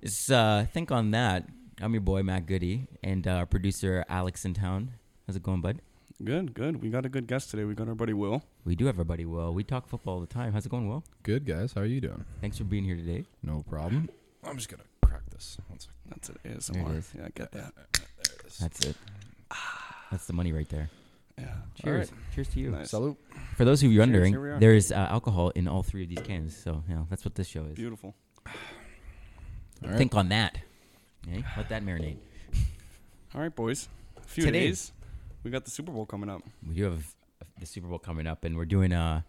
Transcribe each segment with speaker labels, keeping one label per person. Speaker 1: It's, uh, think on that. I'm your boy Matt Goody and uh, our producer Alex in town. How's it going, bud?
Speaker 2: Good, good. We got a good guest today. We got our buddy Will.
Speaker 1: We do have our buddy Will. We talk football all the time. How's it going, Will?
Speaker 3: Good guys, how are you doing?
Speaker 1: Thanks for being here today.
Speaker 3: No problem. I'm just gonna crack this. One second.
Speaker 2: That's it.
Speaker 1: There
Speaker 2: ASMR.
Speaker 1: it is.
Speaker 2: Yeah, I get that.
Speaker 3: There it is.
Speaker 1: That's it. That's the money right there.
Speaker 2: Yeah.
Speaker 1: Cheers.
Speaker 2: All
Speaker 1: Cheers to you.
Speaker 2: right. Nice.
Speaker 3: Salute.
Speaker 1: For those of you
Speaker 2: Cheers,
Speaker 1: wondering,
Speaker 2: here we are.
Speaker 1: there is uh, alcohol in all three of these cans. So, yeah, that's what this show is.
Speaker 2: Beautiful.
Speaker 3: All right.
Speaker 1: Think on that. Okay? Let that marinate.
Speaker 2: All right, boys. A few
Speaker 1: Today.
Speaker 2: days. We got the Super Bowl coming up.
Speaker 1: We do have the Super Bowl coming up, and we're doing a,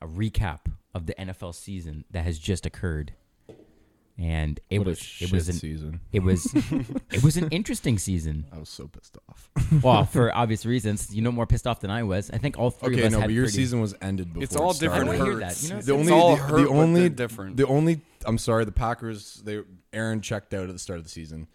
Speaker 1: a recap of the NFL season that has just occurred. And it
Speaker 3: What a
Speaker 1: was it
Speaker 3: shit
Speaker 1: was an
Speaker 3: season.
Speaker 1: it was it was an interesting season.
Speaker 3: I was so pissed off.
Speaker 1: Well, for obvious reasons, you know more pissed off than I was. I think all three
Speaker 3: okay,
Speaker 1: of us
Speaker 3: no,
Speaker 1: had
Speaker 3: but your
Speaker 1: pretty-
Speaker 3: season was ended before.
Speaker 2: it's all
Speaker 3: it started.
Speaker 2: different
Speaker 1: I wanna hear
Speaker 2: hurts.
Speaker 1: that. You know,
Speaker 2: it's
Speaker 3: The only,
Speaker 2: all
Speaker 3: the,
Speaker 2: hurt,
Speaker 3: the
Speaker 2: but
Speaker 3: only,
Speaker 2: they're different.
Speaker 3: The only, I'm sorry, the Packers. They Aaron checked out at the start of the season.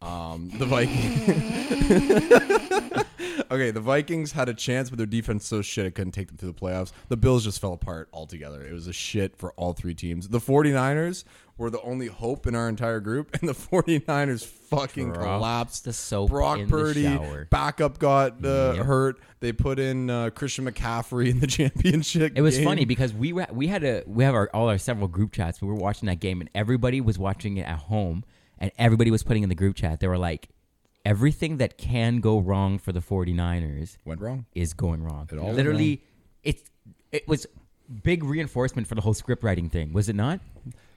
Speaker 3: Um, the Vikings. okay, the Vikings had a chance, but their defense so shit it couldn't take them to the playoffs. The Bills just fell apart altogether. It was a shit for all three teams. The 49ers were the only hope in our entire group, and the 49ers fucking
Speaker 1: Dropped
Speaker 3: collapsed.
Speaker 1: the soap
Speaker 3: Brock
Speaker 1: in the
Speaker 3: Purdy
Speaker 1: shower.
Speaker 3: backup got uh,
Speaker 1: Yep.
Speaker 3: hurt. They put in uh, Christian McCaffrey in the championship.
Speaker 1: It was
Speaker 3: game.
Speaker 1: funny because we were, we had a we have our all our several group chats. We were watching that game, and everybody was watching it at home, and everybody was putting in the group chat. They were like, "Everything that can go wrong for the 49ers
Speaker 3: Went wrong.
Speaker 1: is going wrong."
Speaker 3: It all went
Speaker 1: Literally, it it was big reinforcement for the whole script writing thing, was it not?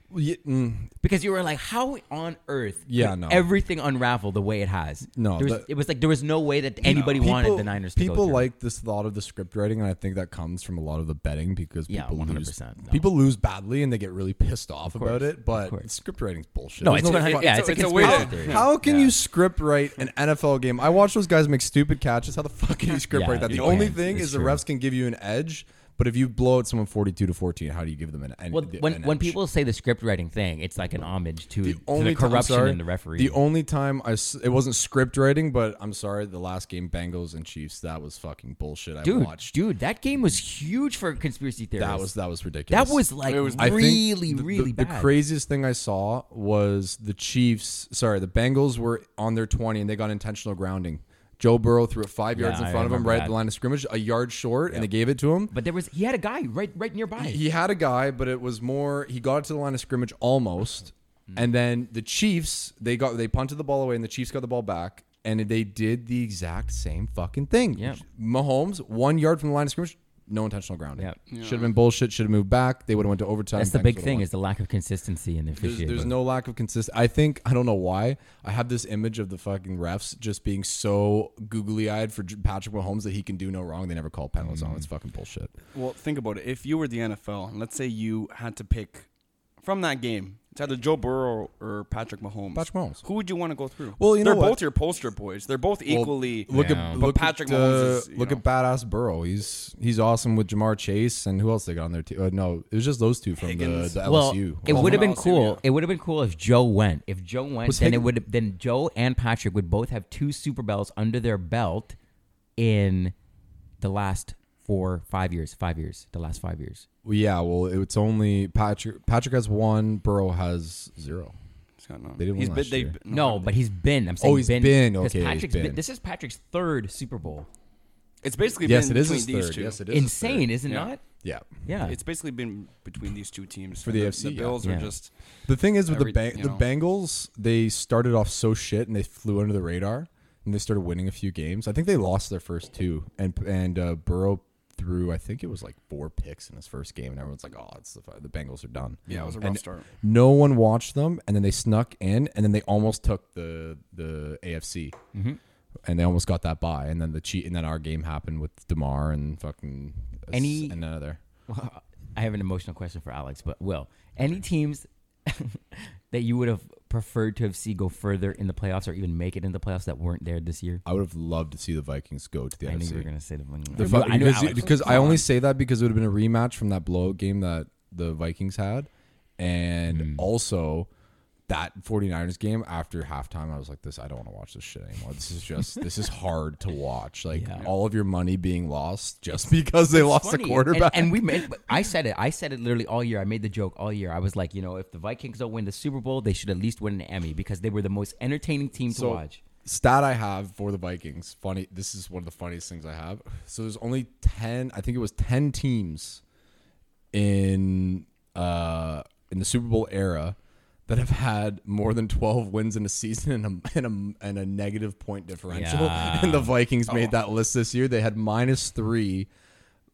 Speaker 3: Well, yeah, mm,
Speaker 1: Because you were like, "How on earth? could
Speaker 3: Yeah, no.
Speaker 1: everything unravel the way it has."
Speaker 3: No,
Speaker 1: There was-
Speaker 3: the-
Speaker 1: it was like there was no way that anybody wanted the Niners. to go
Speaker 3: People
Speaker 1: through.
Speaker 3: like this thought of the script writing, and I think that comes from a lot of the betting because
Speaker 1: Yeah,
Speaker 3: people lose.
Speaker 1: 100%, no.
Speaker 3: People lose badly, and they get really pissed off
Speaker 1: course,
Speaker 3: about it. But
Speaker 1: course.
Speaker 3: script writing's bullshit.
Speaker 1: no,
Speaker 3: There's
Speaker 1: it's, 100
Speaker 3: fun-
Speaker 1: yeah,
Speaker 2: it's
Speaker 1: it's,
Speaker 2: a-
Speaker 1: a
Speaker 2: it's a
Speaker 1: conspiracy
Speaker 2: weird-
Speaker 1: theory.
Speaker 3: How can
Speaker 1: Yeah.
Speaker 3: you script write an NFL game? I watch those guys make stupid catches. How the fuck can you script
Speaker 1: Yeah,
Speaker 3: write that? The
Speaker 1: you
Speaker 3: only
Speaker 1: can't.
Speaker 3: thing
Speaker 1: It's
Speaker 3: is the
Speaker 1: true.
Speaker 3: refs can give you an edge, but if you blow out someone forty-two to fourteen, how do you give them an, an,
Speaker 1: Well,
Speaker 3: an
Speaker 1: when when
Speaker 3: edge?
Speaker 1: people say the script writing thing, it's like an homage to to
Speaker 3: the
Speaker 1: the,
Speaker 3: only time-
Speaker 1: corruption
Speaker 3: sorry,
Speaker 1: in the referee.
Speaker 3: The only time I s- it wasn't script writing, but I'm sorry, the last game Bengals and Chiefs that was fucking bullshit. I
Speaker 1: dude,
Speaker 3: watched.
Speaker 1: dude, that game was huge for conspiracy theorists.
Speaker 3: That was that was ridiculous.
Speaker 1: that was like
Speaker 2: It was-
Speaker 3: I think
Speaker 1: really
Speaker 3: the- the-
Speaker 1: really
Speaker 3: the,
Speaker 1: bad.
Speaker 3: craziest thing I saw was the Chiefs. Sorry, the Bengals were on their 20 and they got intentional grounding. Joe Burrow threw it five yards
Speaker 1: Yeah,
Speaker 3: in
Speaker 1: I
Speaker 3: front of him,
Speaker 1: remember
Speaker 3: right at
Speaker 1: that.
Speaker 3: the line of scrimmage, a yard short, and they gave it to him.
Speaker 1: but there was he had a guy right right nearby.
Speaker 3: He had a guy, but it was more. He got it to the line of scrimmage almost,
Speaker 1: Mm-hmm.
Speaker 3: and then the Chiefs they got they punted the ball away, and the Chiefs got the ball back, and they did the exact same fucking thing.
Speaker 1: Yep.
Speaker 3: Mahomes one yard from the line of scrimmage, no intentional grounding.
Speaker 1: Yep.
Speaker 3: should have been bullshit. Should have moved back. They would have went to overtime.
Speaker 1: That's the
Speaker 3: Bengals
Speaker 1: big
Speaker 3: would've
Speaker 1: thing
Speaker 3: won.
Speaker 1: is the lack of consistency in the
Speaker 3: There's,
Speaker 1: officiating.
Speaker 3: there's no lack of consistent. I think I don't know why I have this image of the fucking refs just being so googly eyed for J- Patrick Mahomes that he can do no wrong. They never call penalties on. him. It's fucking bullshit.
Speaker 2: Well, think about it. If you were the NFL, and let's say you had to pick from that game, it's either Joe Burrow or Patrick Mahomes.
Speaker 3: Patrick Mahomes.
Speaker 2: Who would you want to go through?
Speaker 3: Well, you
Speaker 2: they're
Speaker 3: know what?
Speaker 2: both your poster boys. They're both equally.
Speaker 3: look
Speaker 1: Yeah.
Speaker 3: at
Speaker 1: But
Speaker 3: look
Speaker 2: Patrick
Speaker 3: at, uh,
Speaker 2: Mahomes is, you
Speaker 3: look
Speaker 2: know.
Speaker 3: at badass Burrow. He's he's awesome with Jamar Chase and who else they got on their team? Uh, no, it was just those two from the,
Speaker 2: Higgins.
Speaker 3: the LSU.
Speaker 1: well, it
Speaker 3: Well,
Speaker 1: would have
Speaker 2: from
Speaker 1: been
Speaker 2: LSU,
Speaker 1: cool.
Speaker 2: yeah.
Speaker 1: It would have been cool if Joe went. If Joe went,
Speaker 3: Was
Speaker 1: then it
Speaker 3: Higgins-
Speaker 1: would then Joe and Patrick would both have two Super Bowls under their belt in the last four, five years, five years, the last five years.
Speaker 3: yeah, well, it's only Patrick. Patrick has one. Burrow has zero.
Speaker 2: He's got none.
Speaker 3: They didn't
Speaker 2: He's
Speaker 3: win
Speaker 2: been-
Speaker 3: last
Speaker 2: they-
Speaker 3: year.
Speaker 1: No, but he's been. I'm saying
Speaker 3: Oh, he's
Speaker 1: been.
Speaker 3: been,
Speaker 1: 'cause
Speaker 3: okay, he's
Speaker 1: Patrick's been.
Speaker 3: been.
Speaker 1: This is Patrick's third Super Bowl.
Speaker 2: It's basically
Speaker 3: Yes, it
Speaker 2: been
Speaker 3: is his
Speaker 2: between these
Speaker 3: third.
Speaker 2: two.
Speaker 3: Yes, it is his
Speaker 1: Insane,
Speaker 3: third.
Speaker 1: is it
Speaker 2: Yeah.
Speaker 1: not?
Speaker 3: Yeah.
Speaker 1: Yeah.
Speaker 2: It's basically been between these two teams
Speaker 3: For the
Speaker 2: And
Speaker 3: AFC,
Speaker 2: The
Speaker 3: yeah.
Speaker 2: Bills
Speaker 1: Yeah.
Speaker 2: are just
Speaker 3: The thing is with
Speaker 2: Every-
Speaker 3: the bang-
Speaker 2: you
Speaker 3: the
Speaker 2: know.
Speaker 3: Bengals, they started off so shit and they flew under the radar and they started winning a few games. I think they lost their first two and and uh, Burrow threw I think it was like four picks in his first game and everyone's like, oh, it's the fi- the Bengals are done.
Speaker 2: yeah. It was a rough
Speaker 3: And
Speaker 2: start.
Speaker 3: no one watched them, and then they snuck in, and then they almost took the the AFC,
Speaker 1: Mm-hmm.
Speaker 3: and they almost got that bye, and then the cheat, and then our game happened with Demar and fucking
Speaker 1: Any-
Speaker 3: and another.
Speaker 1: Well, I have an emotional question for Alex, but Will, any teams that you would have preferred to have see go further in the playoffs or even make it in the playoffs that weren't there this year?
Speaker 3: I would have loved to see the Vikings go to the
Speaker 1: I knew
Speaker 3: NFC.
Speaker 1: you were gonna say the one.
Speaker 3: The
Speaker 1: I
Speaker 3: fu-
Speaker 1: knew, I knew
Speaker 3: because,
Speaker 1: Alex.
Speaker 3: because I only say that because it would have been a
Speaker 1: Hmm.
Speaker 3: rematch from that blowout game that the Vikings had, and also that 49ers game after halftime i was like this i don't want to watch this shit anymore this is just this is hard to watch like
Speaker 1: Yeah.
Speaker 3: all of your money being lost just because they lost
Speaker 1: Funny,
Speaker 3: a
Speaker 1: and-
Speaker 3: quarterback
Speaker 1: And, we made, but I said it. I said it literally all year. I made the joke all year. I was like, you know, if the Vikings don't win the Super Bowl, they should at least win an Emmy because they were the most entertaining team to
Speaker 3: So,
Speaker 1: watch.
Speaker 3: Stat I have for the Vikings. Funny. This is one of the funniest things I have. So there's only ten. I think it was ten teams in uh in the Super Bowl era that have had more than 12 wins in a season and a, and a, and a negative point differential.
Speaker 1: Yeah. Oh.
Speaker 3: And the Vikings made that list this year. They had minus three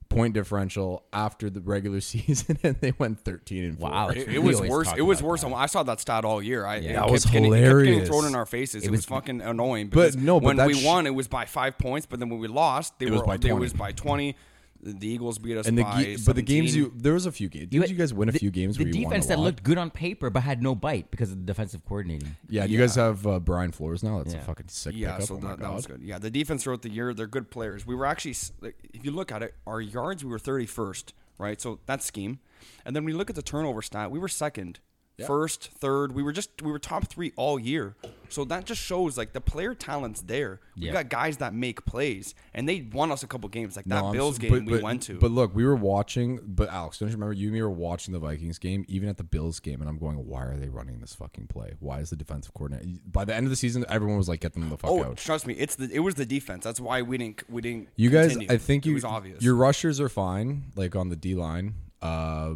Speaker 3: point differential after the regular season, and they went 13 and four.
Speaker 1: Wow.
Speaker 2: It,
Speaker 1: We
Speaker 2: it was
Speaker 1: always
Speaker 2: worse.
Speaker 1: talk
Speaker 2: It was
Speaker 1: about
Speaker 2: worse.
Speaker 1: that.
Speaker 2: than- I saw that stat all year. I, it
Speaker 3: That
Speaker 2: kept
Speaker 3: was
Speaker 2: getting, it kept getting
Speaker 3: hilarious.
Speaker 2: thrown in our faces. It, was,
Speaker 1: was-
Speaker 2: fucking annoying.
Speaker 3: But
Speaker 2: Because
Speaker 3: no, but
Speaker 2: when
Speaker 3: that
Speaker 2: we
Speaker 3: sh-
Speaker 2: won, it was by five points. But then when we lost, they
Speaker 3: It
Speaker 2: were
Speaker 3: was by
Speaker 2: they
Speaker 3: 20.
Speaker 2: was by twenty. The Eagles beat us
Speaker 3: And the
Speaker 2: by.
Speaker 3: ge- but the games
Speaker 2: 17.
Speaker 3: you there was a few games. Did you guys win a
Speaker 1: the-
Speaker 3: few games?
Speaker 1: The
Speaker 3: where you won a
Speaker 1: defense that
Speaker 3: lot?
Speaker 1: looked good on paper but had no bite because of the defensive coordinating.
Speaker 3: Yeah, you guys have uh, Brian Flores now. That's a
Speaker 1: Yeah.
Speaker 3: fucking sick
Speaker 2: Yeah,
Speaker 3: pickup.
Speaker 2: so
Speaker 3: oh my
Speaker 2: that, that was
Speaker 3: God.
Speaker 2: good. Yeah, the defense throughout the year, they're good players. We were actually, s- like, if you look at it, our yards, we were 31st, right? So that's scheme. And then we look at the turnover stat, we were second, first, third. We were just, we were top three all year. So that just shows like the player talent's there. We
Speaker 1: Yeah.
Speaker 2: got guys that make plays, and they won us a couple games, like that
Speaker 3: No, I'm
Speaker 2: Bills
Speaker 3: s-
Speaker 2: game
Speaker 3: but-
Speaker 2: we
Speaker 3: but-
Speaker 2: went to.
Speaker 3: But look, we were watching. But Alex, don't you remember? You and me were watching the Vikings game, even at the Bills game, and I'm going, "Why are they running this fucking play? Why is the defensive coordinator?" By the end of the season, everyone was like, "Get them the fuck
Speaker 2: oh,
Speaker 3: out."
Speaker 2: trust me, it's the it was the defense. That's why we didn't we didn't.
Speaker 3: You guys,
Speaker 2: continue.
Speaker 3: I think you
Speaker 2: it was obvious.
Speaker 3: your rushers are fine, like on the D line. Uh,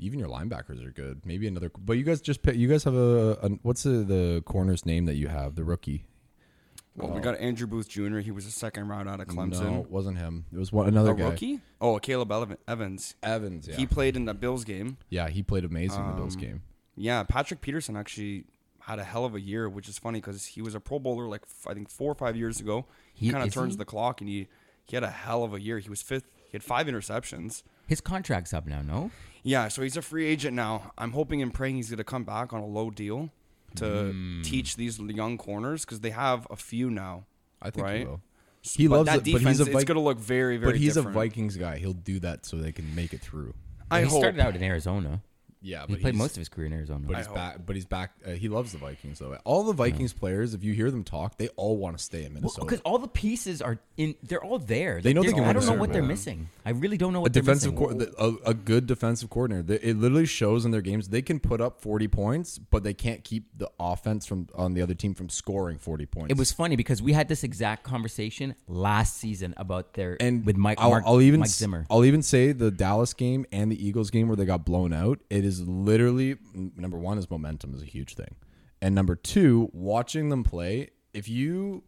Speaker 3: even your linebackers are good. Maybe another, but you guys just pick, you guys have a, a what's the, the corner's name that you have? The rookie.
Speaker 2: well, we got Andrew Booth Jr. He was a second round out of Clemson.
Speaker 3: No, it wasn't him. It was one another
Speaker 2: A
Speaker 3: guy.
Speaker 2: rookie? Oh, Caleb Elev- Evans.
Speaker 3: Evans. Yeah.
Speaker 2: He played in the Bills game.
Speaker 3: Yeah, he played amazing in the Bills
Speaker 2: Um,
Speaker 3: game.
Speaker 2: Yeah, Patrick Peterson actually had a hell of a year, which is funny because he was a Pro Bowler like f- I think four or five years ago. He,
Speaker 1: He-
Speaker 2: kind of
Speaker 1: is
Speaker 2: turns
Speaker 1: he?
Speaker 2: the clock, and he he had a hell of a year. He was fifth. He had five interceptions.
Speaker 1: His contract's up now, no?
Speaker 2: Yeah, so he's a free agent now. I'm hoping and praying he's going to come back on a low deal to
Speaker 3: Hmm.
Speaker 2: teach these young corners because they have a few now.
Speaker 3: I think he
Speaker 2: right?
Speaker 3: will.
Speaker 2: S-
Speaker 3: He
Speaker 2: but
Speaker 3: loves
Speaker 2: that
Speaker 3: it, but he's
Speaker 2: defense.
Speaker 3: a
Speaker 2: it's
Speaker 3: Vik-
Speaker 2: going to look very, very.
Speaker 3: But he's
Speaker 2: different.
Speaker 3: a Vikings guy. He'll do that so they can make it through.
Speaker 2: I
Speaker 1: he
Speaker 2: hope.
Speaker 1: started out in Arizona.
Speaker 3: Yeah,
Speaker 1: He
Speaker 3: but
Speaker 1: played
Speaker 3: he's,
Speaker 1: most of his career in Arizona.
Speaker 3: But he's back. But he's back. Uh, he loves the Vikings though. All the Vikings players, if you hear them talk, they all want to stay in Minnesota.
Speaker 1: because all the pieces are in, they're all there.
Speaker 3: They know
Speaker 1: They're-
Speaker 3: they can
Speaker 1: I
Speaker 3: win
Speaker 1: don't
Speaker 3: the
Speaker 1: know
Speaker 3: Super
Speaker 1: what
Speaker 3: Bowl.
Speaker 1: they're missing. I really don't know
Speaker 3: a
Speaker 1: what they're
Speaker 3: defensive
Speaker 1: missing.
Speaker 3: co- the- a, a good defensive coordinator. They- It literally shows in their games. They can put up forty points, but they can't keep the offense from on the other team from scoring forty points.
Speaker 1: It was funny because we had this exact conversation last season about their
Speaker 3: and
Speaker 1: with Mike
Speaker 3: I'll,
Speaker 1: Mark,
Speaker 3: I'll even
Speaker 1: Mike
Speaker 3: s-
Speaker 1: Zimmer.
Speaker 3: I'll even say the Dallas game and the Eagles game where they got blown out. It is literally n- number one is momentum is a huge thing, and number two, watching them play. If you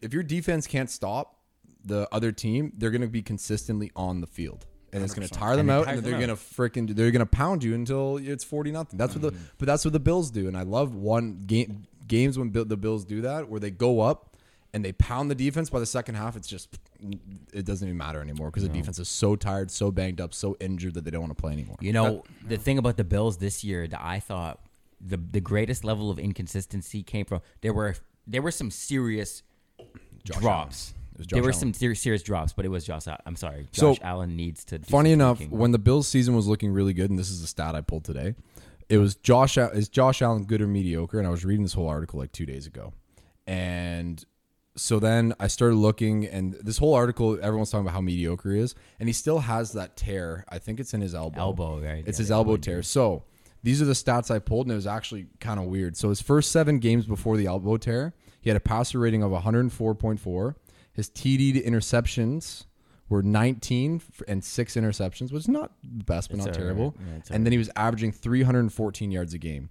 Speaker 3: if your defense can't stop the other team, they're going to be consistently on the field. And it's going to tire them out, and they're going to freaking they're going to pound you until it's forty nothing. That's what the but that's what the Bills do, and I love one game games when Bill, the Bills do that, where they go up and they pound the defense. By the second half, it's just it doesn't even matter anymore because the defense is so tired, so banged up, so injured that they don't want to play anymore.
Speaker 1: You know, the thing about the Bills this year that I thought the the greatest level of inconsistency came from there were there were some serious drops.
Speaker 3: Allen. It was
Speaker 1: There
Speaker 3: Josh
Speaker 1: were
Speaker 3: Allen.
Speaker 1: some ser- serious drops, but it was Josh. Al- I'm sorry,
Speaker 3: So,
Speaker 1: Josh Allen needs to. do
Speaker 3: Funny
Speaker 1: some
Speaker 3: enough,
Speaker 1: tweaking.
Speaker 3: when the Bills season was looking really good, and this is a stat I pulled today, it was Josh is Josh Allen good or mediocre? And I was reading this whole article like two days ago, and so then I started looking, and this whole article everyone's talking about how mediocre he is, and he still has that tear. I think it's in his elbow.
Speaker 1: Elbow, right?
Speaker 3: It's
Speaker 1: Yeah,
Speaker 3: his elbow tear. So these are the stats I pulled, and it was actually kind of weird. So his first seven games before the elbow tear, he had a passer rating of 104.4. His TD to interceptions were 19 f- and six interceptions, which is not the best, but
Speaker 1: It's
Speaker 3: not
Speaker 1: all right.
Speaker 3: terrible.
Speaker 1: Yeah, it's all
Speaker 3: and then he was averaging 314 yards a game.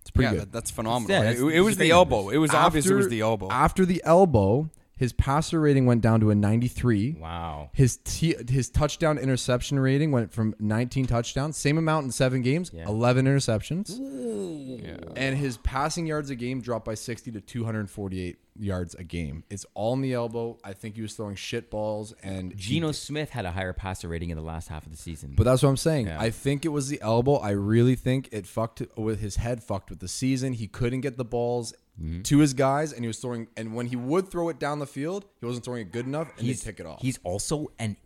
Speaker 3: It's pretty
Speaker 2: yeah,
Speaker 3: good.
Speaker 2: that, that's phenomenal.
Speaker 1: Yeah,
Speaker 2: It-
Speaker 1: that's-
Speaker 2: it,
Speaker 1: these
Speaker 2: was
Speaker 1: are
Speaker 2: the
Speaker 1: great
Speaker 2: elbow.
Speaker 1: numbers.
Speaker 2: It was obvious. It was the elbow.
Speaker 3: After the elbow, his passer rating went down to a 93.
Speaker 1: wow,
Speaker 3: His t- his touchdown interception rating went from 19 touchdowns, same amount in seven games, 11 interceptions, and his passing yards a game dropped by 60 to 248 yards a game. It's all in the elbow. I think he was throwing shit balls and he
Speaker 1: Geno Smith had a higher passer rating in the last half of the season.
Speaker 3: But that's what I'm saying.
Speaker 1: Yeah.
Speaker 3: I think it was the elbow. I really think it fucked with his head, fucked with the season. He couldn't get the balls
Speaker 1: Mm-hmm.
Speaker 3: to his guys, and he was throwing. And when he would throw it down the field, he wasn't throwing it good enough, and he'd pick it off.
Speaker 1: He's also an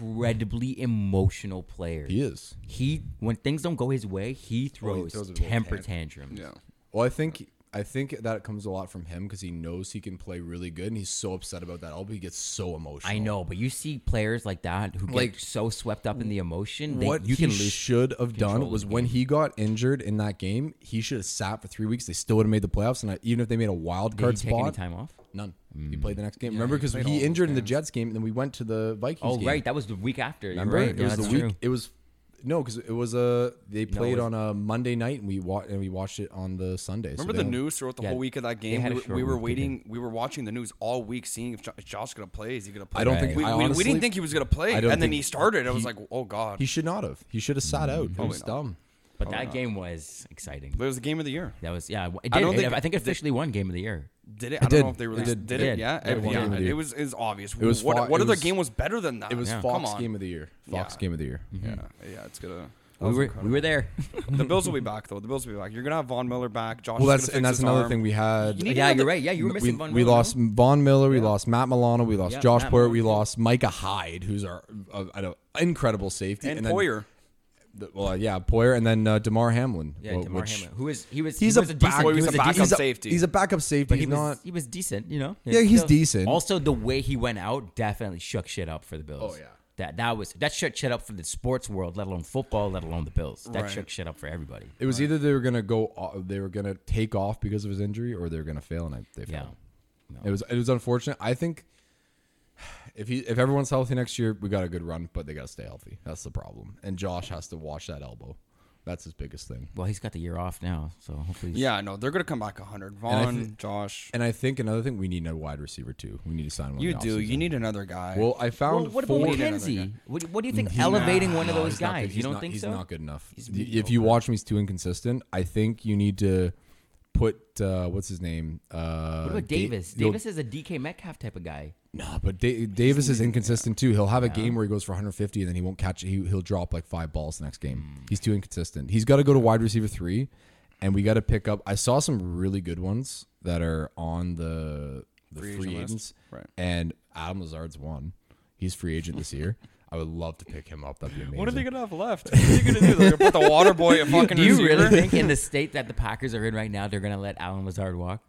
Speaker 1: incredibly emotional player.
Speaker 3: He is.
Speaker 1: He when things don't go his way, he throws,
Speaker 3: Oh, throws a little
Speaker 1: temper
Speaker 3: tantrum.
Speaker 1: tantrums.
Speaker 2: Yeah.
Speaker 3: Well, I think I think that comes a lot from him because he knows he can play really good, and he's so upset about that elbow. He gets so emotional.
Speaker 1: I know, but you see players like that who get
Speaker 3: Like,
Speaker 1: so swept up in the emotion, they,
Speaker 3: What
Speaker 1: you can
Speaker 3: he
Speaker 1: lose.
Speaker 3: should have
Speaker 1: control
Speaker 3: done
Speaker 1: of
Speaker 3: was
Speaker 1: the
Speaker 3: when he got injured in that game, he should have sat for three weeks. They still would have made the playoffs, and I, even if they made a wild
Speaker 1: Did he
Speaker 3: card
Speaker 1: take any
Speaker 3: spot,
Speaker 1: time off?
Speaker 3: None. He played the next game. Remember, because
Speaker 2: played
Speaker 3: he,
Speaker 2: all those
Speaker 3: injured in the
Speaker 2: games.
Speaker 3: Jets game, and then we went to the Vikings.
Speaker 1: Oh,
Speaker 3: game.
Speaker 1: right, that was the week after. You're
Speaker 3: Remember,
Speaker 1: right?
Speaker 3: it
Speaker 1: yeah,
Speaker 3: was the
Speaker 1: that's
Speaker 3: week.
Speaker 1: true.
Speaker 3: It was no, because it was a they played
Speaker 1: was-
Speaker 3: on a Monday night, and we wa- and we watched it on the Sunday. so
Speaker 2: Remember
Speaker 3: they
Speaker 2: the
Speaker 3: don't-
Speaker 2: news throughout the
Speaker 1: Yeah,
Speaker 2: whole week of that game?
Speaker 1: had
Speaker 2: We,
Speaker 1: a
Speaker 2: were-
Speaker 1: short
Speaker 2: we were
Speaker 1: week, didn't
Speaker 2: waiting. We were watching the news all week, seeing if Jo- is Josh going to play. Is he going to play?
Speaker 3: I don't think-
Speaker 2: we,
Speaker 3: I
Speaker 2: we, we
Speaker 3: honestly-
Speaker 2: didn't think he was going to play,
Speaker 3: I
Speaker 2: and
Speaker 3: don't
Speaker 2: then
Speaker 3: think-
Speaker 2: he started. I was
Speaker 3: he-
Speaker 2: like, oh god,
Speaker 3: He should not have. He should have sat out. It was
Speaker 2: not.
Speaker 3: dumb.
Speaker 1: But that game was exciting.
Speaker 2: it was the game of the year.
Speaker 1: That was yeah. It did.
Speaker 2: I don't
Speaker 1: It-
Speaker 2: think-
Speaker 1: I think it officially won game of the year.
Speaker 2: Did it? I don't
Speaker 3: did.
Speaker 2: know if they
Speaker 3: It
Speaker 2: released.
Speaker 3: did.
Speaker 2: Did,
Speaker 1: It
Speaker 2: it?
Speaker 1: did.
Speaker 2: Yeah,
Speaker 1: It
Speaker 2: It-
Speaker 1: won
Speaker 2: yeah,
Speaker 1: Game
Speaker 3: of the
Speaker 2: It
Speaker 3: Year.
Speaker 2: was. It was obvious. It
Speaker 3: was
Speaker 2: was what?
Speaker 3: Fo-
Speaker 2: what
Speaker 3: it
Speaker 2: other
Speaker 3: was-
Speaker 2: game was better than that?
Speaker 3: It was
Speaker 1: Yeah.
Speaker 3: Fox
Speaker 2: Come on.
Speaker 3: game of the year. Fox
Speaker 2: Yeah.
Speaker 3: game of the year.
Speaker 2: Yeah, yeah. It's gonna.
Speaker 1: We were we were there.
Speaker 2: the Bills will be back though. The Bills will be back. You're gonna have Von Miller back. Josh.
Speaker 3: Well,
Speaker 2: is
Speaker 3: that's
Speaker 2: gonna fix
Speaker 3: and that's
Speaker 2: his
Speaker 3: another
Speaker 2: arm.
Speaker 3: thing we had.
Speaker 1: need- Yeah, you're right. Yeah, you were missing
Speaker 3: we,
Speaker 1: Von
Speaker 3: We
Speaker 1: Miller,
Speaker 3: lost Von Miller. We lost Matt Milano. We lost
Speaker 1: Yeah,
Speaker 3: Josh
Speaker 1: Matt
Speaker 3: Boyer.
Speaker 1: Milano
Speaker 3: We
Speaker 1: too.
Speaker 3: lost Micah Hyde, who's our uh, an incredible safety,
Speaker 2: and
Speaker 3: then-
Speaker 2: Poyer.
Speaker 3: the- well, yeah, Poyer, and then uh, Demar Hamlin.
Speaker 1: Yeah,
Speaker 3: wh-
Speaker 1: Damar
Speaker 3: which-
Speaker 1: Hamlin, who is he was
Speaker 3: He's
Speaker 1: he
Speaker 3: a
Speaker 1: was a
Speaker 3: back-
Speaker 1: decent,
Speaker 2: well,
Speaker 1: he
Speaker 2: he's
Speaker 1: was
Speaker 2: a
Speaker 1: a
Speaker 2: backup
Speaker 1: decent
Speaker 3: he's a,
Speaker 2: safety.
Speaker 3: He's a backup safety.
Speaker 1: But
Speaker 3: he's
Speaker 1: he was
Speaker 3: not.
Speaker 1: he was decent, you know.
Speaker 3: Yeah, he's decent.
Speaker 1: Also, the way he went out definitely shook shit up for the Bills.
Speaker 3: Oh, yeah.
Speaker 1: that that was that shook shit up for the sports world, let alone football, let alone the Bills. That
Speaker 2: Right.
Speaker 1: shook shit up for everybody.
Speaker 3: It was either they were gonna go, o- they were gonna take off because of his injury, or they were gonna fail, and I, they
Speaker 1: Yeah,
Speaker 3: failed. It was it was unfortunate. I think if he if everyone's healthy next year, we got a good run, but they gotta stay healthy. That's the problem. And Josh has to watch that elbow. That's his biggest thing.
Speaker 1: well, he's got the year off now, so hopefully. he's-
Speaker 2: Yeah, no, they're gonna come back 100.
Speaker 3: I
Speaker 2: Vaughn,
Speaker 3: thi-
Speaker 2: Josh.
Speaker 3: And I think another thing we need a wide receiver too. We need to sign one. in
Speaker 2: You
Speaker 3: the
Speaker 2: do.
Speaker 3: offseason.
Speaker 2: You need another guy.
Speaker 3: Well, I
Speaker 1: Well,
Speaker 3: found
Speaker 1: what about
Speaker 3: four.
Speaker 1: McKenzie? What, what do you think? elevating one of
Speaker 3: No,
Speaker 1: those
Speaker 3: he's not good.
Speaker 1: guys? You
Speaker 3: He's
Speaker 1: don't
Speaker 3: not-
Speaker 1: think
Speaker 3: he's
Speaker 1: so?
Speaker 3: not good enough.
Speaker 1: He's
Speaker 3: The- if you watch him, he's too inconsistent. I think you need to put uh, what's his name. Uh,
Speaker 1: What about
Speaker 3: Da-
Speaker 1: Davis?
Speaker 3: you'll-
Speaker 1: Davis is a DK Metcalf type of guy.
Speaker 3: No, but da- Davis is inconsistent too. He'll have a game where he goes for 150 and then he won't catch. He he'll drop like five balls the next
Speaker 1: Hmm.
Speaker 3: game. He's too inconsistent. He's got to go to wide receiver three, and we got to pick up. I saw some really good ones that are on the the free,
Speaker 2: Free agent list.
Speaker 3: agents.
Speaker 2: Right.
Speaker 3: And Adam Lazard's one. He's free agent this year. I would love to pick him up. That'd be amazing.
Speaker 2: what are they gonna have left? What are you gonna do? They're gonna put the water boy at fucking
Speaker 1: Do you
Speaker 2: receiver?
Speaker 1: really think in the state that the Packers are in right now, they're going to let Alan Lazard walk?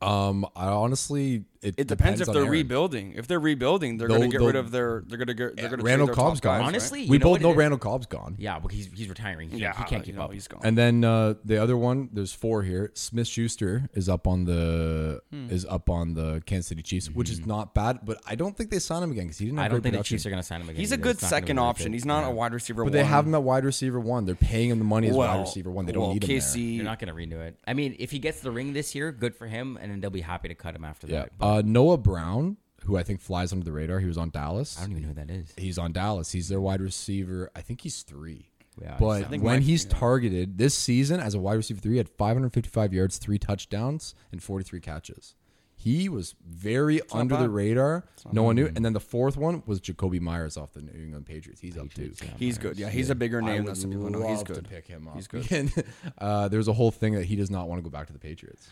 Speaker 3: Um, I honestly, it,
Speaker 2: It depends, if
Speaker 3: on
Speaker 2: they're
Speaker 3: Aaron.
Speaker 2: rebuilding. If they're rebuilding, they're
Speaker 3: They'll-
Speaker 2: gonna get rid
Speaker 3: they'll-
Speaker 2: of their. They're gonna get. They're gonna. trade
Speaker 3: Randall
Speaker 2: their
Speaker 3: Cobb's
Speaker 2: top guys,
Speaker 3: gone.
Speaker 2: right?
Speaker 1: Honestly, you
Speaker 3: we
Speaker 1: know
Speaker 3: both
Speaker 1: what
Speaker 3: know
Speaker 1: it is?
Speaker 3: Randall Cobb's gone.
Speaker 1: Yeah, well, he's he's retiring. He,
Speaker 2: yeah,
Speaker 1: he can't keep
Speaker 2: you know,
Speaker 1: up.
Speaker 2: He's gone.
Speaker 3: And then uh, the other one, there's four here. Smith Schuster is up on the
Speaker 1: Hmm.
Speaker 3: is up on the Kansas City Chiefs, which is not bad, but I don't think they signed him again because he didn't. Have
Speaker 1: I don't
Speaker 3: great
Speaker 1: think the
Speaker 3: production.
Speaker 1: Chiefs are going to sign him again.
Speaker 2: He's a
Speaker 1: either.
Speaker 2: good
Speaker 1: It's not gonna be
Speaker 2: second
Speaker 1: very
Speaker 2: option.
Speaker 1: good.
Speaker 2: He's not a wide receiver.
Speaker 3: But they
Speaker 2: one.
Speaker 3: have him at wide receiver one. They're paying him the money as
Speaker 2: Well,
Speaker 3: wide receiver one. They don't
Speaker 2: well,
Speaker 3: need him there.
Speaker 2: KC,
Speaker 1: You're not going to renew it. I mean, if he gets the ring this year, good for him, and then they'll be happy to cut him after
Speaker 3: Yeah.
Speaker 1: that. But
Speaker 3: Uh, Noah Brown, who I think flies under the radar, he was on Dallas.
Speaker 1: I don't even know who that is.
Speaker 3: he's on Dallas. He's their wide receiver. I think he's three.
Speaker 1: Yeah,
Speaker 3: but
Speaker 1: I
Speaker 3: when
Speaker 2: think Mike-
Speaker 3: he's targeted this season as a wide receiver three, he had 555 yards, three touchdowns, and 43 catches. He was very under the
Speaker 2: bad.
Speaker 3: radar. No one knew. And then the fourth one was Jacoby Myers off the New England Patriots. He's up too.
Speaker 2: he's good. Yeah, he's a bigger
Speaker 3: I
Speaker 2: name than
Speaker 3: would
Speaker 2: some people know. He's
Speaker 3: love to
Speaker 2: good.
Speaker 3: pick him up.
Speaker 2: He's good.
Speaker 3: And, uh, there's a whole thing that he does not want to go back to the Patriots.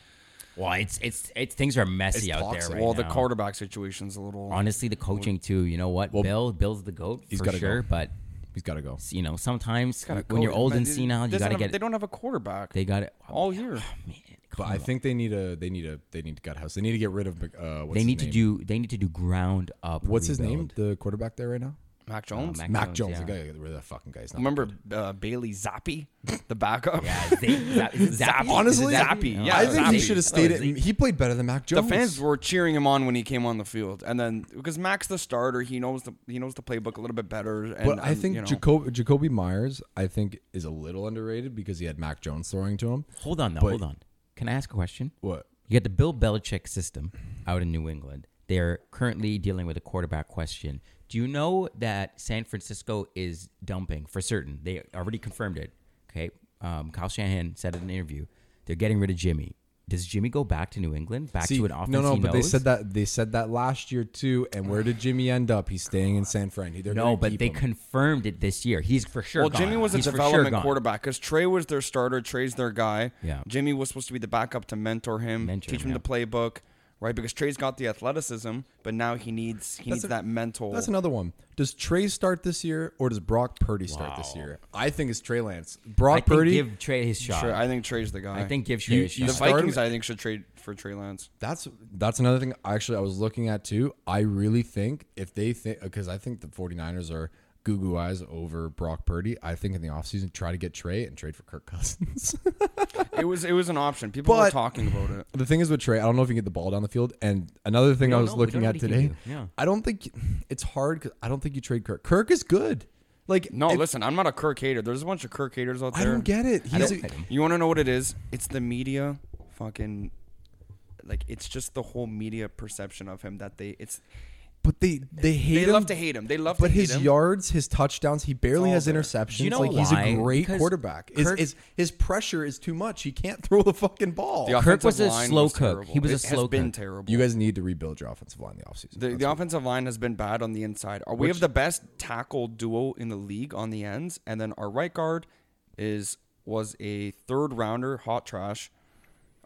Speaker 1: Well, it's it's it's things are messy
Speaker 3: It's
Speaker 1: out
Speaker 3: toxic.
Speaker 1: there right
Speaker 2: Well, the
Speaker 1: now.
Speaker 2: quarterback situation's a little.
Speaker 1: Honestly, the coaching too. You know what? Bill Bill's the goat
Speaker 3: he's
Speaker 1: for
Speaker 3: gotta
Speaker 1: sure.
Speaker 3: go.
Speaker 1: But
Speaker 3: He's got to go.
Speaker 1: you know, sometimes
Speaker 2: Gotta
Speaker 1: when you're
Speaker 2: coach.
Speaker 1: old
Speaker 2: Man,
Speaker 1: and
Speaker 2: they-
Speaker 1: senile,
Speaker 2: they
Speaker 1: you got to
Speaker 2: don't have-
Speaker 1: get
Speaker 2: They don't have a quarterback
Speaker 1: they got it
Speaker 2: all year.
Speaker 1: Man,
Speaker 3: But I think they need a they need a they need to gut house. They need to get rid of. Uh, what's
Speaker 1: they
Speaker 3: his
Speaker 1: need to
Speaker 3: name?
Speaker 1: do they need to do ground up.
Speaker 3: What's his name?
Speaker 1: rebuild.
Speaker 3: The quarterback there right now.
Speaker 2: Mac Jones.
Speaker 1: Mac
Speaker 3: Mac Jones.
Speaker 1: yeah.
Speaker 3: I gotta get rid of that fucking guy. He's not
Speaker 2: Remember uh, Bailey Zappi, the backup.
Speaker 1: Yeah, is they- Zap- is it Zappy?
Speaker 3: Honestly,
Speaker 1: Is it Zappy?
Speaker 2: Zappy,
Speaker 1: No,
Speaker 2: yeah,
Speaker 3: I
Speaker 1: it's
Speaker 3: think
Speaker 1: Zappy.
Speaker 3: he
Speaker 2: Zappy.
Speaker 3: should have
Speaker 1: No,
Speaker 3: stayed.
Speaker 1: it's
Speaker 3: At,
Speaker 1: Zappy.
Speaker 3: he played better than Mac
Speaker 2: The
Speaker 3: Jones.
Speaker 2: fans were cheering him on when he came on the field, and then because Mac's the starter, he knows the he knows the playbook a little bit better. And,
Speaker 3: but I
Speaker 2: and,
Speaker 3: think
Speaker 2: you know,
Speaker 3: Jacob, Jacoby Myers, I think, is a little underrated because he had Mac Jones throwing to him.
Speaker 1: Hold on though.
Speaker 3: But-
Speaker 1: hold on. Can I ask a question?
Speaker 3: What?
Speaker 1: You got the Bill Belichick system out in New England. They're currently dealing with a quarterback question. Do you know that San Francisco is dumping for certain? They already confirmed it. Okay. Um, Kyle Shanahan said in an interview they're getting rid of Jimmy. does Jimmy go back to New England, back
Speaker 3: See,
Speaker 1: to an offense?
Speaker 3: no, no,
Speaker 1: he
Speaker 3: but they
Speaker 1: knows?
Speaker 3: said that they said that last year too. And where did Jimmy end up? He's staying in San Fran. They're
Speaker 1: No,
Speaker 3: gonna
Speaker 1: but
Speaker 3: keep
Speaker 1: they
Speaker 3: him.
Speaker 1: confirmed it this year. He's for sure.
Speaker 2: Well,
Speaker 1: gone.
Speaker 2: Jimmy was a
Speaker 1: He's for sure
Speaker 2: development
Speaker 1: gone.
Speaker 2: quarterback because Trey was their starter. Trey's their guy.
Speaker 1: Yeah.
Speaker 2: Jimmy was supposed to be the backup to mentor him,
Speaker 1: Mentor
Speaker 2: teach
Speaker 1: him,
Speaker 2: him the playbook, right? Because Trey's got the athleticism, but now he needs he needs
Speaker 3: a-
Speaker 2: that mental.
Speaker 3: That's another one. Does Trey start this year or does Brock Purdy start this year? I think it's Trey Lance.
Speaker 1: I
Speaker 3: Brock
Speaker 1: think
Speaker 3: Purdy.
Speaker 1: give Trey his shot.
Speaker 2: Trey, I think Trey's the guy.
Speaker 1: I think give Trey
Speaker 3: You-
Speaker 1: his
Speaker 3: you
Speaker 2: the
Speaker 1: shot.
Speaker 3: start
Speaker 2: Vikings.
Speaker 3: him-
Speaker 2: I think should trade for Trey Lance.
Speaker 3: That's that's another thing actually I was looking at too. I really think if they think because I think the 49ers are goo goo eyes over Brock Purdy, I think in the offseason try to get Trey and trade for Kirk Cousins.
Speaker 2: It was it was an option. People were
Speaker 3: But-
Speaker 2: talking about it.
Speaker 3: the thing is with Trey, I don't know if he can get the ball down the field. And another thing I
Speaker 1: don't
Speaker 3: was
Speaker 1: know. We don't
Speaker 3: looking
Speaker 1: know
Speaker 3: at
Speaker 1: what he can
Speaker 3: today,
Speaker 1: do. Yeah.
Speaker 3: I don't think it's hard because I don't think you trade Kirk. Kirk is good. Like
Speaker 2: No,
Speaker 3: if-
Speaker 2: listen, I'm not a Kirk hater. There's a bunch of Kirk haters out
Speaker 3: I
Speaker 2: there.
Speaker 3: don't get it. He's
Speaker 1: don't
Speaker 3: a-
Speaker 1: like him.
Speaker 2: You want to know what it is? It's the media fucking like it's just the whole media perception of him that they it's
Speaker 3: but they they hate
Speaker 2: they
Speaker 3: him.
Speaker 2: love to hate him. They love
Speaker 3: But
Speaker 2: to hate
Speaker 3: his
Speaker 2: him.
Speaker 3: yards, his touchdowns, he barely
Speaker 2: all
Speaker 3: has
Speaker 2: there.
Speaker 3: interceptions.
Speaker 1: You know
Speaker 3: like he's a
Speaker 1: why?
Speaker 3: great
Speaker 1: Because
Speaker 3: quarterback. His,
Speaker 1: Kirk-
Speaker 3: his his pressure is too much. He can't throw the fucking ball.
Speaker 2: The
Speaker 1: Kirk
Speaker 2: offensive
Speaker 1: was a
Speaker 2: line
Speaker 1: slow cook.
Speaker 2: terrible.
Speaker 1: He was a
Speaker 2: it
Speaker 1: slow
Speaker 2: has been
Speaker 1: cook.
Speaker 2: terrible.
Speaker 3: You guys need to rebuild your offensive line in the offseason.
Speaker 2: the,
Speaker 3: That's
Speaker 2: the offensive line has been bad on the inside. Uh, We have the best tackle duo in the league on the ends, and then our right guard is was a third rounder, hot trash.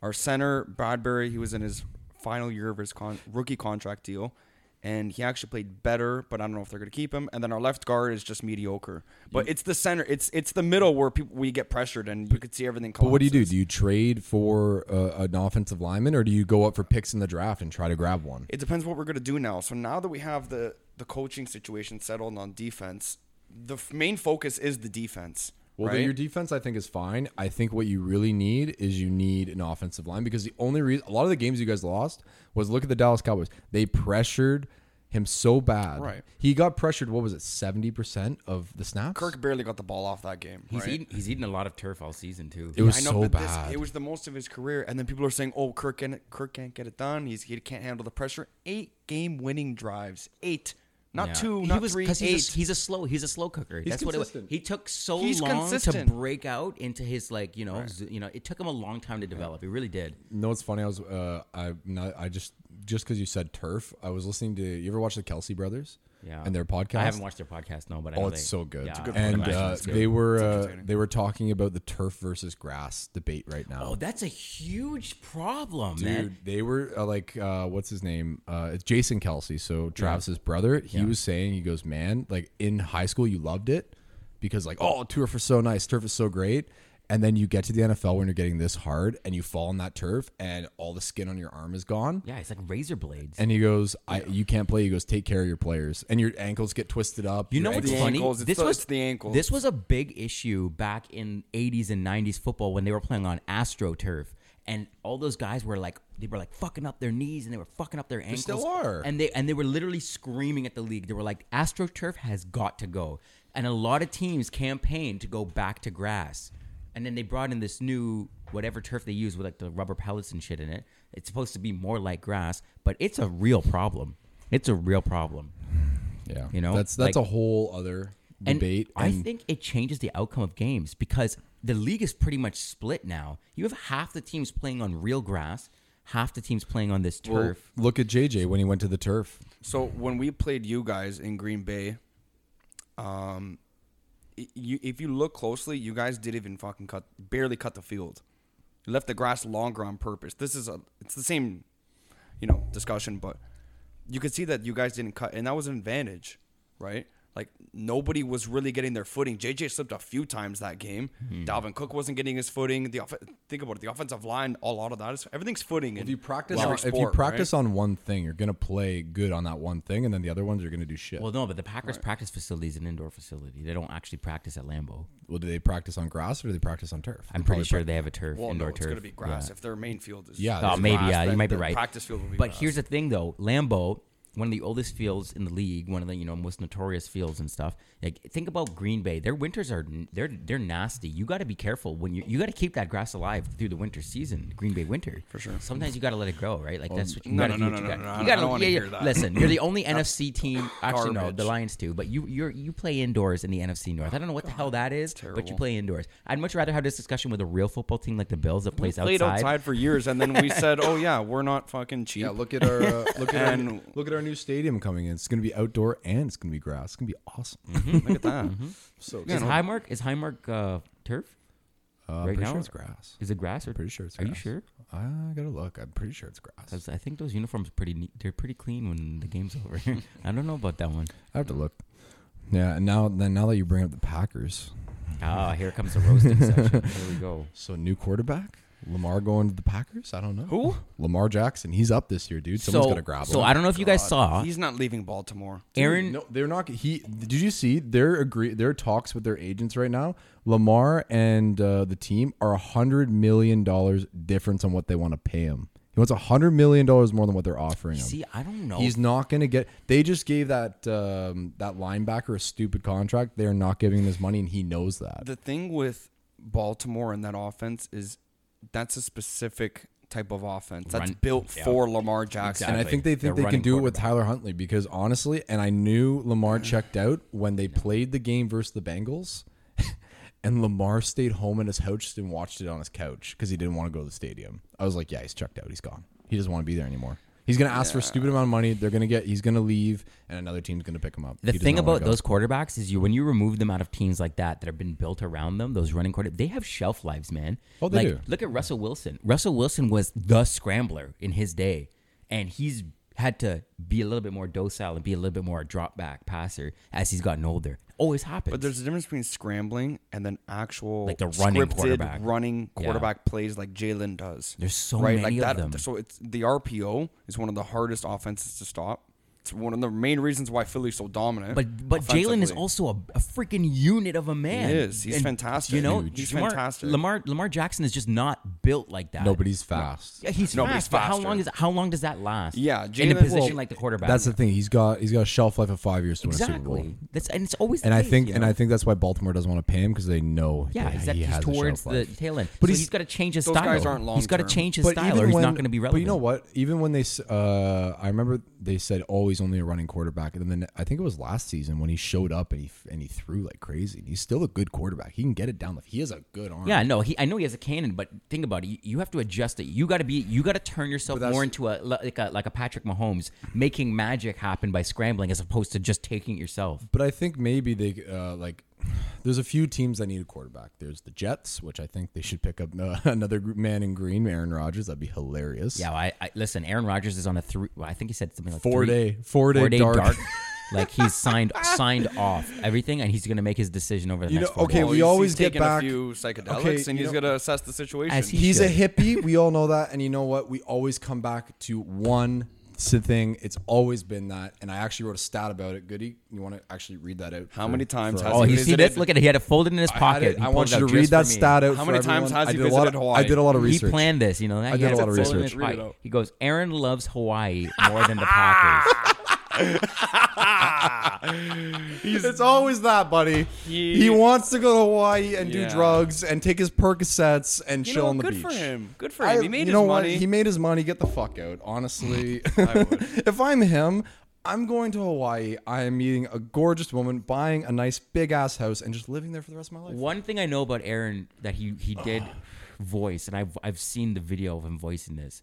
Speaker 2: Our center Bradbury, he was in his final year of his con- rookie contract deal, and he actually played better. But I don't know if they're going to keep him. And then our left guard is just mediocre. But it's the center, it's it's the middle where people we get pressured, and you could see everything.
Speaker 3: But what do you do? Do you trade for uh, an offensive lineman, or do you go up for picks in the draft and try to grab one?
Speaker 2: it depends what we're going to do now. So now that we have the the coaching situation settled on defense, the f- main focus is the defense.
Speaker 3: Well,
Speaker 2: right?
Speaker 3: your defense, I think, is fine. I think what you really need is you need an offensive line because the only reason a lot of the games you guys lost was look at the Dallas Cowboys. They pressured him so bad.
Speaker 2: Right.
Speaker 3: He got pressured. What was it? Seventy percent of the snaps.
Speaker 2: Kirk barely got the ball off that game.
Speaker 1: He's
Speaker 2: right?
Speaker 1: eaten. He's eaten a lot of turf all season too.
Speaker 3: It was
Speaker 2: I know,
Speaker 3: so
Speaker 2: but this-
Speaker 3: bad.
Speaker 2: it was the most of his career, and then people are saying, "Oh, Kirk can't, Kirk can't get it done. He's he can't handle the pressure." Eight game winning drives, eight, not
Speaker 1: Yeah.
Speaker 2: two,
Speaker 1: He
Speaker 2: not
Speaker 1: was-
Speaker 2: three,
Speaker 1: 'cause
Speaker 2: eight.
Speaker 1: He's a, he's a slow. He's a slow cooker. That's what it was.
Speaker 3: consistent.
Speaker 1: He took so
Speaker 2: He's
Speaker 1: long
Speaker 2: consistent.
Speaker 1: to break out into his like you know z- you know it took him a long time to develop. He really did.
Speaker 3: No, it's funny. I was uh, I not I just just because you said turf, I was listening to. You ever watch the Kelsey brothers?
Speaker 1: Yeah.
Speaker 3: And their podcast.
Speaker 1: I haven't watched their podcast no, but I
Speaker 3: Oh,
Speaker 1: know
Speaker 3: it's
Speaker 1: they-
Speaker 3: so good.
Speaker 1: Yeah,
Speaker 3: and
Speaker 1: I-
Speaker 3: uh, they were uh, they were talking about the turf versus grass debate right now.
Speaker 1: oh, that's a huge problem,
Speaker 3: Dude,
Speaker 1: man.
Speaker 3: they were uh, like, uh, what's his name? Uh, it's Jason Kelsey. So Travis's brother. He was saying, he goes, man, like in high school, you loved it because like, oh, turf is so nice, turf is so great. And then you get to the NFL when you're getting this hard and you fall on that turf and all the skin on your arm is gone.
Speaker 1: Yeah, it's like razor blades.
Speaker 3: And he goes, I, you can't play. He goes, take care of your players and your ankles get twisted up.
Speaker 1: You
Speaker 3: your
Speaker 1: know what's
Speaker 3: ankles-
Speaker 2: The
Speaker 1: funny?
Speaker 2: ankles, it's
Speaker 1: this
Speaker 2: the-
Speaker 1: was
Speaker 2: it's the ankles.
Speaker 1: This was a big issue back in 80s and 90s football when they were playing on AstroTurf, and all those guys were like they were like fucking up their knees and they were fucking up their ankles.
Speaker 3: still are.
Speaker 1: And they and they were literally screaming at the league. They were like, AstroTurf has got to go. And a lot of teams campaigned to go back to grass, and then they brought in this new whatever turf they use with like the rubber pellets and shit in it. It's supposed to be more like grass, but it's a real problem. It's a real problem.
Speaker 3: yeah.
Speaker 1: you know,
Speaker 3: that's, that's
Speaker 1: like-
Speaker 3: a whole other
Speaker 1: And
Speaker 3: debate.
Speaker 1: I
Speaker 3: and-
Speaker 1: think it changes the outcome of games because the league is pretty much split now. You have half the teams playing on real grass, half the teams playing on this
Speaker 3: Well,
Speaker 1: turf.
Speaker 3: look at JJ when he went to the turf.
Speaker 2: So when we played you guys in Green Bay, um, i- you if you look closely, you guys did even fucking cut barely cut the field. You left the grass longer on purpose. This is a it's the same, you know, discussion, but you could see that you guys didn't cut, and that was an advantage, right? Like nobody was really getting their footing. JJ slipped a few times that game. Dalvin Cook wasn't getting his footing. The off- think about it. The offensive line, a lot of that is everything's footing.
Speaker 3: If you practice, on, if you practice on one thing, you're gonna play good on that one thing, and then the other ones are gonna do shit.
Speaker 1: Well,
Speaker 3: Well,
Speaker 1: no, but the Packers practice facility is an indoor facility. They don't actually practice at Lambeau.
Speaker 3: do they practice on grass or do they practice on turf?
Speaker 1: I'm pretty
Speaker 3: They probably
Speaker 1: sure
Speaker 3: prac-
Speaker 1: they have a turf,
Speaker 2: well,
Speaker 1: indoor
Speaker 2: no, it's
Speaker 1: turf.
Speaker 2: gonna be grass if their main field is
Speaker 3: Yeah,
Speaker 1: Oh,
Speaker 3: There's
Speaker 1: maybe
Speaker 2: grass,
Speaker 1: yeah, you
Speaker 2: then
Speaker 1: might be
Speaker 2: the
Speaker 1: right.
Speaker 2: Practice field will be
Speaker 1: but
Speaker 2: grass.
Speaker 1: here's the thing, though. Lambeau one of the oldest fields in the league, one of the you know most notorious fields and stuff. Like think about Green Bay. Their winters are n- they're they're nasty. You got to be careful when you you got to keep that grass alive through the winter season. Green Bay winter for sure. Sometimes you got to let it grow, right? Like that's what you
Speaker 2: no,
Speaker 1: got to
Speaker 2: no,
Speaker 1: do.
Speaker 2: no,
Speaker 1: what
Speaker 2: no,
Speaker 1: you gotta-
Speaker 2: no, no, I
Speaker 1: you
Speaker 2: don't-
Speaker 1: gotta-
Speaker 2: I don't wanna
Speaker 1: yeah, yeah.
Speaker 2: hear that.
Speaker 1: Listen, you're the only NFC team. Actually, no,
Speaker 2: garbage.
Speaker 1: the Lions too. But you you you play indoors in the NFC North. I don't know what the hell that is, but you play indoors. I'd much rather have this discussion with a real football team like the Bills that plays
Speaker 2: Played
Speaker 1: outside.
Speaker 2: outside for years, and then we said, "Oh yeah, we're not fucking cheap."
Speaker 3: Yeah, look at our uh, look at our,
Speaker 2: And-
Speaker 3: look at our new stadium coming in. It's going to be outdoor and it's going to be grass. It's going to be awesome.
Speaker 2: look at that. Mm-hmm.
Speaker 3: So
Speaker 1: Is
Speaker 2: know.
Speaker 1: Highmark is Highmark uh, turf?
Speaker 3: uh,
Speaker 1: right
Speaker 3: pretty
Speaker 1: now-
Speaker 3: sure it's grass.
Speaker 1: Is it grass or
Speaker 3: Pretty sure it's.
Speaker 1: Are
Speaker 3: Grass.
Speaker 1: you sure?
Speaker 3: I gotta look. I'm pretty sure it's grass.
Speaker 1: Because I think those uniforms are pretty neat. They're pretty clean when the game's over. I don't know about that one.
Speaker 3: I have to look. Yeah, and now then now that you bring up the Packers,
Speaker 1: Ah, here comes the roasting section. Here we go.
Speaker 3: so new quarterback Lamar going to the Packers. I don't know
Speaker 2: Who?
Speaker 3: Lamar Jackson. He's up this year, dude. Someone's
Speaker 1: so,
Speaker 3: gonna grab him.
Speaker 1: so I don't know if you guys saw
Speaker 2: He's not leaving Baltimore.
Speaker 1: Aaron.
Speaker 3: No, they're not. He did you see their agree their talks with their agents right now? Lamar and uh, the team are a hundred million dollars difference on what they want to pay him. He wants a hundred million dollars more than what they're offering him.
Speaker 1: See, I don't know.
Speaker 3: He's not going to get. They just gave that um, that linebacker a stupid contract. They're not giving him his money, and he knows
Speaker 1: Uh,
Speaker 3: that.
Speaker 2: The thing with Baltimore and that offense is that's a specific type of offense that's
Speaker 1: Run-
Speaker 2: built for Lamar Jackson.
Speaker 3: And I think they
Speaker 1: They're
Speaker 3: think they
Speaker 1: running
Speaker 3: can do it with Tyler Huntley because honestly, and I knew Lamar checked out when they played the game versus the Bengals, and Lamar stayed home in his house and watched it on his couch because he didn't want to go to the stadium. I was like, yeah, he's checked out. He's gone. He doesn't want to be there anymore. He's gonna ask for a stupid amount of money. They're gonna get. He's gonna leave, and another team's gonna pick him up.
Speaker 1: the
Speaker 3: He does
Speaker 1: thing
Speaker 3: not wanna
Speaker 1: about
Speaker 3: go.
Speaker 1: those quarterbacks is you when you remove them out of teams like that that have been built around them, those running quarterbacks, they have shelf lives, man.
Speaker 3: Oh, they
Speaker 1: like,
Speaker 3: do.
Speaker 1: Look at Russell Wilson. Russell Wilson was the scrambler in his day, and he's had to be a little bit more docile and be a little bit more a drop back passer as he's gotten older. Always happens.
Speaker 2: But there's a difference between scrambling and then actual
Speaker 1: Like the running
Speaker 2: scripted
Speaker 1: quarterback.
Speaker 2: running
Speaker 1: Yeah.
Speaker 2: quarterback plays like Jalen does.
Speaker 1: There's so
Speaker 2: right?
Speaker 1: many
Speaker 2: like
Speaker 1: of
Speaker 2: that,
Speaker 1: them.
Speaker 2: So it's the RPO is one of the hardest offenses to stop. It's one of the main reasons why Philly's so dominant.
Speaker 1: But but Jalen is
Speaker 2: offensively.
Speaker 1: also a, a freaking unit of a man.
Speaker 2: He is. He's fantastic.
Speaker 1: You know,
Speaker 2: Huge. He's
Speaker 1: Lamar,
Speaker 2: fantastic.
Speaker 1: Lamar Lamar Jackson is just not built like that.
Speaker 3: nobody's fast.
Speaker 1: Yeah, he's
Speaker 2: Nobody's
Speaker 1: fast. But how
Speaker 2: faster.
Speaker 1: long is how long does that last?
Speaker 2: Yeah,
Speaker 1: in a
Speaker 2: Jalen-
Speaker 1: position
Speaker 2: well,
Speaker 1: like the quarterback.
Speaker 3: That's the thing. He's got he's got a shelf life of five years to win a Super Bowl.
Speaker 1: exactly. That's and it's always.
Speaker 3: And
Speaker 1: the
Speaker 3: I
Speaker 1: case,
Speaker 3: think
Speaker 1: you
Speaker 3: and
Speaker 1: know?
Speaker 3: I think that's why Baltimore doesn't want to pay him because they know
Speaker 1: Yeah,
Speaker 3: that
Speaker 1: exactly.
Speaker 3: he
Speaker 1: He's
Speaker 3: has
Speaker 1: towards
Speaker 3: a shelf
Speaker 1: the
Speaker 3: life.
Speaker 1: tail end,
Speaker 3: But
Speaker 1: so
Speaker 3: he's-
Speaker 1: he's got to change his
Speaker 2: those
Speaker 1: style.
Speaker 2: guys aren't
Speaker 1: He's got to
Speaker 2: long-term.
Speaker 1: change his style,
Speaker 3: even
Speaker 1: or he's
Speaker 3: when-
Speaker 1: not going to be relevant.
Speaker 3: But you know what? Even when they, s- uh, I remember they said, "Oh, he's only a running quarterback." And then I think it was last season when he showed up and he f- and he threw like crazy. And he's still a good quarterback. He can get it down. The, he has a good arm.
Speaker 1: Yeah, no, he. I know he has a cannon, but think about it. You, you have to adjust it. You got to be. You got to turn yourself more into a like a like a Patrick Mahomes, making magic happen by scrambling as opposed to just taking it yourself.
Speaker 3: But I think maybe they uh, like. There's a few teams that need a quarterback. There's the Jets, which I think they should pick up uh, another gr- man in green, Aaron Rodgers. That'd be hilarious.
Speaker 1: Yeah, well, I, I listen. Aaron Rodgers is on a three. Well, I think he said something like
Speaker 3: Four
Speaker 1: three-
Speaker 3: day- four day dark.
Speaker 1: like he's signed signed off everything, and he's going to make his decision over the
Speaker 3: You
Speaker 1: next.
Speaker 3: know,
Speaker 1: four
Speaker 3: okay,
Speaker 1: days.
Speaker 2: Well,
Speaker 3: we
Speaker 2: he's-
Speaker 3: always
Speaker 2: he's
Speaker 3: get
Speaker 2: taken
Speaker 3: back-
Speaker 2: a few psychedelics,
Speaker 3: Okay,
Speaker 2: and
Speaker 3: you
Speaker 2: he's
Speaker 3: know-
Speaker 2: gonna assess the situation.
Speaker 1: As he
Speaker 3: He's a
Speaker 1: should.
Speaker 3: hippie. We all know that. And you know what? We always come back to one s- thing. It's always been that. And I actually wrote a stat about it. Goody, you want to actually read that out?
Speaker 2: How many times has
Speaker 1: Oh,
Speaker 2: he
Speaker 1: you see
Speaker 2: visited-
Speaker 1: this? Look at it. He had it folded in his
Speaker 3: I, had
Speaker 1: pocket.
Speaker 3: it,
Speaker 1: He
Speaker 3: I
Speaker 1: pulled
Speaker 3: want
Speaker 1: it
Speaker 3: you
Speaker 1: out
Speaker 3: to
Speaker 1: just
Speaker 3: read that
Speaker 1: for me.
Speaker 3: stat out.
Speaker 2: How
Speaker 3: for
Speaker 2: many times
Speaker 3: everyone.
Speaker 2: has he
Speaker 3: I did a lot
Speaker 2: visited
Speaker 3: of,
Speaker 2: Hawaii?
Speaker 3: I did a lot of
Speaker 1: He
Speaker 3: research.
Speaker 1: planned this, you know. I
Speaker 3: did a lot of research.
Speaker 2: Read it out.
Speaker 1: He goes, Aaron loves Hawaii more than the Packers.
Speaker 3: it's always that, buddy. He, wants to go to Hawaii and
Speaker 2: Yeah.
Speaker 3: do drugs and take his Percocets and
Speaker 2: You
Speaker 3: chill
Speaker 2: know,
Speaker 3: on the
Speaker 2: good
Speaker 3: beach.
Speaker 2: for him. Good for him.
Speaker 3: I-
Speaker 2: he made
Speaker 3: you
Speaker 2: his
Speaker 3: know
Speaker 2: money.
Speaker 3: What? He made his money. Get the fuck out. Honestly, if I'm him, I'm going to Hawaii. I am meeting a gorgeous woman, buying a nice big ass house, and just living there for the rest of my life.
Speaker 1: One thing I know about Aaron that he he did voice, and I've I've seen the video of him voicing this.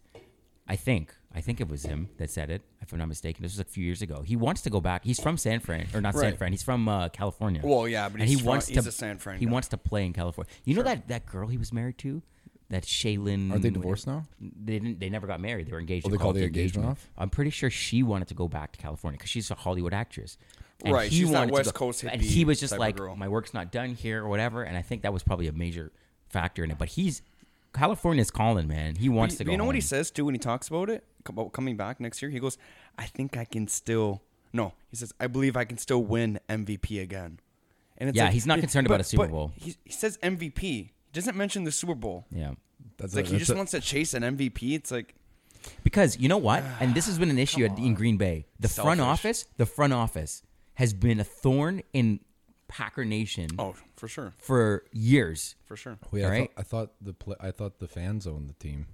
Speaker 1: I think I think it was him that said it, if I'm not mistaken. This was a few years ago. He wants to go back. He's from San Fran, or not San
Speaker 2: Right.
Speaker 1: Fran. He's from uh, California.
Speaker 2: Well, yeah, but
Speaker 1: And
Speaker 2: he's
Speaker 1: he
Speaker 2: from-
Speaker 1: wants
Speaker 2: he's
Speaker 1: to
Speaker 2: a San Fran
Speaker 1: He
Speaker 2: guy.
Speaker 1: wants to play in California. You know that that girl he was married to, that Shaylin.
Speaker 3: Are they divorced now?
Speaker 1: They didn't. They never got married. They were engaged.
Speaker 3: Oh,
Speaker 1: They
Speaker 3: they called
Speaker 1: called it
Speaker 3: the engagement off?
Speaker 1: I'm pretty sure she wanted to go back to California because she's a Hollywood actress.
Speaker 2: Right, she's that
Speaker 1: wanted to
Speaker 2: West
Speaker 1: go-
Speaker 2: Coast
Speaker 1: And he
Speaker 2: hippie
Speaker 1: was just
Speaker 2: type of
Speaker 1: like,
Speaker 2: girl.
Speaker 1: my work's not done here or whatever. And I think that was probably a major factor in it. But he's California's calling, man. He wants to
Speaker 2: But
Speaker 1: go.
Speaker 2: You know what he
Speaker 1: home.
Speaker 2: says too when he talks about it c- about coming back next year. He goes, "I think I can still." No, he says, "I believe I can still win MVP again." And it's
Speaker 1: Yeah, he's not concerned about a Super
Speaker 2: but
Speaker 1: Bowl.
Speaker 2: He, he says MVP. He doesn't mention the Super Bowl.
Speaker 1: Yeah.
Speaker 3: That's
Speaker 2: It's like
Speaker 3: a-
Speaker 2: he
Speaker 3: that's
Speaker 2: just
Speaker 3: a-
Speaker 2: wants to chase an MVP. It's like
Speaker 1: Because you know what? And this has been an issue at, in Green Bay. The front
Speaker 2: Selfish.
Speaker 1: office, the front office has been a thorn in Packer Nation
Speaker 2: Oh, for sure,
Speaker 1: for years.
Speaker 2: for sure.
Speaker 3: Wait,
Speaker 1: Right?
Speaker 3: I, thought, I thought the pla I thought the fans owned the team.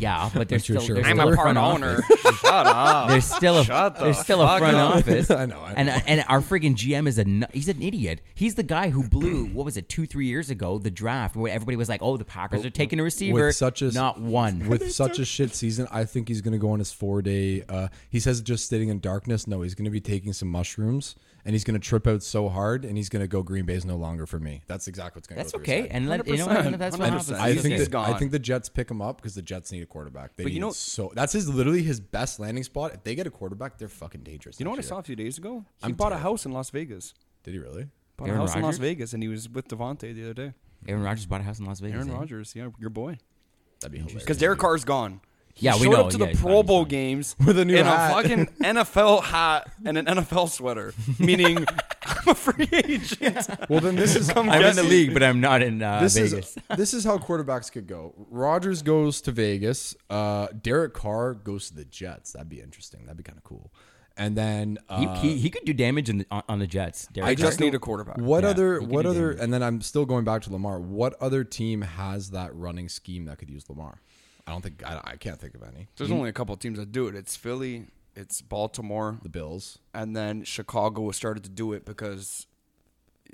Speaker 1: Yeah, but they're
Speaker 3: Not too
Speaker 1: still
Speaker 3: sure.
Speaker 1: they're
Speaker 3: I'm
Speaker 2: I'm
Speaker 1: still
Speaker 2: a part
Speaker 1: front
Speaker 2: owner.
Speaker 1: office.
Speaker 2: Shut up.
Speaker 1: There's still a
Speaker 2: Shut the
Speaker 1: there's still a
Speaker 2: fuck
Speaker 1: front
Speaker 2: up.
Speaker 1: office.
Speaker 3: I know, I
Speaker 1: And and our friggin' GM is a nu- he's an idiot. He's the guy who blew what was it two three years ago the draft where everybody was like, oh, the Packers are taking a receiver.
Speaker 3: such a-
Speaker 1: not one.
Speaker 3: With such a shit season, I think he's going to go on his four day. Uh, he says just sitting in darkness. No, he's going to be taking some mushrooms and he's going to trip out so hard and he's going to go. Green Bay's no longer for me. That's exactly what's going to.
Speaker 1: that's
Speaker 3: go through his
Speaker 1: okay.
Speaker 3: head.
Speaker 1: And let, you know what? If that's what
Speaker 2: 100%.
Speaker 1: happens.
Speaker 3: I
Speaker 1: it's
Speaker 3: think
Speaker 1: okay.
Speaker 2: he's
Speaker 3: the, I
Speaker 2: gone.
Speaker 3: think the Jets pick him up because the Jets need a quarterback. They
Speaker 2: But you
Speaker 3: need
Speaker 2: know-
Speaker 3: so that's his literally his best landing spot. If they get a quarterback, they're fucking dangerous.
Speaker 2: You know what I
Speaker 3: next
Speaker 2: saw
Speaker 3: year.
Speaker 2: a few days ago? He
Speaker 3: I'm
Speaker 2: bought a
Speaker 3: terrified.
Speaker 2: house in Las Vegas.
Speaker 3: Did he really?
Speaker 2: Bought
Speaker 1: Aaron
Speaker 2: a house in Las
Speaker 1: Rodgers?
Speaker 2: Vegas, and he was with Devontae the other day.
Speaker 1: Aaron Rodgers bought a house in Las Vegas.
Speaker 2: Aaron
Speaker 1: eh?
Speaker 2: Rodgers, yeah, your boy.
Speaker 3: That'd be hilarious.
Speaker 2: Because Derek Carr's gone. He
Speaker 1: Yeah, we
Speaker 2: showed
Speaker 1: know,
Speaker 2: up to
Speaker 1: yeah,
Speaker 2: the
Speaker 1: he's
Speaker 2: Pro
Speaker 1: gone,
Speaker 2: Bowl
Speaker 1: he's gone.
Speaker 2: games
Speaker 3: With a new
Speaker 2: in
Speaker 3: hat.
Speaker 2: a fucking NFL hat and an NFL sweater, meaning I'm a free agent.
Speaker 3: Well, then this is
Speaker 2: Come
Speaker 1: I'm in
Speaker 2: get
Speaker 1: the
Speaker 2: me.
Speaker 1: league, but I'm not in uh,
Speaker 3: this
Speaker 1: Vegas.
Speaker 3: is this is how quarterbacks could go. Rogers goes to Vegas. Uh, Derek Carr goes to the Jets. That'd be interesting. That'd be kind of cool. And then
Speaker 1: he,
Speaker 3: uh,
Speaker 1: he, he could do damage in the, on, on the Jets. Derek
Speaker 2: I
Speaker 1: Carr.
Speaker 2: just need a quarterback.
Speaker 3: what
Speaker 1: Yeah,
Speaker 3: other
Speaker 1: he can
Speaker 3: what
Speaker 1: do
Speaker 3: other
Speaker 1: damage.
Speaker 3: and then I'm still going back to Lamar. What other team has that running scheme that could use Lamar? I don't think I, I can't think of any.
Speaker 2: There's only a couple of teams that do it. It's Philly, it's Baltimore,
Speaker 3: The Bills.
Speaker 2: and then Chicago started to do it because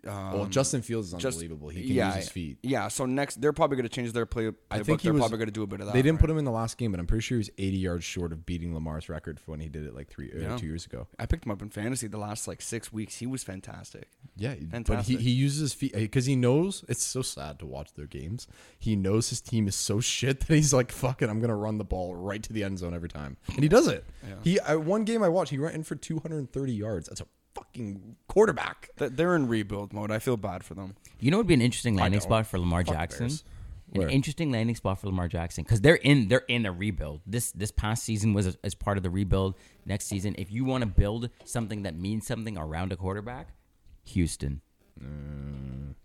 Speaker 3: well, Justin Fields is
Speaker 2: just
Speaker 3: unbelievable. He can
Speaker 2: yeah,
Speaker 3: use his feet.
Speaker 2: Yeah, so next they're probably going to change their play.
Speaker 3: I
Speaker 2: playbook.
Speaker 3: think he
Speaker 2: they're
Speaker 3: was-
Speaker 2: probably going to do a bit of that.
Speaker 3: They didn't
Speaker 2: right?
Speaker 3: put him in the last game, but I'm pretty sure he's 80 yards short of beating Lamar's record for when he did it like three
Speaker 2: Yeah.
Speaker 3: or two years ago.
Speaker 2: I picked him up in fantasy the last like six weeks. He was fantastic.
Speaker 3: Yeah, but he,
Speaker 2: Fantastic.
Speaker 3: he uses his feet because he knows it's so sad to watch their games. He knows his team is so shit that he's like, "Fuck it, I'm gonna run the ball right to the end zone every time," and he does it. He I, one game I watched, he ran in for 230 yards. That's a fucking quarterback.
Speaker 2: Th- They're in rebuild mode. I feel bad for them.
Speaker 1: You know, it'd be an interesting landing spot for Lamar Jackson.
Speaker 3: Bears.
Speaker 1: An
Speaker 3: Where?
Speaker 1: interesting landing spot for Lamar Jackson because they're in they're in a rebuild. This this past season was as- as part of the rebuild. Next season, if you want to build something that means something around a quarterback, Houston.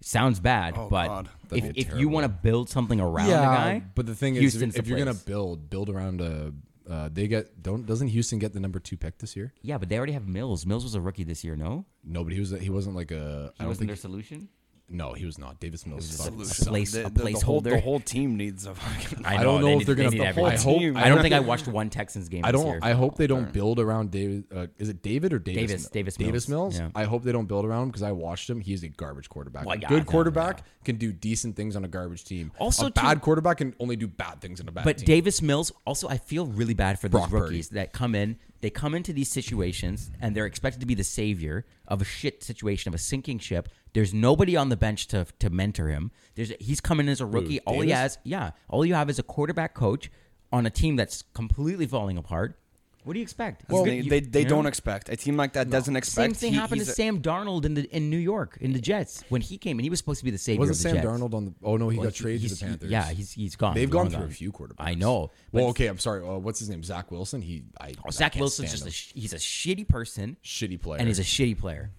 Speaker 1: Sounds bad,
Speaker 2: Oh,
Speaker 1: but
Speaker 2: God.
Speaker 1: if,
Speaker 3: Mm. That'd be
Speaker 1: if
Speaker 3: terrible.
Speaker 1: you want to build something around a guy,
Speaker 3: but the thing
Speaker 1: Houston's
Speaker 3: is, if,
Speaker 1: the
Speaker 3: you're gonna
Speaker 1: place.
Speaker 3: build, build around a. Uh, they get don't doesn't Houston get the number two pick this year?
Speaker 1: yeah, but they already have Mills. Mills was a rookie this year, no?
Speaker 3: No, but he was he wasn't like a. I
Speaker 1: That
Speaker 3: don't
Speaker 1: wasn't
Speaker 3: think
Speaker 1: their solution.
Speaker 3: no, he was not. Davis Mills. is fucking-
Speaker 1: place- a
Speaker 2: The whole, the
Speaker 1: placeholder.
Speaker 2: whole team needs a fucking.
Speaker 3: I don't know if they're gonna-
Speaker 1: Need
Speaker 3: the whole
Speaker 1: everyone.
Speaker 3: team.
Speaker 1: I don't think I watched one Texans game.
Speaker 3: I
Speaker 1: this
Speaker 3: don't.
Speaker 1: year.
Speaker 3: I hope they don't build around David. Uh, is it David or Davis?
Speaker 1: Davis-
Speaker 3: Mil-
Speaker 1: Davis Mills,
Speaker 3: Mills.
Speaker 1: yeah.
Speaker 3: I hope they don't build around him because I watched him. He's a garbage quarterback.
Speaker 1: Well,
Speaker 3: a
Speaker 1: yeah,
Speaker 3: good
Speaker 1: no,
Speaker 3: quarterback can do decent things on a garbage team.
Speaker 1: Also,
Speaker 3: a bad quarterback can only do bad things on a bad
Speaker 1: But
Speaker 3: team.
Speaker 1: Davis Mills, also, I feel really bad for these
Speaker 3: Brock Purdy.
Speaker 1: rookies that come in. They come into these situations and they're expected to be the savior of a shit situation of a sinking ship. There's nobody on the bench to to mentor him. There's he's coming as a rookie. all he
Speaker 3: Davis?
Speaker 1: has, yeah, all you have is a quarterback coach on a team that's completely falling apart. What do you expect? He's
Speaker 2: they
Speaker 1: gonna- you-
Speaker 2: they, they
Speaker 1: you know?
Speaker 2: don't expect a team like that doesn't
Speaker 1: Same
Speaker 2: expect.
Speaker 1: thing
Speaker 2: He-
Speaker 1: happened to
Speaker 2: he's a-
Speaker 1: Sam Darnold in the in New York in the Jets when he came and he was supposed to be the savior
Speaker 3: wasn't
Speaker 1: of the
Speaker 3: Sam
Speaker 1: Jets.
Speaker 3: Darnold on the? Oh no, he
Speaker 1: Well,
Speaker 3: got traded to
Speaker 1: he's-
Speaker 3: the Panthers.
Speaker 1: Yeah, he's he's gone.
Speaker 3: They've
Speaker 1: He's
Speaker 3: gone
Speaker 1: long
Speaker 3: through a
Speaker 1: gone.
Speaker 3: few quarterbacks.
Speaker 1: I know. but Oh,
Speaker 3: Well, okay. I'm sorry. Uh, what's his name? Zach Wilson. He. I. I
Speaker 1: Zach
Speaker 3: can't
Speaker 1: Wilson's just
Speaker 3: stand
Speaker 1: a
Speaker 3: him.
Speaker 1: sh- he's a shitty person
Speaker 3: shitty player.
Speaker 1: and he's a shitty player.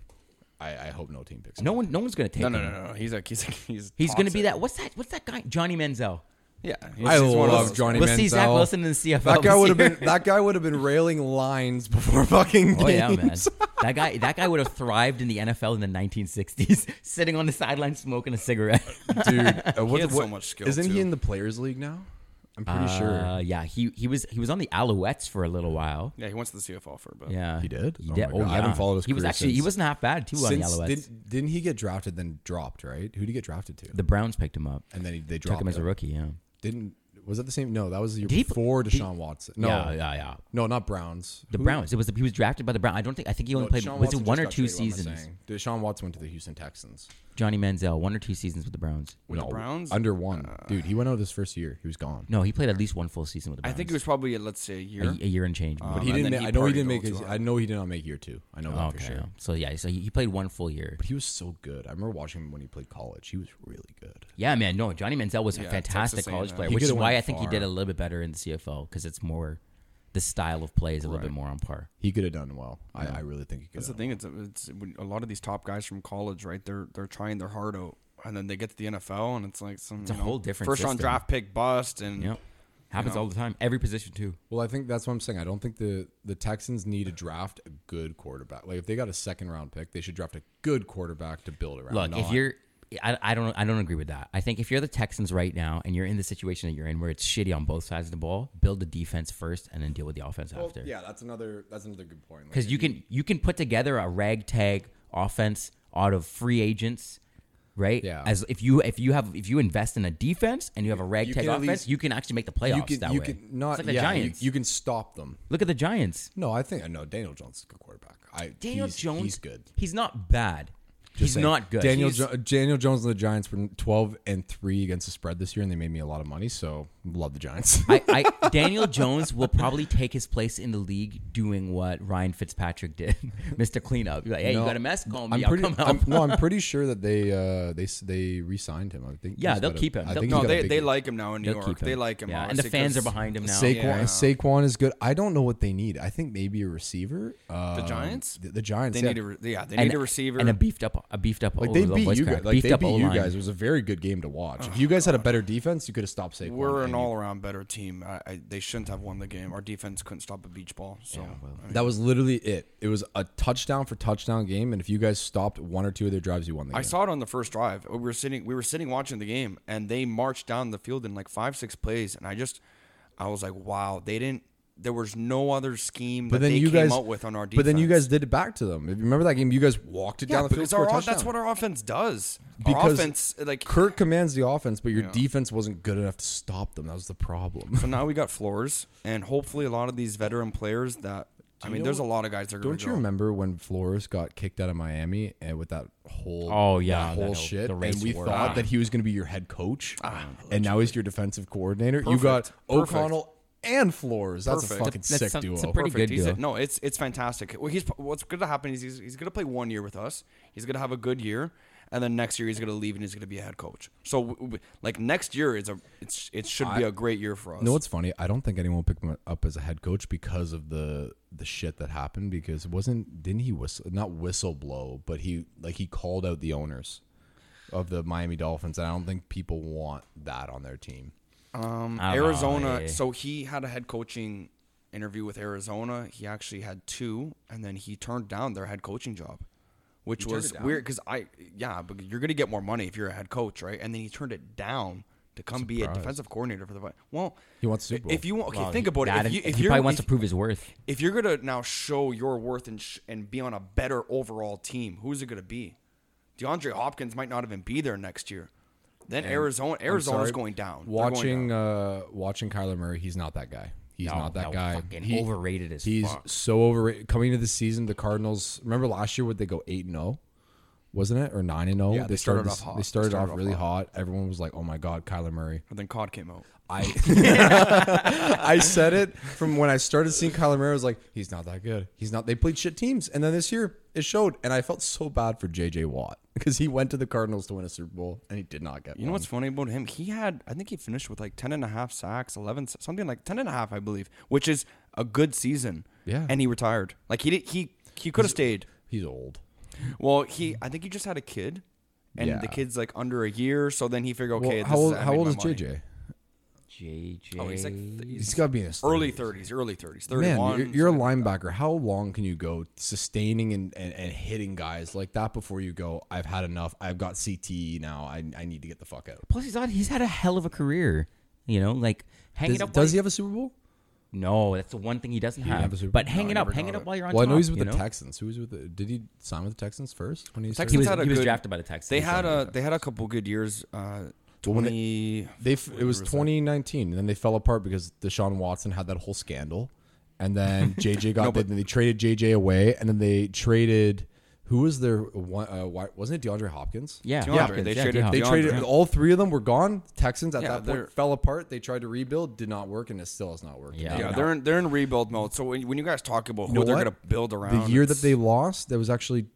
Speaker 3: I, I hope no team picks. him.
Speaker 1: No one no one's gonna take
Speaker 2: No,
Speaker 1: him.
Speaker 2: no, no, no. He's like he's like, he's.
Speaker 1: He's gonna be
Speaker 2: toxic.
Speaker 1: that what's that what's that guy? Johnny Manziel.
Speaker 2: Yeah, he's,
Speaker 3: I
Speaker 2: he's one of
Speaker 3: love
Speaker 2: those-
Speaker 3: Johnny
Speaker 1: We'll see Zach
Speaker 3: Manziel.
Speaker 1: Wilson in the CFL.
Speaker 3: That guy
Speaker 1: this
Speaker 3: would have
Speaker 1: year.
Speaker 3: been. That guy would have been railing lines before fucking. Games.
Speaker 1: Oh yeah, man. That guy that guy would have thrived in the NFL in the nineteen sixties, sitting on the sideline smoking a cigarette.
Speaker 3: dude. Uh, what,
Speaker 2: had so
Speaker 3: what-
Speaker 2: much skill,
Speaker 3: Isn't
Speaker 2: too.
Speaker 3: he in the Players League now? I'm pretty sure.
Speaker 1: Uh, yeah, he he was he was on the Alouettes for a little while.
Speaker 2: Yeah, he went to the CFL for a bit.
Speaker 1: Yeah.
Speaker 3: He did?
Speaker 1: He
Speaker 3: Oh
Speaker 1: did.
Speaker 3: my
Speaker 1: Oh,
Speaker 3: God. I haven't
Speaker 1: yeah.
Speaker 3: followed his
Speaker 1: He was
Speaker 3: career
Speaker 1: actually he
Speaker 3: since-
Speaker 1: wasn't half bad too on the
Speaker 3: Since
Speaker 1: Alouettes.
Speaker 3: didn't, didn't he get drafted then dropped? Right? Who did he get drafted to?
Speaker 1: the Browns picked him up.
Speaker 3: and then he, they dropped
Speaker 1: Took him as a rookie, yeah.
Speaker 3: Didn't was that the same? No, that was the year
Speaker 1: Did he pl-
Speaker 3: before
Speaker 1: did-
Speaker 3: Deshaun Watson. No,
Speaker 1: Yeah, yeah, yeah.
Speaker 3: no, not Browns.
Speaker 1: The Browns. It was he was drafted by the Browns. I don't think I think he only played was it one or two seasons.
Speaker 3: Deshaun Watson went to the Houston Texans.
Speaker 1: Johnny Manziel, one or two seasons with the Browns.
Speaker 3: no,
Speaker 2: Browns?
Speaker 3: under one, dude. He went out his first year. He was gone.
Speaker 1: No, he played at least one full season with the
Speaker 2: I
Speaker 1: Browns.
Speaker 2: think it was probably uh, let's say a
Speaker 1: a,
Speaker 2: year.
Speaker 1: a year and change.
Speaker 3: But
Speaker 2: Um,
Speaker 3: he
Speaker 2: and
Speaker 3: didn't.
Speaker 2: then
Speaker 3: ma-
Speaker 2: he
Speaker 3: I know he
Speaker 2: partied
Speaker 3: didn't make.
Speaker 2: all too
Speaker 3: His,
Speaker 2: hard.
Speaker 3: I know he did not make year two. I know that
Speaker 1: okay.
Speaker 3: for sure.
Speaker 1: So yeah, so he played one full year.
Speaker 3: But he was so good. I remember watching him when he played college. He was really good.
Speaker 1: Yeah, man. No, Johnny Manziel was a
Speaker 2: Yeah,
Speaker 1: fantastic
Speaker 2: Texas A&M.
Speaker 1: college player,
Speaker 3: He
Speaker 1: which is
Speaker 3: could've
Speaker 1: why
Speaker 3: went
Speaker 1: I think he
Speaker 3: far.
Speaker 1: did a little bit better in the CFL because it's more the style of play is a little bit more on par.
Speaker 3: He could have done well. I, I really think he could.
Speaker 2: That's the thing. It's, it's when a lot of these top guys from college, right? They're they're trying their heart out, and then they get to the NFL, and it's like some
Speaker 1: It's a
Speaker 2: you know,
Speaker 1: whole different
Speaker 2: first round
Speaker 1: system.
Speaker 2: draft pick bust, and
Speaker 1: Yep. Happens all the time. Every position too.
Speaker 3: Well, I think that's what I'm saying. I don't think the the Texans need to draft a good quarterback. Like if they got a second round pick, they should draft a good quarterback to build around.
Speaker 1: Look, if
Speaker 3: not-
Speaker 1: you're, I, I don't, I don't agree with that. I think if you're the Texans right now and you're in the situation that you're in, where it's shitty on both sides of the ball, build the defense first and then deal with the offense
Speaker 3: Well,
Speaker 1: after.
Speaker 3: yeah, that's another that's another good point. Like,
Speaker 1: Because you can, you can put together a ragtag offense out of free agents, right?
Speaker 3: Yeah.
Speaker 1: As if you, if you have, if you invest in a defense and you have a ragtag
Speaker 3: can at
Speaker 1: offense,
Speaker 3: least-
Speaker 1: you can actually make the playoffs
Speaker 3: you can
Speaker 1: that
Speaker 3: you
Speaker 1: way.
Speaker 3: can not
Speaker 1: It's like the
Speaker 3: yeah, you-
Speaker 1: Giants.
Speaker 3: You, can stop them.
Speaker 1: Look at the Giants.
Speaker 3: No, I think no. Daniel Jones is a good quarterback. I
Speaker 1: Daniel
Speaker 3: he's,
Speaker 1: Jones.
Speaker 3: he's good.
Speaker 1: He's not bad. he's
Speaker 3: saying.
Speaker 1: not good.
Speaker 3: Daniel
Speaker 1: He's-
Speaker 3: jo- Daniel Jones and the Giants were 12 and three against the spread this year, and they made me a lot of money. So love the Giants.
Speaker 1: I, I Daniel Jones will probably take his place in the league doing what Ryan Fitzpatrick did, Mr. Cleanup. You're like, hey,
Speaker 3: No,
Speaker 1: you got a mess? Call me.
Speaker 3: I'm
Speaker 1: I'll
Speaker 3: pretty.
Speaker 1: come help.
Speaker 3: I'm, no, I'm pretty sure that they uh, they s- they re-signed him. I think.
Speaker 1: Yeah,
Speaker 3: he's
Speaker 1: they'll
Speaker 3: got a-
Speaker 1: keep him.
Speaker 3: I
Speaker 1: They'll-
Speaker 3: think
Speaker 2: No,
Speaker 3: he's got a
Speaker 2: they
Speaker 3: big-
Speaker 2: they like him now in New
Speaker 1: They'll
Speaker 2: York.
Speaker 1: keep him.
Speaker 2: They like him,
Speaker 1: Yeah, and
Speaker 2: honestly,
Speaker 1: the fans are
Speaker 2: 'cause
Speaker 1: behind him now.
Speaker 3: Saquon,
Speaker 2: Yeah.
Speaker 3: Saquon is good. I don't know what they need. I think maybe a receiver. Um,
Speaker 2: Giants?
Speaker 3: The, the Giants.
Speaker 2: They
Speaker 3: yeah.
Speaker 2: need a re- yeah, they
Speaker 1: And-
Speaker 2: need a receiver.
Speaker 1: and a beefed up, a beefed up.
Speaker 3: like
Speaker 1: oh,
Speaker 3: they
Speaker 1: the
Speaker 3: beat
Speaker 1: voice
Speaker 3: you
Speaker 1: crack.
Speaker 3: guys. Like they
Speaker 1: up
Speaker 3: beat you
Speaker 1: O-line.
Speaker 3: guys. It was a very good game to watch. if you guys had a better defense, you could have stopped Saquon.
Speaker 2: We're an
Speaker 3: and
Speaker 2: all around better team. I, I, they shouldn't have won the game. Our defense couldn't stop a beach ball. So I mean,
Speaker 3: That was literally it. It was a touchdown for touchdown game, and if you guys stopped one or two of their drives, you won the game.
Speaker 2: I saw it on the first drive. We were sitting we were sitting watching the game and they marched down the field in like five, six plays and I just I was like, wow, they didn't there was no other scheme that
Speaker 3: but then
Speaker 2: they
Speaker 3: you
Speaker 2: came
Speaker 3: guys,
Speaker 2: out with on our defense.
Speaker 3: but then you guys did it back to them. If you remember that game, you guys walked it
Speaker 2: yeah,
Speaker 3: down the field.
Speaker 2: because our,
Speaker 3: scored a
Speaker 2: off- that's
Speaker 3: touchdown.
Speaker 2: what our offense does. our
Speaker 3: Because
Speaker 2: offense like
Speaker 3: Kirk commands the offense, but your defense wasn't good enough to stop them. That was the problem.
Speaker 2: so now we got floors and hopefully a lot of these veteran players that I mean, there's a lot of guys that are going
Speaker 3: Don't
Speaker 2: to
Speaker 3: you remember when Flores got kicked out of Miami and with that whole
Speaker 1: Oh, yeah,
Speaker 3: that
Speaker 1: that
Speaker 3: whole
Speaker 1: whole-
Speaker 3: shit,
Speaker 1: the race
Speaker 3: and we
Speaker 1: war.
Speaker 3: thought
Speaker 1: Ah.
Speaker 3: that he was going to be your head coach, and now he's your defensive coordinator. You
Speaker 2: Ah,
Speaker 3: got
Speaker 2: Perfect. Perfect.
Speaker 3: O'Connell and Flores. That's
Speaker 2: Perfect.
Speaker 3: a fucking
Speaker 1: That's
Speaker 3: sick
Speaker 1: some-
Speaker 3: duo.
Speaker 1: it's a pretty
Speaker 2: Perfect.
Speaker 1: good
Speaker 2: he's
Speaker 1: deal.
Speaker 2: it. No, it's it's fantastic. Well, he's what's going to happen is he's, he's going to play one year with us. He's going to have a good year, and then next year he's going to leave and he's going to be a head coach. So w- w- like next year is a it's it should be a great year for us.
Speaker 3: You know what's funny? I don't think anyone will pick him up as a head coach because of the the shit that happened. Because it wasn't didn't he whistle not whistle blow, but he like he called out the owners of the Miami Dolphins, and I don't think people want that on their team.
Speaker 2: um,
Speaker 1: I don't know,
Speaker 2: Arizona.
Speaker 1: eh?
Speaker 2: so he had a head coaching interview with Arizona. He actually had two, and then he turned down their head coaching job. Which was weird because I, yeah, but you're gonna get more money if you're a head coach, right? And then he turned it down to come be a defensive coordinator for the. Vi- Well,
Speaker 3: He wants Super Bowl.
Speaker 2: If you want, okay,
Speaker 1: Well,
Speaker 2: think
Speaker 1: he-
Speaker 2: about it.
Speaker 1: that
Speaker 2: If
Speaker 1: is-
Speaker 2: you, if
Speaker 1: he
Speaker 2: you're,
Speaker 1: probably wants
Speaker 2: if-
Speaker 1: to prove his worth.
Speaker 2: if you're gonna now show your worth and sh- and be on a better overall team, who's it gonna be? DeAndre Hopkins might not even be there next year. Then Arizona,
Speaker 3: I'm
Speaker 2: Arizona's
Speaker 3: sorry.
Speaker 2: going down. They're going
Speaker 3: Watching
Speaker 2: down.
Speaker 3: uh watching Kyler Murray, he's not that guy. He's
Speaker 1: No,
Speaker 3: not that
Speaker 1: no,
Speaker 3: guy.
Speaker 1: fucking overrated as
Speaker 3: he's
Speaker 1: fuck.
Speaker 3: so overrated. Coming into the season, the Cardinals. Remember last year? Would they go eight and zero? Wasn't it or nine and zero?
Speaker 2: Yeah, they started off hot.
Speaker 3: They started, off, really hot. Everyone was like, "Oh my god, Kyler Murray."
Speaker 2: and then Cod came out.
Speaker 3: I I said it from when I started seeing Kyler Murray. I was like, he's not that good. He's not. They played shit teams, and then this year it showed. And I felt so bad for J.J. Watt because he went to the Cardinals to win a Super Bowl, and he did not get.
Speaker 2: You know what's funny about him? He had, I think he finished with like 10 and a half sacks, 11, s- something like 10 and a half, I believe, which is a good season.
Speaker 3: Yeah.
Speaker 2: And he retired. Like he did, he he could have stayed.
Speaker 3: He's old.
Speaker 2: Well, he I think he just had a kid, and
Speaker 3: Yeah.
Speaker 2: the kid's like under a year. So then he figured, okay,
Speaker 3: Well,
Speaker 2: this
Speaker 3: how
Speaker 2: is-
Speaker 3: old?
Speaker 2: I
Speaker 3: How
Speaker 2: made
Speaker 3: old
Speaker 2: my
Speaker 3: is
Speaker 2: money.
Speaker 3: J.J.?
Speaker 1: JJ.
Speaker 2: Oh, he's like th- he's
Speaker 3: He's got to be in his
Speaker 2: early
Speaker 3: 30s.
Speaker 2: 30s, early 30s, 31.
Speaker 3: Man, you're, you're a linebacker. How long can you go sustaining and, and, and hitting guys like that before you go? I've had enough. I've got CTE now. I, I need to get the fuck out.
Speaker 1: Plus, he's on. He's had a hell of a career. You know, like hanging
Speaker 3: Does,
Speaker 1: up.
Speaker 3: does he
Speaker 1: while
Speaker 3: have a Super Bowl?
Speaker 1: No, that's the one thing he doesn't have.
Speaker 3: have a Super
Speaker 1: but
Speaker 3: Bowl?
Speaker 1: hanging
Speaker 2: No,
Speaker 1: up,
Speaker 2: never
Speaker 1: hanging
Speaker 2: got
Speaker 1: up
Speaker 2: it.
Speaker 1: while you're on
Speaker 3: Well,
Speaker 1: top.
Speaker 3: I know he's with
Speaker 1: you
Speaker 3: the
Speaker 1: know?
Speaker 3: Texans. Who was with the? Did he sign with the Texans first when he? started?
Speaker 2: Texans
Speaker 1: was-
Speaker 2: had a
Speaker 1: he was
Speaker 2: good-
Speaker 1: drafted by the Texans,
Speaker 2: They had
Speaker 1: so
Speaker 2: a
Speaker 1: yeah.
Speaker 2: they had a couple good years. Uh,
Speaker 3: when they-
Speaker 2: twenty.
Speaker 3: They f- it was 2019, and then they fell apart because Deshaun Watson had that whole scandal, and then JJ got bit, and they traded JJ away, and then they traded who was their one? Uh, why, wasn't it DeAndre Hopkins?
Speaker 1: Yeah,
Speaker 2: DeAndre,
Speaker 1: Hopkins,
Speaker 2: they
Speaker 1: yeah,
Speaker 2: traded
Speaker 1: DeHop.
Speaker 3: They
Speaker 2: DeAndre.
Speaker 3: traded all three of them were gone. Texans at
Speaker 2: Yeah,
Speaker 3: that
Speaker 2: they're-
Speaker 3: point fell apart. They tried to rebuild, did not work, and it still has not worked.
Speaker 1: Yeah.
Speaker 2: yeah,
Speaker 3: Now,
Speaker 2: they're in, they're in rebuild mode. So when, when you guys talk about who
Speaker 3: you know
Speaker 2: they're
Speaker 3: what?
Speaker 2: going to build around,
Speaker 3: The year
Speaker 2: it's-
Speaker 3: that they lost, there was actually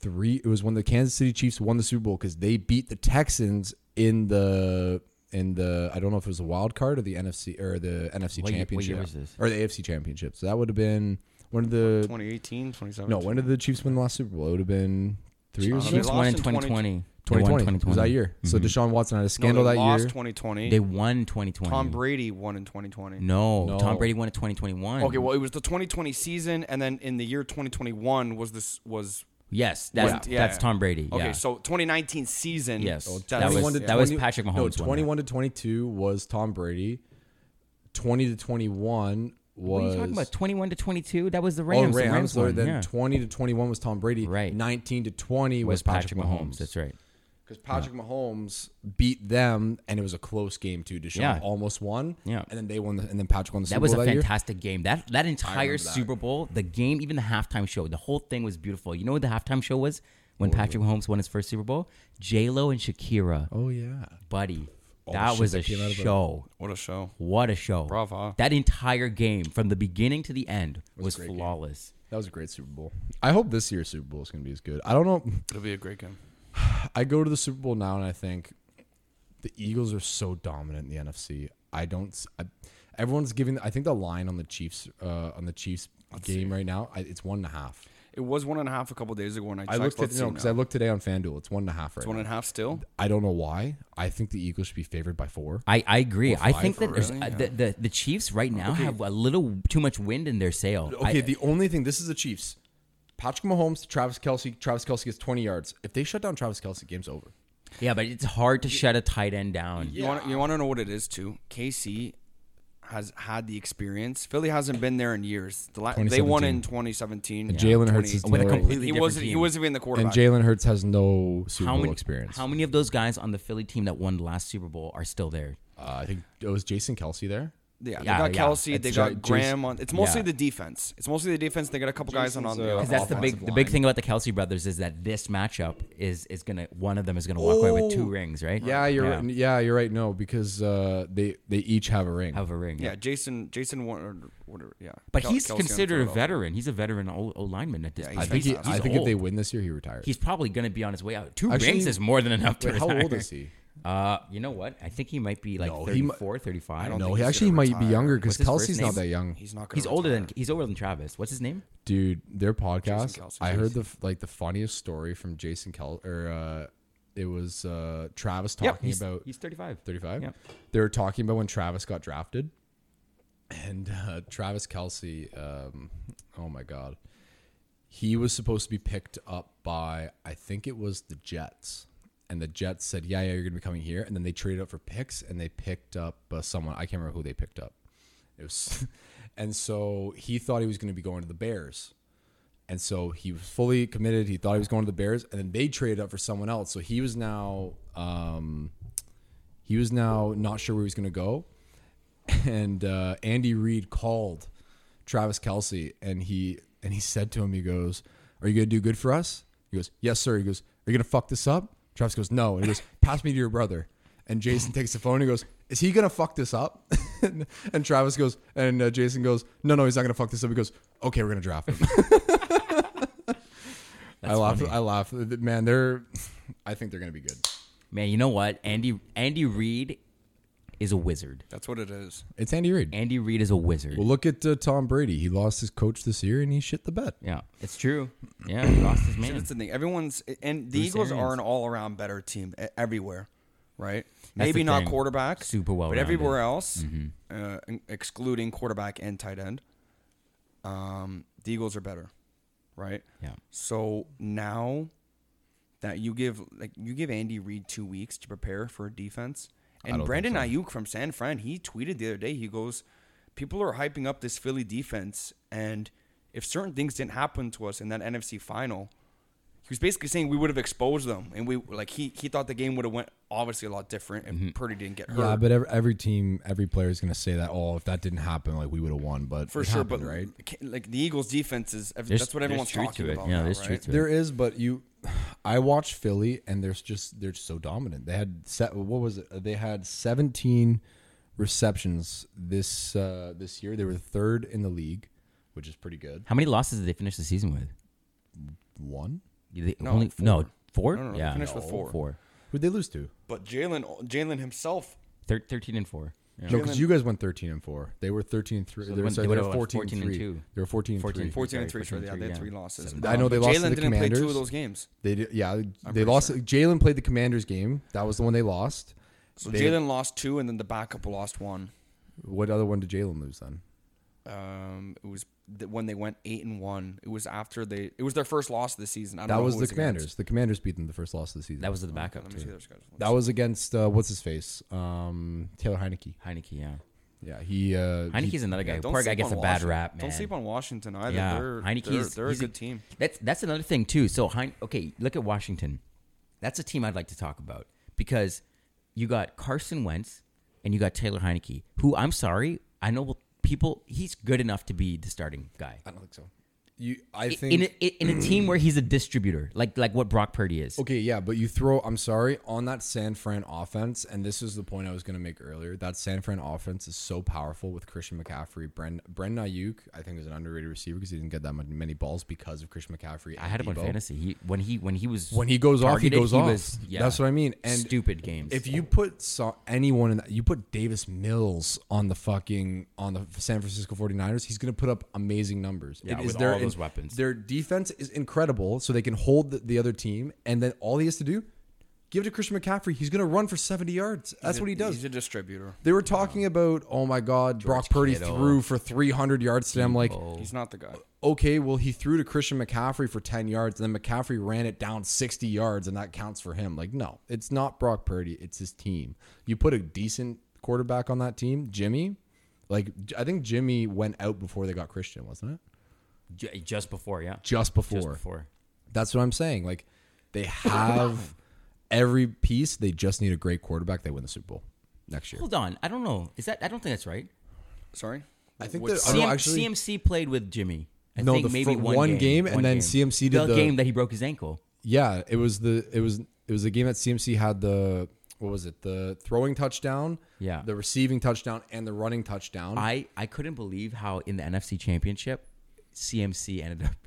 Speaker 3: three. It was when the Kansas City Chiefs won the Super Bowl because they beat the Texans in the in the I don't know if it was the wild card or the NFC or the NFC
Speaker 1: What year- what
Speaker 3: championship
Speaker 1: year was this?
Speaker 3: or the AFC championship. So that would have been when did the
Speaker 2: 2018, 2017.
Speaker 3: no when did the Chiefs win the last Super Bowl? It would have been three years
Speaker 2: Uh,
Speaker 3: ago.
Speaker 1: Chiefs
Speaker 2: lost
Speaker 1: won in
Speaker 2: in 20
Speaker 1: 2020. won Mm-hmm.
Speaker 3: 2020. It was
Speaker 1: 2020.
Speaker 3: that year. So Deshaun Watson had a
Speaker 2: No,
Speaker 3: scandal
Speaker 2: they
Speaker 3: that
Speaker 2: lost
Speaker 3: year.
Speaker 2: 2020.
Speaker 1: They won 2020.
Speaker 2: Tom Brady won in 2020.
Speaker 1: No,
Speaker 3: No.
Speaker 1: Tom Brady won in 2021.
Speaker 2: Okay, well, it was the 2020 season, and then in the year 2021 was this was.
Speaker 1: yes, that's
Speaker 2: Wasn't- yeah.
Speaker 1: that's Tom Brady.
Speaker 2: Okay,
Speaker 1: yeah.
Speaker 2: so 2019 season. Oh,
Speaker 1: Yes.
Speaker 2: that's-
Speaker 1: That was-
Speaker 3: 21 to
Speaker 1: that was
Speaker 3: 20
Speaker 1: Patrick
Speaker 3: No,
Speaker 1: Mahomes won that.
Speaker 3: 21 to 22 was Tom Brady. 20 to 21 was
Speaker 1: what are you talking about? 21 to 22. That was the
Speaker 3: Oh,
Speaker 1: Rams. the
Speaker 3: Rams,
Speaker 1: Rams
Speaker 3: sorry,
Speaker 1: won,
Speaker 3: then
Speaker 1: yeah.
Speaker 3: 20 to 21 was Tom Brady.
Speaker 1: Right.
Speaker 3: 19 to 20 was,
Speaker 1: was Patrick Mahomes.
Speaker 3: Mahomes.
Speaker 1: That's right.
Speaker 3: Because Patrick Mahomes beat them, and it was a close game too. Deshaun
Speaker 1: Yeah.
Speaker 3: almost won.
Speaker 1: Yeah.
Speaker 3: and then they won, the, and then Patrick won the Super
Speaker 1: That was
Speaker 3: Bowl
Speaker 1: a
Speaker 3: that year.
Speaker 1: fantastic game. That that entire
Speaker 3: that.
Speaker 1: Super Bowl, the game, even the halftime show, the whole thing was beautiful. You know what the halftime show was? When Patrick Mahomes won his first Super Bowl, J Lo and Shakira,
Speaker 3: Oh yeah,
Speaker 1: buddy,
Speaker 3: All the
Speaker 1: that
Speaker 3: Oh, shit
Speaker 1: was
Speaker 3: that
Speaker 1: a
Speaker 3: came out of it.
Speaker 1: show.
Speaker 2: What a show!
Speaker 1: What a show!
Speaker 2: Bravo.
Speaker 1: That entire game, from the beginning to the end, was,
Speaker 3: great game.
Speaker 1: flawless.
Speaker 3: that was a great Super Bowl. I hope this year's Super Bowl is going to be as good. I don't know.
Speaker 2: It'll be a great game.
Speaker 3: I go to the Super Bowl now, and I think the Eagles are so dominant in the NFC. I don't. s I everyone's giving. I think the line on the Chiefs uh, on the Chiefs game right now, I, it's one and a half.
Speaker 2: It was one and a half a couple days ago when I,
Speaker 3: I
Speaker 2: checked.
Speaker 3: looked at
Speaker 2: Let's
Speaker 3: no
Speaker 2: see
Speaker 3: because
Speaker 2: now.
Speaker 3: I looked today on FanDuel. It's one and a half right
Speaker 2: It's one
Speaker 3: now.
Speaker 2: and a half still.
Speaker 3: I don't know why. I think the Eagles should be favored by four.
Speaker 1: I, I agree. I think that
Speaker 2: for
Speaker 1: there's,
Speaker 2: really?
Speaker 1: uh, the, the the Chiefs right now have a little too much wind in their sail. I-
Speaker 3: Okay, the only thing this is the Chiefs. Patrick Mahomes, Travis Kelsey. Travis Kelsey gets twenty yards. If they shut down Travis Kelsey, game's over.
Speaker 1: yeah, but it's hard to shut a tight end down.
Speaker 2: You want you want to know what it is too? KC has had the experience. Philly hasn't been there in years. The la- they won in 2017.
Speaker 3: Jalen Hurts
Speaker 2: 2018.
Speaker 3: is
Speaker 1: With a
Speaker 3: Right.
Speaker 1: completely
Speaker 2: he
Speaker 1: different
Speaker 2: wasn't he
Speaker 1: team.
Speaker 2: wasn't even the
Speaker 3: And
Speaker 2: quarterback.
Speaker 3: Jalen Hurts has no Super Bowl experience.
Speaker 1: How many of those guys on the Philly team that won the last Super Bowl are still there?
Speaker 3: uh, I think it was Jason Kelsey there.
Speaker 2: yeah, they
Speaker 1: Yeah,
Speaker 2: got
Speaker 1: yeah.
Speaker 2: Kelsey. they
Speaker 3: It's
Speaker 2: got
Speaker 3: Ja-
Speaker 2: Graham on. It's mostly
Speaker 1: Yeah.
Speaker 2: the defense. It's mostly the defense. They got a couple guys on on the.
Speaker 3: uh,
Speaker 1: Because that's the big
Speaker 2: offensive
Speaker 1: the big
Speaker 2: line.
Speaker 1: thing about the Kelsey brothers is that this matchup is is gonna one of them is gonna walk away with two
Speaker 3: Oh.
Speaker 1: rings, right?
Speaker 3: Yeah, you're right. yeah you're right. No, because uh, they they each have a ring.
Speaker 1: Have a ring.
Speaker 2: Yeah, Jason. Jason. Wa- or Whatever. Yeah,
Speaker 1: But
Speaker 2: Kel-
Speaker 1: he's
Speaker 2: Kelsey on
Speaker 1: considered a
Speaker 2: Philadelphia.
Speaker 1: veteran. He's a veteran O, o- lineman at this
Speaker 2: Yeah,
Speaker 1: point.
Speaker 2: he's
Speaker 3: I think he,
Speaker 1: he's
Speaker 3: I think
Speaker 1: old.
Speaker 3: if they win this year, he retires.
Speaker 1: he's probably gonna be on his way out. Two
Speaker 3: Actually,
Speaker 1: rings is more than enough to
Speaker 3: Wait, how
Speaker 1: retire.
Speaker 3: old is he?
Speaker 1: Uh, you know what? I think he might be like
Speaker 3: No, he mu-
Speaker 1: 34, 35.
Speaker 2: don't
Speaker 3: No,
Speaker 2: think
Speaker 3: he
Speaker 2: he's
Speaker 3: actually
Speaker 2: gonna
Speaker 3: might be
Speaker 2: retire.
Speaker 3: younger
Speaker 1: What's
Speaker 3: because
Speaker 1: his first
Speaker 3: Kelsey's not
Speaker 1: name?
Speaker 3: that young.
Speaker 2: He's not. Gonna
Speaker 1: He's older than
Speaker 2: retire.
Speaker 1: he's older than Travis. What's his name?
Speaker 3: dude their podcast
Speaker 2: Kelsey.
Speaker 3: i heard the f- like the funniest story from jason kel or uh it was uh travis
Speaker 1: Yep,
Speaker 3: talking
Speaker 1: he's-
Speaker 3: about
Speaker 1: he's 35.
Speaker 3: 35
Speaker 1: Yep.
Speaker 3: they were talking about when travis got drafted and uh travis kelsey um oh my god he was supposed to be picked up by i think it was the jets and the jets said yeah yeah you're gonna be coming here and then they traded up for picks and they picked up uh, someone i can't remember who they picked up it was and so he thought he was gonna be going to the bears and so he was fully committed. He thought he was going to the Bears, and then they traded up for someone else. So he was now, um, he was now not sure where he was going to go. And uh, Andy Reid called Travis Kelsey, and he and he said to him, he goes, "Are you going to do good for us?" He goes, "Yes, sir." He goes, "Are you going to fuck this up?" Travis goes, "No." And he goes, "Pass me to your brother." And Jason takes the phone. and He goes, "Is he going to fuck this up?" and, and Travis goes, and uh, Jason goes, "No, no, he's not going to fuck this up." He goes, "Okay, we're going to draft him." I laugh. I laugh. Man, they're. I think they're gonna be good.
Speaker 1: Man, you know what? Andy Andy Reid is a wizard.
Speaker 2: That's what it is.
Speaker 3: It's Andy Reid.
Speaker 1: Andy Reid is a wizard.
Speaker 3: Well, look at uh, Tom Brady. He lost his coach this year, and he shit the bed.
Speaker 1: yeah, it's true. Yeah, he lost his man.
Speaker 2: That's the thing. Everyone's and the
Speaker 1: Bruce
Speaker 2: Eagles are
Speaker 1: Arians.
Speaker 2: an all-around better team e- everywhere, right?
Speaker 1: That's
Speaker 2: Maybe
Speaker 1: the
Speaker 2: not
Speaker 1: thing.
Speaker 2: quarterback,
Speaker 1: Super
Speaker 2: but
Speaker 1: well-rounded. Mm-hmm.
Speaker 2: everywhere else, uh, in- excluding quarterback and tight end, um, the Eagles are better, right?
Speaker 1: Yeah.
Speaker 2: So now that you give like you give Andy Reid two weeks to prepare for defense, and
Speaker 3: don't think
Speaker 2: Brandon Ayuk from San Fran, he tweeted the other day. He goes, "People are hyping up this Philly defense, and if certain things didn't happen to us in that NFC final." He was basically saying we would have exposed them, and we like he he thought the game would have went obviously a lot different,
Speaker 1: Mm-hmm.
Speaker 2: and Purdy didn't get hurt.
Speaker 3: Yeah, but every, every team, every player is gonna say that. Oh, if that didn't happen, like we would have won. But
Speaker 2: for
Speaker 3: it
Speaker 2: sure,
Speaker 3: happened,
Speaker 2: but
Speaker 3: right?
Speaker 2: ca- like the Eagles' defense is ev-
Speaker 1: There's-
Speaker 2: that's what everyone's
Speaker 1: there's truth
Speaker 2: talking
Speaker 1: to it.
Speaker 2: about.
Speaker 1: Yeah,
Speaker 2: now,
Speaker 1: there's
Speaker 2: right?
Speaker 1: truth to it.
Speaker 3: There is, but you. I watched Philly, and there's just they're just so dominant. They had set. What was it? They had 17 receptions this uh, this year. They were third in the league, which is pretty good.
Speaker 1: How many losses did they finish the season with?
Speaker 3: One.
Speaker 1: They
Speaker 2: No,
Speaker 1: only-
Speaker 2: four.
Speaker 1: no, four?
Speaker 2: No, no, no, they
Speaker 1: yeah,
Speaker 2: finished with four.
Speaker 1: four.
Speaker 3: Who'd they lose to?
Speaker 2: But Jalen Jalen himself
Speaker 1: Thir- 13 and four.
Speaker 3: No, because you guys went 13 and 4. They were 13 and 3.
Speaker 1: So
Speaker 3: they,
Speaker 1: they
Speaker 3: were,
Speaker 1: went-
Speaker 3: sorry,
Speaker 1: they
Speaker 3: they
Speaker 1: would've
Speaker 3: were
Speaker 1: won
Speaker 3: 14 and
Speaker 1: 14 and
Speaker 3: 3.
Speaker 1: two.
Speaker 3: They were 14 and
Speaker 1: 14
Speaker 3: 3.
Speaker 1: and
Speaker 2: 14 and 3,
Speaker 1: 14
Speaker 2: sure.
Speaker 1: and
Speaker 2: Yeah, they
Speaker 1: three,
Speaker 2: had
Speaker 1: yeah.
Speaker 2: three losses.
Speaker 1: Seven.
Speaker 3: I know they lost
Speaker 2: Jalen
Speaker 3: to the
Speaker 2: didn't play
Speaker 3: Commanders.
Speaker 2: two of those games.
Speaker 3: They did, yeah, they
Speaker 2: pretty
Speaker 3: lost.
Speaker 2: sure.
Speaker 3: Jalen played the Commanders game. That was the one they lost.
Speaker 2: So
Speaker 3: They-
Speaker 2: Jalen lost two, and then the backup lost one.
Speaker 3: What other one did Jalen lose then?
Speaker 2: Um, it was th- when they went eight and one. It was after they. It was their first loss of the season. I don't
Speaker 3: That
Speaker 2: know
Speaker 3: was
Speaker 2: who
Speaker 3: the
Speaker 2: against.
Speaker 3: Commanders. The Commanders beat them the first loss of the season.
Speaker 1: That was the backup
Speaker 2: Let me see
Speaker 1: too.
Speaker 2: their schedule.
Speaker 3: That was against uh, what's his face, um, Taylor Heineke.
Speaker 1: Heineke, yeah.
Speaker 3: Yeah, he. Uh,
Speaker 1: Heineke's
Speaker 3: he,
Speaker 1: another guy.
Speaker 2: Yeah, don't
Speaker 1: Poor guy
Speaker 2: sleep
Speaker 1: gets a
Speaker 2: on
Speaker 1: bad
Speaker 2: Washington.
Speaker 1: rap, man.
Speaker 2: Don't sleep on Washington either.
Speaker 1: Yeah,
Speaker 2: they're,
Speaker 1: Heineke's
Speaker 2: they're, they're a
Speaker 1: he's
Speaker 2: good team.
Speaker 1: That's that's another thing too. So Hein, okay, look at Washington. That's a team I'd like to talk about because you got Carson Wentz and you got Taylor Heineke, who I'm sorry, I know people. He's good enough to be the starting guy
Speaker 3: I don't think so. You, I think.
Speaker 1: in a, in a team where he's a distributor, like like what Brock Purdy is.
Speaker 3: okay, yeah, but you throw. I'm sorry on that San Fran offense, and this is the point I was going to make earlier. That San Fran offense is so powerful with Christian McCaffrey, Bren Brendan Ayuk. I think is an underrated receiver because he didn't get that mon- many balls because of Christian McCaffrey.
Speaker 1: I had him on
Speaker 3: Debo.
Speaker 1: fantasy. He when he when he was
Speaker 3: When he goes off, he
Speaker 1: targeted,
Speaker 3: goes off.
Speaker 1: was- yeah,
Speaker 3: That's what I mean. And
Speaker 1: stupid games.
Speaker 3: If you put so, anyone in that, you put Davis Mills on the fucking on the San Francisco 49ers, he's going to put up amazing numbers.
Speaker 1: Yeah, with all those weapons.
Speaker 3: Their defense is incredible, so they can hold the, the other team, and then all he has to do, give it to Christian McCaffrey. He's going to run for 70 yards. That's what he does.
Speaker 2: He's a distributor.
Speaker 3: they were talking about, oh my God, Brock Purdy
Speaker 1: Kittle.
Speaker 3: threw for 300 yards today. I'm like,
Speaker 2: He's not the guy.
Speaker 3: okay, well, he threw to Christian McCaffrey for 10 yards, and then McCaffrey ran it down 60 yards, and that counts for him. Like, no, it's not Brock Purdy, it's his team. You put a decent quarterback on that team, Jimmy. Like, J- I think Jimmy went out before they got Christian, wasn't it?
Speaker 1: Ju- just before, yeah,
Speaker 3: Just before.
Speaker 1: just before.
Speaker 3: That's what I'm saying. Like, they have every piece. They just need a great quarterback. They win the Super Bowl next year.
Speaker 1: Hold on, I don't know. Is that I don't think that's right.
Speaker 2: Sorry.
Speaker 3: I think
Speaker 2: Which-
Speaker 3: that- Oh, no,
Speaker 1: CM,
Speaker 3: actually-
Speaker 1: CMC played with Jimmy. I
Speaker 3: No,
Speaker 1: think
Speaker 3: the
Speaker 1: maybe
Speaker 3: fir-
Speaker 1: one,
Speaker 3: one
Speaker 1: game,
Speaker 3: game, and
Speaker 1: one
Speaker 3: then
Speaker 1: game.
Speaker 3: CMC did the-
Speaker 1: game that he broke his ankle.
Speaker 3: Yeah, it was the it was it was the game that CMC had the what was it the throwing touchdown,
Speaker 1: Yeah.
Speaker 3: the receiving touchdown, and the running touchdown.
Speaker 1: I I couldn't believe how in the NFC Championship, CMC ended up.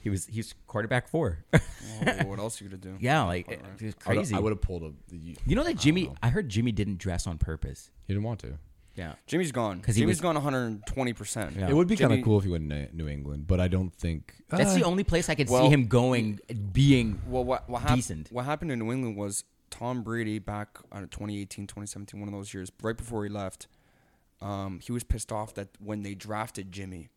Speaker 1: He was he's quarterback four.
Speaker 2: Oh, what else are you gonna do?
Speaker 1: yeah, like it, was
Speaker 3: I would've-
Speaker 1: crazy.
Speaker 3: I would have pulled a. The, you
Speaker 1: you know that Jimmy? I, heard Jimmy didn't dress on purpose.
Speaker 3: didn't want to.
Speaker 1: Yeah,
Speaker 2: Jimmy's gone.
Speaker 1: 'Cause
Speaker 2: Jimmy's
Speaker 1: he was-
Speaker 2: gone 120. percent
Speaker 1: Yeah.
Speaker 3: It would be kind of
Speaker 2: Jimmy-
Speaker 3: cool if he went to New England, but I don't think
Speaker 1: that's
Speaker 3: Ah,
Speaker 1: the only place I could
Speaker 2: well-
Speaker 1: see him going being.
Speaker 2: Well, what what, hap-
Speaker 1: Decent.
Speaker 2: what happened in New England was Tom Brady back on 2018, 2017, one of those years, right before he left, um, he was pissed off that when they drafted Jimmy,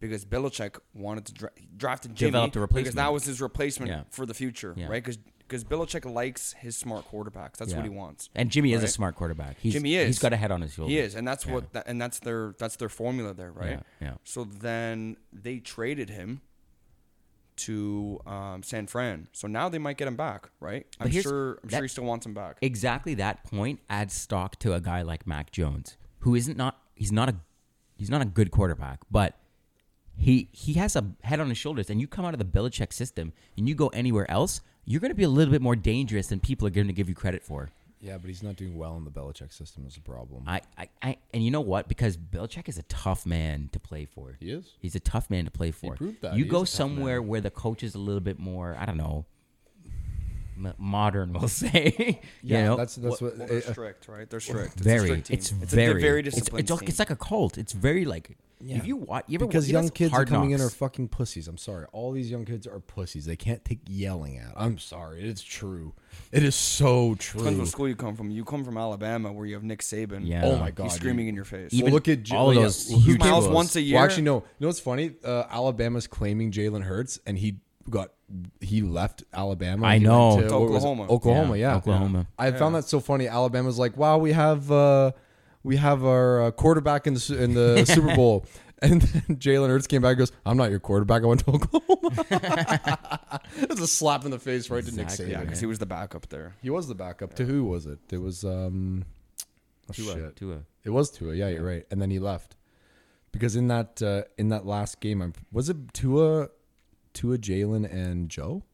Speaker 2: because Belichick wanted to dra- drafted Jimmy
Speaker 1: Developed a
Speaker 2: because
Speaker 1: replacement.
Speaker 2: that was his replacement
Speaker 1: Yeah.
Speaker 2: for the future,
Speaker 1: Yeah.
Speaker 2: right? Because Belichick likes his smart quarterbacks. That's
Speaker 1: yeah.
Speaker 2: what he wants.
Speaker 1: And Jimmy is a
Speaker 2: right?
Speaker 1: smart quarterback. He's,
Speaker 2: Jimmy is.
Speaker 1: He's got a head on his shoulder.
Speaker 2: He is, and that's what, that, and that's their that's their formula there, right?
Speaker 1: Yeah, yeah.
Speaker 2: So then they traded him to um, San Fran. So now they might get him back, right? I'm
Speaker 1: here's-
Speaker 2: sure. I'm
Speaker 1: that-
Speaker 2: sure he still wants him back.
Speaker 1: exactly that point adds stock to a guy like Mac Jones, who isn't not he's not a he's not a good quarterback, but he he has a head on his shoulders. And you come out of the Belichick system and you go anywhere else, you're going to be a little bit more dangerous than people are going to give you credit for.
Speaker 3: yeah, but he's not doing well in the Belichick system is a problem.
Speaker 1: I, I, I and you know what? Because Belichick is a tough man to play for.
Speaker 3: He is.
Speaker 1: He's a tough man to play for.
Speaker 3: proved that.
Speaker 1: You
Speaker 3: He is a
Speaker 1: go
Speaker 3: tough
Speaker 1: somewhere where the coach is a little bit more, I don't know, m- modern, we'll say. you know?
Speaker 3: that's that's what.
Speaker 2: Well, they're
Speaker 3: uh,
Speaker 2: strict, right? They're strict. It's a
Speaker 1: very.
Speaker 2: strict team.
Speaker 1: It's,
Speaker 2: It's
Speaker 1: very.
Speaker 2: a di- very
Speaker 1: it's-
Speaker 2: disciplined
Speaker 1: It's, al-
Speaker 2: team.
Speaker 1: it's, like a cult. It's very like. If you watch, you ever
Speaker 3: because
Speaker 1: you know,
Speaker 3: young
Speaker 1: it's
Speaker 3: kids are
Speaker 1: hard
Speaker 3: coming in are
Speaker 1: knocks.
Speaker 3: fucking pussies. I'm sorry. All these young kids are pussies. They can't take yelling at. I'm sorry. It's true. It is so
Speaker 2: Depends
Speaker 3: true.
Speaker 2: what school you come from. You come from Alabama, where you have Nick Saban.
Speaker 1: Yeah.
Speaker 3: Oh my god.
Speaker 2: he's
Speaker 3: dude.
Speaker 2: screaming in your face.
Speaker 1: Even
Speaker 3: well, look at Oh, J-
Speaker 1: all of
Speaker 3: yeah,
Speaker 1: those
Speaker 3: who
Speaker 1: huge
Speaker 3: came-
Speaker 2: miles
Speaker 1: schools.
Speaker 2: once a year.
Speaker 3: Well, actually, no. You know what's funny? Uh, Alabama's claiming Jalen Hurts, and he got he left Alabama.
Speaker 1: I
Speaker 3: He went
Speaker 1: know.
Speaker 3: to-
Speaker 1: To
Speaker 3: what was it?
Speaker 2: Oklahoma.
Speaker 3: Oklahoma,
Speaker 1: Yeah,
Speaker 3: yeah,
Speaker 1: Oklahoma.
Speaker 3: I found that so funny. Alabama's like, wow, we have uh, we have our uh, quarterback in the Su- in the Super Bowl, and then Jalen Hurts came back and goes, "I'm not your quarterback. I went to Oklahoma." It's a slap in the face right
Speaker 1: Exactly.
Speaker 3: to Nick
Speaker 2: yeah,
Speaker 3: Saban.
Speaker 2: because he was the backup there.
Speaker 3: He was the backup to who was it? It was um, oh,
Speaker 1: Tua,
Speaker 3: shit.
Speaker 1: Tua.
Speaker 3: It was Tua. Yeah, you're right. And then he left because in that uh, in that last game, I'm, was it Tua, Tua, Jalen, and Joe?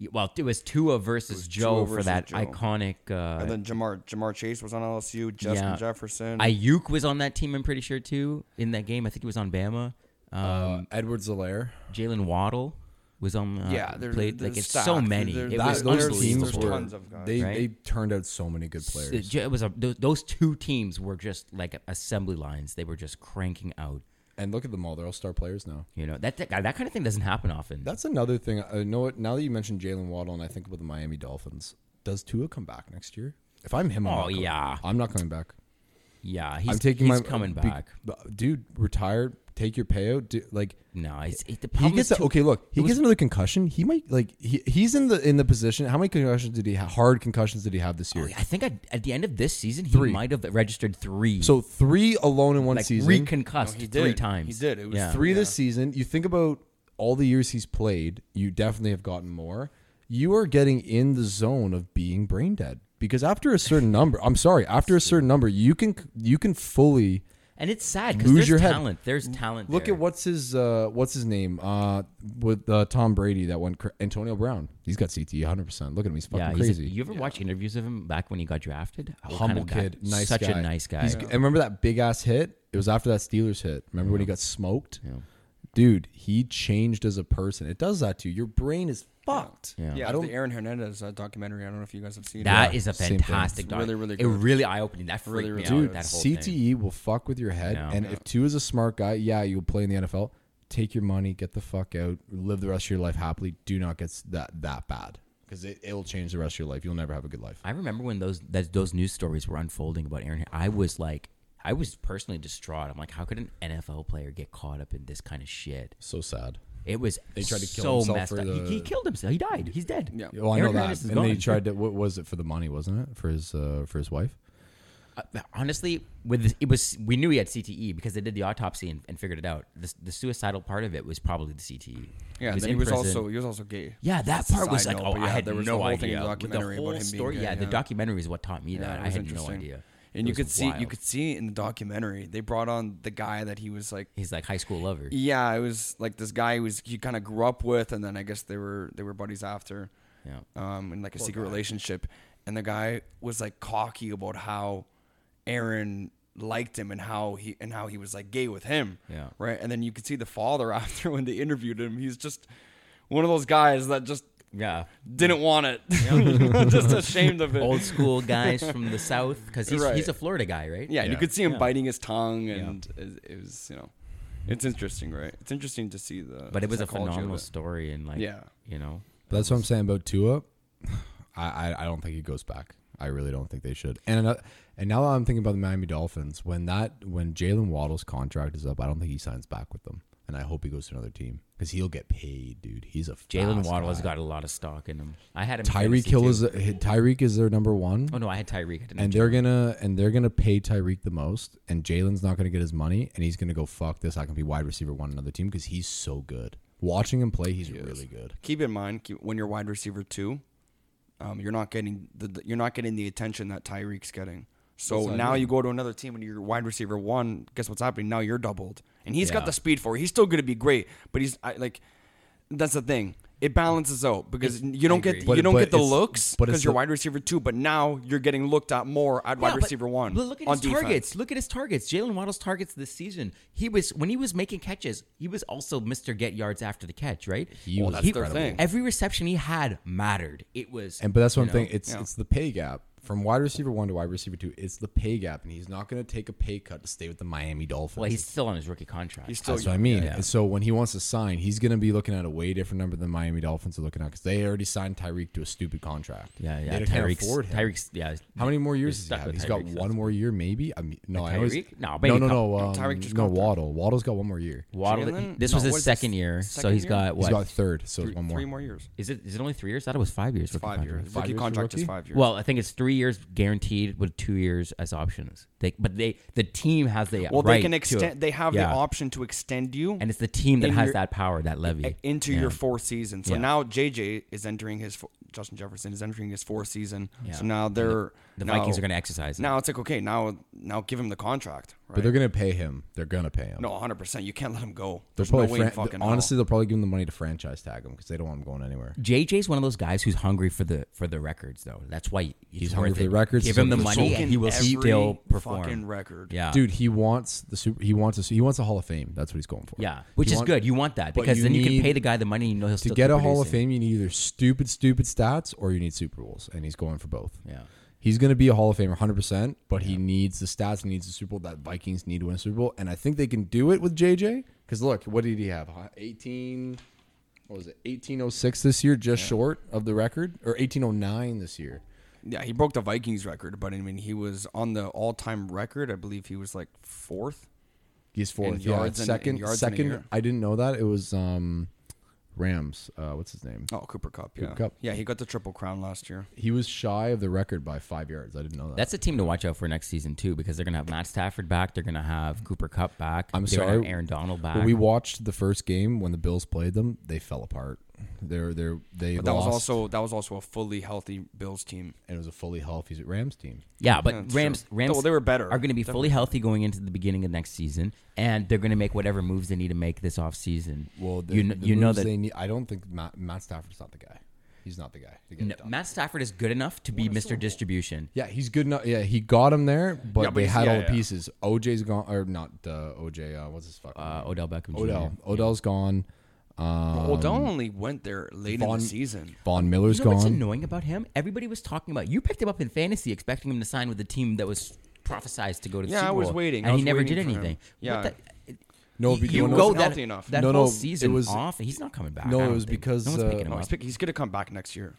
Speaker 1: Y- Well, it was Tua versus Joe
Speaker 2: Tua
Speaker 1: for
Speaker 2: versus
Speaker 1: that
Speaker 2: Joe.
Speaker 1: iconic. Uh,
Speaker 2: And then Jamar Jamar Chase was on LSU. Justin
Speaker 1: Yeah.
Speaker 2: Jefferson.
Speaker 1: Ayuk was on that team. I'm pretty sure
Speaker 2: Uh,
Speaker 3: Uh,
Speaker 1: too. In that game, I think he was on Bama. Um,
Speaker 3: Edwards Alaire.
Speaker 1: Jalen Waddle was on. Uh,
Speaker 2: Yeah, there-
Speaker 1: played like
Speaker 2: there's
Speaker 1: it's
Speaker 2: stock.
Speaker 1: so
Speaker 2: There-
Speaker 1: many.
Speaker 2: there-
Speaker 1: it
Speaker 2: that-
Speaker 1: was
Speaker 2: those teams
Speaker 1: unbelievable.
Speaker 2: were- tons of guys,
Speaker 3: They
Speaker 1: right?
Speaker 3: they turned out so many good players.
Speaker 1: It, ju- it was a, tho- those two teams were just like assembly lines. They were just cranking out.
Speaker 3: and look at them all; they're all star players now.
Speaker 1: You know that that, that kind of thing doesn't happen often.
Speaker 3: That's another thing. I know what. Now that you mentioned Jalen Waddle, and I think about the Miami Dolphins, does Tua come back next year? If I'm him, I'm
Speaker 1: Oh,
Speaker 3: not coming-
Speaker 1: yeah.
Speaker 3: I'm not coming back.
Speaker 1: yeah, he's
Speaker 3: I'm taking
Speaker 1: he's
Speaker 3: my
Speaker 1: coming
Speaker 3: be-
Speaker 1: back.
Speaker 3: dude. Retire, take your payout. Do, like
Speaker 1: no, it's, it, the
Speaker 3: he
Speaker 1: problem
Speaker 3: gets
Speaker 1: is
Speaker 3: a,
Speaker 1: too-
Speaker 3: okay. Look, he
Speaker 1: it was-
Speaker 3: gets another concussion. He might like he, he's in the in the position. How many concussions did he have? Hard concussions did he have this year?
Speaker 1: Oh, I think at, at the end of this season, he
Speaker 3: Three.
Speaker 1: might have registered three.
Speaker 3: So three alone in one
Speaker 1: like
Speaker 3: season.
Speaker 1: reconcussed
Speaker 2: No, he
Speaker 1: three
Speaker 2: did.
Speaker 1: times.
Speaker 2: He did. It was
Speaker 1: yeah.
Speaker 3: three this season. You think about all the years he's played, you definitely have gotten more. You are getting in the zone of being brain dead because after a certain number, I'm sorry, after a certain number, you can you can fully
Speaker 1: and it's sad because
Speaker 3: Lose
Speaker 1: there's
Speaker 3: your head.
Speaker 1: talent. There's talent.
Speaker 3: look
Speaker 1: there.
Speaker 3: at what's his uh, what's his name uh, with uh, Tom Brady that went cr- Antonio Brown. He's got CTE 100. percent Look at him, he's fucking
Speaker 1: Yeah, he's a-
Speaker 3: crazy.
Speaker 1: you ever watch interviews of him back when he got drafted? What kind
Speaker 3: Humble
Speaker 1: of guy?
Speaker 3: kid, nice
Speaker 1: such
Speaker 3: guy.
Speaker 1: a nice guy.
Speaker 3: He's, And remember that big ass hit? It was after that Steelers hit. Remember when he got smoked? Dude, he changed as a person. It does that to you. Your brain is fucked.
Speaker 1: Yeah.
Speaker 2: Yeah,
Speaker 3: I don't
Speaker 2: the Aaron Hernandez uh, documentary. I don't know if you guys have seen
Speaker 1: That
Speaker 2: it.
Speaker 1: is a
Speaker 3: same thing. It's
Speaker 1: fantastic dog.
Speaker 2: really, really
Speaker 1: It
Speaker 2: good.
Speaker 1: really eye opening. That freaked me
Speaker 2: Really, really
Speaker 1: out.
Speaker 3: Dude, E
Speaker 1: That whole
Speaker 3: CTE
Speaker 1: thing.
Speaker 3: will fuck with your head.
Speaker 1: Yeah.
Speaker 3: and if two is a smart guy, yeah, you'll play in the NFL. Take your money, get the fuck out, live the rest of your life happily. Do not get s- that that bad because it, it'll change the rest of your life. You'll never have a good life.
Speaker 1: I remember when those that those news stories were unfolding about Aaron. I was like, I was personally distraught. I'm like, how could an NFL player get caught up in this kind of shit?
Speaker 3: So sad.
Speaker 1: It was
Speaker 3: They tried to kill
Speaker 1: so
Speaker 3: himself
Speaker 1: messed
Speaker 3: for
Speaker 1: up.
Speaker 3: the-
Speaker 1: He, he killed himself. He died. He's dead.
Speaker 2: Yeah.
Speaker 3: Well, Oh, I
Speaker 1: Aaron
Speaker 3: know
Speaker 1: Hernandez
Speaker 3: that.
Speaker 1: is
Speaker 3: And they
Speaker 1: gone.
Speaker 3: tried to. What was it for the money? Wasn't it for his uh, for his wife?
Speaker 1: Uh, honestly, with this, it was we knew he had CTE because they did the autopsy and, and figured it out. The, the suicidal part of it was probably the CTE.
Speaker 2: Yeah, and then
Speaker 1: in
Speaker 2: he was
Speaker 1: prison.
Speaker 2: also he was also gay.
Speaker 1: Yeah, that
Speaker 2: That's a
Speaker 1: part was
Speaker 2: side
Speaker 1: like,
Speaker 2: note,
Speaker 1: oh,
Speaker 2: but
Speaker 1: I
Speaker 2: yeah,
Speaker 1: had
Speaker 2: there was
Speaker 1: no
Speaker 2: the whole
Speaker 1: idea.
Speaker 2: thing in the
Speaker 1: With
Speaker 2: documentary
Speaker 1: whole
Speaker 2: about him being
Speaker 1: story,
Speaker 2: gay,
Speaker 1: yeah, the
Speaker 2: yeah.
Speaker 1: documentary is what taught me
Speaker 2: Yeah,
Speaker 1: that.
Speaker 2: it
Speaker 1: I
Speaker 2: was
Speaker 1: had no
Speaker 2: interesting.
Speaker 1: idea.
Speaker 2: And
Speaker 1: It
Speaker 2: you
Speaker 1: was
Speaker 2: could see you
Speaker 1: wild.
Speaker 2: could see in the documentary they brought on the guy that he was like.
Speaker 1: He's like high school lover.
Speaker 2: Yeah, it was like this guy who was he kind of grew up with, and then I guess they were they were buddies after,
Speaker 1: Yeah.
Speaker 2: um, in like a secret relationship. And the guy was like cocky about how Aaron liked him and how he and how he was like gay with him.
Speaker 1: Yeah.
Speaker 2: right. And then you could see the father after when they interviewed him. He's just one of those guys that just
Speaker 1: Yeah.
Speaker 2: didn't want it, just ashamed of it.
Speaker 1: Old school guys from the South because he's,
Speaker 2: Right.
Speaker 1: he's a Florida guy, right?
Speaker 2: Yeah, and you
Speaker 3: Yeah.
Speaker 2: could see him biting his tongue, and it, it was you know, it's interesting, right? It's interesting to see the.
Speaker 1: But it was a
Speaker 2: psychology of
Speaker 1: phenomenal
Speaker 2: it.
Speaker 1: story and like,
Speaker 2: Yeah.
Speaker 1: you know,
Speaker 3: But that's what I'm saying about Tua. I, I I don't think he goes back. I really don't think they should. And ano- and now that I'm thinking about the Miami Dolphins, when that when Jalen Waddle's contract is up, I don't think he signs back with them. And I hope he goes to another team because he'll get paid, dude. He's a
Speaker 1: Jalen
Speaker 3: fast
Speaker 1: Waddle has
Speaker 3: guy.
Speaker 1: got a lot of stock in him. I had him. in
Speaker 3: Tyreek
Speaker 1: fantasy
Speaker 3: Hill
Speaker 1: too.
Speaker 3: is Tyreek is their number one,
Speaker 1: Oh no, I had Tyreek. I didn't
Speaker 3: and
Speaker 1: have
Speaker 3: they're gonna and they're gonna pay Tyreek the most, and Jalen's not gonna get his money, and he's gonna go fuck this. I can be wide receiver one another team because he's so good. Watching him play, he's really good.
Speaker 2: Keep in mind keep, when you're wide receiver two, um, you're not getting the, the- you're not getting the attention that Tyreek's getting. So now you go to another team and you're wide receiver one. Guess what's happening? Now you're doubled, and he's
Speaker 1: Yeah.
Speaker 2: got the speed for it. He's still going to be great, but he's I, like, that's the thing. It balances out because you don't get
Speaker 3: But-
Speaker 2: you don't
Speaker 3: but
Speaker 2: get the
Speaker 3: it's-
Speaker 2: looks
Speaker 3: but it's
Speaker 2: because you're
Speaker 3: the-
Speaker 2: wide receiver two, but now you're getting looked at more at
Speaker 1: Yeah,
Speaker 2: wide
Speaker 1: but-
Speaker 2: receiver one.
Speaker 1: But look at
Speaker 2: on
Speaker 1: his
Speaker 2: defense.
Speaker 1: targets. Look at his targets. Jalen Waddle's targets this season. He was when he was making catches, he was also Mr. Get Yards after the catch, right?
Speaker 3: He Well, was
Speaker 2: that's their incredible. thing.
Speaker 1: Every reception he had mattered. It was
Speaker 3: And but that's what
Speaker 1: you
Speaker 3: I'm saying.
Speaker 1: know,
Speaker 3: It's it's the pay gap from wide receiver one to wide receiver two. It's the pay gap, and he's not going to take a pay cut to stay with the Miami Dolphins.
Speaker 1: Well, he's still on his rookie contract.
Speaker 2: He's still
Speaker 3: that's what I mean.
Speaker 1: yeah.
Speaker 3: And so when he wants to sign, he's going to be looking at a way different number than Miami Dolphins are looking at because they already signed Tyreek to a stupid contract.
Speaker 1: yeah,
Speaker 3: They
Speaker 1: yeah.
Speaker 3: can't
Speaker 1: Tyreek's,
Speaker 3: afford him.
Speaker 1: Tyreek's yeah.
Speaker 3: How many more years does he
Speaker 1: stuck
Speaker 3: have?
Speaker 1: with
Speaker 3: He's got
Speaker 1: Tyreek, so
Speaker 3: one more year, maybe. I mean, no, I always,
Speaker 1: Tyreek? No,
Speaker 3: no,
Speaker 1: maybe
Speaker 3: no,
Speaker 1: a
Speaker 3: no.
Speaker 1: couple.
Speaker 3: Um,
Speaker 2: Tyreek just
Speaker 3: no,
Speaker 2: got there.
Speaker 3: Waddle. Waddle's got one more year.
Speaker 1: Waddle
Speaker 2: Jalen?
Speaker 1: this
Speaker 2: No,
Speaker 1: was his
Speaker 2: what is this,
Speaker 1: second year, so
Speaker 2: second
Speaker 1: he's
Speaker 2: year?
Speaker 1: got
Speaker 3: He's
Speaker 1: what?
Speaker 3: got third, so
Speaker 2: Three,
Speaker 3: it's one more.
Speaker 2: three more years.
Speaker 1: is it is it only three years? I thought it was five years. rookie
Speaker 2: Five
Speaker 1: contract.
Speaker 2: years.
Speaker 3: Five
Speaker 2: Rookie
Speaker 3: years for
Speaker 2: contract is
Speaker 3: rookie?
Speaker 2: five years.
Speaker 1: Well, I think it's three years guaranteed with two years as options. They, but they the team has the
Speaker 2: Well,
Speaker 1: right
Speaker 2: they can
Speaker 1: to-
Speaker 2: extend. They have
Speaker 1: yeah.
Speaker 2: the option to extend you
Speaker 1: and it's the team that
Speaker 2: in
Speaker 1: has
Speaker 2: your- e-,
Speaker 1: that power, that levy
Speaker 2: into
Speaker 1: Yeah.
Speaker 2: your fourth season. So
Speaker 1: Yeah.
Speaker 2: now JJ is entering his fo- Justin Jefferson is entering his fourth season.
Speaker 1: Yeah.
Speaker 2: So now they're
Speaker 1: The
Speaker 2: now-
Speaker 1: Vikings are going to exercise. it.
Speaker 2: Now it's like okay, now now give him the contract. Right?
Speaker 3: But they're gonna pay him. They're gonna pay him.
Speaker 2: no, 100. percent You can't let him go.
Speaker 3: they're
Speaker 2: There's no
Speaker 3: probably
Speaker 2: way in
Speaker 3: fran-
Speaker 2: fucking hell.
Speaker 3: honestly they'll probably give him the money to franchise tag him because they don't want him going anywhere.
Speaker 1: JJ's one of those guys who's hungry for the for the records though. That's why he's,
Speaker 3: hungry
Speaker 1: worth
Speaker 3: for the
Speaker 1: it.
Speaker 3: records,
Speaker 1: Give
Speaker 3: he's
Speaker 1: him the
Speaker 3: hungry for
Speaker 1: money,
Speaker 2: Fucking
Speaker 1: and he will
Speaker 2: every
Speaker 1: still perform.
Speaker 2: Fucking record.
Speaker 1: Yeah,
Speaker 3: Dude, he wants the super. He wants a. He wants a Hall of Fame. That's what he's going for.
Speaker 1: Yeah, which
Speaker 3: He
Speaker 1: is
Speaker 3: want-
Speaker 1: good. You want that
Speaker 3: but
Speaker 1: because
Speaker 3: you
Speaker 1: then you can
Speaker 3: need-
Speaker 1: pay the guy the money. and You know he'll
Speaker 3: To
Speaker 1: still
Speaker 3: get
Speaker 1: keep
Speaker 3: a Hall of
Speaker 1: producing.
Speaker 3: Fame, you need either stupid, stupid stats or you need Super Bowls, and he's going for both.
Speaker 1: Yeah.
Speaker 3: He's going to be a Hall of Famer 100%, but he needs the stats, he needs the Super Bowl that Vikings need to win a Super Bowl. And I think they can do it with JJ. Because look, what did he have? Huh? 18, what was it? 1806 this year, just short of the record, or 1809 this year.
Speaker 2: Yeah, he broke the Vikings record, but I mean, he was on the all-time record. I believe he was like fourth.
Speaker 3: He's
Speaker 2: yards
Speaker 3: fourth. yeah,
Speaker 2: and- in
Speaker 3: second.
Speaker 2: yards in a
Speaker 3: second.
Speaker 2: year.
Speaker 3: I didn't know that. It was um, Rams. Uh, what's his name?
Speaker 2: Oh, Cooper Cup. Yeah,
Speaker 3: Cooper Kupp.
Speaker 2: yeah, he got the triple crown last year.
Speaker 3: He was shy of the record by five yards. I didn't know that.
Speaker 1: That's a team to watch out for next season too, because they're gonna have Matt Stafford back. They're gonna have Cooper Cup back.
Speaker 3: I'm
Speaker 1: they're gonna have
Speaker 3: sorry.
Speaker 1: Aaron Donald back.
Speaker 3: When we watched the first game when the Bills played them, they fell apart. They're they're they
Speaker 2: But that
Speaker 3: lost.
Speaker 2: was also that was also a fully healthy Bills team.
Speaker 3: and it was a fully healthy Rams team.
Speaker 1: yeah, but
Speaker 2: Yeah, that's
Speaker 1: Rams,
Speaker 2: true.
Speaker 1: Rams,
Speaker 2: Well, they were better.
Speaker 1: Are gonna be fully healthy going into the beginning of next season, and they're gonna make whatever moves they need to make this offseason.
Speaker 3: Well, the,
Speaker 1: you know,
Speaker 3: the
Speaker 1: you know
Speaker 3: moves
Speaker 1: that
Speaker 3: they need, I don't think Matt, Matt Stafford's not the guy. He's not the guy to get
Speaker 1: no,
Speaker 3: it done.
Speaker 1: Matt Stafford is good enough to be Mr. Distribution.
Speaker 3: Yeah, he's good enough. Yeah, he got him there, but,
Speaker 2: Yeah, but
Speaker 3: they
Speaker 2: he's-
Speaker 3: had
Speaker 2: yeah,
Speaker 3: all the
Speaker 2: yeah.
Speaker 3: pieces. OJ's gone, or not uh, OJ. Uh, what's his fucking
Speaker 1: Uh,
Speaker 3: name?
Speaker 1: Odell Beckham. Jr.
Speaker 3: Odell. Odell's gone. Um,
Speaker 2: Well, Odell only went there late in
Speaker 3: Von-
Speaker 2: the season.
Speaker 3: Von Miller's
Speaker 1: You know what's
Speaker 3: gone.
Speaker 1: annoying about him? Everybody was talking about you picked him up in fantasy, expecting him to sign with the team that was prophesized to go to the
Speaker 2: Yeah,
Speaker 1: Super
Speaker 2: I was
Speaker 1: Bowl,
Speaker 2: waiting. I
Speaker 1: and he
Speaker 2: was
Speaker 1: never
Speaker 2: waiting
Speaker 1: did
Speaker 2: for him.
Speaker 1: anything.
Speaker 2: Yeah.
Speaker 1: what the,
Speaker 3: No,
Speaker 1: you,
Speaker 3: because
Speaker 1: you
Speaker 3: no,
Speaker 1: go
Speaker 3: it's-
Speaker 1: that
Speaker 2: healthy enough.
Speaker 1: that
Speaker 3: No,
Speaker 1: whole
Speaker 3: no,
Speaker 1: season
Speaker 3: it was-
Speaker 1: off. He's not coming back.
Speaker 3: No,
Speaker 1: I
Speaker 3: it
Speaker 1: don't
Speaker 3: was
Speaker 1: think.
Speaker 3: because,
Speaker 1: no one's
Speaker 3: uh,
Speaker 1: picking him
Speaker 2: No,
Speaker 1: up
Speaker 2: he's, pick- he's gonna come back next year.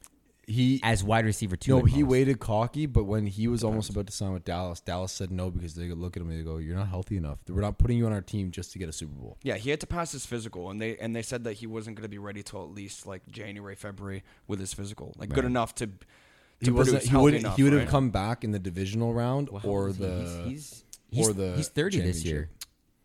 Speaker 3: he
Speaker 1: as wide receiver two.
Speaker 3: No,
Speaker 1: at
Speaker 3: he
Speaker 1: most.
Speaker 3: waited cocky, but when he was almost about to sign with Dallas, Dallas said no because they could look at him and they go, "You're not healthy enough. We're not putting you on our team just to get a Super Bowl."
Speaker 2: Yeah, he had to pass his physical, and they and they said that he wasn't gonna be ready till at least like January, February with his physical, like good enough to. to
Speaker 3: He wasn't.
Speaker 2: produce,
Speaker 3: He
Speaker 2: healthy
Speaker 3: would.
Speaker 2: enough,
Speaker 3: he would have
Speaker 2: right?
Speaker 3: come back in the divisional round
Speaker 1: Well, how
Speaker 3: or
Speaker 1: old is he?
Speaker 3: the.
Speaker 1: he's, he's,
Speaker 3: or
Speaker 1: he's,
Speaker 3: the
Speaker 1: he's thirty this year.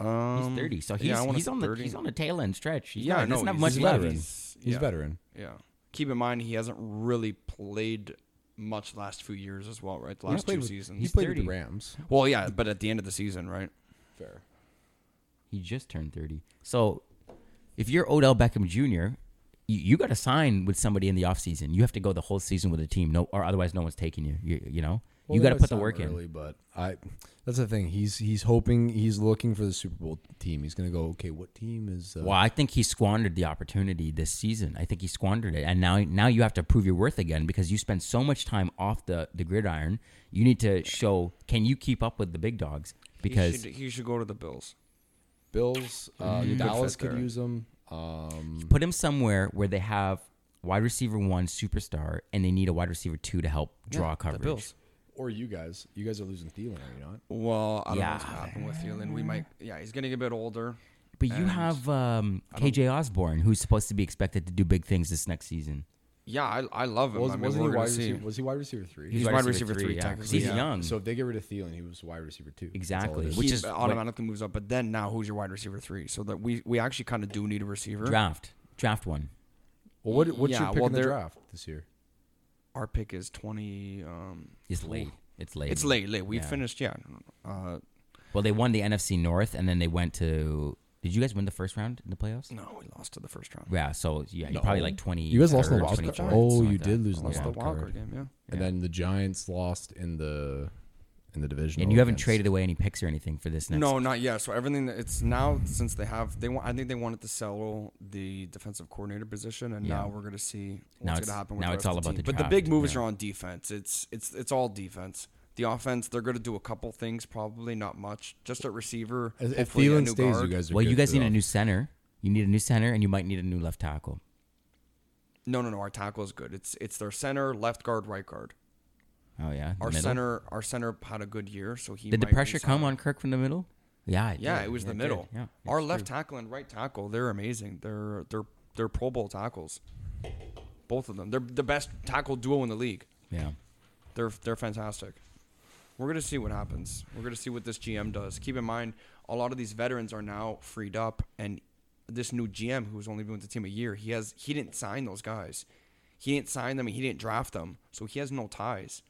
Speaker 1: He's
Speaker 2: Um,
Speaker 1: thirty, so
Speaker 2: yeah,
Speaker 1: he's
Speaker 2: I wanna
Speaker 1: he's
Speaker 2: say
Speaker 1: on the
Speaker 2: 30.
Speaker 1: he's on the tail end stretch. He's
Speaker 2: Yeah,
Speaker 1: not,
Speaker 2: I
Speaker 1: he
Speaker 2: know.
Speaker 1: doesn't have
Speaker 2: He's
Speaker 1: much
Speaker 2: a
Speaker 1: left.
Speaker 3: veteran.
Speaker 2: He's-
Speaker 3: He's
Speaker 2: yeah.
Speaker 3: veteran.
Speaker 2: Yeah. Keep in mind he hasn't really played much last few years as well, right? The
Speaker 3: He
Speaker 2: last
Speaker 3: played
Speaker 2: two
Speaker 3: with-
Speaker 2: seasons.
Speaker 3: He
Speaker 1: He's
Speaker 3: played with
Speaker 1: 30.
Speaker 3: the Rams.
Speaker 2: well, yeah, but at the end of the season, right?
Speaker 3: Fair.
Speaker 1: He just turned 30. So if you're Odell Beckham Jr., you, you got to sign with somebody in the offseason. You have to go the whole season with a team, no, or otherwise no one's taking you. You, you know, you got to put the work in.
Speaker 3: early, But I, that's the thing. He's he's hoping he's looking for the Super Bowl team. He's gonna go. Okay, what team is? Uh,
Speaker 1: Well, I think he squandered the opportunity this season. I think he squandered it, and now now you have to prove your worth again because you spend so much time off the the gridiron. You need to show can you keep up with the big dogs?
Speaker 2: he
Speaker 1: Because
Speaker 2: should, he should go to the Bills.
Speaker 3: Bills. Uh,
Speaker 2: He could
Speaker 3: Dallas
Speaker 2: fit
Speaker 3: could
Speaker 2: there.
Speaker 3: use him. Um,
Speaker 1: put him somewhere where they have wide receiver one superstar, and they need a wide receiver two to help draw coverage.
Speaker 2: The Bills.
Speaker 3: or you guys. You guys are losing Thielen, are you not?
Speaker 2: Well, I don't know what's
Speaker 1: Yeah.
Speaker 2: gonna happen with Thielen. We might. Yeah, he's getting a bit older.
Speaker 1: But you
Speaker 2: And
Speaker 1: have um, KJ Osborne, who's supposed to be expected to do big things this next season.
Speaker 2: Yeah, I, I love him.
Speaker 3: Was,
Speaker 2: Um, I mean,
Speaker 3: not he
Speaker 2: we're
Speaker 3: wide
Speaker 2: gonna see.
Speaker 3: receiver? Was he wide receiver three?
Speaker 2: He's wide receiver
Speaker 1: yeah,
Speaker 2: three,
Speaker 1: 'cause
Speaker 2: technically,
Speaker 1: he's
Speaker 2: yeah.
Speaker 1: young.
Speaker 3: So if they get rid of Thielen, he was wide receiver two. That's all it
Speaker 1: Exactly.
Speaker 3: is.
Speaker 1: Which
Speaker 2: he
Speaker 1: is what-
Speaker 2: automatically moves up, but then now who's your wide receiver three? So that we we actually kind of do need a receiver.
Speaker 1: draft, draft one.
Speaker 3: Well, what, what's
Speaker 2: Yeah,
Speaker 3: your pick
Speaker 2: well,
Speaker 3: in the
Speaker 2: they're-
Speaker 3: draft this year?
Speaker 2: Our pick is twenty. Um,
Speaker 1: It's late. It's late.
Speaker 2: it's late, late. We
Speaker 1: Yeah.
Speaker 2: finished. Yeah, uh,
Speaker 1: Well, they won the NFC North, and then they went to. Did you guys win the first round in the playoffs?
Speaker 2: no, we lost to the first round.
Speaker 1: Yeah. So yeah, you're
Speaker 3: No.
Speaker 1: probably like twenty.
Speaker 3: You guys lost in the
Speaker 1: third,
Speaker 3: wild
Speaker 1: 24th,
Speaker 3: card.
Speaker 1: something
Speaker 3: Oh,
Speaker 1: like
Speaker 3: you
Speaker 1: that.
Speaker 3: did lose in the
Speaker 2: Lost
Speaker 3: wild
Speaker 2: the wild
Speaker 3: card.
Speaker 2: card game. Yeah.
Speaker 3: And then the Giants lost in the in the division.
Speaker 1: And you haven't traded away any picks or anything for this next.
Speaker 2: No, not yet. So everything that it's now since they have they want I think they wanted to sell the defensive coordinator position and
Speaker 1: Yeah.
Speaker 2: now we're gonna see
Speaker 1: Now
Speaker 2: what's
Speaker 1: it's-
Speaker 2: gonna happen with
Speaker 1: now
Speaker 2: the
Speaker 1: it's
Speaker 2: rest of
Speaker 1: all about
Speaker 2: team.
Speaker 1: the
Speaker 2: But
Speaker 1: draft,
Speaker 2: the big moves
Speaker 1: yeah.
Speaker 2: are on defense. It's it's it's all defense. The offense, they're gonna do a couple things, probably not much. Just a receiver.
Speaker 3: If
Speaker 2: hopefully a
Speaker 3: Thielen
Speaker 2: new
Speaker 3: stays,
Speaker 2: guard.
Speaker 3: you guys are
Speaker 1: Well, you
Speaker 3: good
Speaker 1: guys
Speaker 3: for
Speaker 1: need a
Speaker 3: the-
Speaker 1: new center. You need a new center, and you might need a new left tackle.
Speaker 2: No no no, our tackle is good. It's it's their center, left guard, right guard.
Speaker 1: Oh yeah. the
Speaker 2: Our
Speaker 1: middle.
Speaker 2: center our center had a good year, so he
Speaker 1: Did the
Speaker 2: might be
Speaker 1: pressure come
Speaker 2: signed.
Speaker 1: on Kirk from the middle? Yeah. It
Speaker 2: Yeah,
Speaker 1: did.
Speaker 2: it was the
Speaker 1: did.
Speaker 2: middle.
Speaker 1: Yeah.
Speaker 2: Our left tackle and right tackle, they're amazing. They're they're they're Pro Bowl tackles. Both of them. They're the best tackle duo in the league.
Speaker 1: Yeah.
Speaker 2: They're they're fantastic. We're gonna see what happens. We're gonna see what this GM does. Keep in mind, a lot of these veterans are now freed up, and this new GM, who's only been with the team a year, he has he didn't sign those guys. He didn't sign them. and He didn't draft them, so he has no ties.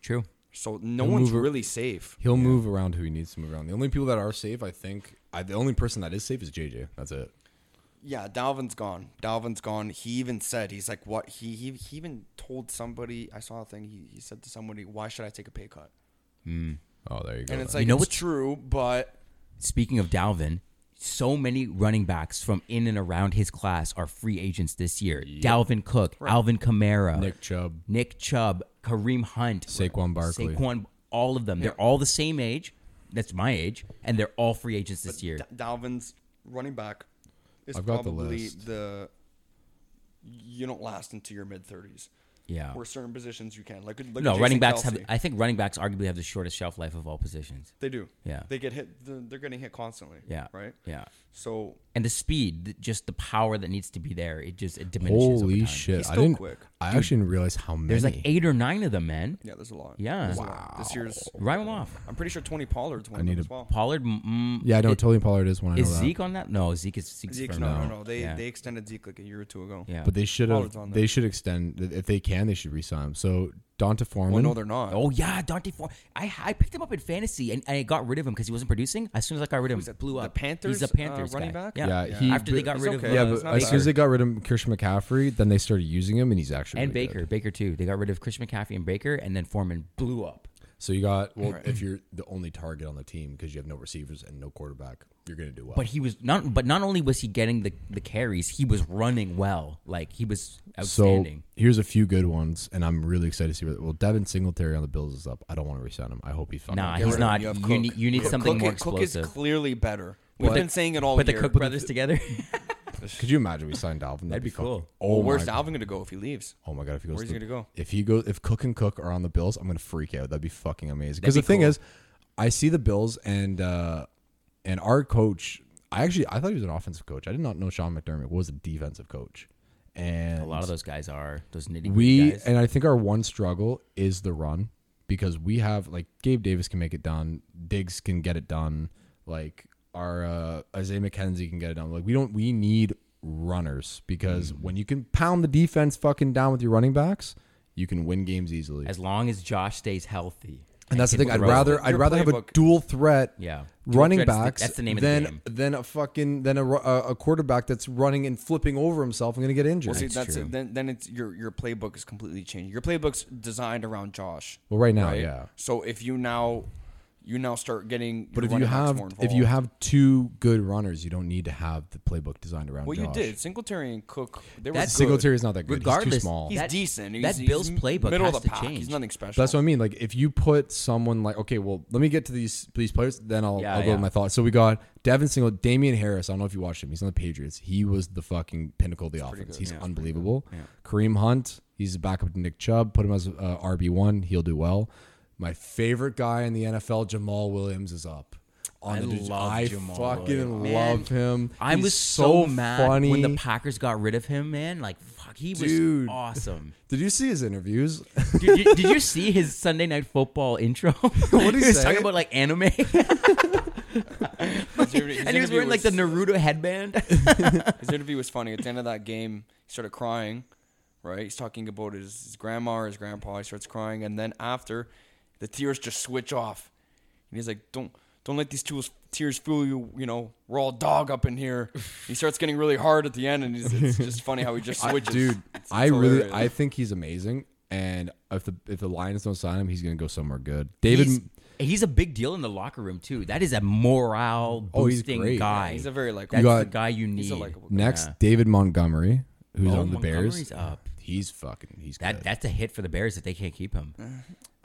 Speaker 1: True.
Speaker 2: So no
Speaker 3: He'll
Speaker 2: one's
Speaker 3: move it-
Speaker 2: really safe.
Speaker 3: He'll move around who he needs to move around. The only people that are safe, I think, I, the only person that is safe is JJ. That's it.
Speaker 2: Yeah, Dalvin's gone. Dalvin's gone. He even said he's like what he he, he even told somebody. I saw a thing. He, he said to somebody, "Why should I take a pay cut?"
Speaker 3: Oh, there you go.
Speaker 2: And it's
Speaker 3: then.
Speaker 2: like
Speaker 1: know
Speaker 2: it's
Speaker 1: what's-
Speaker 2: true, but
Speaker 1: Speaking of Dalvin, so many running backs from in and around his class are free agents this year. Dalvin Cook, Alvin Kamara,
Speaker 3: Nick Chubb.
Speaker 1: Nick Chubb, Kareem Hunt,
Speaker 3: Saquon Barkley.
Speaker 1: Saquon, all of them. They're all the same age. That's my age, and they're all free agents this year.
Speaker 2: D- Dalvin's running back is
Speaker 3: I've got the
Speaker 2: probably
Speaker 3: list.
Speaker 2: the, you don't last into your mid thirties.
Speaker 1: Yeah.
Speaker 2: Where certain positions you can, like, like
Speaker 1: no,
Speaker 2: Jason
Speaker 1: running backs
Speaker 2: Kelce.
Speaker 1: have. I think running backs arguably have the shortest shelf life of all positions.
Speaker 2: They do.
Speaker 1: Yeah.
Speaker 2: They get hit. They're they're getting hit constantly.
Speaker 1: Yeah.
Speaker 2: Right.
Speaker 1: Yeah.
Speaker 2: So
Speaker 1: And the speed, th- just the power that needs to be there, it just it diminishes. over
Speaker 3: Holy
Speaker 1: time.
Speaker 3: shit!
Speaker 2: He's
Speaker 3: I
Speaker 2: still
Speaker 3: didn't.
Speaker 2: quick.
Speaker 3: I actually didn't realize how many.
Speaker 1: There's like eight or nine of them, man.
Speaker 2: yeah, there's a lot.
Speaker 1: Yeah.
Speaker 2: There's a lot. This year's.
Speaker 1: Rhyme them off.
Speaker 2: I'm pretty sure Tony Pollard's one
Speaker 3: I need
Speaker 2: of them
Speaker 3: a-
Speaker 2: as well.
Speaker 1: Pollard. Mm,
Speaker 3: Yeah, I know.
Speaker 1: It,
Speaker 3: Tony Pollard is one. I know
Speaker 1: is
Speaker 3: that.
Speaker 1: Zeke on that? No, Zeke is Zeke's
Speaker 2: Zeke,
Speaker 1: firm.
Speaker 2: no, no, no. They
Speaker 1: yeah.
Speaker 2: they extended Zeke like a year or two ago.
Speaker 1: yeah.
Speaker 3: But they should have.
Speaker 2: Pollard's on there.
Speaker 3: They should extend if they can. They should resign him. So Donta Foreman.
Speaker 2: Well, no, they're not.
Speaker 1: Oh yeah, Dante Ford. I I picked him up in fantasy and, and I got rid of him because he wasn't producing. As soon as I got rid of him,
Speaker 2: that?
Speaker 1: blew
Speaker 2: The
Speaker 1: up.
Speaker 2: Panthers,
Speaker 1: He's a Panthers
Speaker 2: uh, running
Speaker 1: guy.
Speaker 2: back?
Speaker 1: Yeah.
Speaker 3: Yeah, he-
Speaker 1: After they got
Speaker 2: He's
Speaker 1: rid of
Speaker 2: okay.
Speaker 3: yeah,
Speaker 1: uh,
Speaker 2: it's
Speaker 3: but
Speaker 2: not
Speaker 3: as soon as
Speaker 2: Baker.
Speaker 3: they got rid of Christian McCaffrey, then they started using him, and he's actually
Speaker 1: and
Speaker 3: really good.
Speaker 1: Baker, Baker too. They got rid of Christian McCaffrey and Baker, and then Foreman blew up.
Speaker 3: So you got well, if you're the only target on the team because you have no receivers and no quarterback, you're gonna do well.
Speaker 1: But he was not. But not only was he getting the the carries, he was running well. Like he was
Speaker 3: so
Speaker 1: outstanding.
Speaker 3: here's a few good ones, and I'm really excited to see. Where, well, Devin Singletary on the Bills is up. I don't want to resign him. I hope he fucking.
Speaker 1: nah,
Speaker 2: Get
Speaker 1: he's
Speaker 2: rid of him.
Speaker 1: not.
Speaker 2: You
Speaker 1: You,
Speaker 2: have
Speaker 1: need
Speaker 2: Cook.
Speaker 1: you need
Speaker 2: Cook-
Speaker 1: something
Speaker 2: Cook
Speaker 1: more
Speaker 2: is- Cook is
Speaker 1: explosive.
Speaker 2: clearly better. We've been saying it all
Speaker 1: Put the
Speaker 2: year.
Speaker 1: Cook brothers together.
Speaker 3: Could you imagine we signed Dalvin? That'd,
Speaker 1: be
Speaker 3: fucking-
Speaker 1: cool.
Speaker 3: Oh,
Speaker 2: well, where's
Speaker 3: my,
Speaker 2: Dalvin going to go if he leaves?
Speaker 3: Oh my god, if he goes,
Speaker 2: Where's
Speaker 3: to
Speaker 2: he
Speaker 3: the-
Speaker 2: gonna go?
Speaker 3: If he goes, if Cook and Cook are on the Bills, I'm gonna freak out. That'd be fucking amazing. Because the
Speaker 1: That'd be
Speaker 3: thing
Speaker 1: cool.
Speaker 3: is, I see the Bills and uh and our coach. I actually I thought he was an offensive coach. I did not know Sean McDermott was a defensive coach. And
Speaker 1: A lot of those guys are those nitty
Speaker 3: we
Speaker 1: gritty guys.
Speaker 3: and I think our one struggle is the run because we have like Gabe Davis can make it done, Diggs can get it done, like our uh, Isaiah McKenzie can get it done. Like we don't we need runners because
Speaker 1: Mm.
Speaker 3: when you can pound the defense fucking down with your running backs, you can win games easily.
Speaker 1: As long as Josh stays healthy,
Speaker 3: and that's the
Speaker 1: can
Speaker 3: thing. I'd
Speaker 1: throw.
Speaker 3: rather I'd
Speaker 2: Your
Speaker 3: rather have a
Speaker 2: playbook-
Speaker 3: dual threat.
Speaker 1: Yeah. Dual
Speaker 3: Running
Speaker 1: threat is the-
Speaker 3: backs,
Speaker 1: that's the name of the
Speaker 3: then,
Speaker 1: game.
Speaker 3: Then a fucking, then a, ru- a, a quarterback that's running and flipping over himself and gonna get injured.
Speaker 2: Well, see,
Speaker 1: That's
Speaker 2: that's
Speaker 1: true.
Speaker 2: it. Then, then it's your your playbook is completely changed. Your playbook's designed around Josh.
Speaker 3: Well, right now,
Speaker 2: right?
Speaker 3: yeah.
Speaker 2: So if you now, you now start getting.
Speaker 3: But
Speaker 2: your
Speaker 3: if you
Speaker 2: running backs
Speaker 3: have
Speaker 2: more
Speaker 3: if you
Speaker 2: involved.
Speaker 3: have two good runners, you don't need to have the playbook designed around.
Speaker 2: well,
Speaker 3: Josh.
Speaker 2: you did Singletary and Cook. They were
Speaker 1: That's-
Speaker 2: good.
Speaker 3: Singletary's not that good. he's too
Speaker 1: Regardless,
Speaker 3: small.
Speaker 2: He's
Speaker 1: That-
Speaker 2: decent. He's,
Speaker 1: that
Speaker 2: he's
Speaker 1: Bills playbook
Speaker 2: middle
Speaker 1: has
Speaker 2: of the
Speaker 1: to
Speaker 2: pack. He's
Speaker 1: change.
Speaker 2: nothing special.
Speaker 3: That's what I mean. Like if you put someone like okay, well, let me get to these these players, then I'll,
Speaker 1: Yeah,
Speaker 3: I'll go
Speaker 1: yeah.
Speaker 3: with my thoughts. So we got Devin Single, Damian Harris. I don't know if you watched him. He's on the Patriots. He was the fucking pinnacle of the offense. He's unbelievable. Kareem Hunt. He's a backup to Nick Chubb. Put him as uh, RB one. He'll do well. My favorite guy in the NFL, Jamal Williams, is up. On
Speaker 1: I
Speaker 3: the
Speaker 1: love
Speaker 3: I
Speaker 1: Jamal
Speaker 3: fucking
Speaker 1: Williams.
Speaker 3: love him.
Speaker 1: I
Speaker 3: He's
Speaker 1: was so, mad when the
Speaker 3: funny.
Speaker 1: Packers got rid of him, man. Like, fuck, he was
Speaker 3: Dude.
Speaker 1: awesome.
Speaker 3: Did you see his interviews?
Speaker 1: Dude, you, did you see his Sunday Night Football intro? what
Speaker 3: did he
Speaker 1: was
Speaker 3: say?
Speaker 1: talking about like anime,
Speaker 2: His interview- his
Speaker 1: and he was
Speaker 2: interview
Speaker 1: wearing like the Naruto headband.
Speaker 2: His interview was funny. At the end of that game, he started crying, right? He's talking about his, his grandma or his grandpa. He starts crying, and then after, the tears just switch off, and he's like, "Don't, don't let these tools, tears fool you. You know, we're all dog up in here." he starts getting really hard at the end, and he's, it's just funny how he just
Speaker 3: I-
Speaker 2: switches.
Speaker 3: dude.
Speaker 2: It's-
Speaker 3: I
Speaker 2: it's
Speaker 3: really,
Speaker 2: hilarious.
Speaker 3: I think he's amazing. And if the if the Lions don't sign him, he's gonna go somewhere good. David,
Speaker 1: he's, he's a big deal in the locker room too. That is a morale
Speaker 3: Oh, he's
Speaker 1: boosting
Speaker 3: great.
Speaker 1: guy.
Speaker 2: he's a very likable.
Speaker 1: That's
Speaker 3: You got-
Speaker 1: the guy you need.
Speaker 2: He's a likable. guy.
Speaker 3: next
Speaker 1: yeah.
Speaker 3: David Montgomery, who's
Speaker 1: Oh,
Speaker 3: on the Bears.
Speaker 1: Montgomery's up.
Speaker 3: He's fucking. He's
Speaker 1: That
Speaker 3: good.
Speaker 1: that's a hit for the Bears if they can't keep him.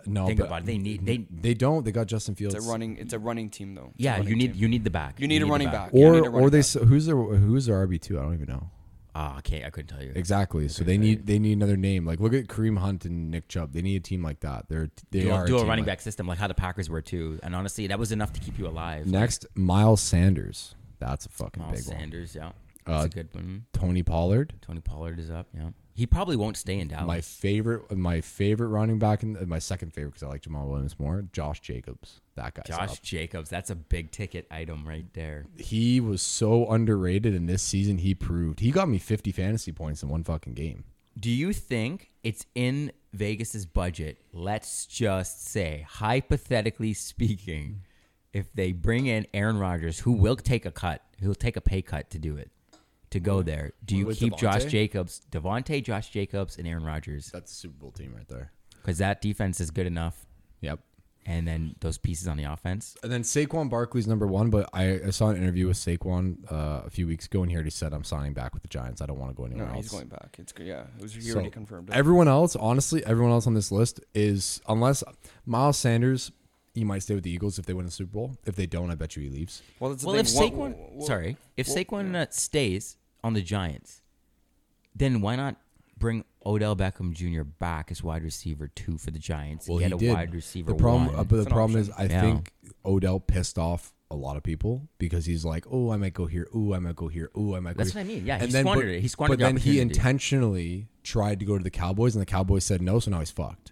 Speaker 3: no,
Speaker 1: Think
Speaker 3: but
Speaker 1: about it. They need they.
Speaker 3: they don't. They got Justin Fields.
Speaker 2: It's a running. It's a running team though. It's a
Speaker 1: Yeah,
Speaker 2: running
Speaker 1: you need
Speaker 2: team.
Speaker 1: you need the back.
Speaker 2: You need a
Speaker 1: the
Speaker 2: running back. Yeah, I
Speaker 3: or
Speaker 2: need a running
Speaker 3: or they
Speaker 2: back.
Speaker 3: s- who's their who's their RB two? I don't even know
Speaker 1: Ah, okay, I couldn't tell you.
Speaker 3: exactly. So they need they need another name. Like look at Kareem Hunt and Nick Chubb. They need a team like that. They're they
Speaker 1: dual,
Speaker 3: are
Speaker 1: dual
Speaker 3: a team
Speaker 1: running
Speaker 3: like-
Speaker 1: back system like how the Packers were too. And honestly, that was enough to keep you alive.
Speaker 3: Next, Miles Sanders. That's a fucking
Speaker 1: Miles
Speaker 3: big one.
Speaker 1: Sanders, yeah, that's
Speaker 3: Uh,
Speaker 1: a good one.
Speaker 3: Tony Pollard.
Speaker 1: Tony Pollard is up. Yeah, he probably won't stay in Dallas.
Speaker 3: My favorite, my favorite running back, and my second favorite because I like Jamal Williams more. Josh Jacobs, that guy.
Speaker 1: Josh Jacobs, that's a big ticket item right there.
Speaker 3: he was so underrated, and this season he proved. He got me 50 fantasy points in one fucking game.
Speaker 1: Do you think it's in Vegas's budget? Let's just say, hypothetically speaking, if they bring in Aaron Rodgers, who will take a cut, who'll take a pay cut to do it, to go there, do you
Speaker 3: With
Speaker 1: keep Josh
Speaker 3: Devontae?
Speaker 1: Jacobs, Devontae, Josh Jacobs, and Aaron Rodgers?
Speaker 3: That's a Super Bowl team right there.
Speaker 1: Because that defense is good enough,
Speaker 3: Yep.
Speaker 1: and then those pieces on the offense.
Speaker 3: And then Saquon Barkley's number one, but I, I saw an interview with Saquon uh, a few weeks ago, and he already said, "I'm signing back with the Giants. I don't want to go anywhere
Speaker 2: No,
Speaker 3: else."
Speaker 2: he's going back. It's good. Yeah, it was, he
Speaker 3: So,
Speaker 2: already confirmed it.
Speaker 3: Everyone else, honestly, everyone else on this list is unless Miles Sanders, he might stay with the Eagles if they win the Super Bowl. If they don't, I bet you he leaves.
Speaker 2: well, that's the
Speaker 1: Well,
Speaker 2: thing.
Speaker 1: if
Speaker 2: What-
Speaker 1: Saquon,
Speaker 2: what-
Speaker 1: sorry, if
Speaker 2: what-
Speaker 1: Saquon uh, stays on the Giants, then why not bring Odell Beckham Jr. back as wide receiver two for the Giants? and get a wide receiver.
Speaker 3: The problem,
Speaker 1: one.
Speaker 3: uh, but
Speaker 2: It's
Speaker 3: the
Speaker 2: an
Speaker 3: problem is,
Speaker 2: option.
Speaker 3: I
Speaker 1: Yeah.
Speaker 3: think Odell pissed off a lot of people because he's like, "Oh, I might go here. Oh, I might go here. Oh, I might." go
Speaker 1: That's
Speaker 3: here."
Speaker 1: what I mean. Yeah, he squandered it. He squandered
Speaker 3: But
Speaker 1: the
Speaker 3: then he
Speaker 1: opportunity.
Speaker 3: intentionally tried to go to the Cowboys, and the Cowboys said no, so now he's fucked.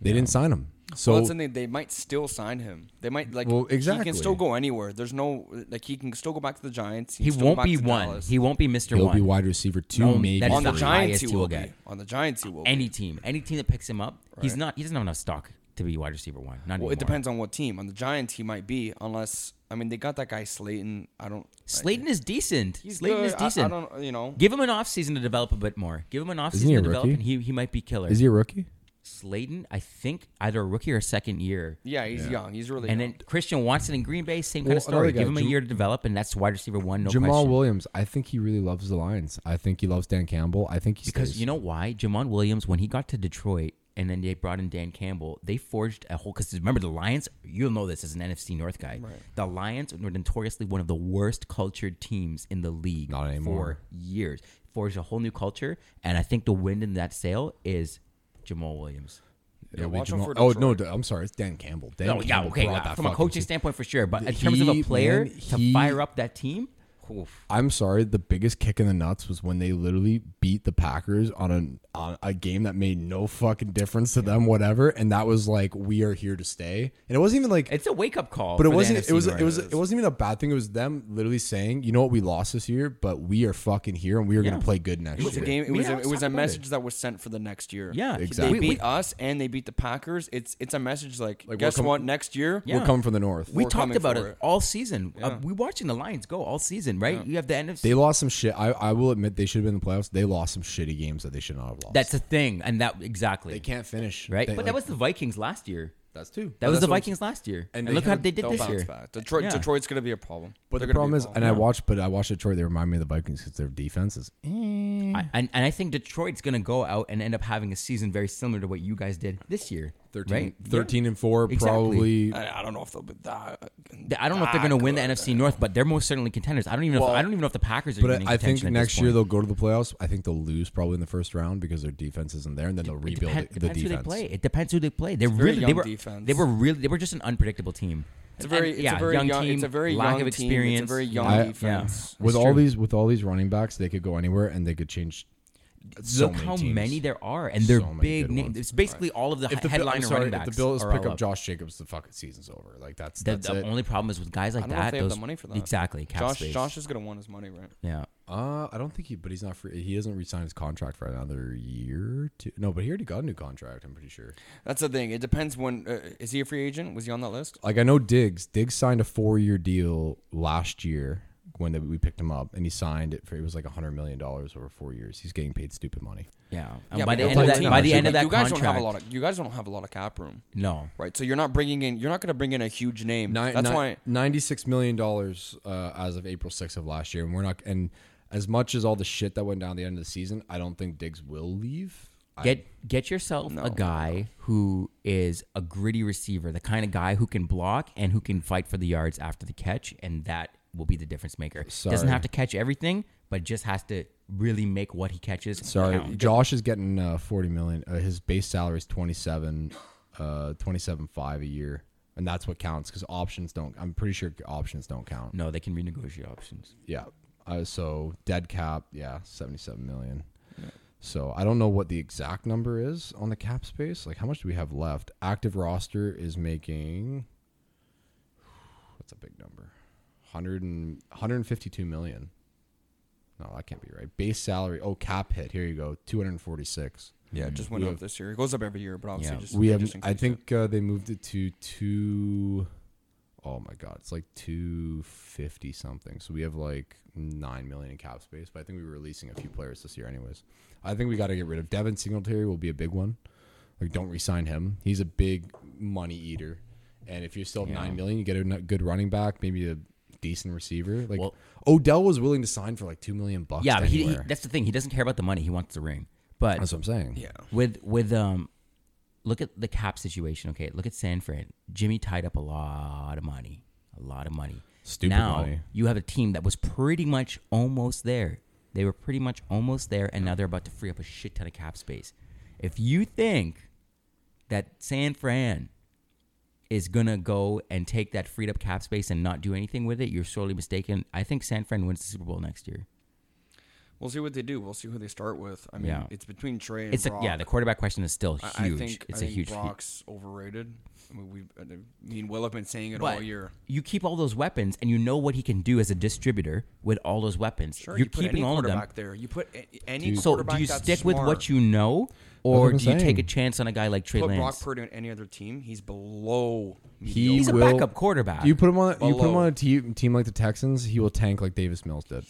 Speaker 3: They didn't sign him. So
Speaker 2: well, that's the thing. They might still sign him. They might like.
Speaker 3: Well,
Speaker 2: He
Speaker 3: exactly.
Speaker 2: can still go anywhere. There's no like he can still go back to the Giants.
Speaker 1: he
Speaker 2: can still go
Speaker 1: won't
Speaker 2: back
Speaker 1: be
Speaker 2: to
Speaker 1: one.
Speaker 2: Dallas.
Speaker 1: He won't be Mister
Speaker 3: he'll
Speaker 1: One.
Speaker 3: be wide receiver two,
Speaker 1: No,
Speaker 3: maybe.
Speaker 1: that is
Speaker 2: on the
Speaker 1: the
Speaker 3: three.
Speaker 2: Giants
Speaker 1: highest
Speaker 2: he
Speaker 1: he
Speaker 2: will
Speaker 1: will
Speaker 2: be.
Speaker 1: get.
Speaker 2: On the Giants he will. be.
Speaker 1: Any team, any team that picks him up, he's not. He doesn't have enough stock to be wide receiver one. Not
Speaker 2: Well,
Speaker 1: anymore.
Speaker 2: it depends on what team. On the Giants he might be, unless I mean they got that guy Slayton. I don't.
Speaker 1: Slayton is decent.
Speaker 2: He's
Speaker 1: Slayton
Speaker 2: good.
Speaker 1: is
Speaker 2: I-
Speaker 1: decent.
Speaker 2: I, don't. You know.
Speaker 1: Give him an offseason to develop a bit more. Give him an offseason
Speaker 3: he a
Speaker 1: to develop,
Speaker 3: rookie?
Speaker 1: and he, he might be killer.
Speaker 3: Is he a rookie?
Speaker 1: Slayton, I think, either a rookie or second year.
Speaker 2: Yeah, he's young. He's really.
Speaker 1: And
Speaker 2: young.
Speaker 1: then Christian Watson in Green Bay, same
Speaker 3: Well,
Speaker 1: kind of story.
Speaker 3: another guy,
Speaker 1: Give him a
Speaker 3: Jam-
Speaker 1: year to develop, and that's wide receiver one. No
Speaker 3: Jamal
Speaker 1: question.
Speaker 3: Williams. I think he really loves the Lions. I think he loves Dan Campbell. I think he
Speaker 1: because
Speaker 3: stays.
Speaker 1: you know why? Jamal Williams, when he got to Detroit, and then they brought in Dan Campbell, they forged a whole. Because remember the Lions, you'll know this as an NFC North guy. The Lions were notoriously one of the worst cultured teams in the league
Speaker 3: Not anymore.
Speaker 1: for years. Forged a whole new culture, and I think the wind in that sail is Jamal Williams.
Speaker 3: It'll be
Speaker 2: watch out
Speaker 3: Jamal-
Speaker 2: for
Speaker 3: oh no,
Speaker 2: Detroit.
Speaker 3: d- I'm sorry, it's Dan Campbell. Dan
Speaker 1: No, yeah,
Speaker 3: Campbell
Speaker 1: okay.
Speaker 3: brought
Speaker 1: yeah,
Speaker 3: that
Speaker 1: from a
Speaker 3: fucking
Speaker 1: coaching
Speaker 3: team.
Speaker 1: standpoint, for sure. But in terms of a
Speaker 3: He,
Speaker 1: player
Speaker 3: man,
Speaker 1: to
Speaker 3: he-
Speaker 1: fire up that team, oof.
Speaker 3: I'm sorry, the biggest kick in the nuts was when they literally beat the Packers on an on a game that made no fucking difference to them, whatever. And that was like, we are here to stay. And it wasn't even like,
Speaker 1: it's a wake up call.
Speaker 3: but
Speaker 1: for
Speaker 3: it
Speaker 1: the
Speaker 3: wasn't. It
Speaker 1: NFC
Speaker 3: was.
Speaker 1: North.
Speaker 3: It was. It wasn't even a bad thing. It was them literally saying, you know what, we lost this year, but we are fucking here and we are gonna
Speaker 1: Yeah.
Speaker 3: play good next
Speaker 2: It was a
Speaker 3: year.
Speaker 2: game. It
Speaker 1: We
Speaker 2: was a,
Speaker 1: have
Speaker 2: it was a
Speaker 1: talked about
Speaker 2: message that was sent for the next year.
Speaker 1: Yeah,
Speaker 3: Exactly.
Speaker 2: They
Speaker 1: We,
Speaker 2: beat
Speaker 1: we,
Speaker 2: us and they beat the Packers. It's it's a message like,
Speaker 3: Like,
Speaker 2: guess
Speaker 3: we're com-
Speaker 2: what? Next year,
Speaker 1: Yeah.
Speaker 3: We're coming from the north.
Speaker 1: we
Speaker 2: We're
Speaker 1: talked
Speaker 2: coming
Speaker 1: about
Speaker 2: for
Speaker 1: it
Speaker 2: it.
Speaker 1: all season. Uh, we watching the Lions go all season, right? You have the NFC.
Speaker 3: They lost some shit. I, I will admit they should have been in the playoffs. They lost some shitty games that they should not have lost.
Speaker 1: That's the thing, and that exactly
Speaker 3: they can't finish.
Speaker 1: right.
Speaker 3: They-
Speaker 1: but that
Speaker 3: like,
Speaker 1: was the Vikings last year.
Speaker 3: that's two.
Speaker 1: That was the Vikings last year, and,
Speaker 3: and they
Speaker 1: look how
Speaker 3: had-
Speaker 1: they did
Speaker 2: they'll
Speaker 1: this
Speaker 2: bounce
Speaker 1: year.
Speaker 2: back. Detroit,
Speaker 1: Yeah.
Speaker 2: Detroit's gonna be a problem.
Speaker 3: But
Speaker 2: They're
Speaker 3: the
Speaker 2: gonna be
Speaker 3: problem
Speaker 2: a
Speaker 3: is, and I watched, but I watched Detroit. They remind me of the Vikings because their defense is. eh.
Speaker 1: I, and, and I think Detroit's going to go out and end up having a season very similar to what you guys did this year.
Speaker 3: 13,
Speaker 1: right?
Speaker 3: 13 and four,
Speaker 1: Exactly.
Speaker 3: probably.
Speaker 2: I, I don't know if they'll be that.
Speaker 1: Th- I don't know if they're
Speaker 2: that
Speaker 1: going to win the
Speaker 2: good.
Speaker 1: NFC North, but they're most certainly contenders. I don't even know. if, I don't even know if the Packers are. even
Speaker 3: But
Speaker 1: in
Speaker 3: I think
Speaker 1: contention at this
Speaker 3: next year
Speaker 1: point.
Speaker 3: they'll go to the playoffs. I think they'll lose probably in the first round because their defense isn't there, and then they'll
Speaker 1: It
Speaker 3: rebuild
Speaker 1: depend-
Speaker 3: the
Speaker 1: depends
Speaker 3: defense.
Speaker 1: who they play. It depends who they play. They
Speaker 2: very
Speaker 1: really they
Speaker 2: young
Speaker 1: were
Speaker 2: defense.
Speaker 1: they were really they were just an unpredictable team.
Speaker 2: It's a very,
Speaker 1: And-
Speaker 2: it's
Speaker 1: yeah,
Speaker 2: a very young,
Speaker 1: young, team.
Speaker 2: It's a very
Speaker 1: lack
Speaker 2: young
Speaker 1: of
Speaker 2: team,
Speaker 1: experience.
Speaker 2: It's a very young
Speaker 3: I- yeah.
Speaker 2: defense.
Speaker 3: With
Speaker 1: It's
Speaker 3: all
Speaker 1: true.
Speaker 3: these, with all these running backs, they could go anywhere, and they could change. so
Speaker 1: Look how
Speaker 3: teams.
Speaker 1: many there are, and they're
Speaker 3: So many
Speaker 1: big
Speaker 3: good
Speaker 1: names.
Speaker 3: ones.
Speaker 1: It's basically all of the,
Speaker 3: If the
Speaker 1: headline
Speaker 3: I'm sorry,
Speaker 1: running backs.
Speaker 3: if the Bills
Speaker 1: are all
Speaker 3: pick up
Speaker 1: up.
Speaker 3: Josh Jacobs, the fucking season's over. Like that's
Speaker 1: The,
Speaker 3: that's
Speaker 1: the
Speaker 3: it.
Speaker 1: only problem is with guys like
Speaker 2: I don't know
Speaker 1: that.
Speaker 2: if they have
Speaker 1: those,
Speaker 2: the money for that.
Speaker 1: Exactly. Cap
Speaker 2: Josh,
Speaker 1: space.
Speaker 2: Josh is gonna want his money, right?
Speaker 1: Yeah.
Speaker 3: Uh, I don't think he, but he's not free. He doesn't resign his contract for another year. To, no, but he already got a new contract. I'm pretty sure.
Speaker 2: That's the thing. It depends when. Uh, is he a free agent? Was he on that list?
Speaker 3: Like I know Diggs. Diggs signed a four year deal last year when we picked him up, and he signed it for it was like a hundred million dollars over four years. He's getting paid stupid money.
Speaker 1: Yeah. And Um, by
Speaker 2: Yeah, but
Speaker 1: the
Speaker 2: they'll
Speaker 1: end of
Speaker 2: play
Speaker 1: that,
Speaker 2: teams.
Speaker 1: by the
Speaker 2: Like,
Speaker 1: end of that
Speaker 2: you guys
Speaker 1: contract,
Speaker 2: don't have a lot of. You guys don't have a lot of cap room,
Speaker 1: no.
Speaker 2: right? So you're not bringing in. You're not gonna bring in a huge name.
Speaker 3: Nine,
Speaker 2: That's
Speaker 3: nine-
Speaker 2: why.
Speaker 3: ninety-six million dollars uh, as of April sixth of last year, and we're not. And as much as all the shit that went down at the end of the season, I don't think Diggs will leave. I-
Speaker 1: Get get yourself a guy who is a gritty receiver, the kind of guy who can block and who can fight for the yards after the catch, and that will be the difference maker. Doesn't
Speaker 3: Sorry.
Speaker 1: have to catch everything, but just has to really make what he catches.
Speaker 3: Sorry,
Speaker 1: count.
Speaker 3: Josh is getting uh, forty million. Uh, his base salary is twenty seven, uh, twenty seven five a year, and that's what counts because options don't. I'm pretty sure options don't count.
Speaker 1: No, they can renegotiate options.
Speaker 3: Yeah. Uh, so dead cap, yeah, seventy seven million. So I don't know what the exact number is on the cap space. Like, how much do we have left? Active roster is making. That's a big number. 100 and, 152 million. No, that can't be right. Base salary. Oh, cap hit. Here you go. Two hundred forty-six.
Speaker 2: Yeah, it just went
Speaker 3: We
Speaker 2: up
Speaker 3: have-
Speaker 2: this year. It goes up every year, but obviously
Speaker 1: Yeah.
Speaker 2: just
Speaker 3: we
Speaker 2: they
Speaker 3: have.
Speaker 2: just
Speaker 3: I
Speaker 2: increased
Speaker 3: think uh, they moved it to two oh my god, it's like two fifty something. So we have like nine million in cap space. But I think we were releasing a few players this year, anyways. I think we got to get rid of Devin Singletary. Will be a big one. Like, don't re-sign him. He's a big money eater. And if you still have nine million, you get a n- good running back, maybe a decent receiver. Like
Speaker 1: Well-
Speaker 3: Odell was willing to sign for like two million bucks.
Speaker 1: Yeah, but he, he
Speaker 3: anywhere.
Speaker 1: that's the thing. He doesn't care about the money. He wants the ring. But
Speaker 3: that's what I'm saying.
Speaker 2: it. Yeah.
Speaker 1: with with um look at the cap situation okay look at sanford jimmy tied up a lot of money a lot of money
Speaker 3: Stupid
Speaker 1: now
Speaker 3: money.
Speaker 1: you have a team that was pretty much almost there they were pretty much almost there and now they're about to free up a shit ton of cap space if you think that san fran is gonna go and take that freed up cap space and not do anything with it you're sorely mistaken i think san fran wins the super bowl next year
Speaker 2: We'll see what they do. We'll see who they start with. I mean,
Speaker 1: Yeah.
Speaker 2: it's between Trey and
Speaker 1: it's a,
Speaker 2: Brock.
Speaker 1: yeah the quarterback question is still
Speaker 2: I-
Speaker 1: huge
Speaker 2: I think,
Speaker 1: it's
Speaker 2: I
Speaker 1: a
Speaker 2: think
Speaker 1: huge
Speaker 2: Brock's overrated. I mean, we, I mean, Will have been saying it all
Speaker 1: But
Speaker 2: year.
Speaker 1: You keep all those weapons, and you know what he can do as a distributor with all those weapons.
Speaker 2: Sure,
Speaker 1: You're
Speaker 2: you put
Speaker 1: keeping
Speaker 2: any
Speaker 1: all of them.
Speaker 2: quarterback there. You put a- any
Speaker 1: So
Speaker 2: quarterback
Speaker 1: do you
Speaker 2: that's
Speaker 1: stick with
Speaker 2: smart.
Speaker 1: what you know, or
Speaker 3: I'm
Speaker 1: do you take
Speaker 3: saying.
Speaker 1: a chance on a guy like Trey
Speaker 2: put Brock
Speaker 1: Lance?
Speaker 2: Purdy on any other team? He's below.
Speaker 3: He
Speaker 1: He's a
Speaker 3: will-
Speaker 1: backup quarterback.
Speaker 3: You put him on. You put him
Speaker 2: Below.
Speaker 3: on a team, team like the Texans. He will tank like Davis Mills did.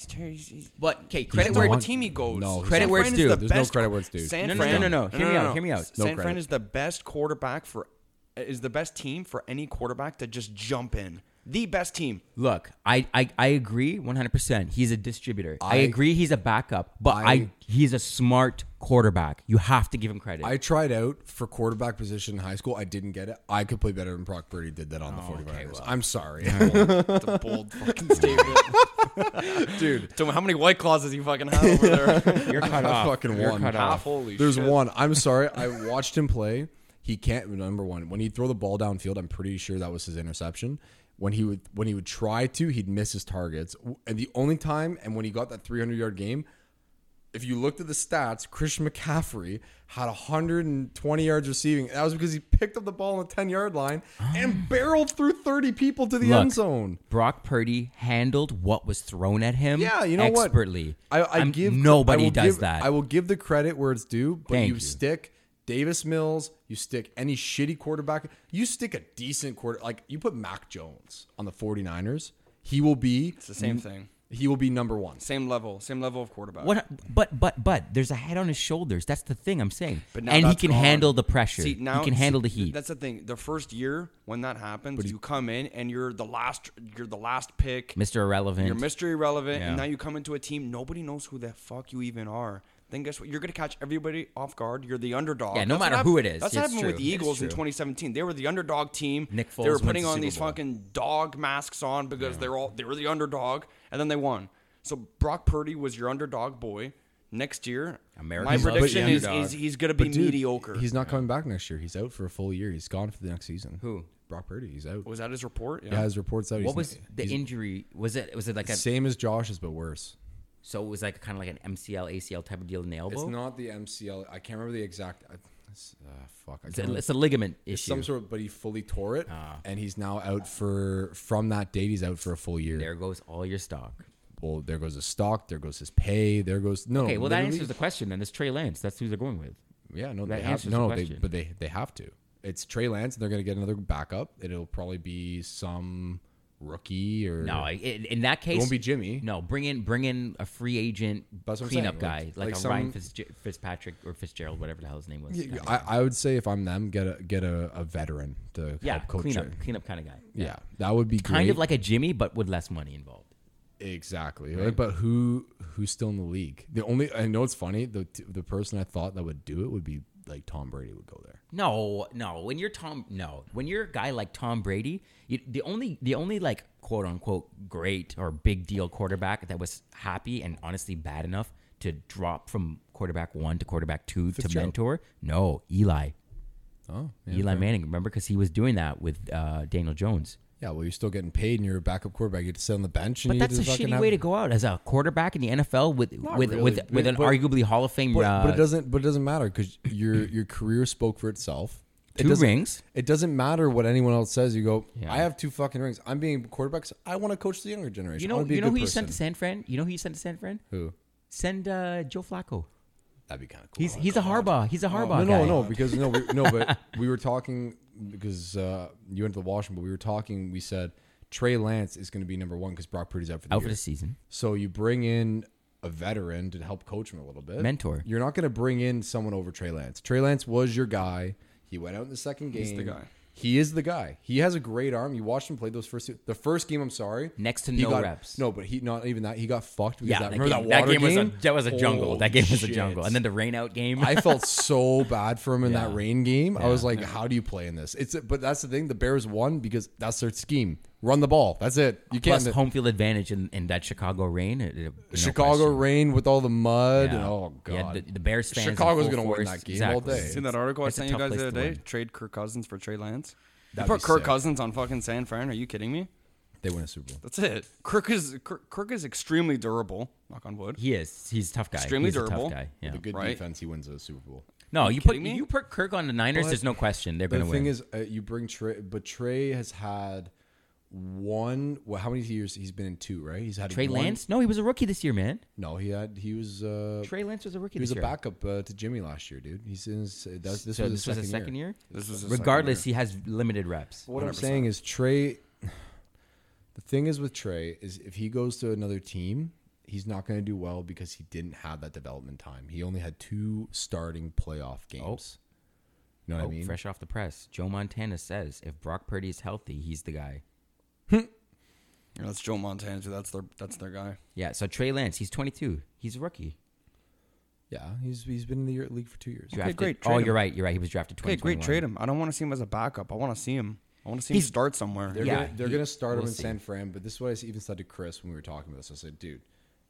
Speaker 1: but okay,
Speaker 3: He's
Speaker 1: credit
Speaker 3: the
Speaker 1: where
Speaker 3: one-
Speaker 2: what team he goes.
Speaker 3: No, he's
Speaker 1: Credit
Speaker 2: San
Speaker 1: where it's
Speaker 2: Fran is
Speaker 1: due.
Speaker 2: the
Speaker 3: There's no
Speaker 2: best-
Speaker 3: credit where it's due.
Speaker 2: San
Speaker 1: No, no,
Speaker 2: Fran-
Speaker 1: no, no, no. Hear me out, hear me out.
Speaker 3: No
Speaker 2: San Fran
Speaker 3: credit.
Speaker 2: is the best quarterback for is the best team for any quarterback to just jump in. The best team.
Speaker 1: look, I, I I agree 100%. He's a distributor. I,
Speaker 3: I-
Speaker 1: agree he's a backup, but I,
Speaker 3: I-
Speaker 1: he's a smart quarterback. You have to give him credit.
Speaker 3: I tried out for quarterback position in high school. I didn't get it. I could play better than Brock Purdy did that on
Speaker 1: Oh,
Speaker 3: the 49ers. I'm sorry.
Speaker 2: It's a bold fucking statement, dude. So how many white claws does he fucking have over there?
Speaker 1: You're cut
Speaker 3: I fucking
Speaker 1: You're
Speaker 3: won.
Speaker 1: cut
Speaker 2: Ah,
Speaker 1: off.
Speaker 2: holy
Speaker 3: There's
Speaker 2: shit.
Speaker 3: one. I'm sorry. I watched him play. He can't number one. When he'd throw the ball downfield, I'm pretty sure that was his interception. When he would when he would try to, he'd miss his targets. And the only time and when he got that 300 yard game, if you looked at the stats, Christian McCaffrey had 120 yards receiving. That was because he picked up the ball on the 10 yard line and barreled through 30 people to the
Speaker 1: Look,
Speaker 3: end zone.
Speaker 1: Brock Purdy handled what was thrown at him.
Speaker 3: Yeah, you know what?
Speaker 1: expertly.
Speaker 3: I, I
Speaker 1: I'm-
Speaker 3: give
Speaker 1: nobody
Speaker 3: I will
Speaker 1: does
Speaker 3: give-
Speaker 1: that.
Speaker 3: I will give the credit where it's due, but
Speaker 1: Thank
Speaker 3: you,
Speaker 1: you.
Speaker 3: stick Davis Mills, you stick any shitty quarterback, you stick a decent quarter like you put Mac Jones on the 49ers, he will be
Speaker 2: It's the same thing.
Speaker 3: He will be number one.
Speaker 2: Same level. Same level of quarterback.
Speaker 1: What? But but but there's a head on his shoulders. That's the thing I'm saying.
Speaker 2: But now
Speaker 1: and he
Speaker 2: that's
Speaker 1: can
Speaker 2: gone.
Speaker 1: handle the pressure.
Speaker 2: See, now
Speaker 1: he can handle the
Speaker 2: see,
Speaker 1: heat.
Speaker 2: That's the thing. The first year when that happens, you come in and you're the last. You're the last pick.
Speaker 1: Mr. Irrelevant.
Speaker 2: You're mystery relevant,
Speaker 1: Yeah.
Speaker 2: and now you come into a team nobody knows who the fuck you even are. Then guess what? You're gonna catch everybody off guard. You're the underdog.
Speaker 1: Yeah, no
Speaker 2: That's what
Speaker 1: matter
Speaker 2: hap-
Speaker 1: who it is.
Speaker 2: That's
Speaker 1: It's
Speaker 2: what happened with
Speaker 1: true.
Speaker 2: the
Speaker 1: It's
Speaker 2: Eagles in
Speaker 1: true.
Speaker 2: 2017. They were the underdog team.
Speaker 1: Nick
Speaker 2: They were
Speaker 1: Foles went
Speaker 2: putting
Speaker 1: to
Speaker 2: on
Speaker 1: Super
Speaker 2: these
Speaker 1: Bowl.
Speaker 2: fucking dog masks on because they're all they were the underdog, and then they won. So Brock Purdy was your underdog boy. Next year,
Speaker 1: America
Speaker 2: my
Speaker 1: loves the
Speaker 2: prediction is,
Speaker 1: underdog.
Speaker 2: is he's gonna be
Speaker 3: Dude,
Speaker 2: mediocre.
Speaker 3: He's not coming back next year. He's out for a full year. He's gone for the next season.
Speaker 1: Who?
Speaker 3: Brock Purdy. He's out.
Speaker 2: Was that his report?
Speaker 3: yeah, his reports out.
Speaker 1: what
Speaker 3: He's-
Speaker 1: was the
Speaker 3: he's
Speaker 1: injury? Was it was it like a
Speaker 3: same as Josh's, but worse.
Speaker 1: so it was like kind of like an MCL ACL type of deal in the elbow?
Speaker 3: It's not the MCL. I can't remember the exact. I, it's- ah, fuck. I
Speaker 1: It's
Speaker 3: can't
Speaker 1: a, it's a ligament
Speaker 3: It's
Speaker 1: issue. Ah.
Speaker 3: some sort of, but he fully tore it, and he's now out for from that date. He's out for a full year.
Speaker 1: there goes all your stock.
Speaker 3: Well, there goes his stock. There goes his pay. There goes no.
Speaker 1: Okay, well that
Speaker 3: literally-
Speaker 1: answers the question. Then it's Trey Lance. That's who they're going with.
Speaker 3: Yeah, no,
Speaker 1: that
Speaker 3: they have
Speaker 1: answers
Speaker 3: no,
Speaker 1: the
Speaker 3: they,
Speaker 1: question.
Speaker 3: but they they have to. It's Trey Lance, and they're gonna get another backup. It'll probably be some rookie or
Speaker 1: No, I- in, in that case,
Speaker 3: It won't be Jimmy.
Speaker 1: No, bring in bring in a free agent
Speaker 3: That's what I'm
Speaker 1: cleanup
Speaker 3: saying,
Speaker 1: guy
Speaker 3: like-
Speaker 1: like,
Speaker 3: like
Speaker 1: a
Speaker 3: some-
Speaker 1: Ryan Fitzg- Fitzpatrick or Fitzgerald, whatever the hell his name was.
Speaker 3: Yeah, I, I would say if I'm them, get a get a, a veteran to
Speaker 1: yeah,
Speaker 3: help coach
Speaker 1: cleanup
Speaker 3: it.
Speaker 1: cleanup kind of guy.
Speaker 3: Yeah, that would be
Speaker 1: kind
Speaker 3: great.
Speaker 1: of like a Jimmy, but with less money involved.
Speaker 3: Exactly. Right? But who who's still in the league? The only I know it's funny. The the person I thought that would do it would be like Tom Brady would go there.
Speaker 1: No, no. When you're Tom, no. When you're a guy like Tom Brady, you, the only the only like quote unquote great or big deal quarterback that was happy and honestly bad enough to drop from quarterback one to quarterback two to
Speaker 3: Fitzgerald.
Speaker 1: mentor. No, Eli,
Speaker 3: Oh, yeah.
Speaker 1: Eli Manning. Remember, because he was doing that with uh, Daniel Jones.
Speaker 3: Yeah, well, you're still getting paid, and you're a backup quarterback. You get to sit on the bench, and
Speaker 1: But
Speaker 3: you
Speaker 1: that's a
Speaker 3: just fucking
Speaker 1: shitty
Speaker 3: have-
Speaker 1: way to go out as a quarterback in the NFL with with
Speaker 3: really.
Speaker 1: with with an
Speaker 3: But-
Speaker 1: arguably Hall of Fame.
Speaker 3: But,
Speaker 1: uh,
Speaker 3: but it doesn't. But it doesn't matter because your your career spoke for itself. It
Speaker 1: Two
Speaker 3: doesn't-
Speaker 1: rings.
Speaker 3: It doesn't matter what anyone else says. You go,
Speaker 1: Yeah.
Speaker 3: I have two fucking rings. I'm being quarterbacks. I want to coach the younger generation.
Speaker 1: You
Speaker 3: I
Speaker 1: know,
Speaker 3: wanna be a
Speaker 1: you know
Speaker 3: good
Speaker 1: who you sent to
Speaker 3: person."
Speaker 1: San Fran. You know who you sent to San Fran.
Speaker 3: Who?
Speaker 1: Send uh, Joe Flacco.
Speaker 3: That'd be kind of cool.
Speaker 1: He's he's a Harbaugh. He's a Harbaugh
Speaker 3: Oh, no,
Speaker 1: guy.
Speaker 3: no, no, because no, we, no, but we were talking because uh, you went to the Washington, but we were talking. We said Trey Lance is going to be number one because Brock Purdy's out for the
Speaker 1: Out
Speaker 3: year.
Speaker 1: for the season.
Speaker 3: so you bring in a veteran to help coach him a little bit,
Speaker 1: Mentor.
Speaker 3: You're not going to bring in someone over Trey Lance. Trey Lance was your guy. He went out in the second game.
Speaker 2: He's the guy.
Speaker 3: He is the guy. He has a great arm. You watched him play those first two. The first game, I'm sorry.
Speaker 1: Next to
Speaker 3: he
Speaker 1: no
Speaker 3: got-
Speaker 1: reps.
Speaker 3: No, but he not even that. He got fucked. Because
Speaker 1: Yeah,
Speaker 3: that,
Speaker 1: that,
Speaker 3: remember
Speaker 1: game,
Speaker 3: that
Speaker 1: that
Speaker 3: water
Speaker 1: game, was a that was a jungle.
Speaker 3: Holy
Speaker 1: that game was a
Speaker 3: shit.
Speaker 1: jungle, and then the rain out game.
Speaker 3: I felt so bad for him in that
Speaker 1: Yeah.
Speaker 3: rain game. I was like, how do you play in this? It's but that's the thing. The Bears won because that's their scheme. Run the ball. That's it. You can't.
Speaker 1: Plus home field advantage in, in that Chicago rain. it- it- no
Speaker 3: Chicago
Speaker 1: question.
Speaker 3: rain with all the mud.
Speaker 1: Yeah.
Speaker 3: And, oh god.
Speaker 1: Yeah, the, the Bears fans. in
Speaker 3: Chicago's
Speaker 1: full
Speaker 3: gonna win
Speaker 1: force.
Speaker 3: that game all day.
Speaker 2: Seen that article
Speaker 1: It's a
Speaker 2: I sent you
Speaker 1: tough
Speaker 2: guys
Speaker 1: place
Speaker 2: the other
Speaker 1: to
Speaker 2: day?
Speaker 1: win.
Speaker 2: Trade Kirk Cousins for Trey Lance.
Speaker 3: That'd
Speaker 2: you
Speaker 3: be
Speaker 2: put Kirk
Speaker 3: sick.
Speaker 2: Cousins on fucking San Fran? Are you kidding me?
Speaker 3: They win a Super Bowl.
Speaker 2: That's it. Kirk is Kirk, Kirk is extremely durable. Knock on wood.
Speaker 1: He is. He's a tough guy.
Speaker 2: Extremely
Speaker 1: He's a tough
Speaker 2: durable.
Speaker 1: guy, Yeah.
Speaker 3: The good
Speaker 2: Right.
Speaker 3: defense. He wins a Super Bowl.
Speaker 1: No, you put
Speaker 2: kidding me?
Speaker 1: you put Kirk on the Niners.
Speaker 3: But
Speaker 1: There's no question they're
Speaker 3: The
Speaker 1: going to
Speaker 3: thing
Speaker 1: win.
Speaker 3: is, uh, you bring Trey, but Trey has had one. Well, how many years he's been in two? Right. He's had
Speaker 1: Trey
Speaker 3: one-
Speaker 1: Lance? No, he was a rookie this year, man.
Speaker 3: No, he had. He was. Uh,
Speaker 1: Trey Lance was a rookie.
Speaker 3: he was
Speaker 1: this
Speaker 3: a
Speaker 1: year.
Speaker 3: backup uh, to Jimmy last year, dude. He's in his, uh, that's, this
Speaker 1: so
Speaker 3: was
Speaker 1: this
Speaker 3: his
Speaker 1: was his
Speaker 3: second
Speaker 1: second
Speaker 3: year.
Speaker 1: year.
Speaker 2: This was his second
Speaker 1: Regardless,
Speaker 2: year.
Speaker 1: he has limited reps.
Speaker 3: What I'm saying is Trey. The thing is with Trey is if he goes to another team, he's not going to do well because he didn't have that development time. He only had two starting playoff games. You know what I
Speaker 1: Oh,
Speaker 3: mean?
Speaker 1: fresh off the press, Joe Montana says if Brock Purdy is healthy, he's the guy.
Speaker 2: Yeah, that's Joe Montana. too. That's their that's their guy.
Speaker 1: Yeah. So Trey Lance, he's 22. He's a rookie.
Speaker 3: Yeah, he's he's been in the year- league for two years.
Speaker 1: Drafted.
Speaker 2: great,
Speaker 1: oh,
Speaker 2: trade him.
Speaker 1: you're right. You're right. He was drafted.
Speaker 2: Okay,
Speaker 1: 2021.
Speaker 2: great. Trade him. I don't want to see him as a backup. I want to see him. I want to see him
Speaker 1: He's-
Speaker 2: start somewhere.
Speaker 3: They're
Speaker 1: Yeah,
Speaker 3: gonna, they're
Speaker 1: he-
Speaker 3: gonna start him
Speaker 1: we'll
Speaker 3: in
Speaker 1: see.
Speaker 3: San Fran. But this is what I even said to Chris when we were talking about this. I said, dude,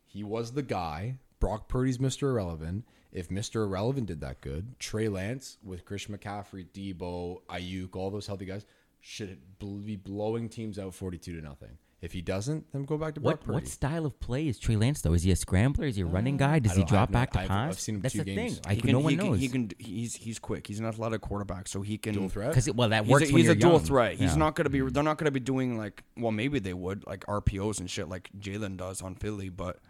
Speaker 3: he was the guy. Brock Purdy's Mr. Irrelevant. If Mr. Irrelevant did that good, Trey Lance with Christian McCaffrey, Debo, Ayuk, all those healthy guys should bl- be blowing teams out forty-two to nothing. If he doesn't, then go back to Brock
Speaker 1: What
Speaker 3: Purdy.
Speaker 1: what style of play is Trey Lance though? Is he a scrambler?
Speaker 2: Uh,
Speaker 1: Is he a running guy? Does
Speaker 3: I
Speaker 1: he
Speaker 3: don't- I
Speaker 1: drop
Speaker 3: have no-
Speaker 1: back to
Speaker 3: I've-
Speaker 1: pass?
Speaker 3: I've seen him
Speaker 1: That's
Speaker 3: two
Speaker 1: the thing.
Speaker 3: games. He
Speaker 1: I,
Speaker 2: He can,
Speaker 1: no one
Speaker 2: he
Speaker 1: knows.
Speaker 2: Can, he can. He's he's quick. He's an athletic quarterback, so he can
Speaker 3: Dual threat.
Speaker 1: 'Cause it- well, that
Speaker 2: He's
Speaker 1: works
Speaker 2: a,
Speaker 1: when
Speaker 2: he's
Speaker 1: you're
Speaker 2: a dual
Speaker 1: young.
Speaker 2: threat. He's
Speaker 1: Yeah. Mm-hmm.
Speaker 2: not gonna be. They're not gonna be doing like. Well, maybe they would like RPOs and shit like Jalen does on Philly, but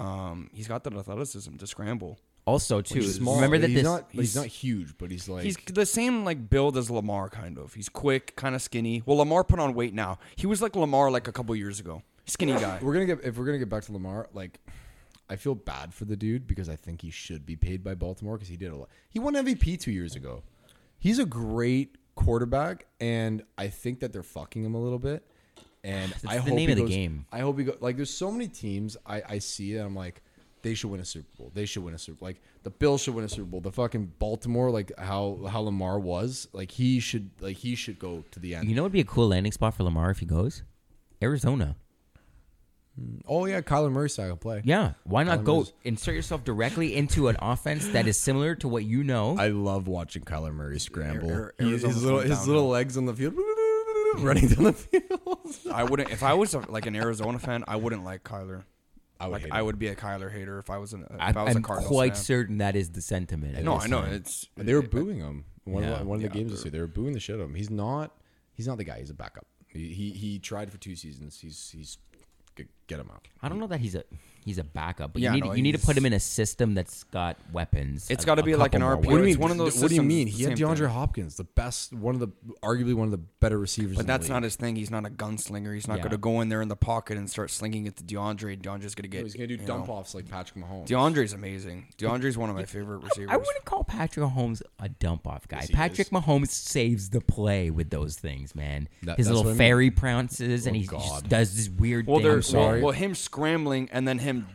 Speaker 2: um, he's got that athleticism to scramble.
Speaker 1: Also, too,
Speaker 3: He's small.
Speaker 1: remember that
Speaker 3: he's
Speaker 1: this
Speaker 3: not he's, not huge, but he's like
Speaker 2: He's the same like build as Lamar, kind of. He's quick, kind of skinny. Well, Lamar put on weight now. He was like Lamar like a couple years ago. Skinny guy.
Speaker 3: we're gonna get if we're gonna get back to Lamar, like I feel bad for the dude because I think he should be paid by Baltimore because he did a lot. He won MVP two years ago. He's a great quarterback, and I think that they're fucking him a little bit. And I
Speaker 1: the
Speaker 3: hope
Speaker 1: name
Speaker 3: he
Speaker 1: of the
Speaker 3: goes-
Speaker 1: game.
Speaker 3: I hope he go like. There's so many teams I I see and I'm like. They should win a Super Bowl. They should win a Super Bowl. Like the Bills should win a Super Bowl. The fucking Baltimore, like how how Lamar was, like he should like he should go to the end.
Speaker 1: You know, it'd be a cool landing spot for Lamar if he goes Arizona.
Speaker 3: Oh yeah, Kyler Murray style play.
Speaker 1: Yeah, why not
Speaker 3: Kyler
Speaker 1: go
Speaker 3: Murray's-
Speaker 1: insert yourself directly into an offense that is similar to what you know?
Speaker 3: I love watching Kyler Murray scramble.
Speaker 2: Ar-
Speaker 3: He-
Speaker 2: Arizona's
Speaker 3: his little
Speaker 2: going
Speaker 3: his little legs on the field, running down the field.
Speaker 2: I wouldn't. If I was a, like an Arizona fan, I wouldn't like Kyler.
Speaker 3: I would
Speaker 2: like
Speaker 3: hate
Speaker 2: I
Speaker 3: him.
Speaker 2: would be a Kyler hater if I was an. If I,
Speaker 1: I,
Speaker 2: was a
Speaker 1: am
Speaker 2: Cardinals
Speaker 1: quite
Speaker 2: fan.
Speaker 1: certain that is the sentiment. at
Speaker 2: No,
Speaker 1: this
Speaker 2: I know
Speaker 1: time.
Speaker 2: it's.
Speaker 3: They were booing him. One
Speaker 1: Yeah.
Speaker 3: of, one of the
Speaker 2: Yeah,
Speaker 3: games this year, they were booing the shit out of him. He's not he's not the guy. He's a backup. He he, he tried for two seasons. He's he's g- get him out.
Speaker 1: I don't know that he's a he's a backup, but you
Speaker 2: Yeah,
Speaker 1: need
Speaker 2: no,
Speaker 1: you need to
Speaker 2: he's-
Speaker 1: put him in a system that's got weapons.
Speaker 2: It's
Speaker 1: a-
Speaker 2: gotta
Speaker 1: a
Speaker 2: be like
Speaker 1: couple
Speaker 2: an
Speaker 1: more
Speaker 2: RPO.
Speaker 1: weapons.
Speaker 2: do you mean? one of those
Speaker 3: What do you
Speaker 2: systeons,
Speaker 3: mean?
Speaker 2: it's
Speaker 3: He
Speaker 2: the
Speaker 3: had
Speaker 2: same
Speaker 3: DeAndre
Speaker 2: thing.
Speaker 3: Hopkins, the best, one of the arguably one of the better receivers.
Speaker 2: But that's not his thing. He's not a gunslinger. He's not
Speaker 1: Yeah.
Speaker 2: going to go in there in the pocket and start slinging it to DeAndre. DeAndre's going to get.
Speaker 3: He's gonna do
Speaker 2: you
Speaker 3: dump
Speaker 2: know.
Speaker 3: offs like Patrick Mahomes.
Speaker 2: DeAndre's amazing. DeAndre's one of my favorite receivers.
Speaker 1: I wouldn't call Patrick Mahomes a dump off guy.
Speaker 3: he
Speaker 1: Patrick
Speaker 3: is.
Speaker 1: Mahomes saves the play with those things, man.
Speaker 3: That-
Speaker 1: His
Speaker 3: that's what
Speaker 1: little
Speaker 3: I mean.
Speaker 1: fairy prances and
Speaker 3: Oh,
Speaker 1: he just
Speaker 3: God.
Speaker 1: does this weird
Speaker 2: well,
Speaker 1: thing.
Speaker 2: they're,
Speaker 3: I'm sorry.
Speaker 2: well, well, him scrambling and then him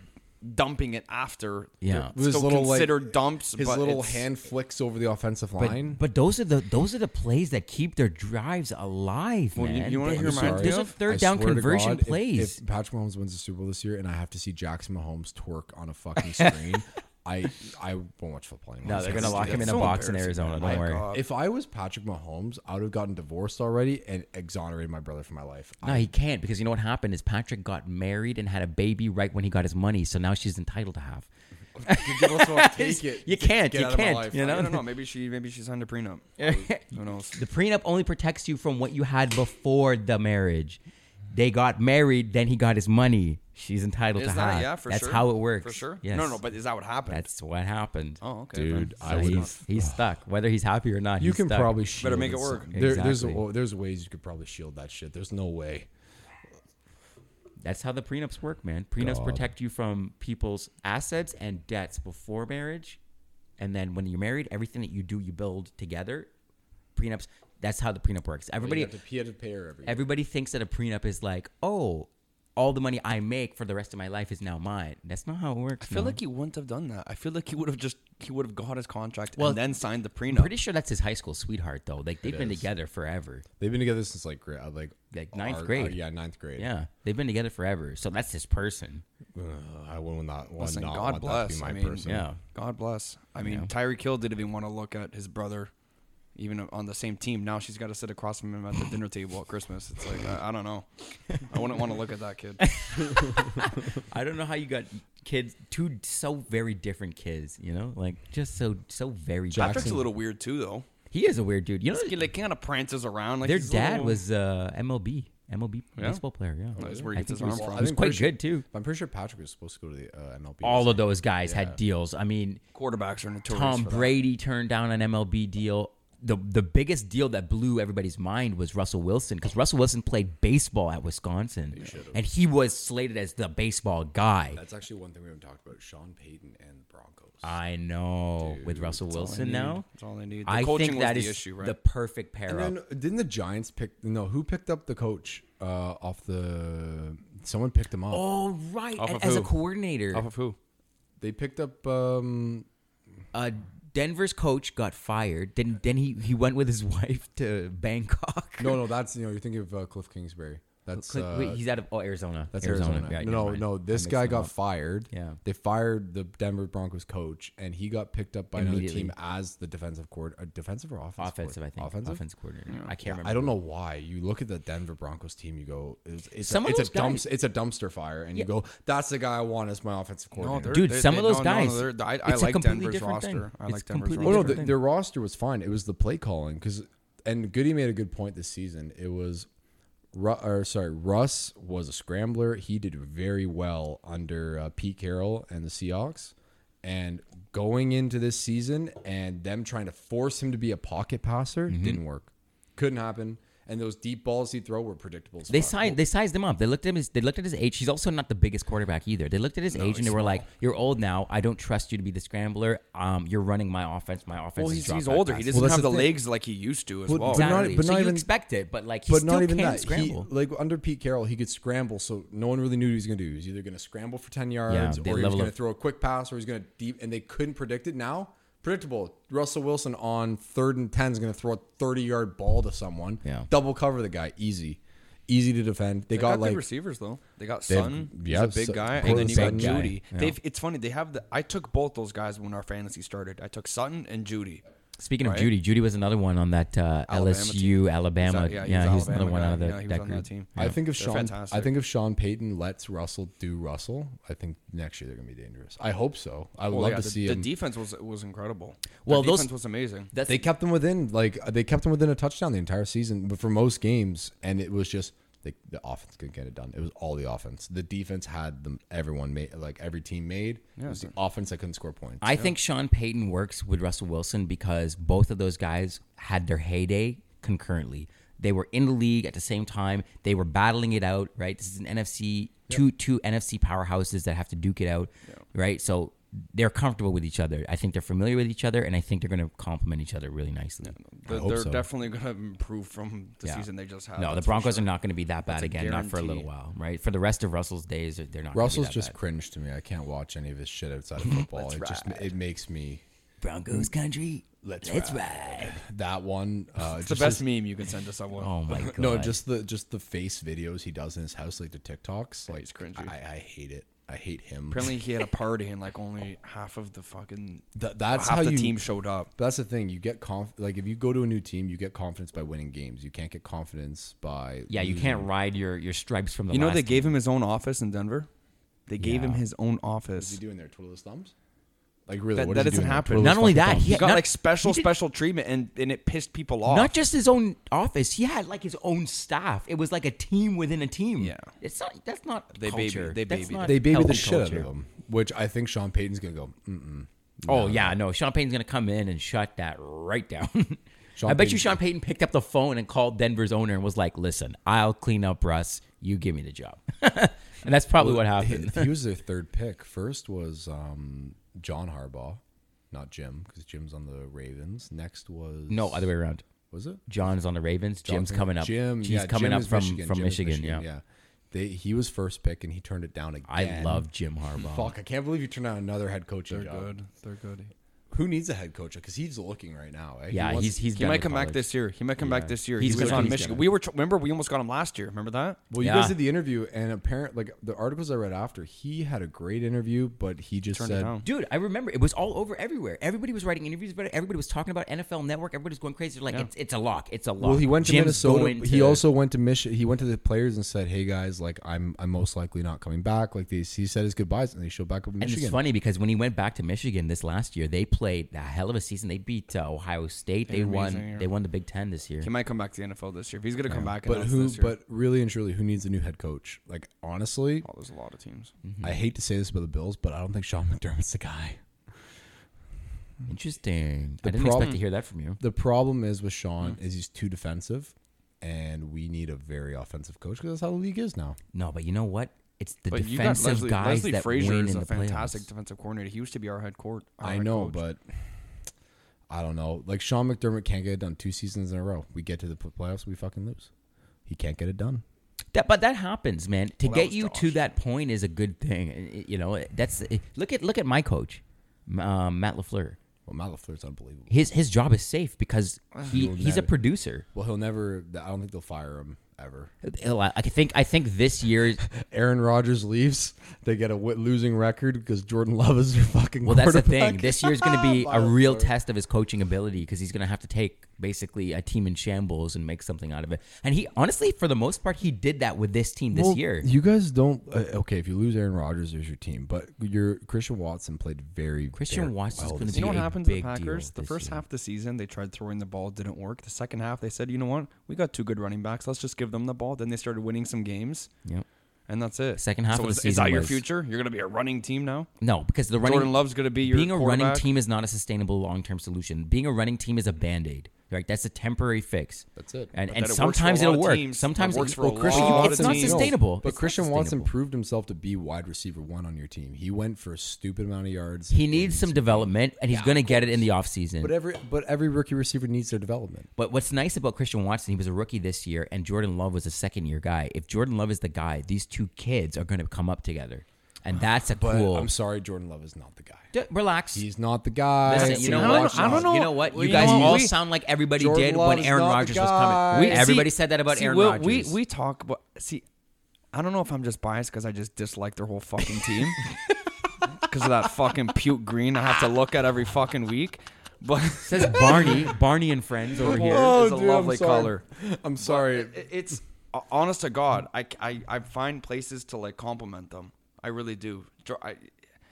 Speaker 2: dumping it after.
Speaker 1: Yeah.
Speaker 2: they're
Speaker 3: With his
Speaker 2: still
Speaker 3: little, like-
Speaker 2: considered dumps.
Speaker 3: his
Speaker 2: but
Speaker 3: little
Speaker 2: it's-
Speaker 3: hand flicks over the offensive line.
Speaker 1: But, but those are the those are the plays that keep their drives alive,
Speaker 2: Well, you-
Speaker 1: man.
Speaker 2: you wanna
Speaker 1: They-
Speaker 2: hear
Speaker 1: those
Speaker 2: my
Speaker 1: are-
Speaker 2: idea?
Speaker 1: Those are
Speaker 2: I
Speaker 1: third
Speaker 3: I
Speaker 1: down
Speaker 3: swear to
Speaker 1: conversion
Speaker 3: God, if-
Speaker 1: plays.
Speaker 3: If, Patrick Mahomes wins the Super Bowl this year, and I have to see Jackson Mahomes twerk on a fucking screen, I I won't watch football anymore.
Speaker 1: no, they're gonna
Speaker 2: That's-
Speaker 1: lock him in
Speaker 2: that's
Speaker 1: a
Speaker 2: so
Speaker 1: box in
Speaker 2: embarrassing,
Speaker 1: Arizona.
Speaker 2: man.
Speaker 1: Don't
Speaker 2: My
Speaker 1: worry.
Speaker 2: God.
Speaker 3: If I was Patrick Mahomes, I would have gotten divorced already and exonerated my brother from my life.
Speaker 1: No, he can't because you know what happened is Patrick got married and had a baby right when he got his money, so now she's entitled to half.
Speaker 3: take it.
Speaker 1: You can't.
Speaker 3: Get
Speaker 1: you
Speaker 3: out of my
Speaker 1: can't.
Speaker 3: life.
Speaker 1: You
Speaker 2: I
Speaker 1: know.
Speaker 2: don't know. Maybe she maybe she signed a prenup. Who knows?
Speaker 1: The prenup only protects you from what you had before the marriage. They got married, then he got his money. She's entitled
Speaker 2: Is
Speaker 1: to
Speaker 2: that
Speaker 1: half.
Speaker 2: yeah? For
Speaker 1: That's
Speaker 2: sure.
Speaker 1: how it works.
Speaker 2: For sure.
Speaker 1: Yes.
Speaker 2: No, no. But is that what happened?
Speaker 1: that's what happened.
Speaker 2: oh, okay.
Speaker 3: Dude,
Speaker 2: fine.
Speaker 3: I
Speaker 1: So
Speaker 3: would
Speaker 1: he's,
Speaker 3: have.
Speaker 1: he's stuck, whether he's happy or not.
Speaker 3: You
Speaker 1: he's
Speaker 3: can
Speaker 1: stuck.
Speaker 3: probably shield
Speaker 2: Better make it
Speaker 3: some-
Speaker 2: work.
Speaker 3: There, there's a,
Speaker 1: Exactly.
Speaker 3: wa- there's ways you could probably shield that shit. There's no way.
Speaker 1: That's how the prenups work, man. Prenups
Speaker 3: God.
Speaker 1: protect you from people's assets and debts before marriage, and then when you're married, everything that you do, you build together. Prenups. That's how the prenup works. Everybody,
Speaker 3: you have to pay to pay her every.
Speaker 1: everybody thinks that a prenup is like, oh, all the money I make for the rest of my life is now mine. That's not how it works.
Speaker 2: I feel
Speaker 1: no.
Speaker 2: like he wouldn't have done that. I feel like he would have just he would have got his contract
Speaker 1: Well,
Speaker 2: and then signed the
Speaker 1: I'm
Speaker 2: prenup.
Speaker 1: pretty sure that's his high school sweetheart though. Like they've been
Speaker 3: is.
Speaker 1: together forever.
Speaker 3: They've been together since like gra- like
Speaker 1: Like ninth
Speaker 3: our-
Speaker 1: grade.
Speaker 3: our- yeah, ninth grade.
Speaker 1: Yeah, they've been together forever. So that's his person.
Speaker 3: Ugh, I will not want
Speaker 2: Listen,
Speaker 3: not
Speaker 2: God
Speaker 3: want that to
Speaker 2: bless.
Speaker 3: be my
Speaker 2: I mean,
Speaker 3: person.
Speaker 1: Yeah.
Speaker 2: God bless. I mean,
Speaker 1: know?
Speaker 2: Tyree Kill didn't even want to look at his brother, even on the same team. Now she's got to sit across from him at the dinner table at Christmas. It's like I, I don't know. I wouldn't want to look at that kid.
Speaker 1: I don't know how you got kids, two so very different kids. You know, like just so so very.
Speaker 2: Patrick's a
Speaker 1: different.
Speaker 2: little weird too, though.
Speaker 1: He is a weird dude. You know,
Speaker 2: He like kind of prances around. Like
Speaker 1: their
Speaker 2: he's a
Speaker 1: dad
Speaker 2: little-
Speaker 1: was uh, MLB, MLB
Speaker 2: Yeah.
Speaker 1: baseball player. Yeah,
Speaker 2: That's where
Speaker 1: I
Speaker 2: he gets
Speaker 1: think was-
Speaker 2: his arm from.
Speaker 1: He was
Speaker 3: I'm
Speaker 1: quite
Speaker 3: pretty sure-
Speaker 1: good too.
Speaker 3: I'm pretty sure Patrick was supposed to go to the uh, MLB.
Speaker 1: All of those guys had
Speaker 3: Yeah.
Speaker 1: deals. I mean,
Speaker 2: quarterbacks are notorious.
Speaker 1: Tom
Speaker 2: for that.
Speaker 1: Brady turned down an MLB deal. The the biggest deal that blew everybody's mind was Russell Wilson because Russell Wilson played baseball at Wisconsin, and he was slated as the baseball guy.
Speaker 3: That's actually one thing we haven't talked about: Sean Payton and the Broncos.
Speaker 1: I know with Russell
Speaker 2: all they
Speaker 1: Wilson
Speaker 2: need.
Speaker 1: now.
Speaker 2: That's all they need. The
Speaker 1: I
Speaker 2: coaching
Speaker 1: think
Speaker 2: was
Speaker 1: that
Speaker 2: the
Speaker 1: is
Speaker 2: issue, right?
Speaker 1: the perfect pair
Speaker 3: and
Speaker 1: up.
Speaker 3: then didn't the Giants pick? No, who picked up the coach uh, off the? Someone picked him up.
Speaker 1: Oh right,
Speaker 2: Off
Speaker 1: and
Speaker 2: of
Speaker 1: as a
Speaker 2: who?
Speaker 1: coordinator,
Speaker 2: Off of who?
Speaker 3: They picked up. Um,
Speaker 1: uh, Denver's coach got fired. Then then he he went with his wife to Bangkok.
Speaker 3: no, no, that's you know you're thinking of uh, Cliff Kingsbury. That's
Speaker 1: Clint-
Speaker 3: uh,
Speaker 1: wait, he's out of oh, Arizona.
Speaker 3: That's Arizona.
Speaker 1: Yeah, never
Speaker 3: no,
Speaker 1: mind.
Speaker 3: no, this
Speaker 1: I mixed
Speaker 3: guy
Speaker 1: them
Speaker 3: got
Speaker 1: up.
Speaker 3: fired.
Speaker 1: Yeah.
Speaker 3: they fired the Denver Broncos coach, and he got picked up by another
Speaker 1: Immediately.
Speaker 3: team as the defensive court, uh, defensive or offensive?
Speaker 1: offensive. I
Speaker 3: coord-
Speaker 1: think
Speaker 3: offensive.
Speaker 1: offensive coordinator. I can't remember.
Speaker 3: I don't know why. You look at the Denver Broncos team, you go, it's, it's
Speaker 1: Some
Speaker 3: a,
Speaker 1: of
Speaker 3: it's a
Speaker 1: those guys-
Speaker 3: dumps, it's a dumpster fire, and you go, that's the guy I want as my offensive coordinator.
Speaker 2: they're-
Speaker 1: Dude,
Speaker 2: they-
Speaker 1: some
Speaker 2: they-
Speaker 1: of those
Speaker 2: no, no, no,
Speaker 1: guys.
Speaker 2: they're- I- I
Speaker 1: it's a
Speaker 2: like
Speaker 1: completely
Speaker 2: Denver's
Speaker 1: different thing.
Speaker 2: roster. I
Speaker 1: It's
Speaker 2: like
Speaker 1: a
Speaker 2: Denver's
Speaker 1: completely
Speaker 2: roster.
Speaker 3: Well, Oh, no,
Speaker 1: different
Speaker 3: the,
Speaker 1: thing.
Speaker 3: their roster was fine. It was the play calling because, and Goody made a good point this season. It was, Ru- or sorry, Russ was a scrambler. He did very well under uh, Pete Carroll and the Seahawks. And going into this season, and them trying to force him to be a pocket passer
Speaker 1: Mm-hmm.
Speaker 3: didn't work. Couldn't happen. And those deep balls he throw were predictable. as
Speaker 1: They
Speaker 3: fuck.
Speaker 1: sized they sized him up. They looked at him. As, they looked at his age. He's also not the biggest quarterback either. They looked at his age and they were like, "You're old now. I don't trust you to be the scrambler. Um, you're running my offense. My offense
Speaker 2: Well,
Speaker 1: is
Speaker 2: he's,
Speaker 1: drop
Speaker 2: he's
Speaker 1: back
Speaker 2: older. He
Speaker 1: passes."
Speaker 2: doesn't
Speaker 3: Well, that's
Speaker 2: have the
Speaker 3: the thing.
Speaker 2: legs like he used to as
Speaker 3: But-
Speaker 2: well.
Speaker 3: but not-
Speaker 1: Exactly. so
Speaker 3: not
Speaker 1: you
Speaker 3: even-
Speaker 1: expect it, but like he
Speaker 3: But
Speaker 1: still
Speaker 3: not even
Speaker 1: can
Speaker 3: that.
Speaker 1: scramble.
Speaker 3: He, like under Pete Carroll, he could scramble, so no one really knew what he was going to do. He was either going to scramble for ten yards,
Speaker 1: they
Speaker 3: or he was
Speaker 1: level
Speaker 3: going to
Speaker 1: up.
Speaker 3: throw a quick pass, or he's going to deep, and they couldn't predict it. Now, predictable. Russell Wilson on third and ten is going to throw a thirty-yard ball to someone.
Speaker 1: Yeah.
Speaker 3: double cover the guy, easy, easy to defend. They,
Speaker 2: They
Speaker 3: got,
Speaker 2: got,
Speaker 3: like
Speaker 2: good receivers though. They got
Speaker 3: They've-
Speaker 2: Sun,
Speaker 3: yeah,
Speaker 2: yeah, he's a big
Speaker 3: Sut-
Speaker 2: guy,
Speaker 3: Cortland
Speaker 2: and then you got
Speaker 1: Sutton. Big guy,
Speaker 2: Judy.
Speaker 1: yeah.
Speaker 2: They've it's funny. They have the. I took both those guys when our fantasy started. I took Sutton and Judy.
Speaker 1: Speaking
Speaker 2: Right.
Speaker 1: of Judy, Judy was another one on that uh,
Speaker 2: Alabama
Speaker 1: LSU
Speaker 2: team.
Speaker 1: Alabama.
Speaker 2: He's
Speaker 1: yeah,
Speaker 2: a-
Speaker 1: he was, another
Speaker 2: Alabama
Speaker 1: one
Speaker 2: guy.
Speaker 1: out of the,
Speaker 2: Yeah, he was
Speaker 1: that
Speaker 2: on
Speaker 1: group.
Speaker 2: that team.
Speaker 3: I think if
Speaker 2: They're
Speaker 3: Sean,
Speaker 2: fantastic.
Speaker 3: I think if Sean Payton lets Russell do Russell, I think next year they're going to be dangerous. I hope so. I would
Speaker 2: Well,
Speaker 3: love
Speaker 2: yeah,
Speaker 3: to
Speaker 2: the,
Speaker 3: see
Speaker 2: the
Speaker 3: him.
Speaker 2: defense was was incredible.
Speaker 1: Well,
Speaker 2: the
Speaker 1: those-
Speaker 2: defense was amazing.
Speaker 1: That's
Speaker 3: they kept them within like uh, they kept them within a touchdown the entire season, but for most games, and it was just they, the offense could get it done. It was all the offense. The defense had them. Everyone made like every team made. it was the offense that couldn't score points.
Speaker 1: I think Sean Payton works with Russell Wilson because both of those guys had their heyday concurrently. They were in the league at the same time. They were battling it out, right? This is an NFC two two NFC powerhouses that have to duke it out, right? So they're comfortable with each other. I think they're familiar with each other, and I think they're going to complement each other really nicely.
Speaker 2: They're,
Speaker 3: hope
Speaker 2: they're
Speaker 3: so.
Speaker 2: definitely going to improve from the
Speaker 1: Yeah.
Speaker 2: season they just had.
Speaker 1: No, the
Speaker 2: that's for
Speaker 1: Broncos
Speaker 2: sure.
Speaker 1: are not going to be that bad
Speaker 2: a
Speaker 1: again, not for a little
Speaker 2: guarantee.
Speaker 1: while, right? For the rest of Russell's days, they're not. gonna be
Speaker 3: Russell's
Speaker 1: that
Speaker 3: just
Speaker 1: bad.
Speaker 3: cringe to me. I can't watch any of his shit outside of football. it just it makes me
Speaker 1: Broncos country.
Speaker 3: Let's
Speaker 1: ride.
Speaker 3: that one. Uh,
Speaker 2: It's the
Speaker 3: just
Speaker 2: best
Speaker 3: his-
Speaker 2: meme you can send to someone.
Speaker 1: Oh my god!
Speaker 3: no, just the just the face videos he does in his house, like the TikToks. Like
Speaker 2: it's cringy.
Speaker 3: I, I hate it. I hate him.
Speaker 2: Apparently, he had a party and like only half of the fucking
Speaker 3: Th- that's
Speaker 2: half
Speaker 3: how
Speaker 2: the
Speaker 3: you
Speaker 2: team showed up.
Speaker 3: But that's the thing. You get conf like if you go to a new team, you get confidence by winning games. You can't get confidence by
Speaker 1: Yeah, you
Speaker 3: losing.
Speaker 1: can't ride your your stripes from the.
Speaker 2: Mm-hmm. You know
Speaker 1: last
Speaker 2: they gave him his own office in Denver. They gave him
Speaker 1: Yeah.
Speaker 2: his own
Speaker 3: What's he
Speaker 2: office.
Speaker 3: doing there? Twiddle his thumbs. Like really,
Speaker 2: That-
Speaker 3: what
Speaker 2: that
Speaker 3: is he
Speaker 2: doesn't
Speaker 3: doing there?
Speaker 2: happen.
Speaker 3: Twiddling
Speaker 1: Not
Speaker 3: his
Speaker 1: only
Speaker 3: fucking
Speaker 1: that,
Speaker 3: thumbs?
Speaker 1: he-
Speaker 2: He got
Speaker 1: Not-
Speaker 2: like
Speaker 1: he
Speaker 2: special
Speaker 1: did-
Speaker 2: special treatment, and and it pissed people off.
Speaker 1: Not just his own office. He had like his own staff. It was like a team within a team.
Speaker 2: Yeah.
Speaker 1: It's not that's not
Speaker 2: They baby-
Speaker 1: culture.
Speaker 2: they
Speaker 1: That's
Speaker 2: babied
Speaker 1: not
Speaker 3: they baby the
Speaker 1: healthy
Speaker 3: shit out of
Speaker 1: culture.
Speaker 3: him, which I think Sean Payton's gonna go. mm, Mm-mm.
Speaker 1: Oh yeah, no. Sean Payton's gonna come in and shut that right down.
Speaker 3: Sean
Speaker 1: I bet you
Speaker 3: Payton-
Speaker 1: Sean Payton picked up the phone and called Denver's owner and was like, "Listen, I'll clean up Russ. You give me the job." and that's probably what happened.
Speaker 3: He, he was their third pick. First was um, John Harbaugh, not Jim, because Jim's on the Ravens. Next was
Speaker 1: No, other way around.
Speaker 3: was it?
Speaker 1: John's on the Ravens. Jim's
Speaker 3: Johnson-
Speaker 1: coming up.
Speaker 3: Jim,
Speaker 1: he's
Speaker 3: yeah,
Speaker 1: coming
Speaker 3: Jim
Speaker 1: up
Speaker 3: is
Speaker 1: from
Speaker 3: Michigan.
Speaker 1: from
Speaker 3: Jim is
Speaker 1: Michigan. yeah.
Speaker 3: yeah. They, he was first pick and he turned it down again.
Speaker 1: I love Jim Harbaugh.
Speaker 3: Fuck, I can't believe you turned down another head coaching
Speaker 4: They're
Speaker 3: job.
Speaker 4: good. They're good.
Speaker 3: Who needs a head coach? Because he's looking right now. Eh? He
Speaker 1: Yeah,
Speaker 3: wants-
Speaker 1: he's he's
Speaker 2: he
Speaker 1: done
Speaker 2: might
Speaker 1: with
Speaker 2: come back
Speaker 1: college.
Speaker 2: this year. He might come back this year.
Speaker 1: He's
Speaker 2: he was
Speaker 1: gonna-
Speaker 2: on
Speaker 1: he's
Speaker 2: Michigan.
Speaker 1: gonna.
Speaker 2: We were tr- remember we almost got him last year. Remember that?
Speaker 3: Well, you
Speaker 1: Yeah.
Speaker 3: guys did the interview, and apparent like the articles I read after, he had a great interview, but he just
Speaker 2: Turned it
Speaker 3: said,
Speaker 2: down.
Speaker 1: Dude, I remember it was all over everywhere. Everybody was writing interviews about it. Everybody was talking about NFL Network. Everybody was going crazy. They're like, it's, it's a lock. It's a lock.
Speaker 3: Well, he went to
Speaker 1: Jim's
Speaker 3: Minnesota.
Speaker 1: going
Speaker 3: but He
Speaker 1: to-
Speaker 3: also went to Michigan. He went to the players and said, "Hey guys, like I'm, I'm most likely not coming back." Like they, he said his goodbyes, and they showed back up in
Speaker 1: And
Speaker 3: Michigan.
Speaker 1: it's funny because when he went back to Michigan this last year, they played a hell of a season. They beat uh, Ohio State. They won.
Speaker 2: amazing, yeah.
Speaker 1: They won the Big Ten this year.
Speaker 2: He might come back to the NFL this year. If he's gonna come back,
Speaker 3: but
Speaker 2: announce
Speaker 3: who?
Speaker 2: This year.
Speaker 3: But really and truly, who needs a new head coach? Like honestly,
Speaker 2: oh, there's a lot of teams.
Speaker 1: Mm-hmm.
Speaker 3: I hate to say this about the Bills, but I don't think Sean McDermott's the guy.
Speaker 1: Interesting. I
Speaker 3: The
Speaker 1: didn't
Speaker 3: problem-
Speaker 1: expect to hear that from you.
Speaker 3: The problem is with Sean is he's too defensive, and we need a very offensive coach because that's how the league is now.
Speaker 1: No, but you know what? It's the
Speaker 2: But you got
Speaker 1: defensive
Speaker 2: Leslie,
Speaker 1: guys
Speaker 2: Leslie
Speaker 1: that
Speaker 2: Frazier
Speaker 1: win
Speaker 2: is
Speaker 1: in
Speaker 2: a
Speaker 1: the
Speaker 2: fantastic
Speaker 1: playoffs.
Speaker 2: defensive coordinator. He used to be our head court. our
Speaker 3: I
Speaker 2: head
Speaker 3: know,
Speaker 2: coach.
Speaker 3: but I don't know. Like Sean McDermott can't get it done two seasons in a row. We get to the p- playoffs, we fucking lose. He can't get it done.
Speaker 1: That, but that happens, man. To
Speaker 2: Well, that
Speaker 1: get
Speaker 2: was
Speaker 1: you
Speaker 2: Josh.
Speaker 1: to that point is a good thing. And, uh, You know, that's uh, look at look at my coach, um, Matt Lafleur.
Speaker 3: Well, Matt Lafleur's unbelievable.
Speaker 1: His his job is safe because he,
Speaker 3: Well,
Speaker 1: he's a
Speaker 3: that-
Speaker 1: producer.
Speaker 3: Well, he'll never. I don't think they'll fire him ever.
Speaker 1: He'll- I think I think this year.
Speaker 3: Aaron Rodgers leaves. They get a w- losing record because Jordan Love is their fucking.
Speaker 1: Well, that's the
Speaker 3: quarterback.
Speaker 1: thing. This year's going to be a
Speaker 3: Miles
Speaker 1: real
Speaker 3: Turner.
Speaker 1: test of his coaching ability because he's going to have to take basically a team in shambles and make something out of it. And he, honestly, for the most part, he did that with this team this
Speaker 3: Well,
Speaker 1: year.
Speaker 3: You guys don't. Uh, okay, if you lose Aaron Rodgers, there's your team. But your Christian Watson played very.
Speaker 1: Christian
Speaker 3: very
Speaker 1: Watson's
Speaker 3: well
Speaker 1: gonna
Speaker 3: this
Speaker 2: You know
Speaker 1: be
Speaker 2: what
Speaker 1: a
Speaker 2: happened to the
Speaker 1: big deal
Speaker 2: Packers? The
Speaker 1: this
Speaker 2: first
Speaker 1: year.
Speaker 2: half of the season, they tried throwing the ball, didn't work. The second half, they said, you know what? We got two good running backs. Let's just give them the ball. Then they started winning some games,
Speaker 1: Yep.
Speaker 2: and that's it.
Speaker 1: Second half
Speaker 2: so
Speaker 1: of the
Speaker 2: is, Is
Speaker 1: season
Speaker 2: that your
Speaker 1: was-
Speaker 2: future? You're going to be a running team now?
Speaker 1: No, because the running
Speaker 2: Jordan Love's going to be your
Speaker 1: being a running
Speaker 2: quarterback?
Speaker 1: team is not a sustainable long term solution. Being a running team is a band aid. Right, that's a temporary fix.
Speaker 3: That's it.
Speaker 1: And,
Speaker 2: But
Speaker 1: and
Speaker 2: that it works for a
Speaker 1: sometimes
Speaker 2: lot
Speaker 1: it'll
Speaker 2: of
Speaker 1: work.
Speaker 2: teams. It
Speaker 1: Sometimes
Speaker 2: works
Speaker 1: it,
Speaker 2: for a Well, Christian
Speaker 1: It's-
Speaker 2: lot
Speaker 1: it's
Speaker 2: of
Speaker 1: not
Speaker 2: teams.
Speaker 1: sustainable.
Speaker 3: But
Speaker 1: It's not
Speaker 3: Christian Watson
Speaker 1: sustainable.
Speaker 3: proved himself to be wide receiver one on your team. He went for a stupid amount of yards.
Speaker 1: he needs some development, and he's going to get it in the offseason.
Speaker 3: But every but every rookie receiver needs their development.
Speaker 1: But what's nice about Christian Watson, he was a rookie this year, and Jordan Love was a second year guy. If Jordan Love is the guy, these two kids are going to come up together, and that's a
Speaker 3: But
Speaker 1: cool.
Speaker 3: I'm sorry, Jordan Love is not the guy.
Speaker 1: D- relax.
Speaker 3: He's not the guy.
Speaker 1: Listen,
Speaker 3: It's
Speaker 1: you
Speaker 3: a
Speaker 1: know
Speaker 2: I
Speaker 1: what?
Speaker 2: don't- I don't know.
Speaker 1: You know what?
Speaker 2: Well,
Speaker 1: You
Speaker 2: you
Speaker 1: guys
Speaker 2: know what?
Speaker 1: all
Speaker 2: We-
Speaker 1: sound like everybody
Speaker 3: Jordan
Speaker 1: did
Speaker 3: Love
Speaker 1: when
Speaker 3: is
Speaker 1: Aaron
Speaker 3: not the
Speaker 1: Rodgers was
Speaker 3: guy.
Speaker 1: coming.
Speaker 3: We-
Speaker 1: everybody
Speaker 2: see-
Speaker 1: said that about
Speaker 2: see,
Speaker 1: Aaron
Speaker 2: we,
Speaker 1: Rodgers.
Speaker 2: We we talk about see. I don't know if I'm just biased because I just dislike their whole fucking team because of that fucking puke green I have to look at every fucking week. But
Speaker 1: Says Barney, Barney and friends over here.
Speaker 2: Oh,
Speaker 3: Oh,
Speaker 2: is a dude, I'm lovely sorry. color.
Speaker 3: I'm sorry.
Speaker 2: it- it's honest to God, I, I, I find places to like compliment them. I really do. Jo- I,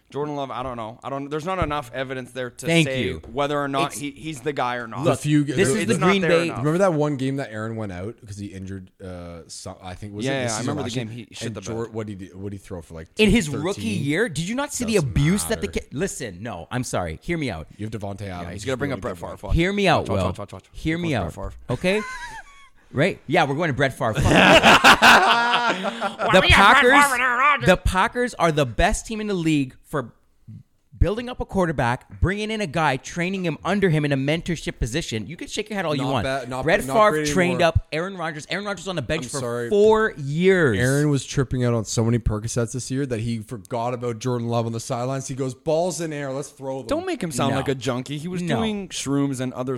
Speaker 2: Jordan Love, I don't know. I don't. There's not enough evidence there to
Speaker 1: Thank
Speaker 2: say
Speaker 1: you.
Speaker 2: whether or not
Speaker 1: It's-
Speaker 2: he, he's the guy or not.
Speaker 3: The few-
Speaker 1: this is
Speaker 3: it's
Speaker 1: the
Speaker 2: not
Speaker 1: Green
Speaker 2: there
Speaker 1: Bay.
Speaker 2: enough.
Speaker 3: Remember that one game that Aaron went out because he injured? Uh, some, I think was it
Speaker 2: Yeah,
Speaker 3: this
Speaker 2: yeah, I
Speaker 3: season
Speaker 2: remember the
Speaker 3: last
Speaker 2: game.
Speaker 3: year?
Speaker 2: He shit
Speaker 3: And
Speaker 2: the bed.
Speaker 3: Jor- What did he? What did he throw for like
Speaker 1: In his
Speaker 3: 13?
Speaker 1: rookie year, did you not see the
Speaker 3: Doesn't
Speaker 1: abuse that the
Speaker 3: matter.
Speaker 1: kid? Listen, no, I'm sorry. Hear me out.
Speaker 3: You have Devontae Adams.
Speaker 2: He's gonna bring up Brett Favre. Watch.
Speaker 1: Hear me out,
Speaker 2: Watch, watch,
Speaker 1: Will.
Speaker 2: watch, watch, watch.
Speaker 1: Hear
Speaker 2: Here
Speaker 1: me out.
Speaker 2: comes Brett
Speaker 1: Okay? right? Yeah, we're going to Brett Favre. Fuck you. the Packers, the Packers are the best team in the league for building up a quarterback, bringing in a guy, training him under him in a mentorship position. You can shake your head all you
Speaker 3: Not
Speaker 1: want.
Speaker 3: bad- not-
Speaker 1: Brett
Speaker 3: not
Speaker 1: Favre
Speaker 3: great
Speaker 1: trained
Speaker 3: anymore.
Speaker 1: up Aaron Rodgers. Aaron Rodgers was on the bench
Speaker 3: I'm
Speaker 1: for
Speaker 3: sorry.
Speaker 1: four years.
Speaker 3: Aaron was tripping out on so many Percocets this year that he forgot about Jordan Love on the sidelines. He goes balls in air. Let's throw them.
Speaker 2: Don't make him sound
Speaker 1: No.
Speaker 2: like a junkie. He was
Speaker 1: No.
Speaker 2: doing shrooms and other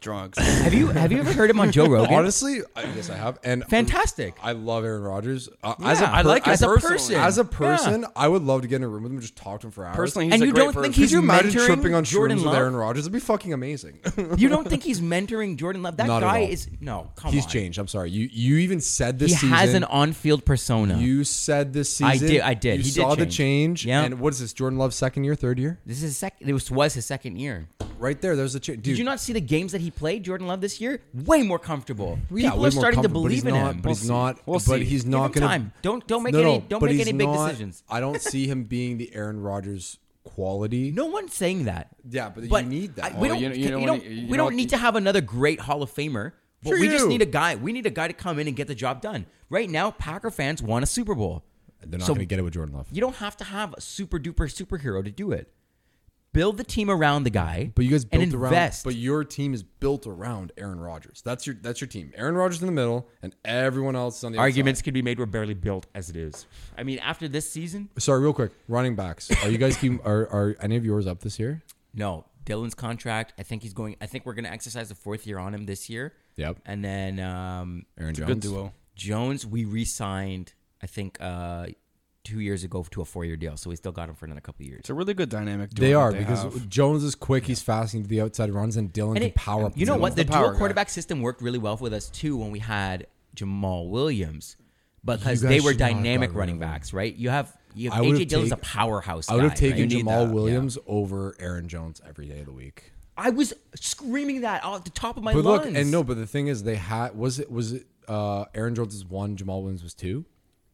Speaker 2: drugs.
Speaker 1: have you have you ever heard him on Joe Rogan?
Speaker 3: Honestly, I guess I have. And
Speaker 1: Fantastic.
Speaker 3: I love Aaron Rodgers. Uh, as a
Speaker 1: Yeah, I
Speaker 3: per-
Speaker 1: like him
Speaker 3: as a
Speaker 1: personally.
Speaker 3: person, as a
Speaker 1: Yeah.
Speaker 3: person, I would love to get in a room with him and just talk to him for hours.
Speaker 2: Personally, he's
Speaker 1: and
Speaker 2: a a
Speaker 1: You
Speaker 2: great
Speaker 1: don't think
Speaker 2: person.
Speaker 1: he's
Speaker 3: Could you imagine
Speaker 1: mentoring
Speaker 3: tripping on
Speaker 1: Jordan
Speaker 3: shrooms
Speaker 1: Love?
Speaker 3: with Aaron Rodgers. It'd be fucking amazing.
Speaker 1: You don't think he's mentoring Jordan Love? That
Speaker 3: Not at
Speaker 1: guy
Speaker 3: all.
Speaker 1: is no. Come
Speaker 3: he's
Speaker 1: on.
Speaker 3: changed. I'm sorry. You you even said this
Speaker 1: He
Speaker 3: season.
Speaker 1: has an on-field persona.
Speaker 3: you said this season.
Speaker 1: I did- I did.
Speaker 3: You
Speaker 1: He did
Speaker 3: saw the
Speaker 1: change.
Speaker 3: change.
Speaker 1: Yeah.
Speaker 3: And what is this? Jordan Love's second year, third year?
Speaker 1: this is his second. This was his second year.
Speaker 3: Right there. There's a change. Dude,
Speaker 1: Did you not see the games that he played, Jordan Love, this year? Way more comfortable.
Speaker 3: Yeah,
Speaker 1: People
Speaker 3: way
Speaker 1: are
Speaker 3: more
Speaker 1: starting to
Speaker 3: comfortable, but he's
Speaker 1: believe in
Speaker 3: not-
Speaker 1: him.
Speaker 3: But he's not.
Speaker 2: We'll
Speaker 3: but
Speaker 2: see.
Speaker 3: he's
Speaker 1: Give
Speaker 3: not
Speaker 1: him
Speaker 3: gonna.
Speaker 1: time. Don't- don't make
Speaker 3: No,
Speaker 1: any-
Speaker 3: no,
Speaker 1: don't
Speaker 3: but
Speaker 1: make
Speaker 3: he's
Speaker 1: any big
Speaker 3: not-
Speaker 1: decisions.
Speaker 3: I don't see him being the Aaron Rodgers quality.
Speaker 1: No one's saying that.
Speaker 3: Yeah, but you need that.
Speaker 1: I- we
Speaker 3: Oh,
Speaker 1: don't.
Speaker 2: you know- you know
Speaker 1: you
Speaker 2: when
Speaker 1: don't-
Speaker 2: you- you
Speaker 1: we
Speaker 2: know
Speaker 1: don't
Speaker 2: what-
Speaker 1: need to have another great Hall of Famer. But
Speaker 3: Sure
Speaker 1: we
Speaker 3: you
Speaker 1: just
Speaker 3: do.
Speaker 1: need a guy. We need a guy to come in and get the job done. Right now, Packer fans want a Super Bowl.
Speaker 3: They're not
Speaker 1: So-
Speaker 3: gonna get it with Jordan Love.
Speaker 1: You don't have to have a super duper superhero to do it. Build the team around the guy.
Speaker 3: But you guys built
Speaker 1: and invest.
Speaker 3: around. But your team is built around Aaron Rodgers. That's your that's your team. Aaron Rodgers in the middle, and everyone else on the
Speaker 1: arguments can be made. We're barely built as it is. I mean, after this season,
Speaker 3: Outside. Sorry, real quick. Running backs. Are you guys keep are are any of yours up this year?
Speaker 1: No, Dylan's contract. I think he's going. I think we're going to exercise the fourth year on him this year.
Speaker 3: Yep.
Speaker 1: And then um,
Speaker 3: Aaron Jones.
Speaker 2: Good duo.
Speaker 1: Jones, we re-signed. I think uh, two years ago to a four-year deal, so we still got him for another couple of years.
Speaker 2: It's a really good dynamic. Duo
Speaker 3: They
Speaker 2: that
Speaker 3: are because
Speaker 2: have.
Speaker 3: Jones is quick. He's fasting to the outside runs, and Dylan
Speaker 1: And
Speaker 3: can
Speaker 1: it,
Speaker 3: power up.
Speaker 1: you know
Speaker 3: the
Speaker 1: what? The,
Speaker 3: middle.
Speaker 1: dual
Speaker 2: power guy.
Speaker 1: quarterback system worked really well with us too when we had Jamal Williams because
Speaker 3: guys
Speaker 1: they were
Speaker 3: should not have
Speaker 1: dynamic
Speaker 3: gotten rid
Speaker 1: running
Speaker 3: of him.
Speaker 1: backs, right? You have you have
Speaker 3: I would've
Speaker 1: AJ Dillon's a
Speaker 3: take-
Speaker 1: powerhouse.
Speaker 3: I would have
Speaker 1: guy,
Speaker 3: taken
Speaker 1: right?
Speaker 3: Jamal
Speaker 2: that, yeah.
Speaker 3: Williams over Aaron Jones every day of the week.
Speaker 1: I was screaming that off the top of my
Speaker 3: But look,
Speaker 1: lungs.
Speaker 3: and no, but the thing is, they had was it was it uh, Aaron Jones was one, Jamal Williams was two,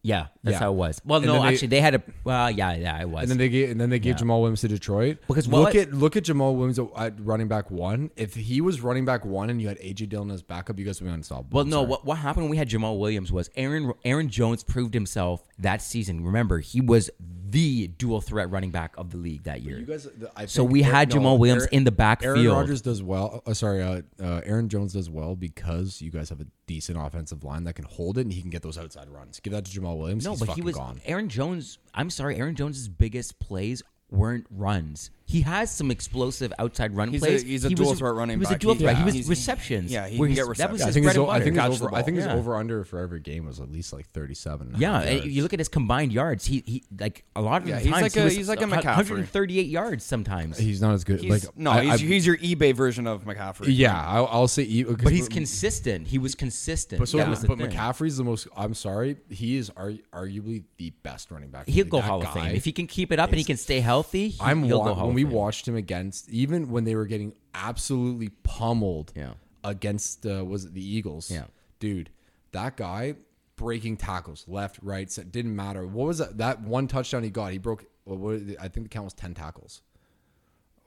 Speaker 1: yeah, that's
Speaker 3: Yeah.
Speaker 1: how it was. Well,
Speaker 3: And
Speaker 1: no,
Speaker 3: then they-
Speaker 1: actually, they had a well, yeah, yeah, it was.
Speaker 3: and then they gave and then they gave Jamal Williams to Detroit.
Speaker 1: Because
Speaker 3: look
Speaker 1: what-
Speaker 3: at look at Jamal Williams at running back one. If he was running back one and you had AJ Dillon as backup, you guys would be unstoppable.
Speaker 1: Well,
Speaker 3: I'm
Speaker 1: no.
Speaker 3: sorry.
Speaker 1: What what happened when we had Jamal Williams was Aaron Aaron Jones proved himself that season. Remember, he was the dual threat running back of the league that year.
Speaker 3: you guys. the- I
Speaker 1: So
Speaker 3: think
Speaker 1: we
Speaker 3: Aar-
Speaker 1: had Jamal Williams in the backfield.
Speaker 3: Aaron Rodgers does well. Uh, sorry, uh, uh, Aaron Jones does well because you guys have a decent offensive line that can hold it and he can get those outside runs. Give that to Jamal Williams.
Speaker 1: no,
Speaker 3: he's
Speaker 1: but he
Speaker 3: fucking
Speaker 1: was
Speaker 3: gone.
Speaker 1: Aaron Jones. I'm sorry, Aaron Jones's biggest plays weren't runs. He has some explosive outside run
Speaker 2: He's a-
Speaker 1: plays.
Speaker 2: he's a
Speaker 1: He
Speaker 2: dual
Speaker 1: was
Speaker 2: threat running
Speaker 1: He was a
Speaker 2: back.
Speaker 1: dual
Speaker 2: He-
Speaker 1: threat.
Speaker 2: yeah.
Speaker 1: He was
Speaker 2: He's-
Speaker 1: receptions.
Speaker 2: yeah, he
Speaker 1: where
Speaker 2: can get
Speaker 1: his- that was
Speaker 2: receptions.
Speaker 1: his
Speaker 3: Yeah, I think
Speaker 1: bread
Speaker 3: his,
Speaker 1: and
Speaker 3: o- I
Speaker 1: butter.
Speaker 3: think his
Speaker 2: Catch the
Speaker 3: over I
Speaker 2: ball.
Speaker 3: think his
Speaker 1: Yeah.
Speaker 3: over under for every game was at least like 37.
Speaker 1: Yeah, and you look at his combined yards. He he like a lot of
Speaker 2: Yeah,
Speaker 1: the
Speaker 2: he's
Speaker 1: times
Speaker 2: like
Speaker 1: he
Speaker 2: a-
Speaker 1: was
Speaker 2: he's like a
Speaker 1: 138 yards sometimes.
Speaker 3: he's not as good
Speaker 2: He's,
Speaker 3: like
Speaker 2: no,
Speaker 3: I-
Speaker 2: he's,
Speaker 3: I-
Speaker 2: he's your eBay version of McCaffrey.
Speaker 3: yeah, I'll, I'll say e-
Speaker 1: But he's consistent. He was consistent.
Speaker 3: but, so,
Speaker 1: That was the
Speaker 3: but
Speaker 1: thing.
Speaker 3: McCaffrey's the most I'm sorry, he is ar- arguably the best running back. in
Speaker 1: He'll
Speaker 3: the
Speaker 1: go
Speaker 3: league. That
Speaker 1: Hall of
Speaker 3: guy-
Speaker 1: Fame if he can keep it up and he can stay healthy. He,
Speaker 3: I'm
Speaker 1: he'll go
Speaker 3: wa-
Speaker 1: Hall
Speaker 3: when
Speaker 1: of
Speaker 3: we
Speaker 1: Fame.
Speaker 3: watched him against even when they were getting absolutely pummeled
Speaker 1: Yeah.
Speaker 3: against uh, was it the Eagles?
Speaker 1: Yeah.
Speaker 3: dude, that guy breaking tackles left, right, so it didn't matter. What was that? That one touchdown he got, he broke. What, what, I think the count was ten tackles.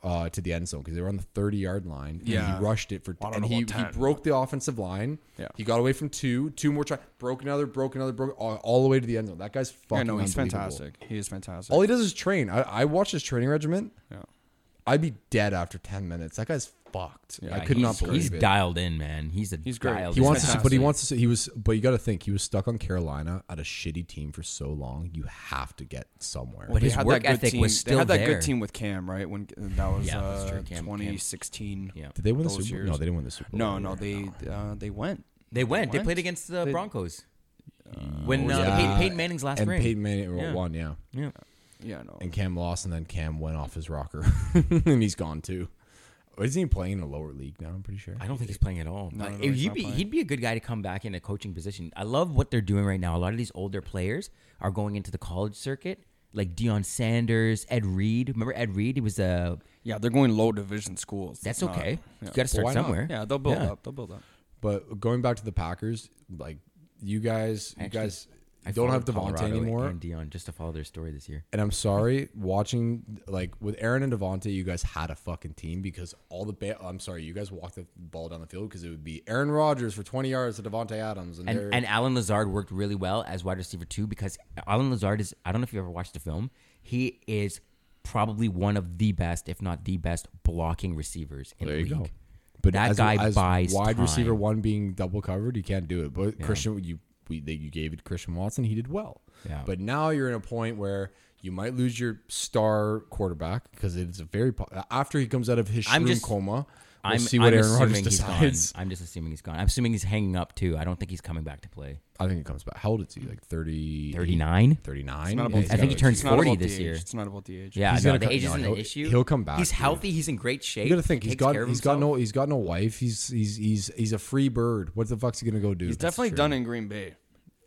Speaker 3: Uh, to the end zone because they were on the 30 yard line. and
Speaker 2: Yeah.
Speaker 3: he rushed it for
Speaker 2: I don't
Speaker 3: and
Speaker 2: know
Speaker 3: he,
Speaker 2: about
Speaker 3: he
Speaker 2: 10.
Speaker 3: broke the offensive line.
Speaker 2: Yeah.
Speaker 3: he got away from two, two more tries, broke another, broke another, broke all, all the way to the end zone. That guy's fucking.
Speaker 2: I know he's
Speaker 3: unbelievable.
Speaker 2: fantastic. He is fantastic.
Speaker 3: All he does is train. I, I watched his training regimen.
Speaker 2: Yeah.
Speaker 3: I'd be dead after ten minutes. That guy's fucked. I could
Speaker 1: he's,
Speaker 3: not believe
Speaker 1: He's
Speaker 3: it.
Speaker 1: dialed in, man. He's a
Speaker 2: He's great.
Speaker 1: dialed
Speaker 3: he
Speaker 1: in
Speaker 3: wants to,
Speaker 1: guy.
Speaker 3: but he wants to. He was, but you got to think. He was stuck on Carolina at a shitty team for so long. You have to get somewhere.
Speaker 1: But
Speaker 2: They
Speaker 1: his
Speaker 2: had
Speaker 1: work
Speaker 2: that good
Speaker 1: ethic
Speaker 2: team.
Speaker 1: was still
Speaker 2: They had that
Speaker 1: there.
Speaker 2: good team with Cam, right? When that was
Speaker 1: Yeah, that's
Speaker 2: uh,
Speaker 1: true. Cam- Cam.
Speaker 2: 2016.
Speaker 1: Yeah.
Speaker 3: did they win the
Speaker 2: Those
Speaker 3: Super? Bowl?
Speaker 2: years.
Speaker 3: No, they didn't win the Super Bowl.
Speaker 2: No, no, they uh, they went.
Speaker 1: They went. They
Speaker 2: went.
Speaker 1: played against the
Speaker 2: They-
Speaker 1: Broncos when uh,
Speaker 3: Yeah.
Speaker 1: Peyton, Peyton Manning's last
Speaker 3: and
Speaker 1: ring.
Speaker 3: Peyton Manning
Speaker 1: Yeah.
Speaker 3: won. Yeah,
Speaker 1: yeah.
Speaker 2: Yeah, no.
Speaker 3: and Cam lost, and then Cam went off his rocker, and he's gone too. Isn't he playing in a lower league now? I'm pretty sure.
Speaker 1: I don't think he's playing at all.
Speaker 2: No,
Speaker 1: But
Speaker 2: no, no,
Speaker 1: if
Speaker 2: he's
Speaker 1: he'd
Speaker 2: not
Speaker 1: be
Speaker 2: playing.
Speaker 1: he'd be a good guy to come back in a coaching position. I love what they're doing right now. A lot of these older players are going into the college circuit, like Deion Sanders, Ed Reed. Remember Ed Reed? He was a.
Speaker 2: Yeah, they're going low division schools.
Speaker 1: That's
Speaker 2: It's not-
Speaker 1: okay.
Speaker 2: yeah.
Speaker 1: You got to start
Speaker 3: why not?
Speaker 1: somewhere.
Speaker 2: Yeah, they'll build
Speaker 1: Yeah.
Speaker 2: up. They'll build up.
Speaker 3: But going back to the Packers, like you guys, you
Speaker 1: Actually,
Speaker 3: guys
Speaker 1: I
Speaker 3: don't have
Speaker 1: followed
Speaker 3: Devontae
Speaker 1: Colorado
Speaker 3: anymore.
Speaker 1: And Dion, just to follow their story this year.
Speaker 3: And I'm sorry, watching like with Aaron and Devontae, you guys had a fucking team because all the ba- I'm sorry, you guys walked the ball down the field because it would be Aaron Rodgers for 20 yards to Devontae Adams, and,
Speaker 1: And
Speaker 3: they're-
Speaker 1: and Alan Lazard worked really well as wide receiver too because Alan Lazard is I don't know if you ever watched the film. He is probably one of the best, if not the best, blocking receivers in
Speaker 3: there
Speaker 1: the
Speaker 3: you
Speaker 1: league.
Speaker 3: go. But
Speaker 1: That
Speaker 3: as,
Speaker 1: guy
Speaker 3: as
Speaker 1: buys
Speaker 3: wide
Speaker 1: time.
Speaker 3: receiver one being double covered, you can't do it. But Christian, you we they, you gave it Christian Watson, he did well.
Speaker 1: Yeah.
Speaker 3: But now you're in a point where you might lose your star quarterback because it's a very po- after he comes out of his
Speaker 1: I'm
Speaker 3: shroom
Speaker 1: just-
Speaker 3: coma.
Speaker 1: I'm,
Speaker 3: see
Speaker 1: I'm
Speaker 3: what Aaron Rodgers
Speaker 1: assuming he's
Speaker 3: decides.
Speaker 1: gone. I'm just assuming he's gone. I'm assuming he's hanging up too. I don't think he's coming back to play.
Speaker 3: I think it comes back. How old is he? Like 30,
Speaker 1: 39?
Speaker 3: 39?
Speaker 2: It's not
Speaker 3: Yeah,
Speaker 2: about
Speaker 3: he's
Speaker 1: I think
Speaker 3: gotta-
Speaker 1: he turns
Speaker 2: it's not
Speaker 1: 40
Speaker 2: about the
Speaker 1: this
Speaker 2: age.
Speaker 1: year.
Speaker 2: It's not about the age.
Speaker 1: Yeah,
Speaker 3: He's
Speaker 1: no,
Speaker 3: gonna
Speaker 1: the
Speaker 3: come-
Speaker 1: age
Speaker 3: no,
Speaker 1: isn't
Speaker 3: he'll-
Speaker 1: an issue.
Speaker 3: he'll come back,
Speaker 1: He's
Speaker 3: dude.
Speaker 1: healthy. He's in great shape.
Speaker 3: You gotta think he's
Speaker 1: takes
Speaker 3: got
Speaker 1: care of
Speaker 3: he's got
Speaker 1: himself.
Speaker 3: no he's got no wife. He's he's he's he's a free bird. What the fuck's he gonna go do?
Speaker 2: He's definitely done in Green Bay.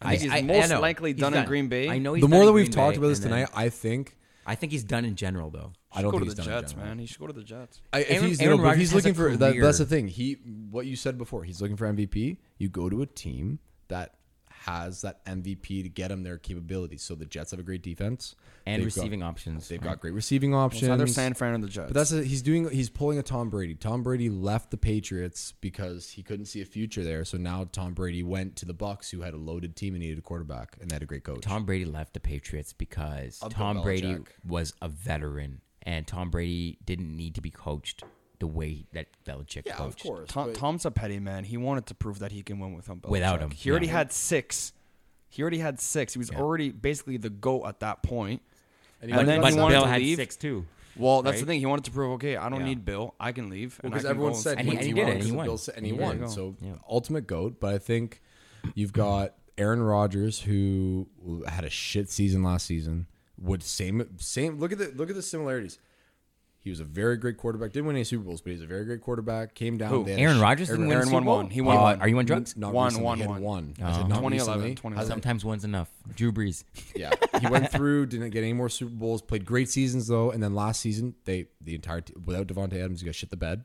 Speaker 2: I think
Speaker 1: I-
Speaker 2: he's
Speaker 1: I
Speaker 2: most
Speaker 1: know.
Speaker 2: likely
Speaker 1: He's
Speaker 2: done, in Green Bay.
Speaker 1: I know. He's
Speaker 3: the
Speaker 1: done
Speaker 3: more
Speaker 1: in
Speaker 3: that we've
Speaker 1: Green
Speaker 3: talked
Speaker 1: Bay,
Speaker 3: about this
Speaker 1: and then
Speaker 3: tonight, I think
Speaker 1: I think he's done in general though.
Speaker 3: I don't
Speaker 2: go
Speaker 3: think
Speaker 2: to
Speaker 3: he's
Speaker 2: the
Speaker 3: done in
Speaker 2: Jets,
Speaker 3: general.
Speaker 2: man. He should go to the Jets.
Speaker 3: I, if
Speaker 1: Aaron-
Speaker 3: he's
Speaker 1: Aaron
Speaker 3: no, but if
Speaker 1: Rodgers
Speaker 3: he's
Speaker 1: has
Speaker 3: looking
Speaker 1: a
Speaker 3: for that, that's
Speaker 1: career.
Speaker 3: the thing. He what you said before. He's looking for MVP. You go to a team that has that MVP to get him their capabilities. So the Jets have a great defense
Speaker 1: And
Speaker 3: They've got-
Speaker 1: receiving options.
Speaker 3: They've
Speaker 1: right?
Speaker 3: got great receiving options.
Speaker 2: It's either San Fran or the Jets.
Speaker 3: But that's a, he's doing. He's pulling a Tom Brady. Tom Brady left the Patriots because he couldn't see a future there. So now Tom Brady went to the Bucks, who had a loaded team and needed a quarterback, and they had a great coach.
Speaker 1: Tom Brady left the Patriots because
Speaker 3: Of Bill
Speaker 1: Tom Brady
Speaker 3: Belichick.
Speaker 1: was a veteran, and Tom Brady didn't need to be coached the way that Belichick
Speaker 3: yeah, of
Speaker 1: coached.
Speaker 3: course.
Speaker 2: Tom,
Speaker 3: but-
Speaker 2: Tom's a petty man. He wanted to prove that he can win without Belichick.
Speaker 1: Without him,
Speaker 2: he already
Speaker 1: yeah.
Speaker 2: had six. He already had six. He was already basically the goat at that point.
Speaker 3: And he
Speaker 2: And
Speaker 3: went
Speaker 2: then
Speaker 3: to
Speaker 2: he
Speaker 3: the
Speaker 2: wanted
Speaker 1: Bill
Speaker 2: to
Speaker 1: had
Speaker 2: leave.
Speaker 1: six too.
Speaker 2: Well, that's the
Speaker 1: right?
Speaker 2: thing. He wanted to prove, okay, I don't
Speaker 1: Yeah.
Speaker 2: need Bill. I can leave. and I
Speaker 3: because
Speaker 2: can
Speaker 3: everyone
Speaker 2: go and
Speaker 3: said
Speaker 2: see
Speaker 1: And he-
Speaker 2: what
Speaker 3: went
Speaker 1: and he did
Speaker 3: to
Speaker 1: it, and
Speaker 3: Rogers
Speaker 1: he
Speaker 3: and
Speaker 1: won.
Speaker 3: Bill said- and he
Speaker 1: Yeah,
Speaker 3: won.
Speaker 2: there you go.
Speaker 3: So
Speaker 1: Yeah.
Speaker 3: ultimate goat. But I think you've got Aaron Rodgers who had a shit season last season. Would same same look at the look at the similarities. He was a very great quarterback. Didn't win any Super Bowls, but he's a very great quarterback. Came down.
Speaker 2: Who?
Speaker 3: they had a
Speaker 1: Aaron
Speaker 3: sh-
Speaker 1: Rodgers didn't win. a
Speaker 2: Aaron
Speaker 1: Super
Speaker 2: won
Speaker 1: Bowl?
Speaker 2: one. He won
Speaker 1: Uh,
Speaker 2: one.
Speaker 1: Are you on drugs?
Speaker 3: Not
Speaker 2: One,
Speaker 3: recently.
Speaker 2: one,
Speaker 3: He had
Speaker 2: one.
Speaker 3: one. I said
Speaker 1: Oh.
Speaker 3: not
Speaker 2: 2011,
Speaker 3: recently.
Speaker 2: 2011.
Speaker 3: Hasn't-
Speaker 1: Sometimes one's enough. Drew Brees.
Speaker 3: Yeah, he went through, didn't get any more Super Bowls. Played great seasons though, and then last season they the entire te- without Devonte Adams, he got shit the bed.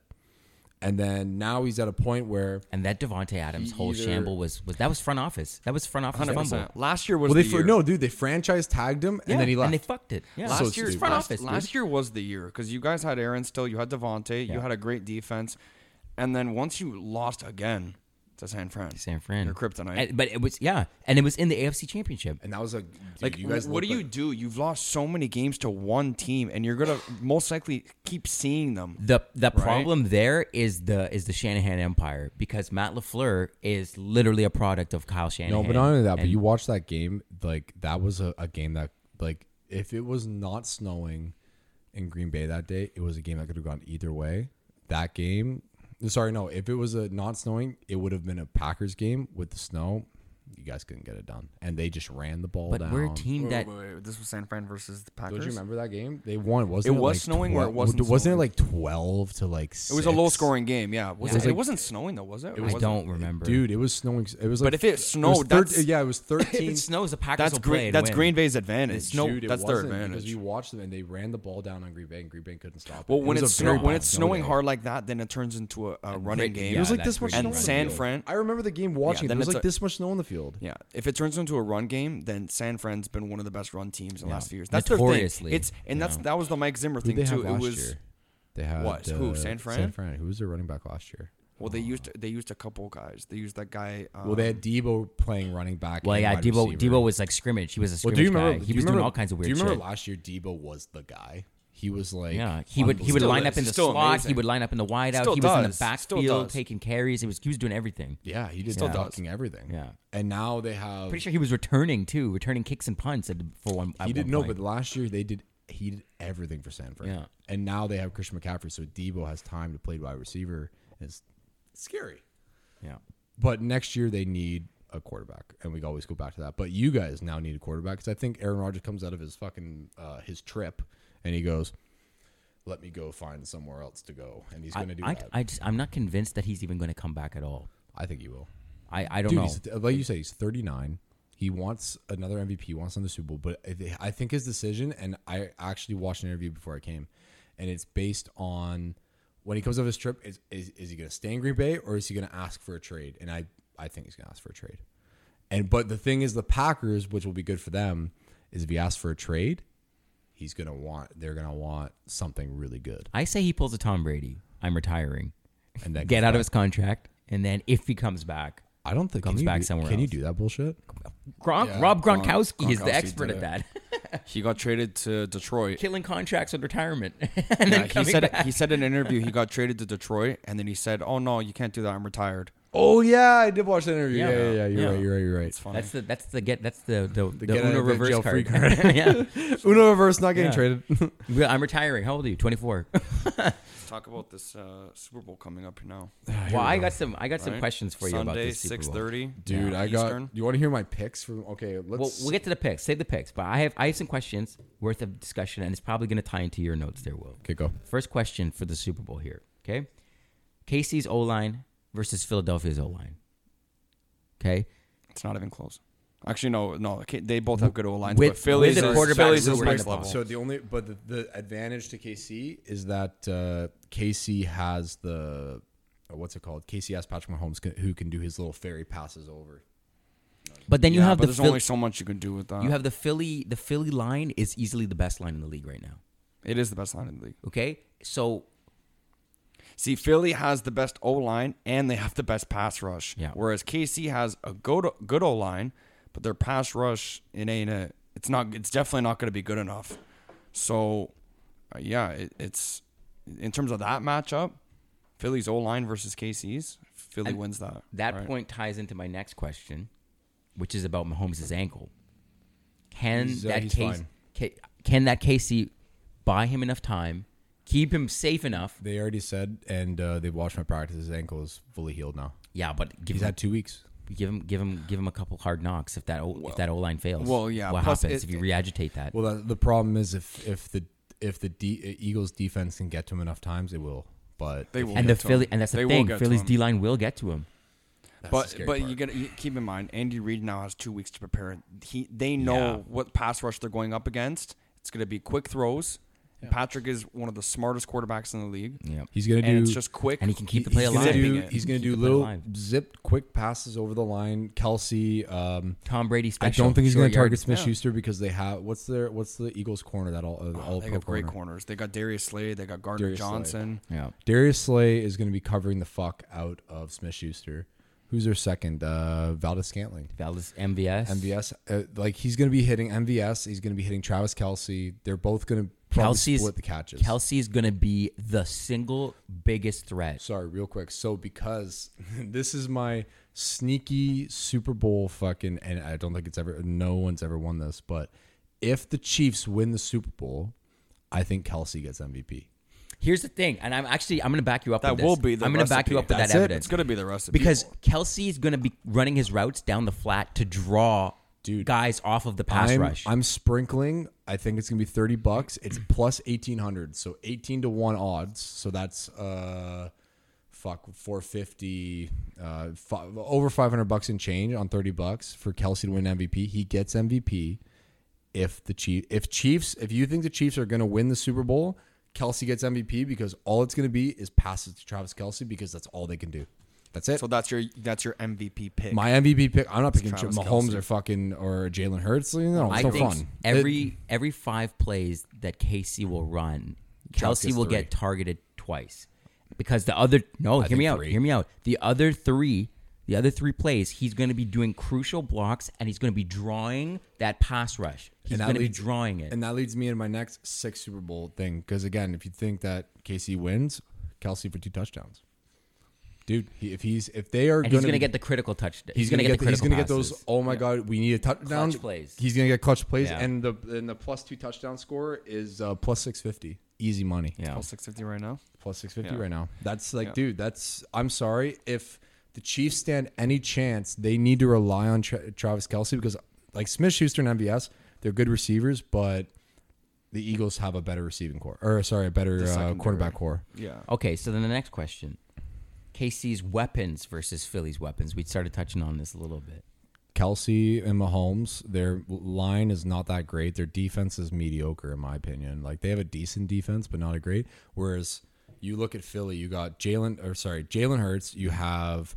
Speaker 3: And then now he's at a point where
Speaker 1: And that Devonte Adams
Speaker 3: He
Speaker 1: whole
Speaker 3: either-
Speaker 1: shamble was was that was front office. That was front office
Speaker 2: 100%.
Speaker 1: fumble.
Speaker 2: Last year was
Speaker 3: well they
Speaker 2: the
Speaker 3: fr-
Speaker 2: year.
Speaker 3: no dude they franchise tagged him and then he
Speaker 1: Yeah,
Speaker 3: left.
Speaker 1: And they fucked it. Yeah.
Speaker 3: So
Speaker 2: Last year,
Speaker 1: it's
Speaker 3: stupid.
Speaker 1: front
Speaker 2: last,
Speaker 1: office. dude.
Speaker 2: last year was the year because you guys had Aaron still, you had Devontae, you
Speaker 1: Yeah.
Speaker 2: had a great defense, and then once you lost again to San Fran,
Speaker 1: San Fran.
Speaker 2: your kryptonite.
Speaker 1: And- but it was yeah, and it was in the AFC Championship.
Speaker 3: and that was a dude,
Speaker 2: like,
Speaker 3: you guys
Speaker 2: what do
Speaker 3: look
Speaker 2: you
Speaker 3: like-
Speaker 2: do? You've lost so many games to one team, and you're gonna most likely keep seeing them.
Speaker 1: The the problem there is the is the Shanahan empire because Matt Lafleur is literally a product of Kyle Shanahan.
Speaker 3: no but not only that but
Speaker 1: And
Speaker 3: you watch that game like that was a, a game that like if it was not snowing in Green Bay that day it was a game that could have gone either way that game sorry no if it was a not snowing it would have been a Packers game with the snow you guys couldn't get it done and they just ran the ball
Speaker 1: But
Speaker 3: down
Speaker 1: we're a team that
Speaker 2: this was San Fran versus the Packers.
Speaker 3: don't you remember that game? They won. Wasn't
Speaker 2: It
Speaker 3: it
Speaker 2: was
Speaker 3: like
Speaker 2: snowing or it
Speaker 3: twel-
Speaker 2: wasn't
Speaker 3: Wasn't
Speaker 2: snowing?
Speaker 3: it like twelve to like?
Speaker 2: It was a low
Speaker 3: six?
Speaker 2: scoring game. Yeah,
Speaker 1: Yeah.
Speaker 2: was It,
Speaker 1: It was
Speaker 2: it
Speaker 1: like-
Speaker 2: wasn't snowing though, was it? Or
Speaker 1: I
Speaker 2: was
Speaker 1: don't remember.
Speaker 3: Dude, it was snowing. It was like,
Speaker 2: But if it
Speaker 3: was
Speaker 2: snowed,
Speaker 3: thir-
Speaker 2: that's-
Speaker 3: yeah, it was thirteen.
Speaker 1: it snows, the Packers
Speaker 2: That's
Speaker 1: will play
Speaker 2: Green.
Speaker 1: and
Speaker 2: That's
Speaker 1: win.
Speaker 2: Green Bay's advantage. No,
Speaker 3: Dude, it
Speaker 2: that's their
Speaker 3: wasn't, Because
Speaker 2: advantage.
Speaker 3: you watched them and they ran the ball down on Green Bay, and Green Bay couldn't stop.
Speaker 2: Well,
Speaker 3: it. It
Speaker 2: when
Speaker 3: was
Speaker 2: it's
Speaker 3: a very
Speaker 2: snow, when
Speaker 3: bad
Speaker 2: it's
Speaker 3: snow
Speaker 2: snowing
Speaker 3: day.
Speaker 2: hard like that, then it turns into a, a
Speaker 1: great-
Speaker 2: running game.
Speaker 1: yeah,
Speaker 3: it was like
Speaker 1: that
Speaker 3: this much
Speaker 1: Green
Speaker 3: snow.
Speaker 1: Bay.
Speaker 3: on the
Speaker 2: San
Speaker 3: field.
Speaker 2: Fran-
Speaker 3: I remember the game watching.
Speaker 2: then
Speaker 3: it was
Speaker 2: it's
Speaker 3: like
Speaker 2: a-
Speaker 3: this much snow on the field.
Speaker 2: Yeah, if it turns into a run game, then San Fran's been one of the best run teams in the last few years. That's their
Speaker 1: Notoriously,
Speaker 2: thing. It's and that's that was the Mike Zimmer
Speaker 3: Who
Speaker 2: thing
Speaker 3: they have
Speaker 2: too. It
Speaker 3: last
Speaker 2: was
Speaker 3: year? They had
Speaker 2: What? Who?
Speaker 3: uh,
Speaker 2: San Fran?
Speaker 3: San Fran. Who was their running back last year?
Speaker 2: well, they used they used a couple guys. They used that guy. Um,
Speaker 3: Well, they had Debo playing running back.
Speaker 1: Well,
Speaker 3: and
Speaker 1: yeah,
Speaker 3: wide
Speaker 1: Debo
Speaker 3: receiver.
Speaker 1: Debo was like scrimmage. He was a
Speaker 3: Well,
Speaker 1: scrimmage
Speaker 3: do you remember?
Speaker 1: guy.
Speaker 3: do
Speaker 1: He
Speaker 3: you
Speaker 1: was
Speaker 3: remember,
Speaker 1: doing all kinds of weird
Speaker 3: Do you remember
Speaker 1: shit.
Speaker 3: last year? Debo was the guy. He was like,
Speaker 1: yeah, he would he would
Speaker 3: unbelievable.
Speaker 1: line up
Speaker 2: is.
Speaker 1: in the
Speaker 2: Still
Speaker 1: slot. He
Speaker 2: amazing.
Speaker 1: would line up in the wideout.
Speaker 2: Still
Speaker 1: he was in
Speaker 2: does.
Speaker 1: the
Speaker 2: Still
Speaker 1: backfield
Speaker 2: does.
Speaker 1: taking carries. He was he was doing everything.
Speaker 3: Yeah, he did
Speaker 2: Still
Speaker 3: yeah.
Speaker 2: does.
Speaker 3: fucking everything.
Speaker 1: Yeah.
Speaker 3: and now they have.
Speaker 1: Pretty sure he was returning too, returning kicks and punts at, for one. At
Speaker 3: he did
Speaker 1: one
Speaker 3: no,
Speaker 1: point.
Speaker 3: but last year they did. He did everything for Sanford.
Speaker 1: Yeah.
Speaker 3: and now they have Christian McCaffrey, so Debo has time to play wide receiver. It's scary.
Speaker 1: yeah.
Speaker 3: But next year they need a quarterback, and we always go back to that. But you guys now need a quarterback because I think Aaron Rodgers comes out of his fucking uh, his trip, and he goes, "Let me go find somewhere else to go," and he's
Speaker 1: I,
Speaker 3: going to do
Speaker 1: I,
Speaker 3: that. I,
Speaker 1: I just, I'm not convinced that he's even going to come back at all.
Speaker 3: think he will.
Speaker 1: I, I don't
Speaker 3: Dude,
Speaker 1: know.
Speaker 3: he's, like you say, he's 39. He wants another MVP, he wants another Super Bowl. But I thi- I think his decision, and I actually watched an interview before I came, and it's based on when he comes off his trip, is, is, is he going to stay in Green Bay or is he going to ask for a trade? And I, I think he's going to ask for a trade. And But the thing is, the Packers, which will be good for them, is if he asks for a trade, he's going to want, they're going to want something really good.
Speaker 1: I say he pulls a Tom Brady. I'm retiring.
Speaker 3: And then
Speaker 1: Get out of his contract, and then if he comes back,
Speaker 3: I don't think
Speaker 1: comes
Speaker 3: can you
Speaker 1: back
Speaker 3: do-
Speaker 1: somewhere
Speaker 3: Can you
Speaker 1: else.
Speaker 3: do that bullshit?
Speaker 1: Gronk,
Speaker 2: Yeah,
Speaker 1: Rob
Speaker 2: Gronk-
Speaker 1: Gronkowski is
Speaker 2: Gronkowski
Speaker 1: the expert
Speaker 2: did
Speaker 1: at that.
Speaker 2: he got traded to Detroit.
Speaker 1: Killing contracts with retirement, and
Speaker 2: Yeah,
Speaker 1: then
Speaker 2: he
Speaker 1: coming
Speaker 2: said
Speaker 1: back.
Speaker 2: he said in an interview he got traded to Detroit, and then he said, "Oh no, you can't do that. I'm retired."
Speaker 3: Oh yeah, I did watch that interview.
Speaker 1: Yeah.
Speaker 3: Yeah, yeah, yeah. You're
Speaker 1: Yeah.
Speaker 3: right. You're right. You're right.
Speaker 2: It's funny.
Speaker 1: That's the that's the get that's the the, the,
Speaker 3: get out
Speaker 1: Uno
Speaker 3: of the
Speaker 1: reverse
Speaker 3: jail free
Speaker 1: card. yeah,
Speaker 3: Uno reverse not getting
Speaker 1: Yeah.
Speaker 3: traded.
Speaker 1: Well, I'm retiring. How old are you? 24.
Speaker 2: Let's talk about this uh, Super Bowl coming up now.
Speaker 1: well, I got some I got some
Speaker 2: right?
Speaker 1: questions for you about
Speaker 2: Sunday,
Speaker 1: this Super
Speaker 2: six
Speaker 1: Bowl.
Speaker 2: thirty.
Speaker 3: Dude, I got. Do you want to hear my picks from? Okay, let's.
Speaker 1: Well, we'll get to the picks. Save the picks, but I have I have some questions worth of discussion, and it's probably going to tie into your notes there, Will.
Speaker 3: okay, go.
Speaker 1: First question for the Super Bowl here. Okay, Casey's O line versus Philadelphia's O line. Okay,
Speaker 2: It's not even close. Actually, no, no. okay, They both have good O lines,
Speaker 1: With-
Speaker 2: but Phillies
Speaker 1: with the
Speaker 2: is,
Speaker 1: quarterback
Speaker 2: Phillies
Speaker 1: who
Speaker 2: is
Speaker 1: were in
Speaker 2: next
Speaker 1: the
Speaker 2: level.
Speaker 1: box.
Speaker 3: So the only, but the, the advantage to KC is that uh, KC has the uh, what's it called? KC has Patrick Mahomes c- who can do his little fairy passes over.
Speaker 1: but then you
Speaker 2: Yeah,
Speaker 1: have
Speaker 2: but
Speaker 1: the
Speaker 2: there's
Speaker 1: Phil-
Speaker 2: only so much you can do with that.
Speaker 1: you have the Philly the Philly line is easily the best line in the league right now.
Speaker 2: it is the best line in the league.
Speaker 1: Okay, so
Speaker 2: See, Philly has the best O line and they have the best pass rush.
Speaker 1: Yeah.
Speaker 2: Whereas KC has a good good O line, but their pass rush it ain't a. It's not. It's definitely not going to be good enough. So, uh, yeah, it, it's in terms of that matchup, Philly's O line versus KC's. Philly
Speaker 1: And
Speaker 2: wins that.
Speaker 1: That
Speaker 2: right?
Speaker 1: point ties into my next question, which is about Mahomes' ankle. Can
Speaker 3: He's, uh,
Speaker 1: that
Speaker 3: he's
Speaker 1: case
Speaker 3: fine.
Speaker 1: ca- can that Casey buy him enough time, keep him safe enough?
Speaker 3: They already said, and uh, they watched my practice. His ankle is fully healed now.
Speaker 1: Yeah, but give
Speaker 3: He's
Speaker 1: him,
Speaker 3: had two weeks.
Speaker 1: give him give him give him a couple hard knocks if that o, if that O line fails.
Speaker 2: well, yeah,
Speaker 1: what
Speaker 2: plus
Speaker 1: happens
Speaker 2: it-
Speaker 1: if you reagitate that?
Speaker 3: Well, that, the problem is if if the if the D, Eagles defense can get to him enough times, they will. But
Speaker 2: They will.
Speaker 1: and the
Speaker 2: get to
Speaker 1: Philly
Speaker 2: him.
Speaker 1: and that's the
Speaker 2: They will
Speaker 1: thing.
Speaker 2: get to
Speaker 1: Philly's
Speaker 2: him.
Speaker 1: D line will get to him.
Speaker 3: the
Speaker 2: But
Speaker 3: scary
Speaker 2: but
Speaker 3: part.
Speaker 2: you gotta you keep in mind Andy Reid now has two weeks to prepare. He they know
Speaker 1: Yeah.
Speaker 2: what pass rush they're going up against. It's gonna be quick throws. Patrick is one of the smartest quarterbacks in the league.
Speaker 1: Yep.
Speaker 3: he's gonna
Speaker 2: And
Speaker 3: do.
Speaker 2: it's just quick.
Speaker 1: And he can keep the
Speaker 3: he's
Speaker 1: play
Speaker 3: gonna
Speaker 1: alive.
Speaker 3: do-
Speaker 2: Zipping it.
Speaker 3: he's gonna
Speaker 1: Keep
Speaker 3: do
Speaker 1: the play
Speaker 3: little
Speaker 1: alive.
Speaker 3: zipped quick passes over the line. Kelsey. Um,
Speaker 1: Tom Brady
Speaker 3: I
Speaker 1: special.
Speaker 3: don't think he's
Speaker 1: short
Speaker 3: going to target
Speaker 1: yardage.
Speaker 3: Smith Schuster because they have what's their what's the Eagles corner that all uh,
Speaker 1: Oh,
Speaker 3: all
Speaker 2: They
Speaker 3: pro
Speaker 2: got great
Speaker 3: corner.
Speaker 2: corners. They got Darius Slade. They got Gardner
Speaker 3: Darius Slade.
Speaker 2: Johnson.
Speaker 1: Yeah.
Speaker 3: Darius Slay is going to be covering the fuck out of Smith Schuster. Who's their second? Uh, Valdez Scantling.
Speaker 1: Valdez MVS.
Speaker 3: MVS. Uh, like he's going to be hitting MVS. He's going to be hitting Travis Kelsey. They're both going to probably
Speaker 1: Kelsey's
Speaker 3: split the catches.
Speaker 1: Kelsey's gonna be the single biggest threat.
Speaker 3: Sorry, real quick. So because this is my sneaky Super Bowl fucking, and I don't think it's ever. No one's ever won this, but if the Chiefs win the Super Bowl, I think Kelsey gets MVP.
Speaker 1: Here's the thing, and I'm actually I'm going to back you up.
Speaker 2: That
Speaker 1: with this.
Speaker 2: will be the
Speaker 1: I'm going to back you
Speaker 2: recipe.
Speaker 1: up with
Speaker 2: That's
Speaker 1: that
Speaker 2: it.
Speaker 1: evidence
Speaker 2: It's gonna be the recipe.
Speaker 1: because Kelsey is going to be running his routes down the flat to draw
Speaker 3: Dude.
Speaker 1: guys off of the pass
Speaker 3: I'm,
Speaker 1: rush.
Speaker 3: I'm sprinkling. I think it's gonna be thirty bucks. It's plus eighteen hundred, so eighteen to one odds. So that's uh, fuck four fifty, uh, fi- over five hundred bucks in change on thirty bucks for Kelsey to win MVP. He gets MVP if the Chief, if Chiefs, if you think the Chiefs are gonna win the Super Bowl, Kelsey gets MVP because all it's gonna be is passes to Travis Kelsey because that's all they can do. That's it.
Speaker 2: so that's your that's your MVP pick.
Speaker 3: my MVP pick. I'm not picking
Speaker 2: Travis
Speaker 3: Mahomes
Speaker 2: Kelce.
Speaker 3: or fucking or Jalen Hurts. You know,
Speaker 1: I
Speaker 3: it's no
Speaker 1: think
Speaker 3: fun.
Speaker 1: every every five plays that Casey will run, Kelsey
Speaker 3: gets
Speaker 1: will
Speaker 3: three.
Speaker 1: get targeted twice because the other no, hear
Speaker 3: think
Speaker 1: me out,
Speaker 3: three.
Speaker 1: hear me out. The other three, the other three plays, he's going to be doing crucial blocks and he's going to be drawing that pass rush. He's
Speaker 3: And that
Speaker 1: going to be
Speaker 3: leads-
Speaker 1: drawing it.
Speaker 3: And that leads me in my next six Super Bowl thing. Because again, if you think that KC wins, Kelsey for two touchdowns, dude. He, if he's if they are
Speaker 1: And
Speaker 3: gonna
Speaker 1: he's going to
Speaker 3: be-
Speaker 1: get the critical touchdown.
Speaker 3: he's, gonna, get,
Speaker 1: the
Speaker 3: the, he's
Speaker 1: critical
Speaker 3: gonna get
Speaker 1: passes.
Speaker 3: those. Oh my god, we need a touchdown.
Speaker 1: Clutch plays.
Speaker 3: He's gonna get clutch plays,
Speaker 1: Yeah.
Speaker 3: and the and the plus two touchdown score is uh, plus six fifty. Easy money.
Speaker 1: Yeah.
Speaker 2: six fifty right now.
Speaker 3: Plus six fifty
Speaker 2: Yeah.
Speaker 3: right now. That's like,
Speaker 2: Yeah.
Speaker 3: dude. That's I'm sorry if the Chiefs stand any chance, they need to rely on Tra- Travis Kelsey because like Smith Schuster and MBS, they're good receivers, but the Eagles have a better receiving core or sorry, a better uh,
Speaker 2: secondary.
Speaker 3: quarterback core.
Speaker 2: Yeah.
Speaker 1: Okay, so then the next question. KC's weapons versus Philly's weapons. We started touching on this a little bit.
Speaker 3: Kelsey and Mahomes, their line is not that great. Their defense is mediocre, in my opinion. Like they have a decent defense, but not a great. Whereas you look at Philly, you got Jalen, or sorry, Jalen Hurts. You have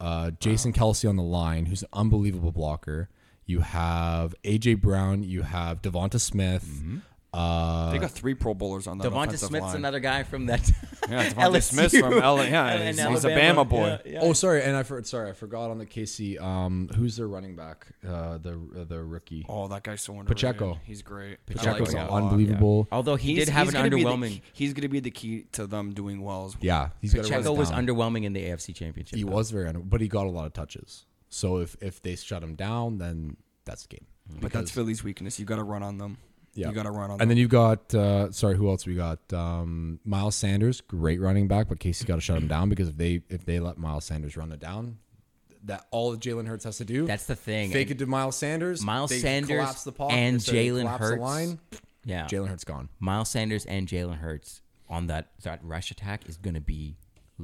Speaker 3: uh, Jason Kelsey on the line, who's an unbelievable blocker. You have AJ Brown. You have Devonta Smith. Uh,
Speaker 2: Mm-hmm. They got three Pro Bowlers on that
Speaker 1: Uh, Devonta
Speaker 2: offensive
Speaker 1: Smith's
Speaker 2: line.
Speaker 1: another guy from that
Speaker 2: Yeah, Devontae Smith from LA. Yeah, he's, he's a Bama boy.
Speaker 3: Oh, sorry, and I for, sorry I forgot on the KC. Um, who's their running back? Uh, the uh, the rookie.
Speaker 2: Oh, that guy's so underrated.
Speaker 3: Pacheco.
Speaker 2: He's great.
Speaker 3: Pacheco's
Speaker 2: I like him a lot,
Speaker 3: unbelievable.
Speaker 1: Although
Speaker 2: yeah.
Speaker 1: he did have an
Speaker 2: gonna be the-
Speaker 1: underwhelming.
Speaker 2: he's going to be the key to them doing well. As well.
Speaker 3: Yeah, he's got
Speaker 1: Pacheco was underwhelming in the AFC Championship.
Speaker 3: He
Speaker 1: though.
Speaker 3: was very under, but he got a lot of touches. So if if they shut him down, then that's the game.
Speaker 1: Mm-hmm.
Speaker 2: But that's Philly's weakness. You got to run on them.
Speaker 3: Yeah.
Speaker 2: You got to run on
Speaker 3: And
Speaker 2: them.
Speaker 3: then you've got uh, sorry, who else we got? Um, Miles Sanders, great running back, but Casey's got to shut him down because if they if they let Miles Sanders run it down, that all that Jalen Hurts has to do
Speaker 1: That's the thing.
Speaker 3: fake it to Miles Sanders,
Speaker 1: Miles
Speaker 3: they
Speaker 1: Sanders
Speaker 3: collapse the pocket,
Speaker 1: and
Speaker 3: sorry, they
Speaker 1: Jalen
Speaker 3: collapse the
Speaker 1: Hurts.
Speaker 3: line,
Speaker 1: yeah.
Speaker 3: Jalen Hurts gone.
Speaker 1: Miles Sanders and Jalen Hurts on that that rush attack is going to be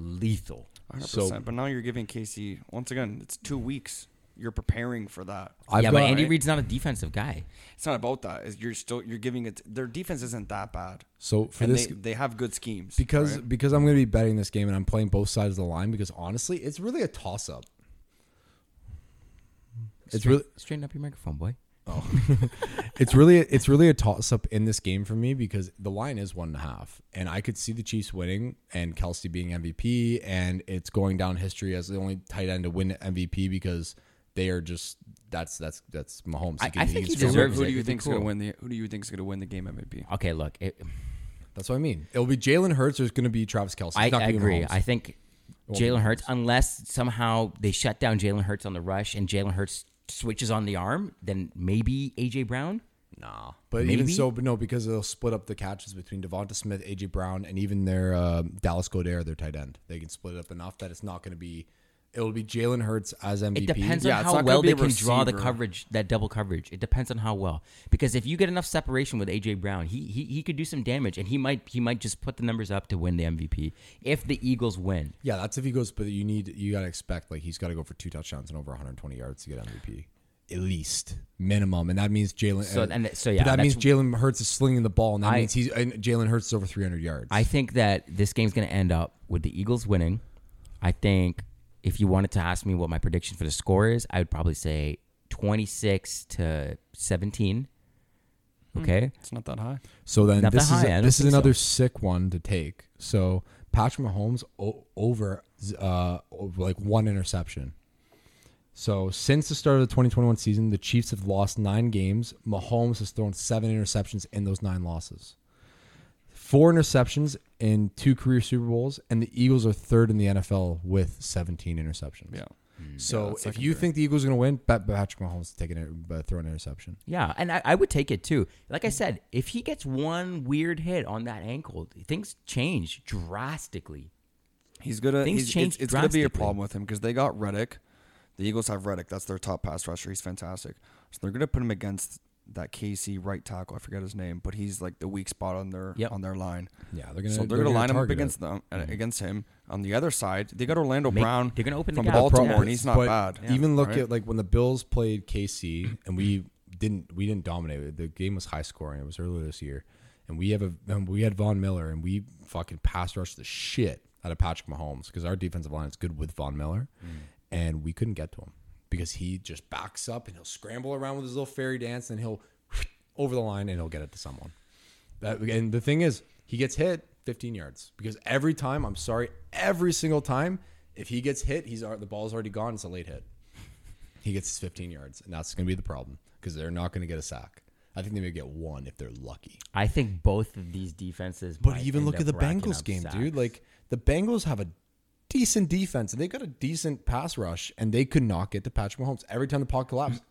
Speaker 1: lethal.
Speaker 2: 100%. but now you're giving Casey, once again, it's two weeks. You're preparing for that.
Speaker 3: I've
Speaker 1: yeah,
Speaker 3: got,
Speaker 1: but Andy Reid's not a defensive guy.
Speaker 2: It's not about that. It's- you're still you're giving it. Their defense isn't that bad.
Speaker 3: so for
Speaker 2: and
Speaker 3: this
Speaker 2: they, they have good schemes
Speaker 3: because
Speaker 2: right?
Speaker 3: because I'm going to be betting this game and I'm playing both sides of the line because honestly, it's really a toss up. It's really
Speaker 1: Straighten up your microphone, boy.
Speaker 3: it's really it's really a toss up in this game for me because the line is one and a half, and I could see the Chiefs winning and Kelsey being MVP, and it's going down history as the only tight end to win MVP because they are just that's that's that's Mahomes.
Speaker 1: I- I think he
Speaker 3: just going-
Speaker 1: deserves
Speaker 2: who
Speaker 1: it.
Speaker 2: do you
Speaker 1: It'd be
Speaker 2: think's gonna
Speaker 1: cool.
Speaker 2: win the who do you think's gonna win the game MVP?
Speaker 1: Okay, look, it,
Speaker 3: That's what I mean. It'll be Jalen Hurts. There's going to be Travis Kelsey.
Speaker 1: I,
Speaker 3: It's not
Speaker 1: I
Speaker 3: gonna be
Speaker 1: agree.
Speaker 3: Mahomes.
Speaker 1: I think Jalen Hurts, unless somehow they shut down Jalen Hurts on the rush and Jalen Hurts switches on the arm, then maybe AJ Brown.
Speaker 3: Nah, but even
Speaker 1: Maybe?
Speaker 3: so, but no, because they'll split up the catches between Devonta Smith, AJ Brown, and even their uh, Dallas Goddard, their tight end. They can split it up enough that it's not going to be. It'll be Jalen Hurts as MVP.
Speaker 1: It depends
Speaker 2: Yeah,
Speaker 1: on
Speaker 2: it's
Speaker 1: how
Speaker 2: not gonna
Speaker 1: well
Speaker 2: be
Speaker 1: they
Speaker 2: a
Speaker 1: can draw the
Speaker 2: receiver.
Speaker 1: coverage, that double coverage. It depends on how well, because if you get enough separation with AJ Brown, he he, he could do some damage, and he might he might just put the numbers up to win the MVP if the Eagles win.
Speaker 3: Yeah, that's if he goes, but you need you gotta expect like he's gotta go for two touchdowns and over 120 yards to get MVP, at least minimum, and that means Jalen.
Speaker 1: So-
Speaker 3: uh,
Speaker 1: and that- so,
Speaker 3: but
Speaker 1: yeah,
Speaker 3: that means
Speaker 1: that's-
Speaker 3: Jalen Hurts is slinging the ball, and that
Speaker 1: I-
Speaker 3: means he's and Jalen Hurts is over 300 yards.
Speaker 1: I think that this game's going to end up with the Eagles winning. I think if you wanted to ask me what my prediction for the score is, I would probably say 26 to 17. Okay.
Speaker 2: It's not that high.
Speaker 3: so then
Speaker 1: Not that
Speaker 3: this is
Speaker 1: high, I don't
Speaker 3: this is
Speaker 1: think so.
Speaker 3: another sick one to take. So Patrick Mahomes o- over uh over, like one interception. So since the start of the 2021 season, the Chiefs have lost nine games. Mahomes has thrown seven interceptions in those nine losses. four interceptions in two career Super Bowls, and the Eagles are third in the NFL with 17 interceptions.
Speaker 2: Yeah.
Speaker 3: So
Speaker 2: that's
Speaker 3: if you think the Eagles are going to win, bet Patrick Mahomes to take an, uh, throw an interception.
Speaker 1: Yeah. And I, I would take it too. Like I said, if he gets one weird hit on that ankle, things change drastically.
Speaker 2: He's gonna
Speaker 1: Things
Speaker 2: he's,
Speaker 1: change
Speaker 2: it's, it's gonna be a
Speaker 1: drastically.
Speaker 2: problem with him because they got Reddick. The Eagles have Reddick. That's their top pass rusher. He's fantastic. So they're gonna put him against that KC right tackle. I forget his name, but he's like the weak spot on their
Speaker 1: Yep.
Speaker 2: on their line.
Speaker 3: Yeah, they're gonna-
Speaker 2: so
Speaker 3: they're
Speaker 2: they're, gonna,
Speaker 3: gonna
Speaker 2: line him up
Speaker 3: target it. Mm-hmm.
Speaker 2: against them uh, against him. On the other side, they got Orlando
Speaker 1: Make-
Speaker 2: Brown.
Speaker 1: they're gonna open the
Speaker 2: from
Speaker 1: gap.
Speaker 2: Baltimore,
Speaker 1: Problem
Speaker 2: and he's not
Speaker 3: but
Speaker 2: bad.
Speaker 3: Even look
Speaker 2: right?
Speaker 3: at like when the Bills played KC, and we didn't we didn't dominate. The game was high scoring. It was earlier this year, and we have a and we had Von Miller, and we fucking pass rushed the shit out of Patrick Mahomes because our defensive line is good with Von Miller, and we couldn't get to him because he just backs up and he'll scramble around with his little fairy dance, and he'll over the line and he'll get it to someone. That, and the thing is, he gets hit 15 yards because every time, I'm sorry, every single time, if he gets hit, he's al- the ball's already gone. It's a late hit. He gets his 15 yards, and that's going to be the problem because they're not going to get a sack. I think they may get one if they're lucky.
Speaker 1: I think both of these defenses.
Speaker 3: But
Speaker 1: might
Speaker 3: even
Speaker 1: end
Speaker 3: look at
Speaker 1: up
Speaker 3: the
Speaker 1: racking
Speaker 3: Bengals
Speaker 1: up
Speaker 3: game,
Speaker 1: sacks.
Speaker 3: dude. Like the Bengals have a decent defense and they got a decent pass rush, and they could not get to Patrick Mahomes every time the pocket collapsed.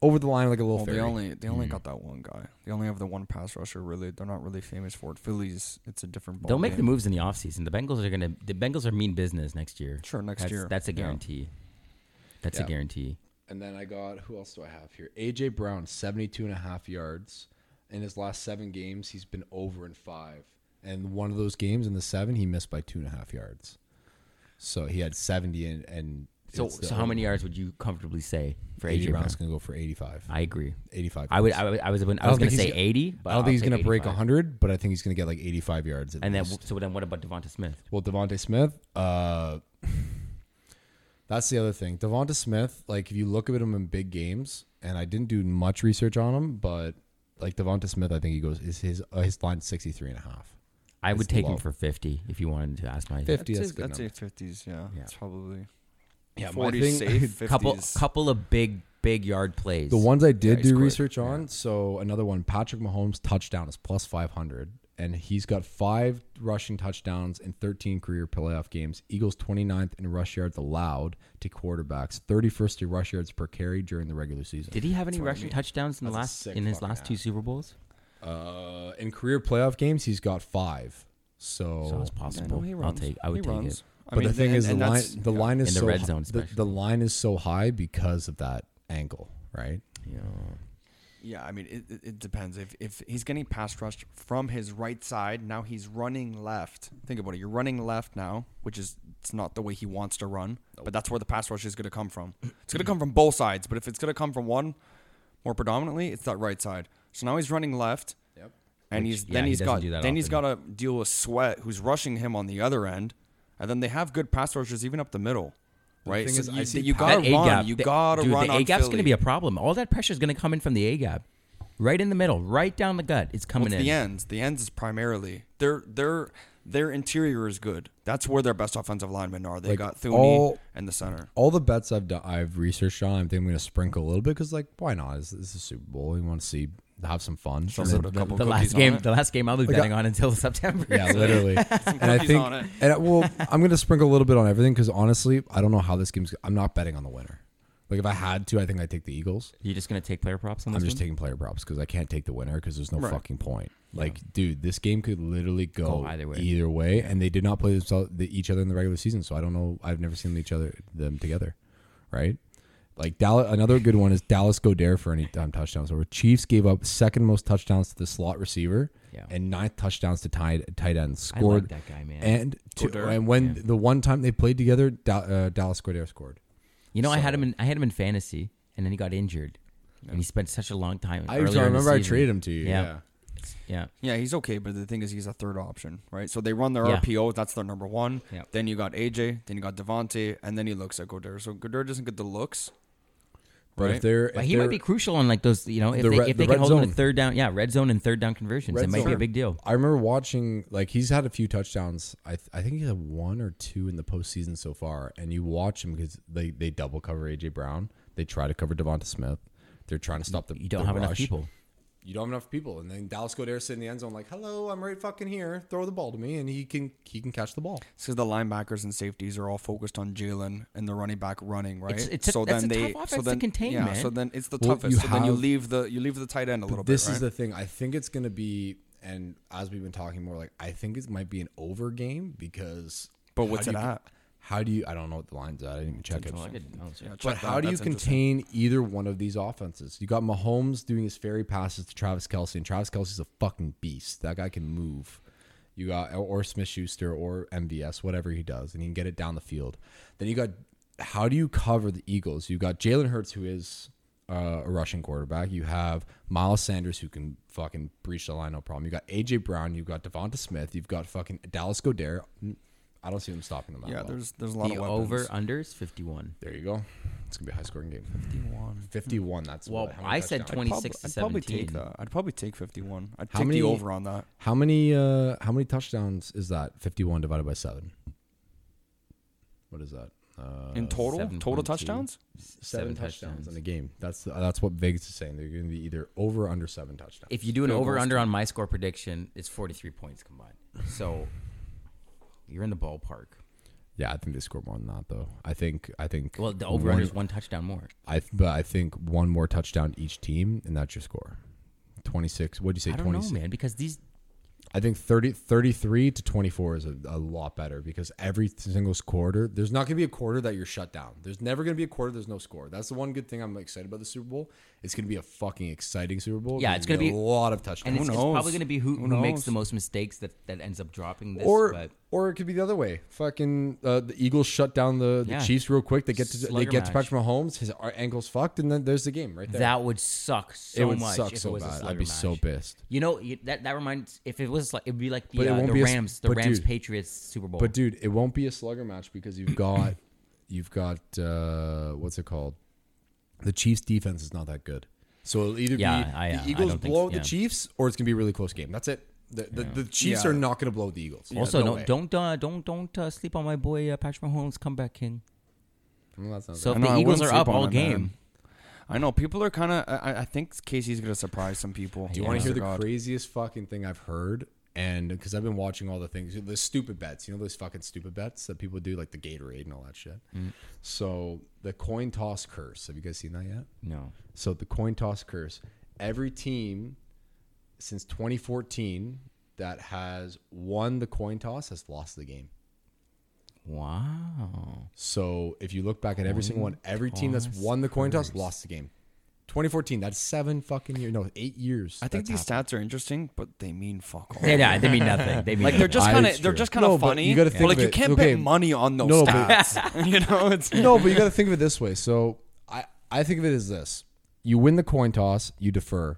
Speaker 3: Over the line like a little
Speaker 2: Well,
Speaker 3: fairy.
Speaker 2: they only they
Speaker 1: Mm-hmm.
Speaker 2: only got that one guy. They only have the one pass rusher. Really, they're not really famous for it. Phillies, it's a different ball.
Speaker 3: oh,
Speaker 1: They'll make the
Speaker 2: game.
Speaker 1: moves in the offseason. The Bengals are gonna. The Bengals are mean business next year.
Speaker 2: Sure, next
Speaker 1: That's-
Speaker 2: year.
Speaker 1: That's a
Speaker 2: Yeah.
Speaker 1: guarantee. That's
Speaker 3: Yeah.
Speaker 1: a guarantee.
Speaker 3: And then I got, who else do I have here? AJ Brown, 72 and a half yards. In his last seven games, he's been over in five. And one of those games in the seven, he missed by two and a half yards. So he had 70 and. and
Speaker 1: So,
Speaker 3: it's the
Speaker 1: so how many yards would you comfortably say for
Speaker 3: AJ
Speaker 1: AJ Brown?
Speaker 3: Brown's going to go for 85.
Speaker 1: I agree.
Speaker 3: 85.
Speaker 1: I would. I, would, I was. I was
Speaker 3: don't
Speaker 1: going
Speaker 3: think
Speaker 1: to
Speaker 3: he's
Speaker 1: say
Speaker 3: gonna-
Speaker 1: eighty. But
Speaker 3: I don't
Speaker 1: I'll
Speaker 3: think he's
Speaker 1: say
Speaker 3: going to break
Speaker 1: 85.
Speaker 3: 100, but I think he's going to get like 85 yards. At
Speaker 1: And then,
Speaker 3: least.
Speaker 1: so then, what about Devonta Smith?
Speaker 3: Well, Devonte Smith, uh, that's the other thing. Devonta Smith, like if you look at him in big games, and I didn't do much research on him, but like Devonta Smith, I think he goes is his uh, his line 63 and a half.
Speaker 1: I would
Speaker 3: It's
Speaker 1: take him
Speaker 3: low.
Speaker 1: for fifty if you wanted to ask my
Speaker 3: 50
Speaker 2: that's
Speaker 3: that's
Speaker 2: a,
Speaker 3: a good
Speaker 2: that's a 50s, yeah.
Speaker 1: Yeah.
Speaker 2: It's probably
Speaker 3: Yeah, my
Speaker 2: 40s
Speaker 3: thing-
Speaker 2: safe, 50s.
Speaker 1: couple couple of big big yard plays.
Speaker 3: The ones I did
Speaker 2: he's
Speaker 3: do
Speaker 2: quick.
Speaker 3: research on. So another one, Patrick Mahomes touchdown is plus five hundred, and he's got five rushing touchdowns in thirteen career playoff games. Eagles 29th in rush yards allowed to quarterbacks, thirty first to rush yards per carry during the regular season.
Speaker 1: did he have any rushing touchdowns in the
Speaker 3: That's a
Speaker 1: last
Speaker 3: sick
Speaker 1: in his
Speaker 3: fucking
Speaker 1: last two Super Bowls?
Speaker 3: Uh, in career playoff games, he's got five. So,
Speaker 1: So it's
Speaker 2: Yeah,
Speaker 1: possible.
Speaker 2: Oh, no, he
Speaker 1: I'll
Speaker 2: runs.
Speaker 1: take. I would
Speaker 2: He
Speaker 1: take
Speaker 2: runs.
Speaker 1: it.
Speaker 2: I
Speaker 3: but the
Speaker 2: mean,
Speaker 3: thing
Speaker 2: and-
Speaker 3: is, the
Speaker 2: and
Speaker 3: line
Speaker 2: that's-
Speaker 3: the line is
Speaker 1: In the
Speaker 3: so
Speaker 1: red
Speaker 3: hi-
Speaker 1: zone
Speaker 3: the, the
Speaker 1: especially.
Speaker 3: line is so high because of that angle, right?
Speaker 1: Yeah.
Speaker 2: Yeah, I mean, it, it, it depends. If if he's getting pass rushed from his right side, now he's running left. Think about it. You're running left now, which is it's not the way he wants to run, but that's where the pass rush is going to come from. It's going to come from both sides, but if it's going to come from one more predominantly, it's that right side. So now he's running left. Yep. And
Speaker 1: Which-
Speaker 2: he's
Speaker 1: yeah,
Speaker 2: then
Speaker 1: he
Speaker 2: he's
Speaker 1: doesn't
Speaker 2: got
Speaker 1: do
Speaker 2: then
Speaker 1: that
Speaker 2: he's got
Speaker 1: often.
Speaker 2: to deal with Sweat, who's rushing him on the other end, and then they have good pass rushers even up the middle, right?
Speaker 3: thing
Speaker 2: So
Speaker 3: is, I
Speaker 2: you,
Speaker 3: see
Speaker 2: you
Speaker 3: pa-
Speaker 2: gotta
Speaker 1: That A
Speaker 2: run,
Speaker 1: gap.
Speaker 2: you
Speaker 1: the-
Speaker 2: gotta
Speaker 1: dude,
Speaker 2: run.
Speaker 1: The
Speaker 2: on
Speaker 1: A gap's going
Speaker 2: Philly.
Speaker 1: to be a problem. All that pressure is going to come in from the A gap, right in the middle, right down the gut. It's coming
Speaker 2: Well, it's
Speaker 1: in.
Speaker 2: the ends. The ends is primarily their their their interior is good. That's where their best offensive linemen are. They
Speaker 3: Like,
Speaker 2: got Thune
Speaker 3: all-
Speaker 2: and the center.
Speaker 3: all the bets I've done, I've researched on. I think I'm going to sprinkle a little bit because, like, why not? This, this is Super Bowl. You want to see, have some fun.
Speaker 2: So
Speaker 3: And
Speaker 2: sort
Speaker 3: then-
Speaker 2: of a couple
Speaker 1: The
Speaker 2: cookies
Speaker 1: last
Speaker 2: on
Speaker 1: game,
Speaker 2: it.
Speaker 1: the last game I'll be
Speaker 3: got-
Speaker 1: betting on until September.
Speaker 3: yeah,
Speaker 1: So-
Speaker 3: literally. and I
Speaker 2: cookies
Speaker 3: think,
Speaker 2: on it.
Speaker 3: and I- well, I'm going to sprinkle a little bit on everything because honestly, I don't know how this game's. I'm not betting on the winner. Like, if I had to, I think I'd take the Eagles.
Speaker 1: You're just going to take player props on
Speaker 3: I'm
Speaker 1: this
Speaker 3: just
Speaker 1: one?
Speaker 3: taking player props because I can't take the winner because there's no
Speaker 2: Right.
Speaker 3: fucking point. Like, dude, this game could literally go,
Speaker 1: Go either way.
Speaker 3: Either way, and they did not play themselves the, each other in the regular season, so I don't know. I've never seen each other them together, right? Like Dallas, another good one is Dallas Godare for any time touchdowns. Over Chiefs gave up second most touchdowns to the slot receiver
Speaker 1: Yeah.
Speaker 3: and ninth touchdowns to tight tight ends. Scored
Speaker 1: that guy, man.
Speaker 3: And to-
Speaker 2: Goddard.
Speaker 3: and when the one time they played together, da- uh, Dallas Godare scored.
Speaker 1: You know, I had
Speaker 3: So-
Speaker 1: him in I had him in fantasy, and then he got injured, and he spent such a long time.
Speaker 3: I,
Speaker 1: earlier in the
Speaker 3: remember I
Speaker 1: season.
Speaker 3: traded him to you.
Speaker 1: Yeah.
Speaker 3: yeah.
Speaker 1: Yeah,
Speaker 2: Yeah, he's okay, but the thing is, he's a third option, right? So they run their
Speaker 1: Yeah.
Speaker 2: RPO. That's their number one.
Speaker 1: Yeah.
Speaker 2: Then you got AJ. Then you got Devontae, and then he looks at Goddard. So Goddard doesn't get the looks.
Speaker 3: But
Speaker 2: Right.
Speaker 3: if they're
Speaker 1: but
Speaker 3: if
Speaker 1: he might
Speaker 3: they're-
Speaker 1: be crucial on like those. You know, if
Speaker 3: The
Speaker 1: they,
Speaker 3: red-
Speaker 1: if
Speaker 3: the
Speaker 1: they can
Speaker 3: red
Speaker 1: hold him
Speaker 3: zone.
Speaker 1: to third down, yeah, red zone and third down conversions,
Speaker 3: Red
Speaker 1: it might be
Speaker 3: zone.
Speaker 1: a big deal.
Speaker 3: I remember watching like he's had a few touchdowns. I th- I think he had one or two in the postseason so far. And you watch him because they they double cover AJ Brown. They try to cover Devonta Smith. They're trying to stop the.
Speaker 1: You don't
Speaker 3: the
Speaker 1: have enough
Speaker 3: rush.
Speaker 1: people.
Speaker 3: You don't have enough people, and then Dallas Goddard sit in the end zone like, "Hello, I'm right fucking here. Throw the ball to me, and he can he can catch the ball."
Speaker 2: because the linebackers and safeties are all focused on Jalen and the running back running, right?
Speaker 1: It's- it's a- that's a tough offense to contain,
Speaker 2: yeah,
Speaker 1: man.
Speaker 2: So then it's the
Speaker 3: Well,
Speaker 2: toughest.
Speaker 3: you
Speaker 2: so then you
Speaker 3: have-
Speaker 2: leave the you leave the tight end a little bit.
Speaker 3: this
Speaker 2: right?
Speaker 3: is the thing. I think it's going to be, and as we've been talking more, like I think it might be an over game because.
Speaker 2: But
Speaker 3: how
Speaker 2: what's
Speaker 3: do
Speaker 2: it
Speaker 3: you-
Speaker 2: at?
Speaker 3: How do you? I don't know what the line's at. Oh, I didn't even check it.
Speaker 1: Oh,
Speaker 2: Yeah,
Speaker 3: But
Speaker 2: check
Speaker 3: how
Speaker 2: that.
Speaker 3: do you
Speaker 2: That's interesting.
Speaker 3: contain either one of these offenses? You got Mahomes doing his fairy passes to Travis Kelsey, and Travis Kelsey's a fucking beast. That guy can move. You got or Smith Schuster or MVS, whatever he does, and he can get it down the field. Then you got how do you cover the Eagles? You got Jalen Hurts, who is uh, a rushing quarterback. You have Miles Sanders, who can fucking breach the line, no problem. You got AJ Brown. You've got Devonta Smith. You've got fucking Dallas Godare. I don't see them stopping them. That
Speaker 2: Yeah,
Speaker 3: well.
Speaker 2: there's there's a lot
Speaker 1: The
Speaker 2: of weapons.
Speaker 1: over under is fifty one.
Speaker 3: There you go. It's gonna be a high scoring game. Fifty-one. That's
Speaker 1: Well,
Speaker 3: what, how many
Speaker 1: I said
Speaker 3: touchdowns?
Speaker 1: 20. 26 to
Speaker 2: I'd probably take
Speaker 1: 17.
Speaker 2: that. I'd probably take 51. I'd
Speaker 3: How
Speaker 2: take
Speaker 3: many-
Speaker 2: the over on that.
Speaker 3: How many? Uh, how many touchdowns is that? Fifty-one divided by seven. What is that? Uh,
Speaker 2: In total, total
Speaker 1: 7.2.
Speaker 2: touchdowns?
Speaker 3: seven touchdowns in a game. That's uh, that's what Vegas is saying. They're going to be either over or under seven touchdowns.
Speaker 1: If you do an
Speaker 2: Field
Speaker 1: over
Speaker 2: goals
Speaker 1: under on my score prediction, it's forty three points combined. So you're in the ballpark.
Speaker 3: yeah, I think they score more than that though. I think I think
Speaker 1: Well, the over under is one touchdown more.
Speaker 3: I th- but I think one more touchdown each team, and that's your score. Twenty-six. What'd you
Speaker 1: I
Speaker 3: say?
Speaker 1: don't know,
Speaker 3: Twenty-six.
Speaker 1: man, because these
Speaker 3: I think 30, 33 to 24 is a, a lot better because every single quarter, there's not going to be a quarter that you're shut down. There's never going to be a quarter there's no score. That's the one good thing I'm excited about the Super Bowl. It's going to be a fucking exciting Super Bowl.
Speaker 1: Yeah, it's gonna
Speaker 3: a
Speaker 1: be-
Speaker 3: lot of touchdowns.
Speaker 1: and it's, it's
Speaker 2: knows?
Speaker 1: probably going to be who,
Speaker 2: Who
Speaker 1: who makes
Speaker 2: knows?
Speaker 1: the most mistakes that, that ends up dropping this.
Speaker 3: or
Speaker 1: but
Speaker 3: or it could be the other way. Fucking uh, the Eagles shut down the, the
Speaker 1: Yeah.
Speaker 3: Chiefs real quick. They get to they
Speaker 1: Slugger
Speaker 3: get to
Speaker 1: match.
Speaker 3: Patrick Mahomes. His ar- ankle's fucked, and then there's the game right there.
Speaker 1: that would suck so
Speaker 3: it would
Speaker 1: much.
Speaker 3: suck
Speaker 1: if
Speaker 3: so
Speaker 1: it was a
Speaker 3: bad. I'd
Speaker 1: slugger
Speaker 3: be so
Speaker 1: match.
Speaker 3: pissed.
Speaker 1: You know you- that that reminds if it was like it'd be like
Speaker 3: But it
Speaker 1: the, uh,
Speaker 3: won't
Speaker 1: the
Speaker 3: be a s-
Speaker 1: Rams, the
Speaker 3: but dude-
Speaker 1: Rams Patriots Super Bowl.
Speaker 3: But dude, it won't be a slugger match because you've got you've got uh, what's it called? The Chiefs defense is not that good. So it'll either
Speaker 1: Yeah,
Speaker 3: be
Speaker 1: I- I
Speaker 3: the
Speaker 1: don't
Speaker 3: Eagles
Speaker 1: think
Speaker 3: blow
Speaker 1: so,
Speaker 3: out
Speaker 1: yeah.
Speaker 3: the Chiefs or it's gonna be a really close game. That's it. The, the, the Chiefs
Speaker 2: Yeah.
Speaker 3: are not going to blow the Eagles.
Speaker 1: also,
Speaker 3: no
Speaker 1: don't
Speaker 3: way.
Speaker 1: don't uh, don't don't uh, sleep on my boy uh, Patrick Mahomes comeback king.
Speaker 3: Well, that sounds
Speaker 1: So
Speaker 3: right.
Speaker 1: if
Speaker 2: know,
Speaker 1: the
Speaker 2: I
Speaker 1: Eagles
Speaker 2: wouldn't
Speaker 1: are
Speaker 2: sleep
Speaker 1: up
Speaker 2: on
Speaker 1: all
Speaker 2: it, man.
Speaker 1: game,
Speaker 2: I know people are kind of. I, I think Casey's gonna surprise some people.
Speaker 1: Do
Speaker 3: You want
Speaker 1: Yeah.
Speaker 3: to hear
Speaker 2: Honest
Speaker 3: the
Speaker 2: God.
Speaker 3: craziest fucking thing I've heard? And because I've been watching all the things, the stupid bets, you know, those fucking stupid bets that people do, like the Gatorade and all that shit.
Speaker 1: Mm.
Speaker 3: So the coin toss curse. Have you guys seen that yet?
Speaker 1: no.
Speaker 3: So the coin toss curse. Every team since 2014 that has won the coin toss has lost the game.
Speaker 1: Wow.
Speaker 3: So if you look back at every single one, every team that's
Speaker 1: toss
Speaker 3: won the coin toss lost the game. 2014. That's seven fucking years. No, eight years.
Speaker 2: I think
Speaker 3: that's
Speaker 2: these
Speaker 3: happened.
Speaker 2: stats are interesting, but they mean fuck all.
Speaker 1: Yeah, yeah, they mean nothing. They mean
Speaker 2: Like they're
Speaker 1: nothing.
Speaker 2: just kind
Speaker 3: it's
Speaker 2: of they're
Speaker 3: true.
Speaker 2: just kind of
Speaker 3: No, but
Speaker 2: funny.
Speaker 3: you gotta
Speaker 2: but,
Speaker 3: think
Speaker 2: like
Speaker 3: of
Speaker 2: you
Speaker 3: it.
Speaker 2: can't
Speaker 3: Okay.
Speaker 2: bet money on those
Speaker 3: No, but-
Speaker 2: stats. you know, it's
Speaker 3: no, but you got to think of it this way. So I, I think of it as this: you win the coin toss, you defer.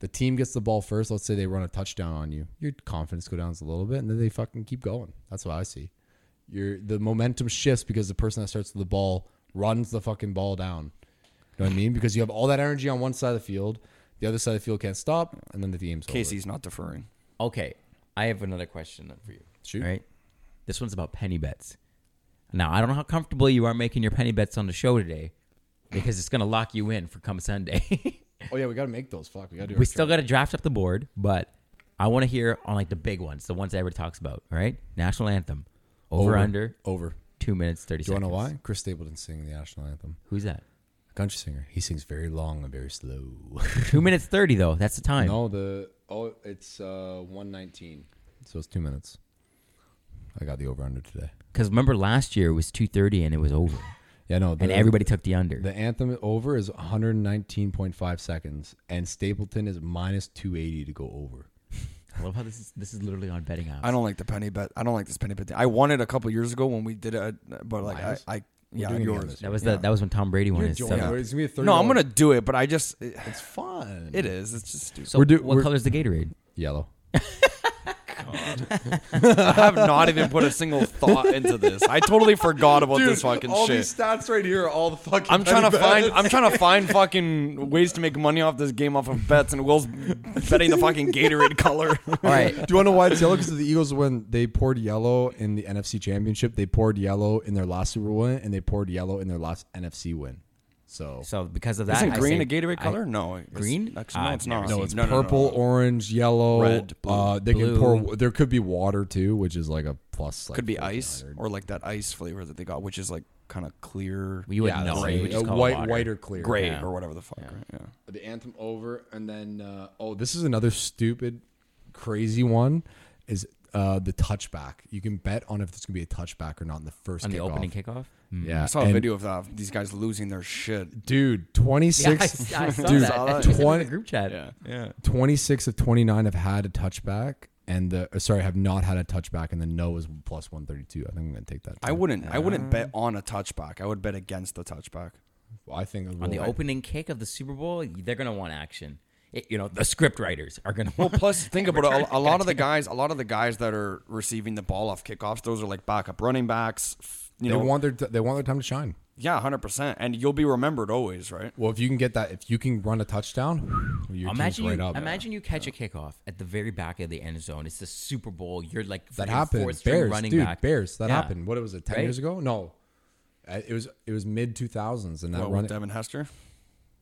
Speaker 3: The team gets the ball first. Let's say they run a touchdown on you. Your confidence go down a little bit, and then they fucking keep going. That's what I see. Your the momentum shifts because the person that starts with the ball runs the fucking ball down. You know what I mean? Because you have all that energy on one side of the field, the other side of the field can't stop, and then the game's
Speaker 2: Casey's not deferring.
Speaker 1: Okay, I have another question then for you.
Speaker 3: Shoot.
Speaker 1: All right, this one's about penny bets. Now I don't know how comfortable you are making your penny bets on the show today, because it's gonna lock you in for come Sunday.
Speaker 3: over. Oh yeah, we gotta make those. Fuck, we gotta do.
Speaker 1: we still got to draft up the board, but I want to hear on like the big ones, the ones that everybody talks about. All right, national anthem, over, under
Speaker 3: over.
Speaker 1: two minutes thirty
Speaker 3: Do you
Speaker 1: seconds.
Speaker 3: want to know why? Chris Stapleton singing the national anthem.
Speaker 1: Who's that?
Speaker 3: A country singer. He sings very long and very slow.
Speaker 1: Two minutes thirty though. That's the time.
Speaker 3: no, the oh, it's uh one nineteen. So it's two minutes. I got the over under today.
Speaker 1: Because remember last year it was two thirty and it was over,
Speaker 3: Yeah, no. The,
Speaker 1: and everybody took the under.
Speaker 3: the anthem over is one hundred nineteen point five seconds, and Stapleton is minus two eighty to go over.
Speaker 1: I love how this is this is literally on betting odds.
Speaker 2: I don't like the penny bet. I don't like this penny bet. thing. I won it a couple years ago when we did it, but like I,
Speaker 3: Miles?
Speaker 2: I yeah,
Speaker 3: doing it again
Speaker 2: yours.
Speaker 3: this
Speaker 1: That was
Speaker 2: Yeah.
Speaker 1: the that was when Tom Brady won his.
Speaker 2: yeah.
Speaker 1: seventh.
Speaker 3: It's gonna be a thirty.
Speaker 2: No, I'm gonna do it, but I just it,
Speaker 3: It's fun.
Speaker 2: it is. It's just stupid.
Speaker 1: So
Speaker 3: We're do-
Speaker 1: what
Speaker 3: we're-
Speaker 1: color's the Gatorade?
Speaker 3: yellow.
Speaker 2: I have not even put a single thought into this. I totally forgot about this fucking shit.
Speaker 3: stats right here are all the fucking.
Speaker 2: I'm trying to find. I'm trying to find fucking ways to make money off this game off of bets, and Will's betting the fucking Gatorade color.
Speaker 1: All right,
Speaker 3: Do you want to know why it's yellow? Because the Eagles, when they poured yellow in the NFC Championship, they poured yellow in their last Super Bowl win, and they poured yellow in their last NFC win. So,
Speaker 1: so because of that,
Speaker 2: Isn't
Speaker 1: I
Speaker 2: green
Speaker 1: say-
Speaker 2: a Gatorade
Speaker 1: I-
Speaker 2: color? no,
Speaker 1: green?
Speaker 2: It's,
Speaker 1: I've
Speaker 2: no, it's
Speaker 1: never
Speaker 2: not.
Speaker 1: seen
Speaker 3: no, it's
Speaker 2: no, no,
Speaker 3: purple, orange, yellow,
Speaker 2: Red, blue.
Speaker 3: Uh, they
Speaker 1: Blue.
Speaker 3: can pour. There could be water too, which is like a plus. Like,
Speaker 2: Could be ice
Speaker 3: 1400.
Speaker 2: or like that ice flavor that they got, which is like kind of clear,
Speaker 1: We would
Speaker 3: yeah,
Speaker 1: know.
Speaker 3: that's
Speaker 1: right?
Speaker 3: like
Speaker 1: We
Speaker 3: a
Speaker 1: just call it
Speaker 3: white,
Speaker 1: water.
Speaker 3: white or clear.
Speaker 2: gray
Speaker 1: Yeah.
Speaker 2: or whatever the fuck. right? Yeah.
Speaker 3: the anthem over and then uh, oh this is another stupid crazy one is uh, the touchback you can bet on if there's going to be a touchback or not in the first
Speaker 1: on the
Speaker 3: kickoff.
Speaker 1: opening kickoff.
Speaker 3: yeah
Speaker 2: I saw a
Speaker 3: and
Speaker 2: video of that. of These guys losing their shit.
Speaker 3: dude 26
Speaker 1: Yeah, I, I saw
Speaker 3: dude,
Speaker 1: that.
Speaker 2: Saw
Speaker 1: I tweeted
Speaker 2: that.
Speaker 1: it in the
Speaker 3: 20
Speaker 1: group chat.
Speaker 2: yeah.
Speaker 3: 26 of 29 have had a touchback and the uh, sorry have not had a touchback and the no is plus 132 i think i'm going to take that
Speaker 2: I
Speaker 3: too.
Speaker 2: wouldn't. I wouldn't bet on a touchback. I would bet against the touchback.
Speaker 3: i think
Speaker 1: On the opening kick of the Super Bowl, they're gonna want action. It, you know, the script writers are gonna.
Speaker 2: Well,
Speaker 1: want
Speaker 2: plus think about it. A, a lot of the guys, a lot of the guys that are receiving the ball off kickoffs, those are like backup running backs. f- You
Speaker 3: they
Speaker 2: know,
Speaker 3: want their t- they want their time to shine
Speaker 2: yeah, hundred percent, and you'll be remembered always, right?
Speaker 3: well if you can get that if you can run a touchdown your
Speaker 1: Imagine
Speaker 3: team's right
Speaker 1: you,
Speaker 3: up
Speaker 1: imagine you catch a kickoff at the very back of the end zone. It's the Super Bowl. You're like
Speaker 3: That
Speaker 1: freaking
Speaker 3: happened.
Speaker 1: fourth-string
Speaker 3: Bears,
Speaker 1: running
Speaker 3: dude.
Speaker 1: back.
Speaker 3: Bears. That
Speaker 1: Yeah.
Speaker 3: happened. What was it? Ten
Speaker 1: Right?
Speaker 3: years ago? No, Uh, it was it was mid two thousands, and that
Speaker 2: What,
Speaker 3: run
Speaker 2: Uh, with Devin Hester,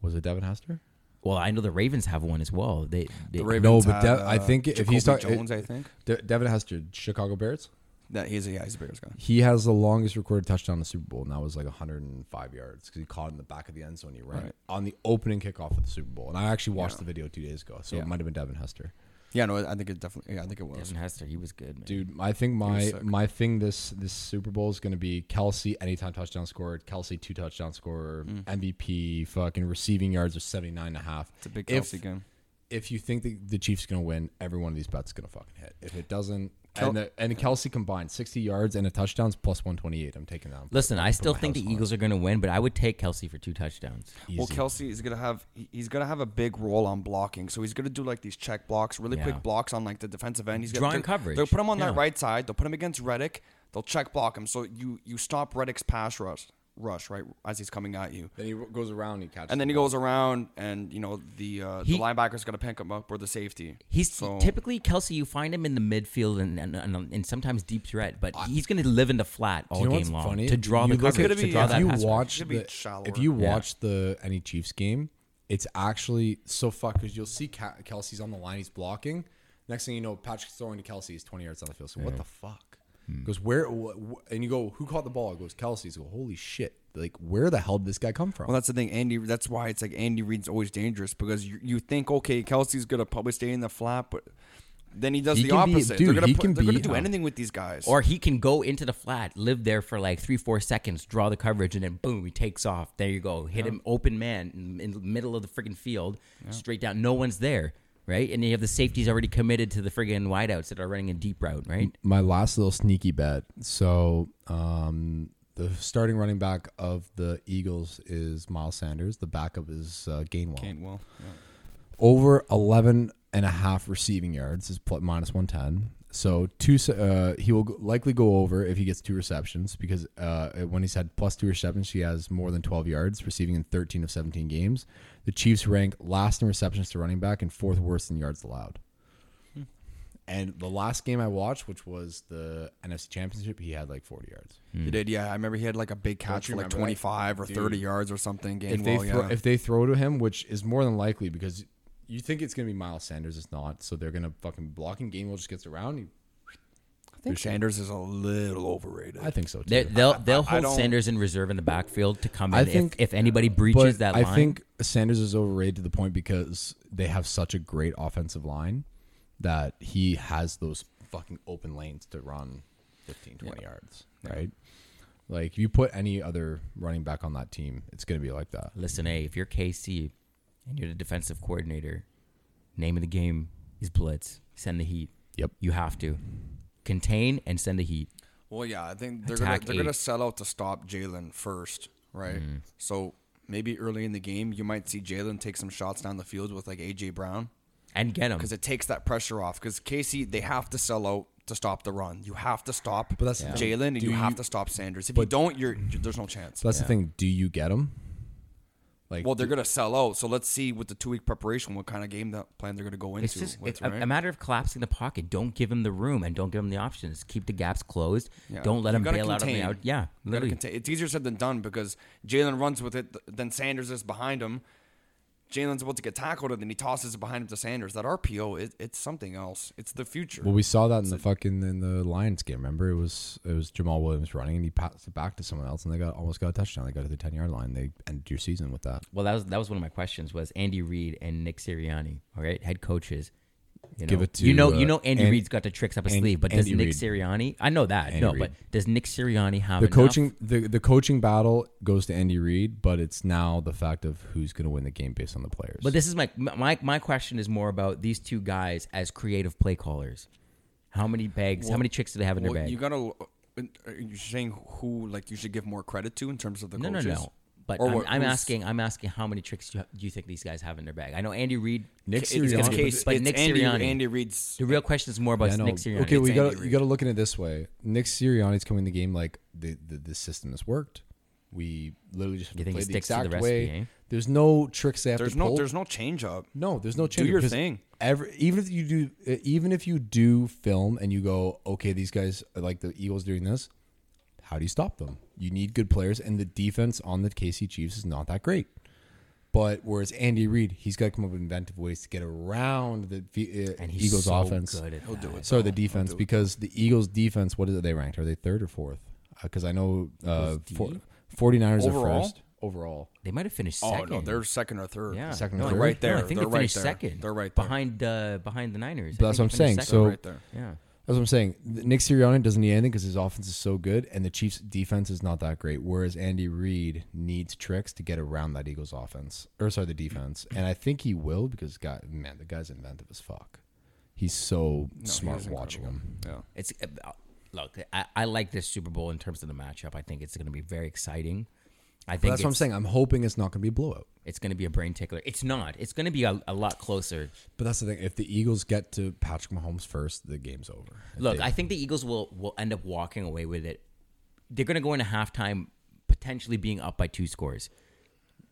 Speaker 3: was it Devin Hester.
Speaker 1: Well, I know the Ravens have one as well. They, they
Speaker 2: the Ravens.
Speaker 3: no, but
Speaker 2: had, uh,
Speaker 3: De- I
Speaker 1: uh,
Speaker 3: think if he's
Speaker 2: Jacoby
Speaker 3: talk- it-
Speaker 2: Jones, I think
Speaker 3: De- Devin Hester, Chicago Bears.
Speaker 2: that he's a yeah, he's a Bears guy.
Speaker 3: He has the longest recorded touchdown in the Super Bowl, and that was like 105 yards because he caught it in the back of the end zone. He ran
Speaker 2: Right.
Speaker 3: on the opening kickoff of the Super Bowl, and I actually watched
Speaker 2: Yeah.
Speaker 3: the video two days ago, so
Speaker 2: Yeah.
Speaker 3: it might have been Devin Hester.
Speaker 2: Yeah, no, I think it definitely. Yeah, I think it was.
Speaker 1: Devin Hester, he was good, man.
Speaker 3: Dude, I think
Speaker 2: was
Speaker 3: my
Speaker 2: sick.
Speaker 3: my thing this this Super Bowl is going to be Kelsey anytime touchdown scored, Kelsey two touchdown scorer,
Speaker 2: Mm.
Speaker 3: MVP, fucking receiving yards of 79 and a half.
Speaker 2: It's a big
Speaker 3: If-
Speaker 2: Kelsey game.
Speaker 3: if you think the, the Chiefs going to win, every one of these bets is going to fucking hit. If it doesn't,
Speaker 2: Kel-
Speaker 3: and, the, and Kelsey combined 60 yards and a touchdown's plus 128. I'm taking that. one.
Speaker 1: Listen, I still
Speaker 3: my
Speaker 1: think the
Speaker 3: house on it.
Speaker 1: Eagles are going to win, but I would take Kelsey for two touchdowns.
Speaker 2: Well,
Speaker 3: Easy.
Speaker 2: Kelsey is gonna have he- he's gonna have a big role on blocking, so he's gonna do like these check blocks, really
Speaker 1: Yeah.
Speaker 2: quick blocks on like the defensive end. He's gonna-
Speaker 1: Drawing
Speaker 2: they're-
Speaker 1: coverage.
Speaker 2: They'll put him on that
Speaker 1: Yeah.
Speaker 2: right side. They'll put him against Reddick. They'll check block him, so you you stop Reddick's pass rush. rush, right, as he's coming at you.
Speaker 3: Then he goes around and he catches.
Speaker 2: And then he goes around, and you know the uh,
Speaker 1: He-
Speaker 2: the linebacker's gonna pick him up or the safety.
Speaker 1: He's
Speaker 2: So-
Speaker 1: typically Kelsey. You find him in the midfield and and, and, and sometimes deep threat, but he's going to live in the flat all
Speaker 3: you know what's
Speaker 1: game long
Speaker 3: funny?
Speaker 1: to draw
Speaker 3: You
Speaker 1: the
Speaker 3: look
Speaker 1: coverage,
Speaker 2: It's
Speaker 3: at-
Speaker 2: gonna
Speaker 1: to
Speaker 2: be-
Speaker 1: draw
Speaker 2: if
Speaker 1: that
Speaker 3: if you
Speaker 1: pass rush.
Speaker 3: watch
Speaker 2: Should be
Speaker 3: the,
Speaker 2: shallower.
Speaker 3: if you
Speaker 1: Yeah.
Speaker 3: watch the any Chiefs game, it's actually so fuck because you'll see Ca- Kelsey's on the line, he's blocking. Next thing you know, Patrick's throwing to Kelsey. He's twenty yards down the field. So what the fuck?
Speaker 1: Hmm.
Speaker 3: Goes where? What, and you go, who caught the ball? It goes Kelsey's. Go, holy shit! Like where the hell did this guy come from?
Speaker 2: Well, that's the thing, Andy. That's why it's like Andy Reid's always dangerous because you, you think, okay, Kelsey's gonna probably stay in the flat, but then he does
Speaker 3: He
Speaker 2: the
Speaker 3: can be-
Speaker 2: opposite.
Speaker 3: dude,
Speaker 2: they're gonna,
Speaker 3: he
Speaker 2: put-
Speaker 3: can
Speaker 2: they're gonna
Speaker 3: be-
Speaker 2: do
Speaker 3: uh,
Speaker 2: anything with these guys.
Speaker 1: Or he can go into the flat, live there for like three, four seconds, draw the coverage, and then boom, he takes off. There you go. Hit him open man in, in the middle of the friggin' field, straight down. No one's there, right? And you have the safeties already committed to the friggin' wideouts that are running a deep route, right?
Speaker 3: my last little sneaky bet. So um, the starting running back of the Eagles is Miles Sanders. The backup is uh, Gainwell.
Speaker 2: well,
Speaker 3: Over 11 and a half receiving yards is pl- minus 110. So two, s- uh, he will go- likely go over if he gets two receptions because uh, when he's had plus two receptions, he has more than 12 yards, receiving in 13 of 17 games. The Chiefs rank last in receptions to running back and fourth worst in yards allowed. And the last game I watched, which was the NFC Championship, he had like 40 yards.
Speaker 2: he did. Yeah, I remember he had like a big catch
Speaker 3: you
Speaker 2: for like
Speaker 3: remember that?
Speaker 2: 25 or 30
Speaker 3: Dude.
Speaker 2: yards or something.
Speaker 3: if they
Speaker 2: Gainwell,
Speaker 3: throw,
Speaker 2: yeah.
Speaker 3: if they throw to him, which is more than likely because you think it's gonna be Miles Sanders, it's not. So they're gonna fucking block him. Gainwell just gets around. He,
Speaker 2: I think Sanders is a little overrated.
Speaker 3: I think so. Too.
Speaker 1: They, they'll they'll
Speaker 2: I- I
Speaker 1: hold
Speaker 2: don't-
Speaker 1: Sanders in reserve in the backfield to come
Speaker 3: I
Speaker 1: in
Speaker 3: think-
Speaker 1: if, if anybody breaches
Speaker 3: but
Speaker 1: that
Speaker 3: I
Speaker 1: line.
Speaker 3: think Sanders is overrated to the point because they have such a great offensive line that he has those fucking open lanes to run 15, 20 yards, right? Like you put any other running back on that team, it's gonna be like that.
Speaker 1: Listen, hey, if you're KC and you're the defensive coordinator, name of the game is blitz. Send the heat.
Speaker 3: Yep.
Speaker 1: You have to contain and send the heat.
Speaker 2: Well, yeah, I think they're
Speaker 1: Attack
Speaker 2: gonna, they're gonna
Speaker 1: eight.
Speaker 2: sell out to stop Jalen first, right? So maybe early in the game, you might see Jalen take some shots down the field with like AJ Brown
Speaker 1: and get him.
Speaker 2: because it takes that pressure off. Because Casey, they have to sell out to stop the run. You have to stop but
Speaker 3: that's the thing.
Speaker 2: Jalen, and
Speaker 3: Do
Speaker 2: you,
Speaker 3: you-
Speaker 2: have to stop Sanders. If you don't, you're, you there's no chance.
Speaker 3: So that's the thing. Do you get him? Like
Speaker 2: Well, they're gonna sell out, so let's see with the two week preparation what kind of game that plan they're gonna go into.
Speaker 1: It's just
Speaker 2: with,
Speaker 1: a, a
Speaker 2: right?
Speaker 1: matter of collapsing the pocket. Don't give him the room and don't give him the options. Keep the gaps closed.
Speaker 2: Yeah.
Speaker 1: Don't let
Speaker 2: You
Speaker 1: him
Speaker 2: gotta
Speaker 1: bail out on the
Speaker 2: contain.
Speaker 1: out. Yeah,
Speaker 2: You gotta
Speaker 1: literally.
Speaker 2: contain. It's easier said than done because Jalen runs with it, th- then Sanders is behind him. Jalen's about to get tackled, and then he tosses it behind him to Sanders. That RPO, it, it's something else. It's the future.
Speaker 3: Well, we saw that in the fucking in the Lions game. Remember, it was it was Jamal Williams running and he passed it back to someone else, and they got almost got a touchdown. They got to the ten yard line. They ended your season with that.
Speaker 1: Well, that was that was one of my questions was Andy Reid and Nick Sirianni, all right, head coaches. You know,
Speaker 3: Give it to,
Speaker 1: you know,
Speaker 3: uh,
Speaker 1: you know Andy
Speaker 3: An-
Speaker 1: Reid's got the tricks up his
Speaker 3: An-
Speaker 1: sleeve, but does
Speaker 3: Andy
Speaker 1: Nick
Speaker 3: Reid.
Speaker 1: Sirianni? I know that, no,
Speaker 3: Reid.
Speaker 1: but does Nick Sirianni have
Speaker 3: The
Speaker 1: enough?
Speaker 3: coaching the, the coaching battle goes to Andy Reid, but it's now the fact of who's going to win the game based on the players.
Speaker 1: But this is my my my question is more about these two guys as creative play callers. How many bags? how many tricks do they have in
Speaker 2: Well,
Speaker 1: their bag?
Speaker 2: you gotta. uh, Are you saying who like you should give more credit to in terms of the
Speaker 1: No, no,
Speaker 2: coaches?
Speaker 1: no. But
Speaker 2: Or
Speaker 1: I'm,
Speaker 2: what-
Speaker 1: I'm
Speaker 2: who's-
Speaker 1: asking. I'm asking how many tricks do you, do you think these guys have in their bag? I know Andy Reid,
Speaker 3: Nick
Speaker 2: It's,
Speaker 3: Sirianni.
Speaker 2: it's
Speaker 1: but-
Speaker 2: Case,
Speaker 1: but
Speaker 2: it's
Speaker 1: Nick
Speaker 2: Andy,
Speaker 1: Sirianni.
Speaker 2: Andy Reid's.
Speaker 1: The real question is more about
Speaker 3: I know.
Speaker 1: Nick Sirianni.
Speaker 3: Okay, we
Speaker 2: It's Andy
Speaker 3: got you
Speaker 2: Reid.
Speaker 3: got to look at it this way. Nick Sirianni's coming the game like the the, the system has worked. We literally just have
Speaker 1: You
Speaker 3: to
Speaker 1: think
Speaker 3: play
Speaker 1: he
Speaker 3: the
Speaker 1: sticks to the
Speaker 3: exact
Speaker 1: recipe,
Speaker 3: way.
Speaker 1: eh?
Speaker 3: There's no tricks they have
Speaker 2: There's
Speaker 3: to
Speaker 2: no,
Speaker 3: pull.
Speaker 2: there's no change up.
Speaker 3: No, there's no change.
Speaker 2: your
Speaker 3: because
Speaker 2: thing.
Speaker 3: Every, even if you do, uh, even if you do film and you go, okay, these guys uh, like the Eagles doing this. How do you stop them? You need good players, and the defense on the KC Chiefs is not that great. But whereas Andy Reid, he's got to come up with inventive ways to get around the V- uh,
Speaker 1: And he's
Speaker 3: Eagles
Speaker 1: so
Speaker 3: offense.
Speaker 1: good at He'll do that.
Speaker 3: Sorry, the defense because the Eagles defense. What is it they ranked? Are they third or fourth? Because I know uh, four, 49ers
Speaker 2: Overall?
Speaker 3: are first overall.
Speaker 1: They might have finished
Speaker 2: Oh
Speaker 1: second.
Speaker 2: no, they're second or third.
Speaker 1: yeah,
Speaker 3: second or
Speaker 1: no,
Speaker 3: third?
Speaker 2: They're right
Speaker 1: no,
Speaker 2: there.
Speaker 1: I think
Speaker 2: they're
Speaker 1: they
Speaker 2: right
Speaker 1: finished
Speaker 2: there.
Speaker 1: second.
Speaker 2: They're right there.
Speaker 1: behind uh, behind the Niners. I
Speaker 3: That's
Speaker 1: think
Speaker 3: what I'm
Speaker 1: they finished
Speaker 3: saying.
Speaker 1: second.
Speaker 2: right there.
Speaker 1: yeah,
Speaker 3: That's what I'm saying. Nick Sirianni doesn't need anything because his offense is so good, and the Chiefs' defense is not that great. Whereas Andy Reid needs tricks to get around that Eagles' offense, or sorry, the defense. And I think he will because, God, man, the guy's inventive as fuck. He's so smart
Speaker 2: he's
Speaker 3: watching him.
Speaker 2: Yeah.
Speaker 1: it's uh, look. I, I like this Super Bowl in terms of the matchup. I think it's going to be very exciting. I
Speaker 3: But
Speaker 1: think
Speaker 3: that's what I'm
Speaker 1: it's-
Speaker 3: saying. I'm hoping it's not going to be a blowout.
Speaker 1: It's going to be a brain tickler. It's not. It's going to be a, a lot closer.
Speaker 3: But that's the thing. If the Eagles get to Patrick Mahomes first, the game's over. If
Speaker 1: Look,
Speaker 3: they-
Speaker 1: I think the Eagles will will end up walking away with it. They're going to go into halftime pot- potentially being up by two scores.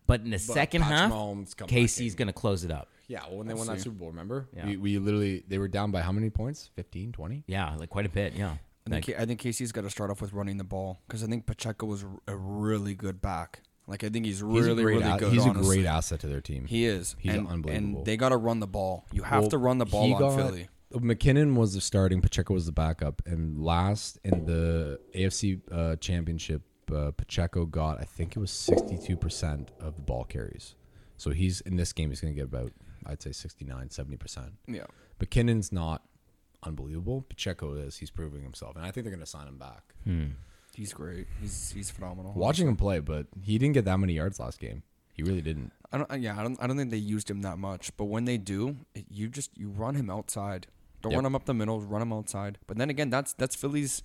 Speaker 1: But in the second
Speaker 3: Patrick
Speaker 1: half,
Speaker 3: Mahomes come back
Speaker 1: KC's
Speaker 3: in.
Speaker 1: going to close it up.
Speaker 3: Yeah, well, when they won that Super Bowl, remember?
Speaker 1: Yeah.
Speaker 3: We, we literally, they were down by how many points? 15, 20?
Speaker 1: Yeah, like quite a bit. Yeah.
Speaker 2: I
Speaker 1: Like,
Speaker 2: think, I think Casey's got to start off with running the ball because I think Pacheco was r- a really good back. Like I think he's really
Speaker 3: he's a great,
Speaker 2: really
Speaker 3: a-
Speaker 2: good.
Speaker 3: he's
Speaker 2: honestly.
Speaker 3: a great asset to their team.
Speaker 2: He is.
Speaker 3: He's
Speaker 2: and,
Speaker 3: unbelievable.
Speaker 2: And they got to run the ball. You have
Speaker 3: Well,
Speaker 2: to run the ball
Speaker 3: he
Speaker 2: on
Speaker 3: got-
Speaker 2: Philly.
Speaker 3: McKinnon was the starting, Pacheco was the backup, and last in the AFC uh, Championship, uh, Pacheco got I think it was sixty-two percent of the ball carries. So he's in this game, he's going to get about I'd say 69, 70 percent.
Speaker 2: Yeah.
Speaker 3: McKinnon's not unbelievable. Pacheco is. He's proving himself, and I think they're going to sign him back.
Speaker 2: Hmm.
Speaker 1: Hmm.
Speaker 2: He's great. He's he's phenomenal.
Speaker 3: Watching him play, but he didn't get that many yards last game. He really didn't.
Speaker 2: I don't. uh, Yeah, I don't. I don't think they used him that much. But when they do, it, you just you run him outside. Don't
Speaker 3: Yep.
Speaker 2: run him up the middle. Run him outside. But then again, that's that's Philly's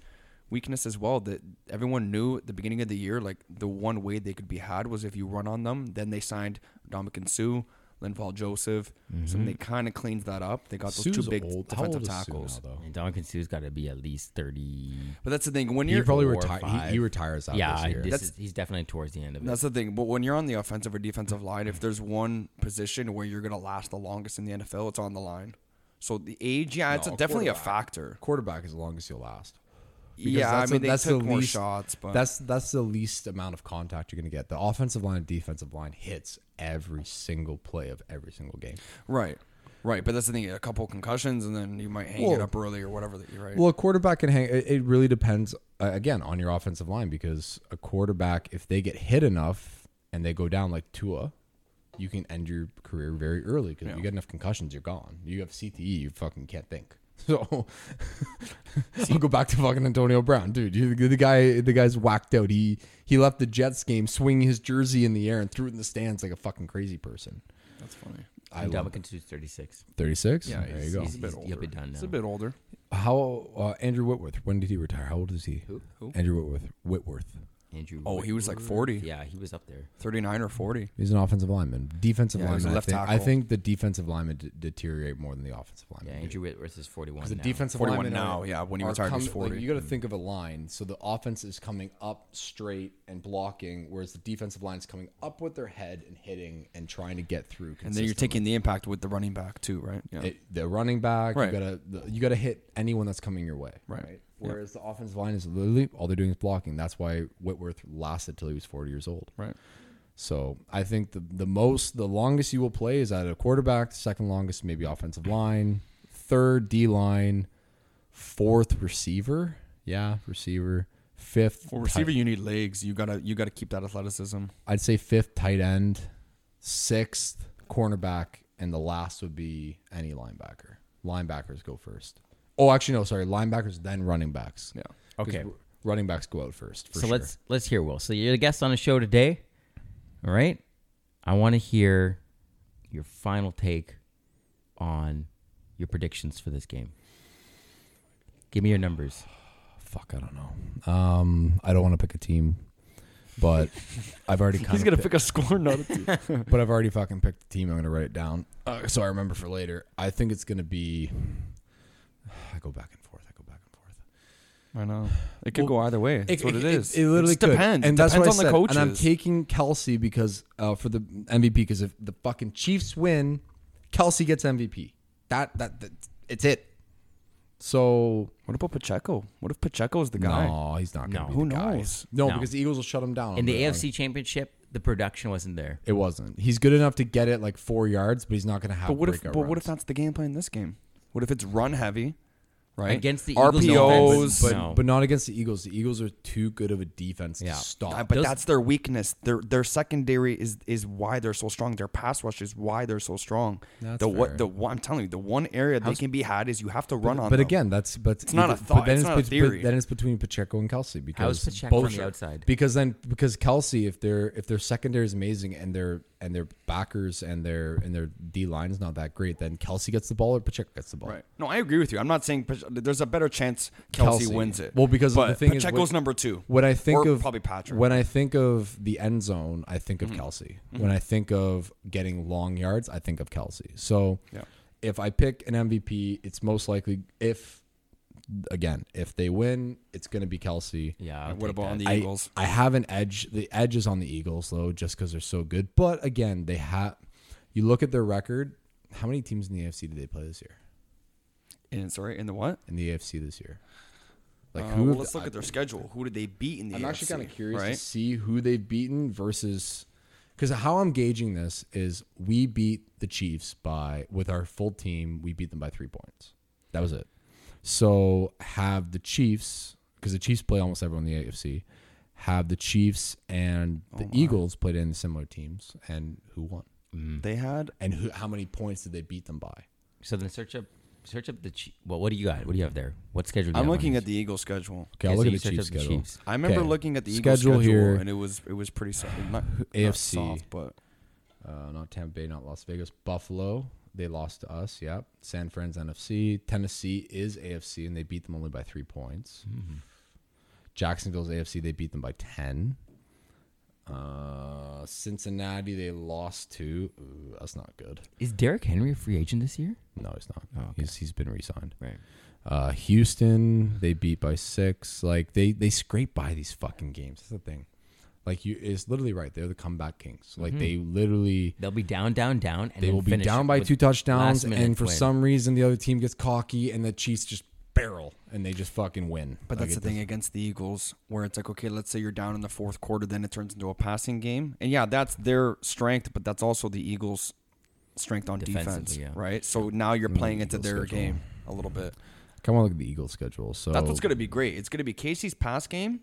Speaker 2: weakness as well. That everyone knew at the beginning of the year, like the one way they could be had was if you run on them. Then they signed Dominican Sue, Linval Joseph. So they kind of cleaned that up. They got those
Speaker 3: Mm-hmm. Sue's
Speaker 2: two big
Speaker 3: old. How
Speaker 2: defensive
Speaker 3: old is Sue now,
Speaker 2: tackles.
Speaker 3: though?
Speaker 1: and Duncan Sue's got to be at least 30.
Speaker 2: But that's the thing. When
Speaker 3: He
Speaker 2: you're
Speaker 3: probably
Speaker 1: four or
Speaker 3: retired. He,
Speaker 1: five.
Speaker 3: he retires out
Speaker 1: yeah,
Speaker 3: this year.
Speaker 1: this
Speaker 2: That's-
Speaker 1: is, he's definitely towards the end of it.
Speaker 2: That's the thing. But when you're on the offensive or defensive line, if there's one position where you're going to last the longest in the NFL, it's on the line. So the age, yeah, it's
Speaker 3: No,
Speaker 2: a, definitely a
Speaker 3: quarterback.
Speaker 2: factor.
Speaker 3: quarterback is the longest you'll last.
Speaker 2: yeah, I
Speaker 3: that's
Speaker 2: mean,
Speaker 3: the-
Speaker 2: they
Speaker 3: that's the
Speaker 2: took more
Speaker 3: least-
Speaker 2: shots, but
Speaker 3: That's that's the least amount of contact you're going to get. The offensive line, defensive line hits every single play of every single game.
Speaker 2: right, right. But that's the thing. A couple concussions, and then you might hang it
Speaker 3: Well-
Speaker 2: up early or whatever. That you're right.
Speaker 3: Well, a quarterback can hang. It, it really depends uh, again on your offensive line because a quarterback, if they get hit enough and they go down like Tua, you can end your career very early because you get enough concussions, you're gone. You have CTE, you fucking can't think. So I'll go back to fucking Antonio Brown, dude. You, the guy, the guy's whacked out. He he left the Jets game swinging his jersey in the air and threw it in the stands like a fucking crazy person.
Speaker 2: that's funny.
Speaker 3: I
Speaker 1: And
Speaker 3: love
Speaker 1: Dominican Sue's 36.
Speaker 3: thirty six.
Speaker 2: Yeah,
Speaker 3: there you
Speaker 2: he's-
Speaker 3: go.
Speaker 1: He's,
Speaker 2: a bit
Speaker 1: he's- he'll be done
Speaker 2: It's
Speaker 1: now.
Speaker 2: a bit older.
Speaker 3: How uh, Andrew Whitworth? When did he retire? How old is he? Who?
Speaker 2: Who?
Speaker 3: Andrew Whitworth. Whitworth.
Speaker 1: Andrew
Speaker 2: Oh, he was like
Speaker 1: Whitworth.
Speaker 2: 40,
Speaker 1: Yeah, he was up there.
Speaker 2: 39 or 40.
Speaker 3: He's an offensive lineman. Defensive
Speaker 2: Yeah, he was
Speaker 3: lineman.
Speaker 2: a
Speaker 3: I
Speaker 2: left
Speaker 3: think, I
Speaker 2: tackle.
Speaker 3: think the defensive linemen d- deteriorate more than the offensive
Speaker 1: Yeah,
Speaker 3: linemen. do.
Speaker 1: Andrew Whitworth is 41
Speaker 3: the
Speaker 1: now.
Speaker 3: defensive
Speaker 2: 41
Speaker 3: linemen
Speaker 2: now,
Speaker 3: are-
Speaker 2: yeah, when he
Speaker 3: are
Speaker 2: retired, he was Mm-hmm.
Speaker 3: coming- like,
Speaker 2: 40.
Speaker 3: you got to think of a line. So the offense is coming up straight and blocking, whereas the defensive line is coming up with their head and hitting and trying to get through.
Speaker 2: And then you're
Speaker 3: consistently.
Speaker 2: taking the impact with the running back too, right? Yeah.
Speaker 3: It- the running back.
Speaker 2: Right.
Speaker 3: You gotta the- you gotta hit anyone that's coming your way.
Speaker 2: Right.
Speaker 3: Whereas the offensive line is literally all they're doing is blocking. That's why Whitworth lasted till he was 40 years old.
Speaker 2: right.
Speaker 3: So I think the the most the longest you will play is at a quarterback. Second longest maybe offensive line, third D line, fourth receiver. Yeah, receiver. Fifth
Speaker 2: Well, receiver,
Speaker 3: tight-
Speaker 2: you need legs. You gotta you gotta keep that athleticism.
Speaker 3: I'd say fifth tight end, sixth cornerback, and the last would be any linebacker. Linebackers go first. Oh, actually no, sorry, linebackers then running backs.
Speaker 2: Yeah.
Speaker 3: 'Cause
Speaker 1: Okay.
Speaker 3: r- running backs go out first. For
Speaker 1: so
Speaker 3: sure.
Speaker 1: let's let's hear Will. So you're the guest on the show today. All right. I want to hear your final take on your predictions for this game. Give me your numbers.
Speaker 3: Fuck, I don't know. Um, I don't want to pick a team, but I've already kind
Speaker 2: He's
Speaker 3: of
Speaker 2: gonna pick a score, not a team.
Speaker 3: but I've already fucking picked the team. I'm gonna write it down uh, so I remember for later. I think it's gonna be. I go back and forth. I go back and forth.
Speaker 2: I know. It could go either way. That's what it is.
Speaker 3: It, literally
Speaker 2: just
Speaker 3: could.
Speaker 2: depends.
Speaker 3: and
Speaker 2: It depends
Speaker 3: that's what
Speaker 2: on
Speaker 3: I
Speaker 2: the
Speaker 3: said.
Speaker 2: coaches.
Speaker 3: And I'm taking Kelsey because uh, for the MVP because if the fucking Chiefs win, Kelsey gets MVP. That that, that it's it. So
Speaker 2: what about Pacheco? What if Pacheco is the guy?
Speaker 3: no, he's not gonna
Speaker 1: No.
Speaker 3: be
Speaker 2: Who
Speaker 3: the guy.
Speaker 2: knows?
Speaker 3: No,
Speaker 1: No.
Speaker 3: because the Eagles will shut him
Speaker 2: Oh,
Speaker 3: down
Speaker 1: In the
Speaker 3: on-
Speaker 1: AFC Championship, the production wasn't there.
Speaker 3: It wasn't. He's good enough to get it like four yards, but he's not going to have.
Speaker 2: But what if?
Speaker 3: breakout
Speaker 2: But what
Speaker 3: runs.
Speaker 2: if that's the game plan in this game? What if it's run heavy, right?
Speaker 1: Against the Eagles
Speaker 2: RPOs.
Speaker 1: offense,
Speaker 3: But,
Speaker 2: but,
Speaker 1: No.
Speaker 3: but not against the Eagles. The Eagles are too good of a defense
Speaker 1: Yeah.
Speaker 3: to stop.
Speaker 2: but
Speaker 1: Those-
Speaker 2: that's their weakness. Their their secondary is is why they're so strong. Their pass rush is why they're so strong.
Speaker 3: That's
Speaker 2: the
Speaker 3: fair.
Speaker 2: what the one- I'm telling you, the one area they can be had is you have to run on.
Speaker 3: but
Speaker 2: them.
Speaker 3: again, that's but it's
Speaker 2: not a thought, it's not a theory.
Speaker 3: then it's between Pacheco and Kelsey because
Speaker 1: Pacheco on
Speaker 3: both-
Speaker 1: the outside?
Speaker 3: Because then because Kelsey, if their if their secondary is amazing and their and their backers and their and their D line is not that great, then Kelsey gets the ball or Pacheco gets the ball.
Speaker 2: Right. No, I agree with you. I'm not saying Pache- there's a better chance Kelsey,
Speaker 3: Kelsey.
Speaker 2: wins it.
Speaker 3: Well, because
Speaker 2: but
Speaker 3: the thing is,
Speaker 2: Pacheco's
Speaker 3: what-
Speaker 2: number two.
Speaker 3: When I think
Speaker 2: Or
Speaker 3: of
Speaker 2: probably Patrick. Mm.
Speaker 3: when I think of the end zone, I think of Kelsey. When I think of getting long yards, I think of Kelsey. So
Speaker 2: Yeah.
Speaker 3: if I pick an MVP, it's most likely if again, if they win, it's going to be Kelsey.
Speaker 1: Yeah. I'll
Speaker 2: What
Speaker 1: take
Speaker 2: about on
Speaker 1: that.
Speaker 2: the
Speaker 3: I,
Speaker 2: Eagles?
Speaker 3: I have an edge. The edge is on the Eagles though, just because they're so good. But again, they have. You look at their record. How many teams in the AFC did they play this year?
Speaker 2: In, sorry, in the what?
Speaker 3: In the AFC this year, like
Speaker 2: Uh,
Speaker 3: who?
Speaker 2: well,
Speaker 3: have-
Speaker 2: let's look at their schedule. Who did they beat in the
Speaker 3: I'm actually
Speaker 2: AFC,
Speaker 3: kind of curious to
Speaker 2: right?
Speaker 3: see who they've beaten versus because how I'm gauging this is we beat the Chiefs by with our full team, we beat them by three points. That was it. So have the Chiefs because the Chiefs play almost everyone in the AFC. Have the Chiefs and the
Speaker 1: Oh
Speaker 3: Eagles played in similar teams, and who won?
Speaker 2: They had
Speaker 3: And who, how many points did they beat them by?
Speaker 1: So then search up, search up the. Chi- well, what do you got? What do you have there? What schedule? Do you
Speaker 2: I'm
Speaker 1: have on
Speaker 2: looking
Speaker 1: these?
Speaker 2: at the Eagles schedule.
Speaker 1: Okay,
Speaker 3: Okay, I'll
Speaker 1: so
Speaker 3: look
Speaker 1: you
Speaker 3: at the
Speaker 1: search up
Speaker 3: Chiefs
Speaker 1: the
Speaker 3: schedule.
Speaker 1: Chiefs.
Speaker 2: I remember
Speaker 3: Okay.
Speaker 2: looking at the Eagles
Speaker 3: schedule
Speaker 2: schedule,
Speaker 3: here.
Speaker 2: and it was it was pretty soft. Not, not
Speaker 3: AFC.
Speaker 2: soft, but
Speaker 3: uh, not Tampa Bay, not Las Vegas, Buffalo. They lost to us. Yep. San Fran's NFC. Tennessee is AFC, and they beat them only by three points. Jacksonville's AFC. They beat them by ten. Uh, Cincinnati. They lost to. Ooh, that's not good.
Speaker 1: Is Derrick Henry a free agent this year?
Speaker 3: No, he's not. he's, he's been re-signed.
Speaker 1: Right.
Speaker 3: Uh, Houston. They beat by six. Like they they scrape by these fucking games. That's the thing. Like you, it's literally right. They're the comeback kings. Like they literally.
Speaker 1: They'll be down, down, down, and
Speaker 3: They
Speaker 1: then
Speaker 3: will be
Speaker 1: finish
Speaker 3: down by
Speaker 1: with
Speaker 3: two touchdowns,
Speaker 1: last-minute
Speaker 3: and for
Speaker 1: win.
Speaker 3: some reason the other team gets cocky, and the Chiefs just barrel, and they just fucking win.
Speaker 2: But
Speaker 3: Like,
Speaker 2: that's the
Speaker 3: it
Speaker 2: thing against the Eagles, where it's like, okay, let's say you're down in the fourth quarter, then it turns into a passing game, and yeah, that's their strength, but that's also the Eagles' strength on defense,
Speaker 1: Defensively, yeah.
Speaker 2: right? So now you're playing into
Speaker 3: Eagles
Speaker 2: their
Speaker 3: schedule.
Speaker 2: game a little bit.
Speaker 3: doesn't- Come on, look at the Eagles' schedule. So
Speaker 2: That's what's going to be great. It's going to be Casey's pass game,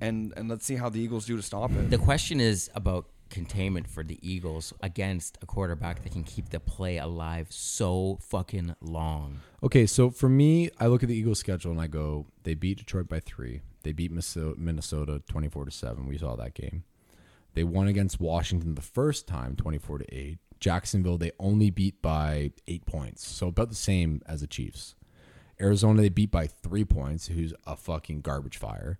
Speaker 2: and and let's see how the Eagles do to stop it.
Speaker 1: The question is about containment for the Eagles against a quarterback that can keep the play alive so fucking long.
Speaker 3: Okay, so for me, I look at the Eagles' schedule and I go, they beat Detroit by three. They beat Miso- Minnesota twenty-four to seven. We saw that game. They won against Washington the first time, twenty-four to eight. Jacksonville, they only beat by eight points, so about the same as the Chiefs. Arizona, they beat by three points. Who's a fucking garbage fire?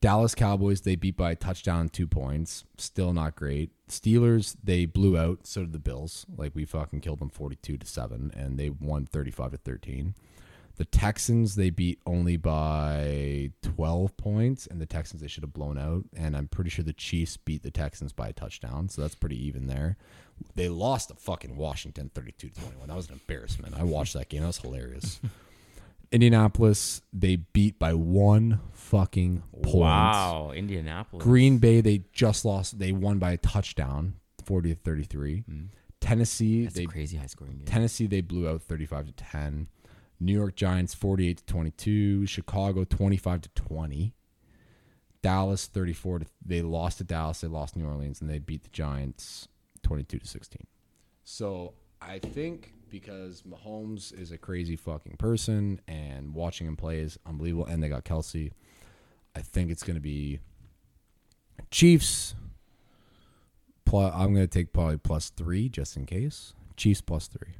Speaker 3: Dallas Cowboys, they beat by a touchdown, and two points. Still not great. Steelers, they blew out. So did the Bills. Like we fucking killed them forty-two to seven, and they won thirty-five to thirteen. The Texans, they beat only by twelve points, and the Texans they should have blown out. And I'm pretty sure the Chiefs beat the Texans by a touchdown, so that's pretty even there. They lost to fucking Washington, thirty-two to twenty-one. That was an embarrassment. I watched that game. That was hilarious. Indianapolis, they beat by one fucking point.
Speaker 1: Wow, Indianapolis.
Speaker 3: Green Bay, they just lost. They won by a touchdown, 40 to 33. Tennessee,
Speaker 1: Mm-hmm. That's
Speaker 3: they
Speaker 1: a crazy high scoring game.
Speaker 3: Tennessee, they blew out 35 to 10. New York Giants, 48 to 22. Chicago, 25 to 20. Dallas, 34 to. They lost to Dallas. They lost New Orleans, and they beat the Giants, 22 to 16. So I think because Mahomes is a crazy fucking person, and watching him play is unbelievable, and they got Kelsey. I think it's going to be Chiefs. Plus, I'm going to take probably plus three just in case. Chiefs plus three.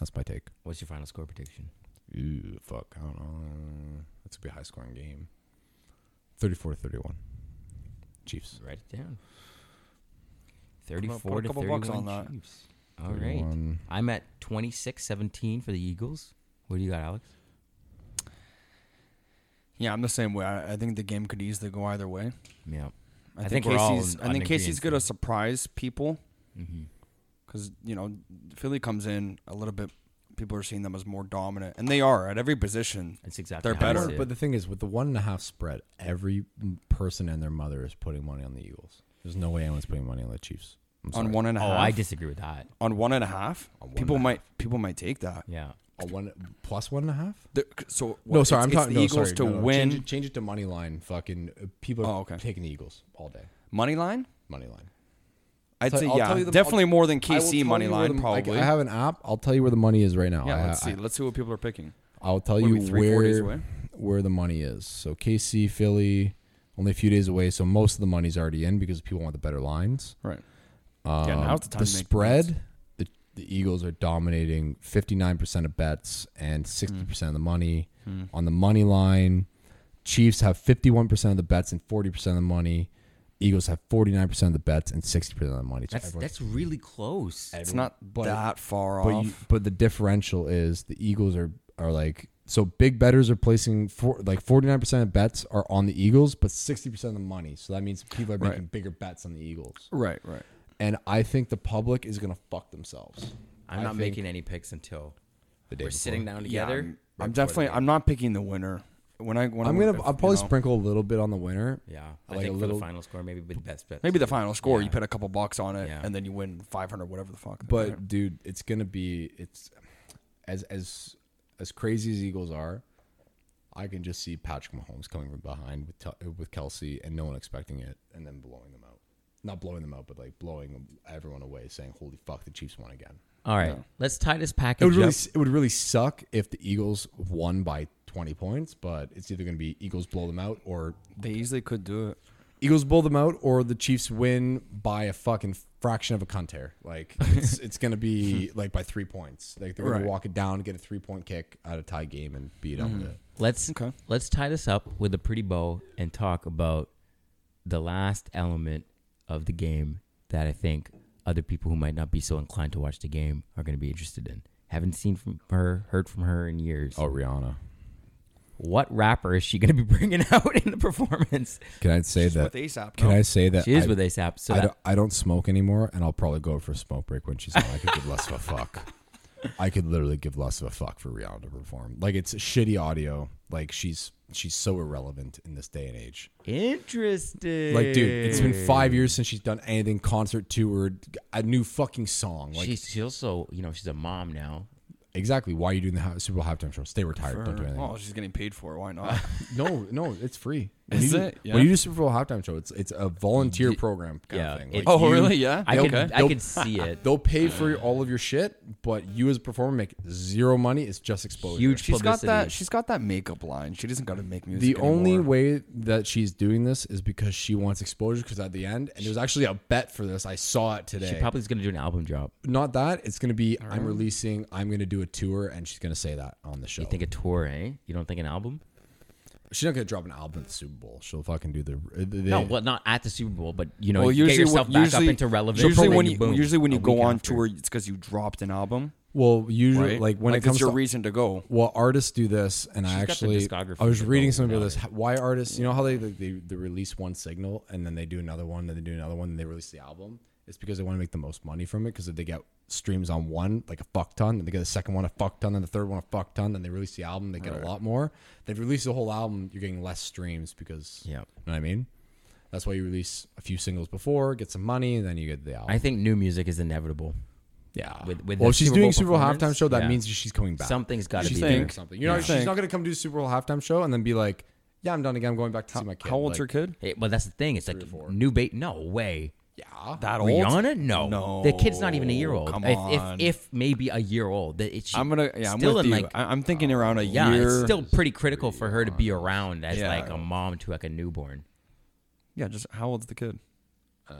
Speaker 3: That's my take.
Speaker 1: What's your final score prediction?
Speaker 3: Ooh, fuck. I don't know. That's going to be a high scoring game. 34 31. Chiefs.
Speaker 1: Write it down.
Speaker 2: on,
Speaker 1: 34
Speaker 2: put a
Speaker 1: to
Speaker 2: couple
Speaker 1: 31
Speaker 2: bucks on that.
Speaker 1: Chiefs. All right.
Speaker 3: 31.
Speaker 1: I'm at 26-17 for the Eagles. What do you got, Alex?
Speaker 2: Yeah, I'm the same way. I, I think the game could easily go either way.
Speaker 1: Yeah.
Speaker 2: I,
Speaker 1: I
Speaker 2: think,
Speaker 1: think we're all
Speaker 2: Casey's.
Speaker 1: in-
Speaker 2: I
Speaker 1: on
Speaker 2: think Casey's
Speaker 1: agreeance
Speaker 2: going
Speaker 1: there.
Speaker 2: to surprise people
Speaker 1: hmm
Speaker 2: because you know Philly comes in a little bit. People are seeing them as more dominant, and they are at every position.
Speaker 1: That's exactly
Speaker 2: They're
Speaker 1: how I
Speaker 2: better,
Speaker 1: see it.
Speaker 3: But the thing is, with the one and a half spread, every person and their mother is putting money on the Eagles. There's no way anyone's putting money on the Chiefs. I'm sorry.
Speaker 2: on one and a
Speaker 1: Oh,
Speaker 2: half.
Speaker 1: I disagree with that.
Speaker 2: on one and a half.
Speaker 3: On one
Speaker 2: people
Speaker 3: and a
Speaker 2: might people might take that.
Speaker 1: Yeah.
Speaker 3: A one plus one and a half?
Speaker 2: The- so
Speaker 3: No,
Speaker 2: it's-
Speaker 3: sorry, I'm
Speaker 2: it's
Speaker 3: talking
Speaker 2: the
Speaker 3: no,
Speaker 2: Eagles
Speaker 3: sorry,
Speaker 2: to
Speaker 3: no, no,
Speaker 2: win
Speaker 3: Change it, change it to money line. Fucking uh, people are
Speaker 2: Oh, okay.
Speaker 3: taking the Eagles all day.
Speaker 2: money line.
Speaker 3: Money line.
Speaker 2: I'd
Speaker 3: So
Speaker 2: say
Speaker 3: I'll
Speaker 2: yeah,
Speaker 3: tell you the-
Speaker 2: definitely more than
Speaker 3: I will tell
Speaker 2: KC
Speaker 3: you
Speaker 2: money
Speaker 3: where
Speaker 2: line
Speaker 3: the- I-
Speaker 2: probably.
Speaker 3: I, have an app. I'll tell you where the money is right now.
Speaker 2: yeah,
Speaker 3: I,
Speaker 2: let's
Speaker 3: I-
Speaker 2: see. let's see what people are picking.
Speaker 3: I'll tell
Speaker 2: What are
Speaker 3: you
Speaker 2: we, three, four days
Speaker 3: where
Speaker 2: away?
Speaker 3: where the money is. So KC, Philly, only a few days away. So most of the money's already in because people want the better lines.
Speaker 2: Right.
Speaker 3: Um,
Speaker 2: Yeah, now's the time to make
Speaker 3: spread. The, the Eagles are dominating 59% of bets and
Speaker 2: Hmm.
Speaker 3: 60% of the money on the money line. Chiefs have 51% of the bets and 40% of the money. Eagles have 49% of the bets and 60% of the money. So
Speaker 1: That's
Speaker 3: everyone's-
Speaker 1: that's really close.
Speaker 2: It's not
Speaker 3: but-
Speaker 2: that far
Speaker 3: but,
Speaker 2: off.
Speaker 3: you, but the differential is the Eagles are are like so big betters are placing for like 49% of bets are on the Eagles, but 60% of the money. So that means people are making
Speaker 2: Right.
Speaker 3: bigger bets on the Eagles.
Speaker 2: Right, right.
Speaker 3: And I think the public is going to fuck themselves.
Speaker 1: I'm
Speaker 3: I
Speaker 1: not
Speaker 3: think
Speaker 1: making any picks until
Speaker 3: the day
Speaker 1: we're
Speaker 3: before.
Speaker 1: sitting down
Speaker 2: Yeah,
Speaker 1: together. right
Speaker 2: I'm, I'm
Speaker 1: before the
Speaker 2: definitely.
Speaker 1: game.
Speaker 2: I'm not picking the winner. When I when
Speaker 3: I'm
Speaker 2: I-
Speaker 3: going
Speaker 2: if,
Speaker 3: to I'll
Speaker 2: you know,
Speaker 3: probably sprinkle a little bit on the winner.
Speaker 1: Yeah, I
Speaker 3: Like
Speaker 1: think
Speaker 3: a
Speaker 1: for
Speaker 3: little
Speaker 1: the final score, maybe the best bet.
Speaker 2: maybe the final score. You
Speaker 1: Yeah.
Speaker 2: put a couple bucks on it,
Speaker 1: Yeah.
Speaker 2: and then you win 500, whatever the fuck.
Speaker 3: But
Speaker 2: Right.
Speaker 3: dude, it's gonna be it's as as as crazy as Eagles are. I can just see Patrick Mahomes coming from behind with Tel- with Kelsey and no one expecting it, and then blowing them out. Not blowing them out, but like blowing everyone away, saying "Holy fuck, the Chiefs won again."
Speaker 1: All right, let's tie this
Speaker 3: It
Speaker 1: package
Speaker 3: would really
Speaker 1: up.
Speaker 3: it would really suck if the Eagles won by twenty points, but it's either gonna be Eagles blow them out or
Speaker 2: they easily could do it.
Speaker 3: Eagles blow them out or the Chiefs win by a fucking fraction of a cunt Like it's it's gonna be like by three points. Like they're gonna
Speaker 2: Right.
Speaker 3: walk it down, get a three point kick out of tie game and beat up with it.
Speaker 1: Let's
Speaker 2: Okay.
Speaker 1: let's tie this up with a pretty bow and talk about the last element of the game that I think other people who might not be so inclined to watch the game are going to be interested in. Haven't seen from her, heard from her in years.
Speaker 3: Rihanna.
Speaker 1: What rapper is she going to be bringing out in the performance?
Speaker 3: Can I say
Speaker 2: She's with
Speaker 3: that
Speaker 2: ASAP.
Speaker 3: can
Speaker 2: no?
Speaker 3: I say that
Speaker 1: She is
Speaker 3: I,
Speaker 1: with ASAP, so
Speaker 3: I,
Speaker 1: that,
Speaker 3: don't, I don't smoke anymore and I'll probably go for a smoke break when she's on. I could give less of a fuck. I could literally give less of a fuck for Rihanna to perform. Like it's shitty audio. Like she's she's so irrelevant in this day and age.
Speaker 1: interesting.
Speaker 3: Like, dude, it's been five years since she's done anything concert toured, a new fucking song. Like,
Speaker 1: she's, she's also, you know, she's a mom now.
Speaker 3: exactly. Why are you doing the hi- Super Bowl halftime show? Stay retired.
Speaker 2: For
Speaker 3: Don't do
Speaker 2: her.
Speaker 3: anything.
Speaker 2: Well, oh, she's getting paid for it. Why not?
Speaker 3: No, no, it's free. When
Speaker 2: Is
Speaker 3: you do,
Speaker 2: it? Yeah.
Speaker 3: When you do Super Bowl halftime show, it's it's a volunteer program kind
Speaker 1: yeah,
Speaker 3: of thing.
Speaker 1: it-
Speaker 3: Like,
Speaker 2: oh,
Speaker 3: you-
Speaker 2: really? Yeah.
Speaker 1: I could,
Speaker 2: okay.
Speaker 1: I could see it.
Speaker 3: They'll pay for all of your shit, but you as a performer make zero money. It's just exposure.
Speaker 1: Huge
Speaker 2: She's got
Speaker 1: publicity.
Speaker 2: that. She's got that makeup line. She doesn't got to make music.
Speaker 3: The only
Speaker 2: anymore.
Speaker 3: way that she's doing this is because she wants exposure. Because at the end, and there's actually a bet for this. I saw it today.
Speaker 1: She probably is going to do an album drop.
Speaker 3: not that. It's gonna be I'm releasing. I'm gonna do a tour, and she's gonna say that on the show.
Speaker 1: You think a tour, eh? You don't think an album?
Speaker 3: she's not gonna drop an album at the Super Bowl. She'll fucking do the. uh, the
Speaker 1: No, well, not at the Super Bowl, but you know,
Speaker 2: Well,
Speaker 1: you
Speaker 2: usually
Speaker 1: get yourself
Speaker 2: when-
Speaker 1: back
Speaker 2: usually,
Speaker 1: up into relevance.
Speaker 2: Usually
Speaker 1: and
Speaker 2: when
Speaker 1: then
Speaker 2: you
Speaker 1: boom,
Speaker 2: usually when
Speaker 1: a
Speaker 2: you go
Speaker 1: week
Speaker 2: on
Speaker 1: after.
Speaker 2: tour, it's because you dropped an album.
Speaker 3: well, usually
Speaker 2: Right?
Speaker 3: like when it
Speaker 2: that's
Speaker 3: comes
Speaker 2: your
Speaker 3: to
Speaker 2: reason to go.
Speaker 3: well, artists do this, and I
Speaker 1: She's got the
Speaker 3: actually
Speaker 1: discography
Speaker 3: I was
Speaker 1: to go
Speaker 3: reading something about
Speaker 1: without
Speaker 3: this. How- Why artists? You know how they they, they they release one single and then they do another one, then they do another one, and they release the album. It's because they want to make the most money from it. Because if they get streams on one like a fuck ton, then they get the second one a fuck ton, then the third one a fuck ton, then they release the album, they get a lot more. They've released the whole album, you're getting less streams because
Speaker 1: Yep.
Speaker 3: you know what I mean. That's why you release a few singles before, get some money, and then you get the album.
Speaker 1: I think new music is inevitable.
Speaker 3: Yeah.
Speaker 1: With- with
Speaker 3: well,
Speaker 1: the
Speaker 3: if she's
Speaker 1: Super
Speaker 3: doing
Speaker 1: Bowl
Speaker 3: Super Bowl halftime
Speaker 1: performance,
Speaker 3: show. That
Speaker 1: yeah.
Speaker 3: means she's coming back.
Speaker 1: Something's got to
Speaker 3: she's
Speaker 1: be
Speaker 3: doing
Speaker 1: there.
Speaker 2: think-
Speaker 3: something. You know,
Speaker 2: Yeah.
Speaker 3: she's
Speaker 2: Think.
Speaker 3: not gonna come do Super Bowl halftime show and then be like, "Yeah, I'm done again. I'm going back to see my kid."
Speaker 2: How old's
Speaker 3: Like,
Speaker 2: her kid?
Speaker 1: Hey, well, that's the thing. It's like new bait. No way.
Speaker 3: Yeah.
Speaker 2: That old?
Speaker 1: Rihanna? No.
Speaker 2: No.
Speaker 1: The kid's not even a year old.
Speaker 2: Come
Speaker 1: if,
Speaker 2: on.
Speaker 1: If, if maybe a year old. that It's
Speaker 2: I'm gonna. Yeah, I'm
Speaker 1: still
Speaker 2: with
Speaker 1: in
Speaker 2: you.
Speaker 1: like.
Speaker 2: I, I'm thinking around a
Speaker 1: yeah,
Speaker 2: year.
Speaker 1: it's still pretty critical for her to be around as
Speaker 2: Yeah.
Speaker 1: like a mom to like a newborn.
Speaker 2: Yeah, just how old's the kid?
Speaker 3: Uh,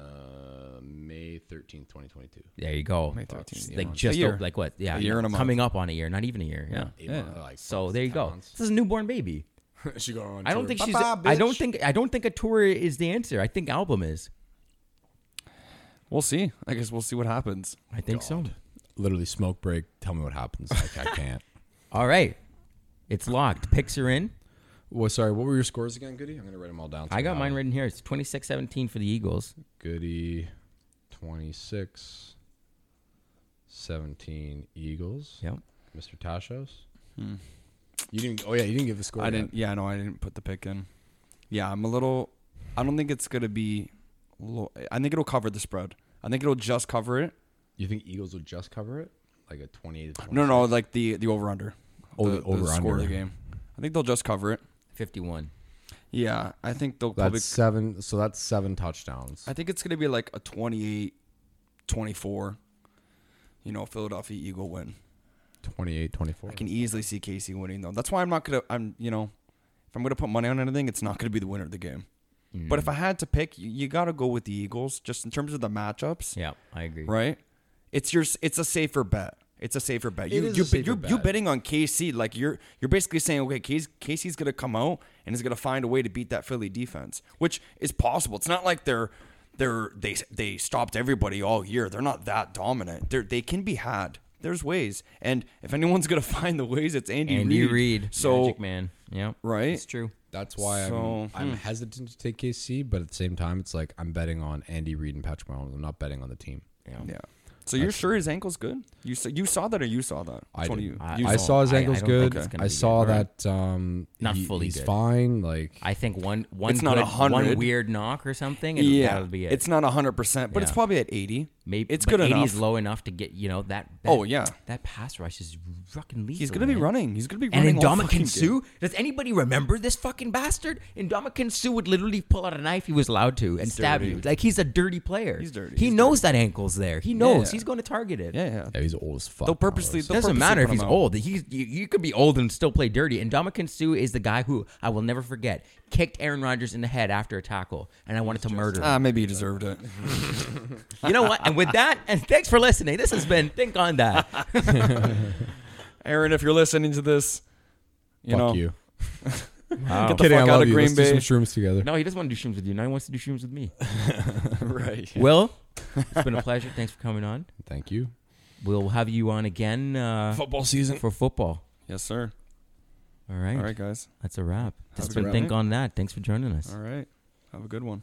Speaker 3: May thirteenth, twenty twenty-two.
Speaker 1: There you go.
Speaker 2: May 13th, yeah.
Speaker 1: Like
Speaker 2: A
Speaker 1: just
Speaker 2: year.
Speaker 1: o- like what? Yeah,
Speaker 2: A year and a month.
Speaker 1: coming up on a year, not even a year. Yeah.
Speaker 2: Yeah.
Speaker 1: So there you go. This is a newborn baby.
Speaker 3: she going on.
Speaker 1: I don't
Speaker 3: tour.
Speaker 1: think she's.
Speaker 3: Bye-bye,
Speaker 1: I don't
Speaker 3: bitch.
Speaker 1: think. I don't think a tour is the answer. I think album is.
Speaker 2: We'll see. I guess we'll see what happens.
Speaker 1: I think so.
Speaker 3: Literally, smoke break. Tell me what happens. Like, I can't.
Speaker 1: All right, it's locked. Picks are in.
Speaker 3: Well, sorry. What were your scores again, Goody? I'm gonna write them all down. so
Speaker 1: I got
Speaker 3: have
Speaker 1: mine
Speaker 3: them.
Speaker 1: written here. It's 26-17 for the Eagles.
Speaker 3: Goody, twenty-six, seventeen. Eagles.
Speaker 1: Yep. Hmm.
Speaker 3: Mr. Tashos. You didn't. Oh yeah, you didn't give the score.
Speaker 2: I
Speaker 3: yet.
Speaker 2: didn't. Yeah, no, I didn't put the pick in. Yeah, I'm a little. I don't think it's gonna be. Low, I think it'll cover the spread. I think it'll just cover it.
Speaker 3: You think Eagles would just cover it, like a twenty-eight? To
Speaker 2: No, no, like the the over under.
Speaker 3: Oh,
Speaker 2: the,
Speaker 3: the over
Speaker 2: score of the
Speaker 3: under.
Speaker 2: game. I think they'll just cover it.
Speaker 1: Fifty-one.
Speaker 2: Yeah, I think they'll
Speaker 3: That's
Speaker 2: probably.
Speaker 3: seven. So that's seven touchdowns.
Speaker 2: I think it's gonna be like a 28, 24. You know, Philadelphia Eagle win.
Speaker 3: 28, 24.
Speaker 2: I can easily see Casey winning though. That's why I'm not gonna. I'm you know, if I'm gonna put money on anything, it's not gonna be the winner of the game. But if I had to pick, you, you gotta go with the Eagles just in terms of the matchups,
Speaker 1: Yeah, I agree.
Speaker 2: right? It's your. s- It's a safer bet. It's a safer bet. You,
Speaker 3: is
Speaker 2: you,
Speaker 3: a safer
Speaker 2: you're, you're
Speaker 3: bet.
Speaker 2: betting on KC. Like you're you're basically saying, okay, Casey, Casey's gonna come out and is gonna find a way to beat that Philly defense, which is possible. It's not like they're they're they they stopped everybody all year. They're not that dominant. They are they can be had. There's ways, and if anyone's gonna find the ways, it's Andy,
Speaker 1: Andy
Speaker 2: Reid.
Speaker 1: Reid,
Speaker 2: So
Speaker 1: Magic Man. Yeah,
Speaker 2: Right?
Speaker 1: It's true.
Speaker 3: That's why
Speaker 2: So- hmm.
Speaker 3: I'm, I'm hesitant to take KC, but at the same time, it's like I'm betting on Andy Reid and Patrick Mahomes. I'm not betting on the team.
Speaker 2: yeah. So you're sure his ankle's good? You saw, you saw that or you saw that?
Speaker 3: I
Speaker 2: Which one
Speaker 3: did.
Speaker 2: of you?
Speaker 1: I-
Speaker 2: you
Speaker 3: I
Speaker 1: saw-
Speaker 3: saw his
Speaker 1: I- I
Speaker 3: ankles
Speaker 1: don't think
Speaker 3: good.
Speaker 1: it's gonna
Speaker 3: I
Speaker 1: be
Speaker 3: saw
Speaker 1: good.
Speaker 3: that um,
Speaker 1: Not fully
Speaker 3: He's
Speaker 1: good.
Speaker 3: fine. Like
Speaker 1: I think one one
Speaker 2: It's not
Speaker 1: good-
Speaker 2: 100.
Speaker 1: one weird knock or something, and
Speaker 2: yeah,
Speaker 1: that'll be it.
Speaker 2: it's not hundred percent, but it's
Speaker 1: Yeah.
Speaker 2: probably at eighty.
Speaker 1: maybe
Speaker 2: it's
Speaker 1: but
Speaker 2: good
Speaker 1: 80
Speaker 2: enough.
Speaker 1: is low enough to get you know that. that
Speaker 2: Oh, yeah.
Speaker 1: that pass rush is fucking lethal.
Speaker 2: He's gonna be
Speaker 1: man.
Speaker 2: running. He's gonna be running.
Speaker 1: And
Speaker 2: all
Speaker 1: Indomitian
Speaker 2: fucking
Speaker 1: Sue? Does anybody remember this fucking bastard? Indomitian Sue would literally pull out a knife he was allowed to and stab
Speaker 2: dirty.
Speaker 1: you. Like he's a dirty player.
Speaker 2: He's dirty.
Speaker 1: He
Speaker 2: He's
Speaker 1: knows that ankle's there. He knows
Speaker 2: Yeah.
Speaker 1: he's going to target it.
Speaker 2: game. Yeah, yeah.
Speaker 3: yeah, he's old as fuck.
Speaker 2: They'll
Speaker 3: now,
Speaker 2: purposely-
Speaker 1: It
Speaker 3: though, so-
Speaker 2: they'll-
Speaker 1: doesn't
Speaker 2: purposely
Speaker 1: matter if
Speaker 2: put him
Speaker 1: he's
Speaker 2: out.
Speaker 1: old. He's you, you could be old and still play dirty. And Dominican Sue is the guy who I will never forget kicked Aaron Rodgers in the head after a tackle, and I wanted to murder him.
Speaker 2: Ah, maybe he deserved it.
Speaker 1: You know what? And with that, and thanks for listening. This has been Think on That.
Speaker 2: Aaron, if you're listening to this, you
Speaker 3: fuck
Speaker 2: know,
Speaker 3: you.
Speaker 2: get the
Speaker 3: Kidding, I
Speaker 2: fuck
Speaker 3: love
Speaker 2: out of
Speaker 3: you.
Speaker 2: Green
Speaker 3: Let's do
Speaker 2: Bay.
Speaker 3: some shrooms together.
Speaker 1: No, he doesn't want to do shrooms with you. Now he wants to do shrooms with me.
Speaker 2: right.
Speaker 1: Will, it's been a pleasure. Thanks for coming on.
Speaker 3: Thank you.
Speaker 1: We'll have you on again uh,
Speaker 3: Football season.
Speaker 1: for football.
Speaker 2: Yes, sir.
Speaker 1: All right.
Speaker 2: All right, guys.
Speaker 1: That's a wrap. That's
Speaker 2: Have a
Speaker 1: been
Speaker 2: good
Speaker 1: Think
Speaker 2: night.
Speaker 1: on That. Thanks for joining us.
Speaker 2: All right. Have a good one.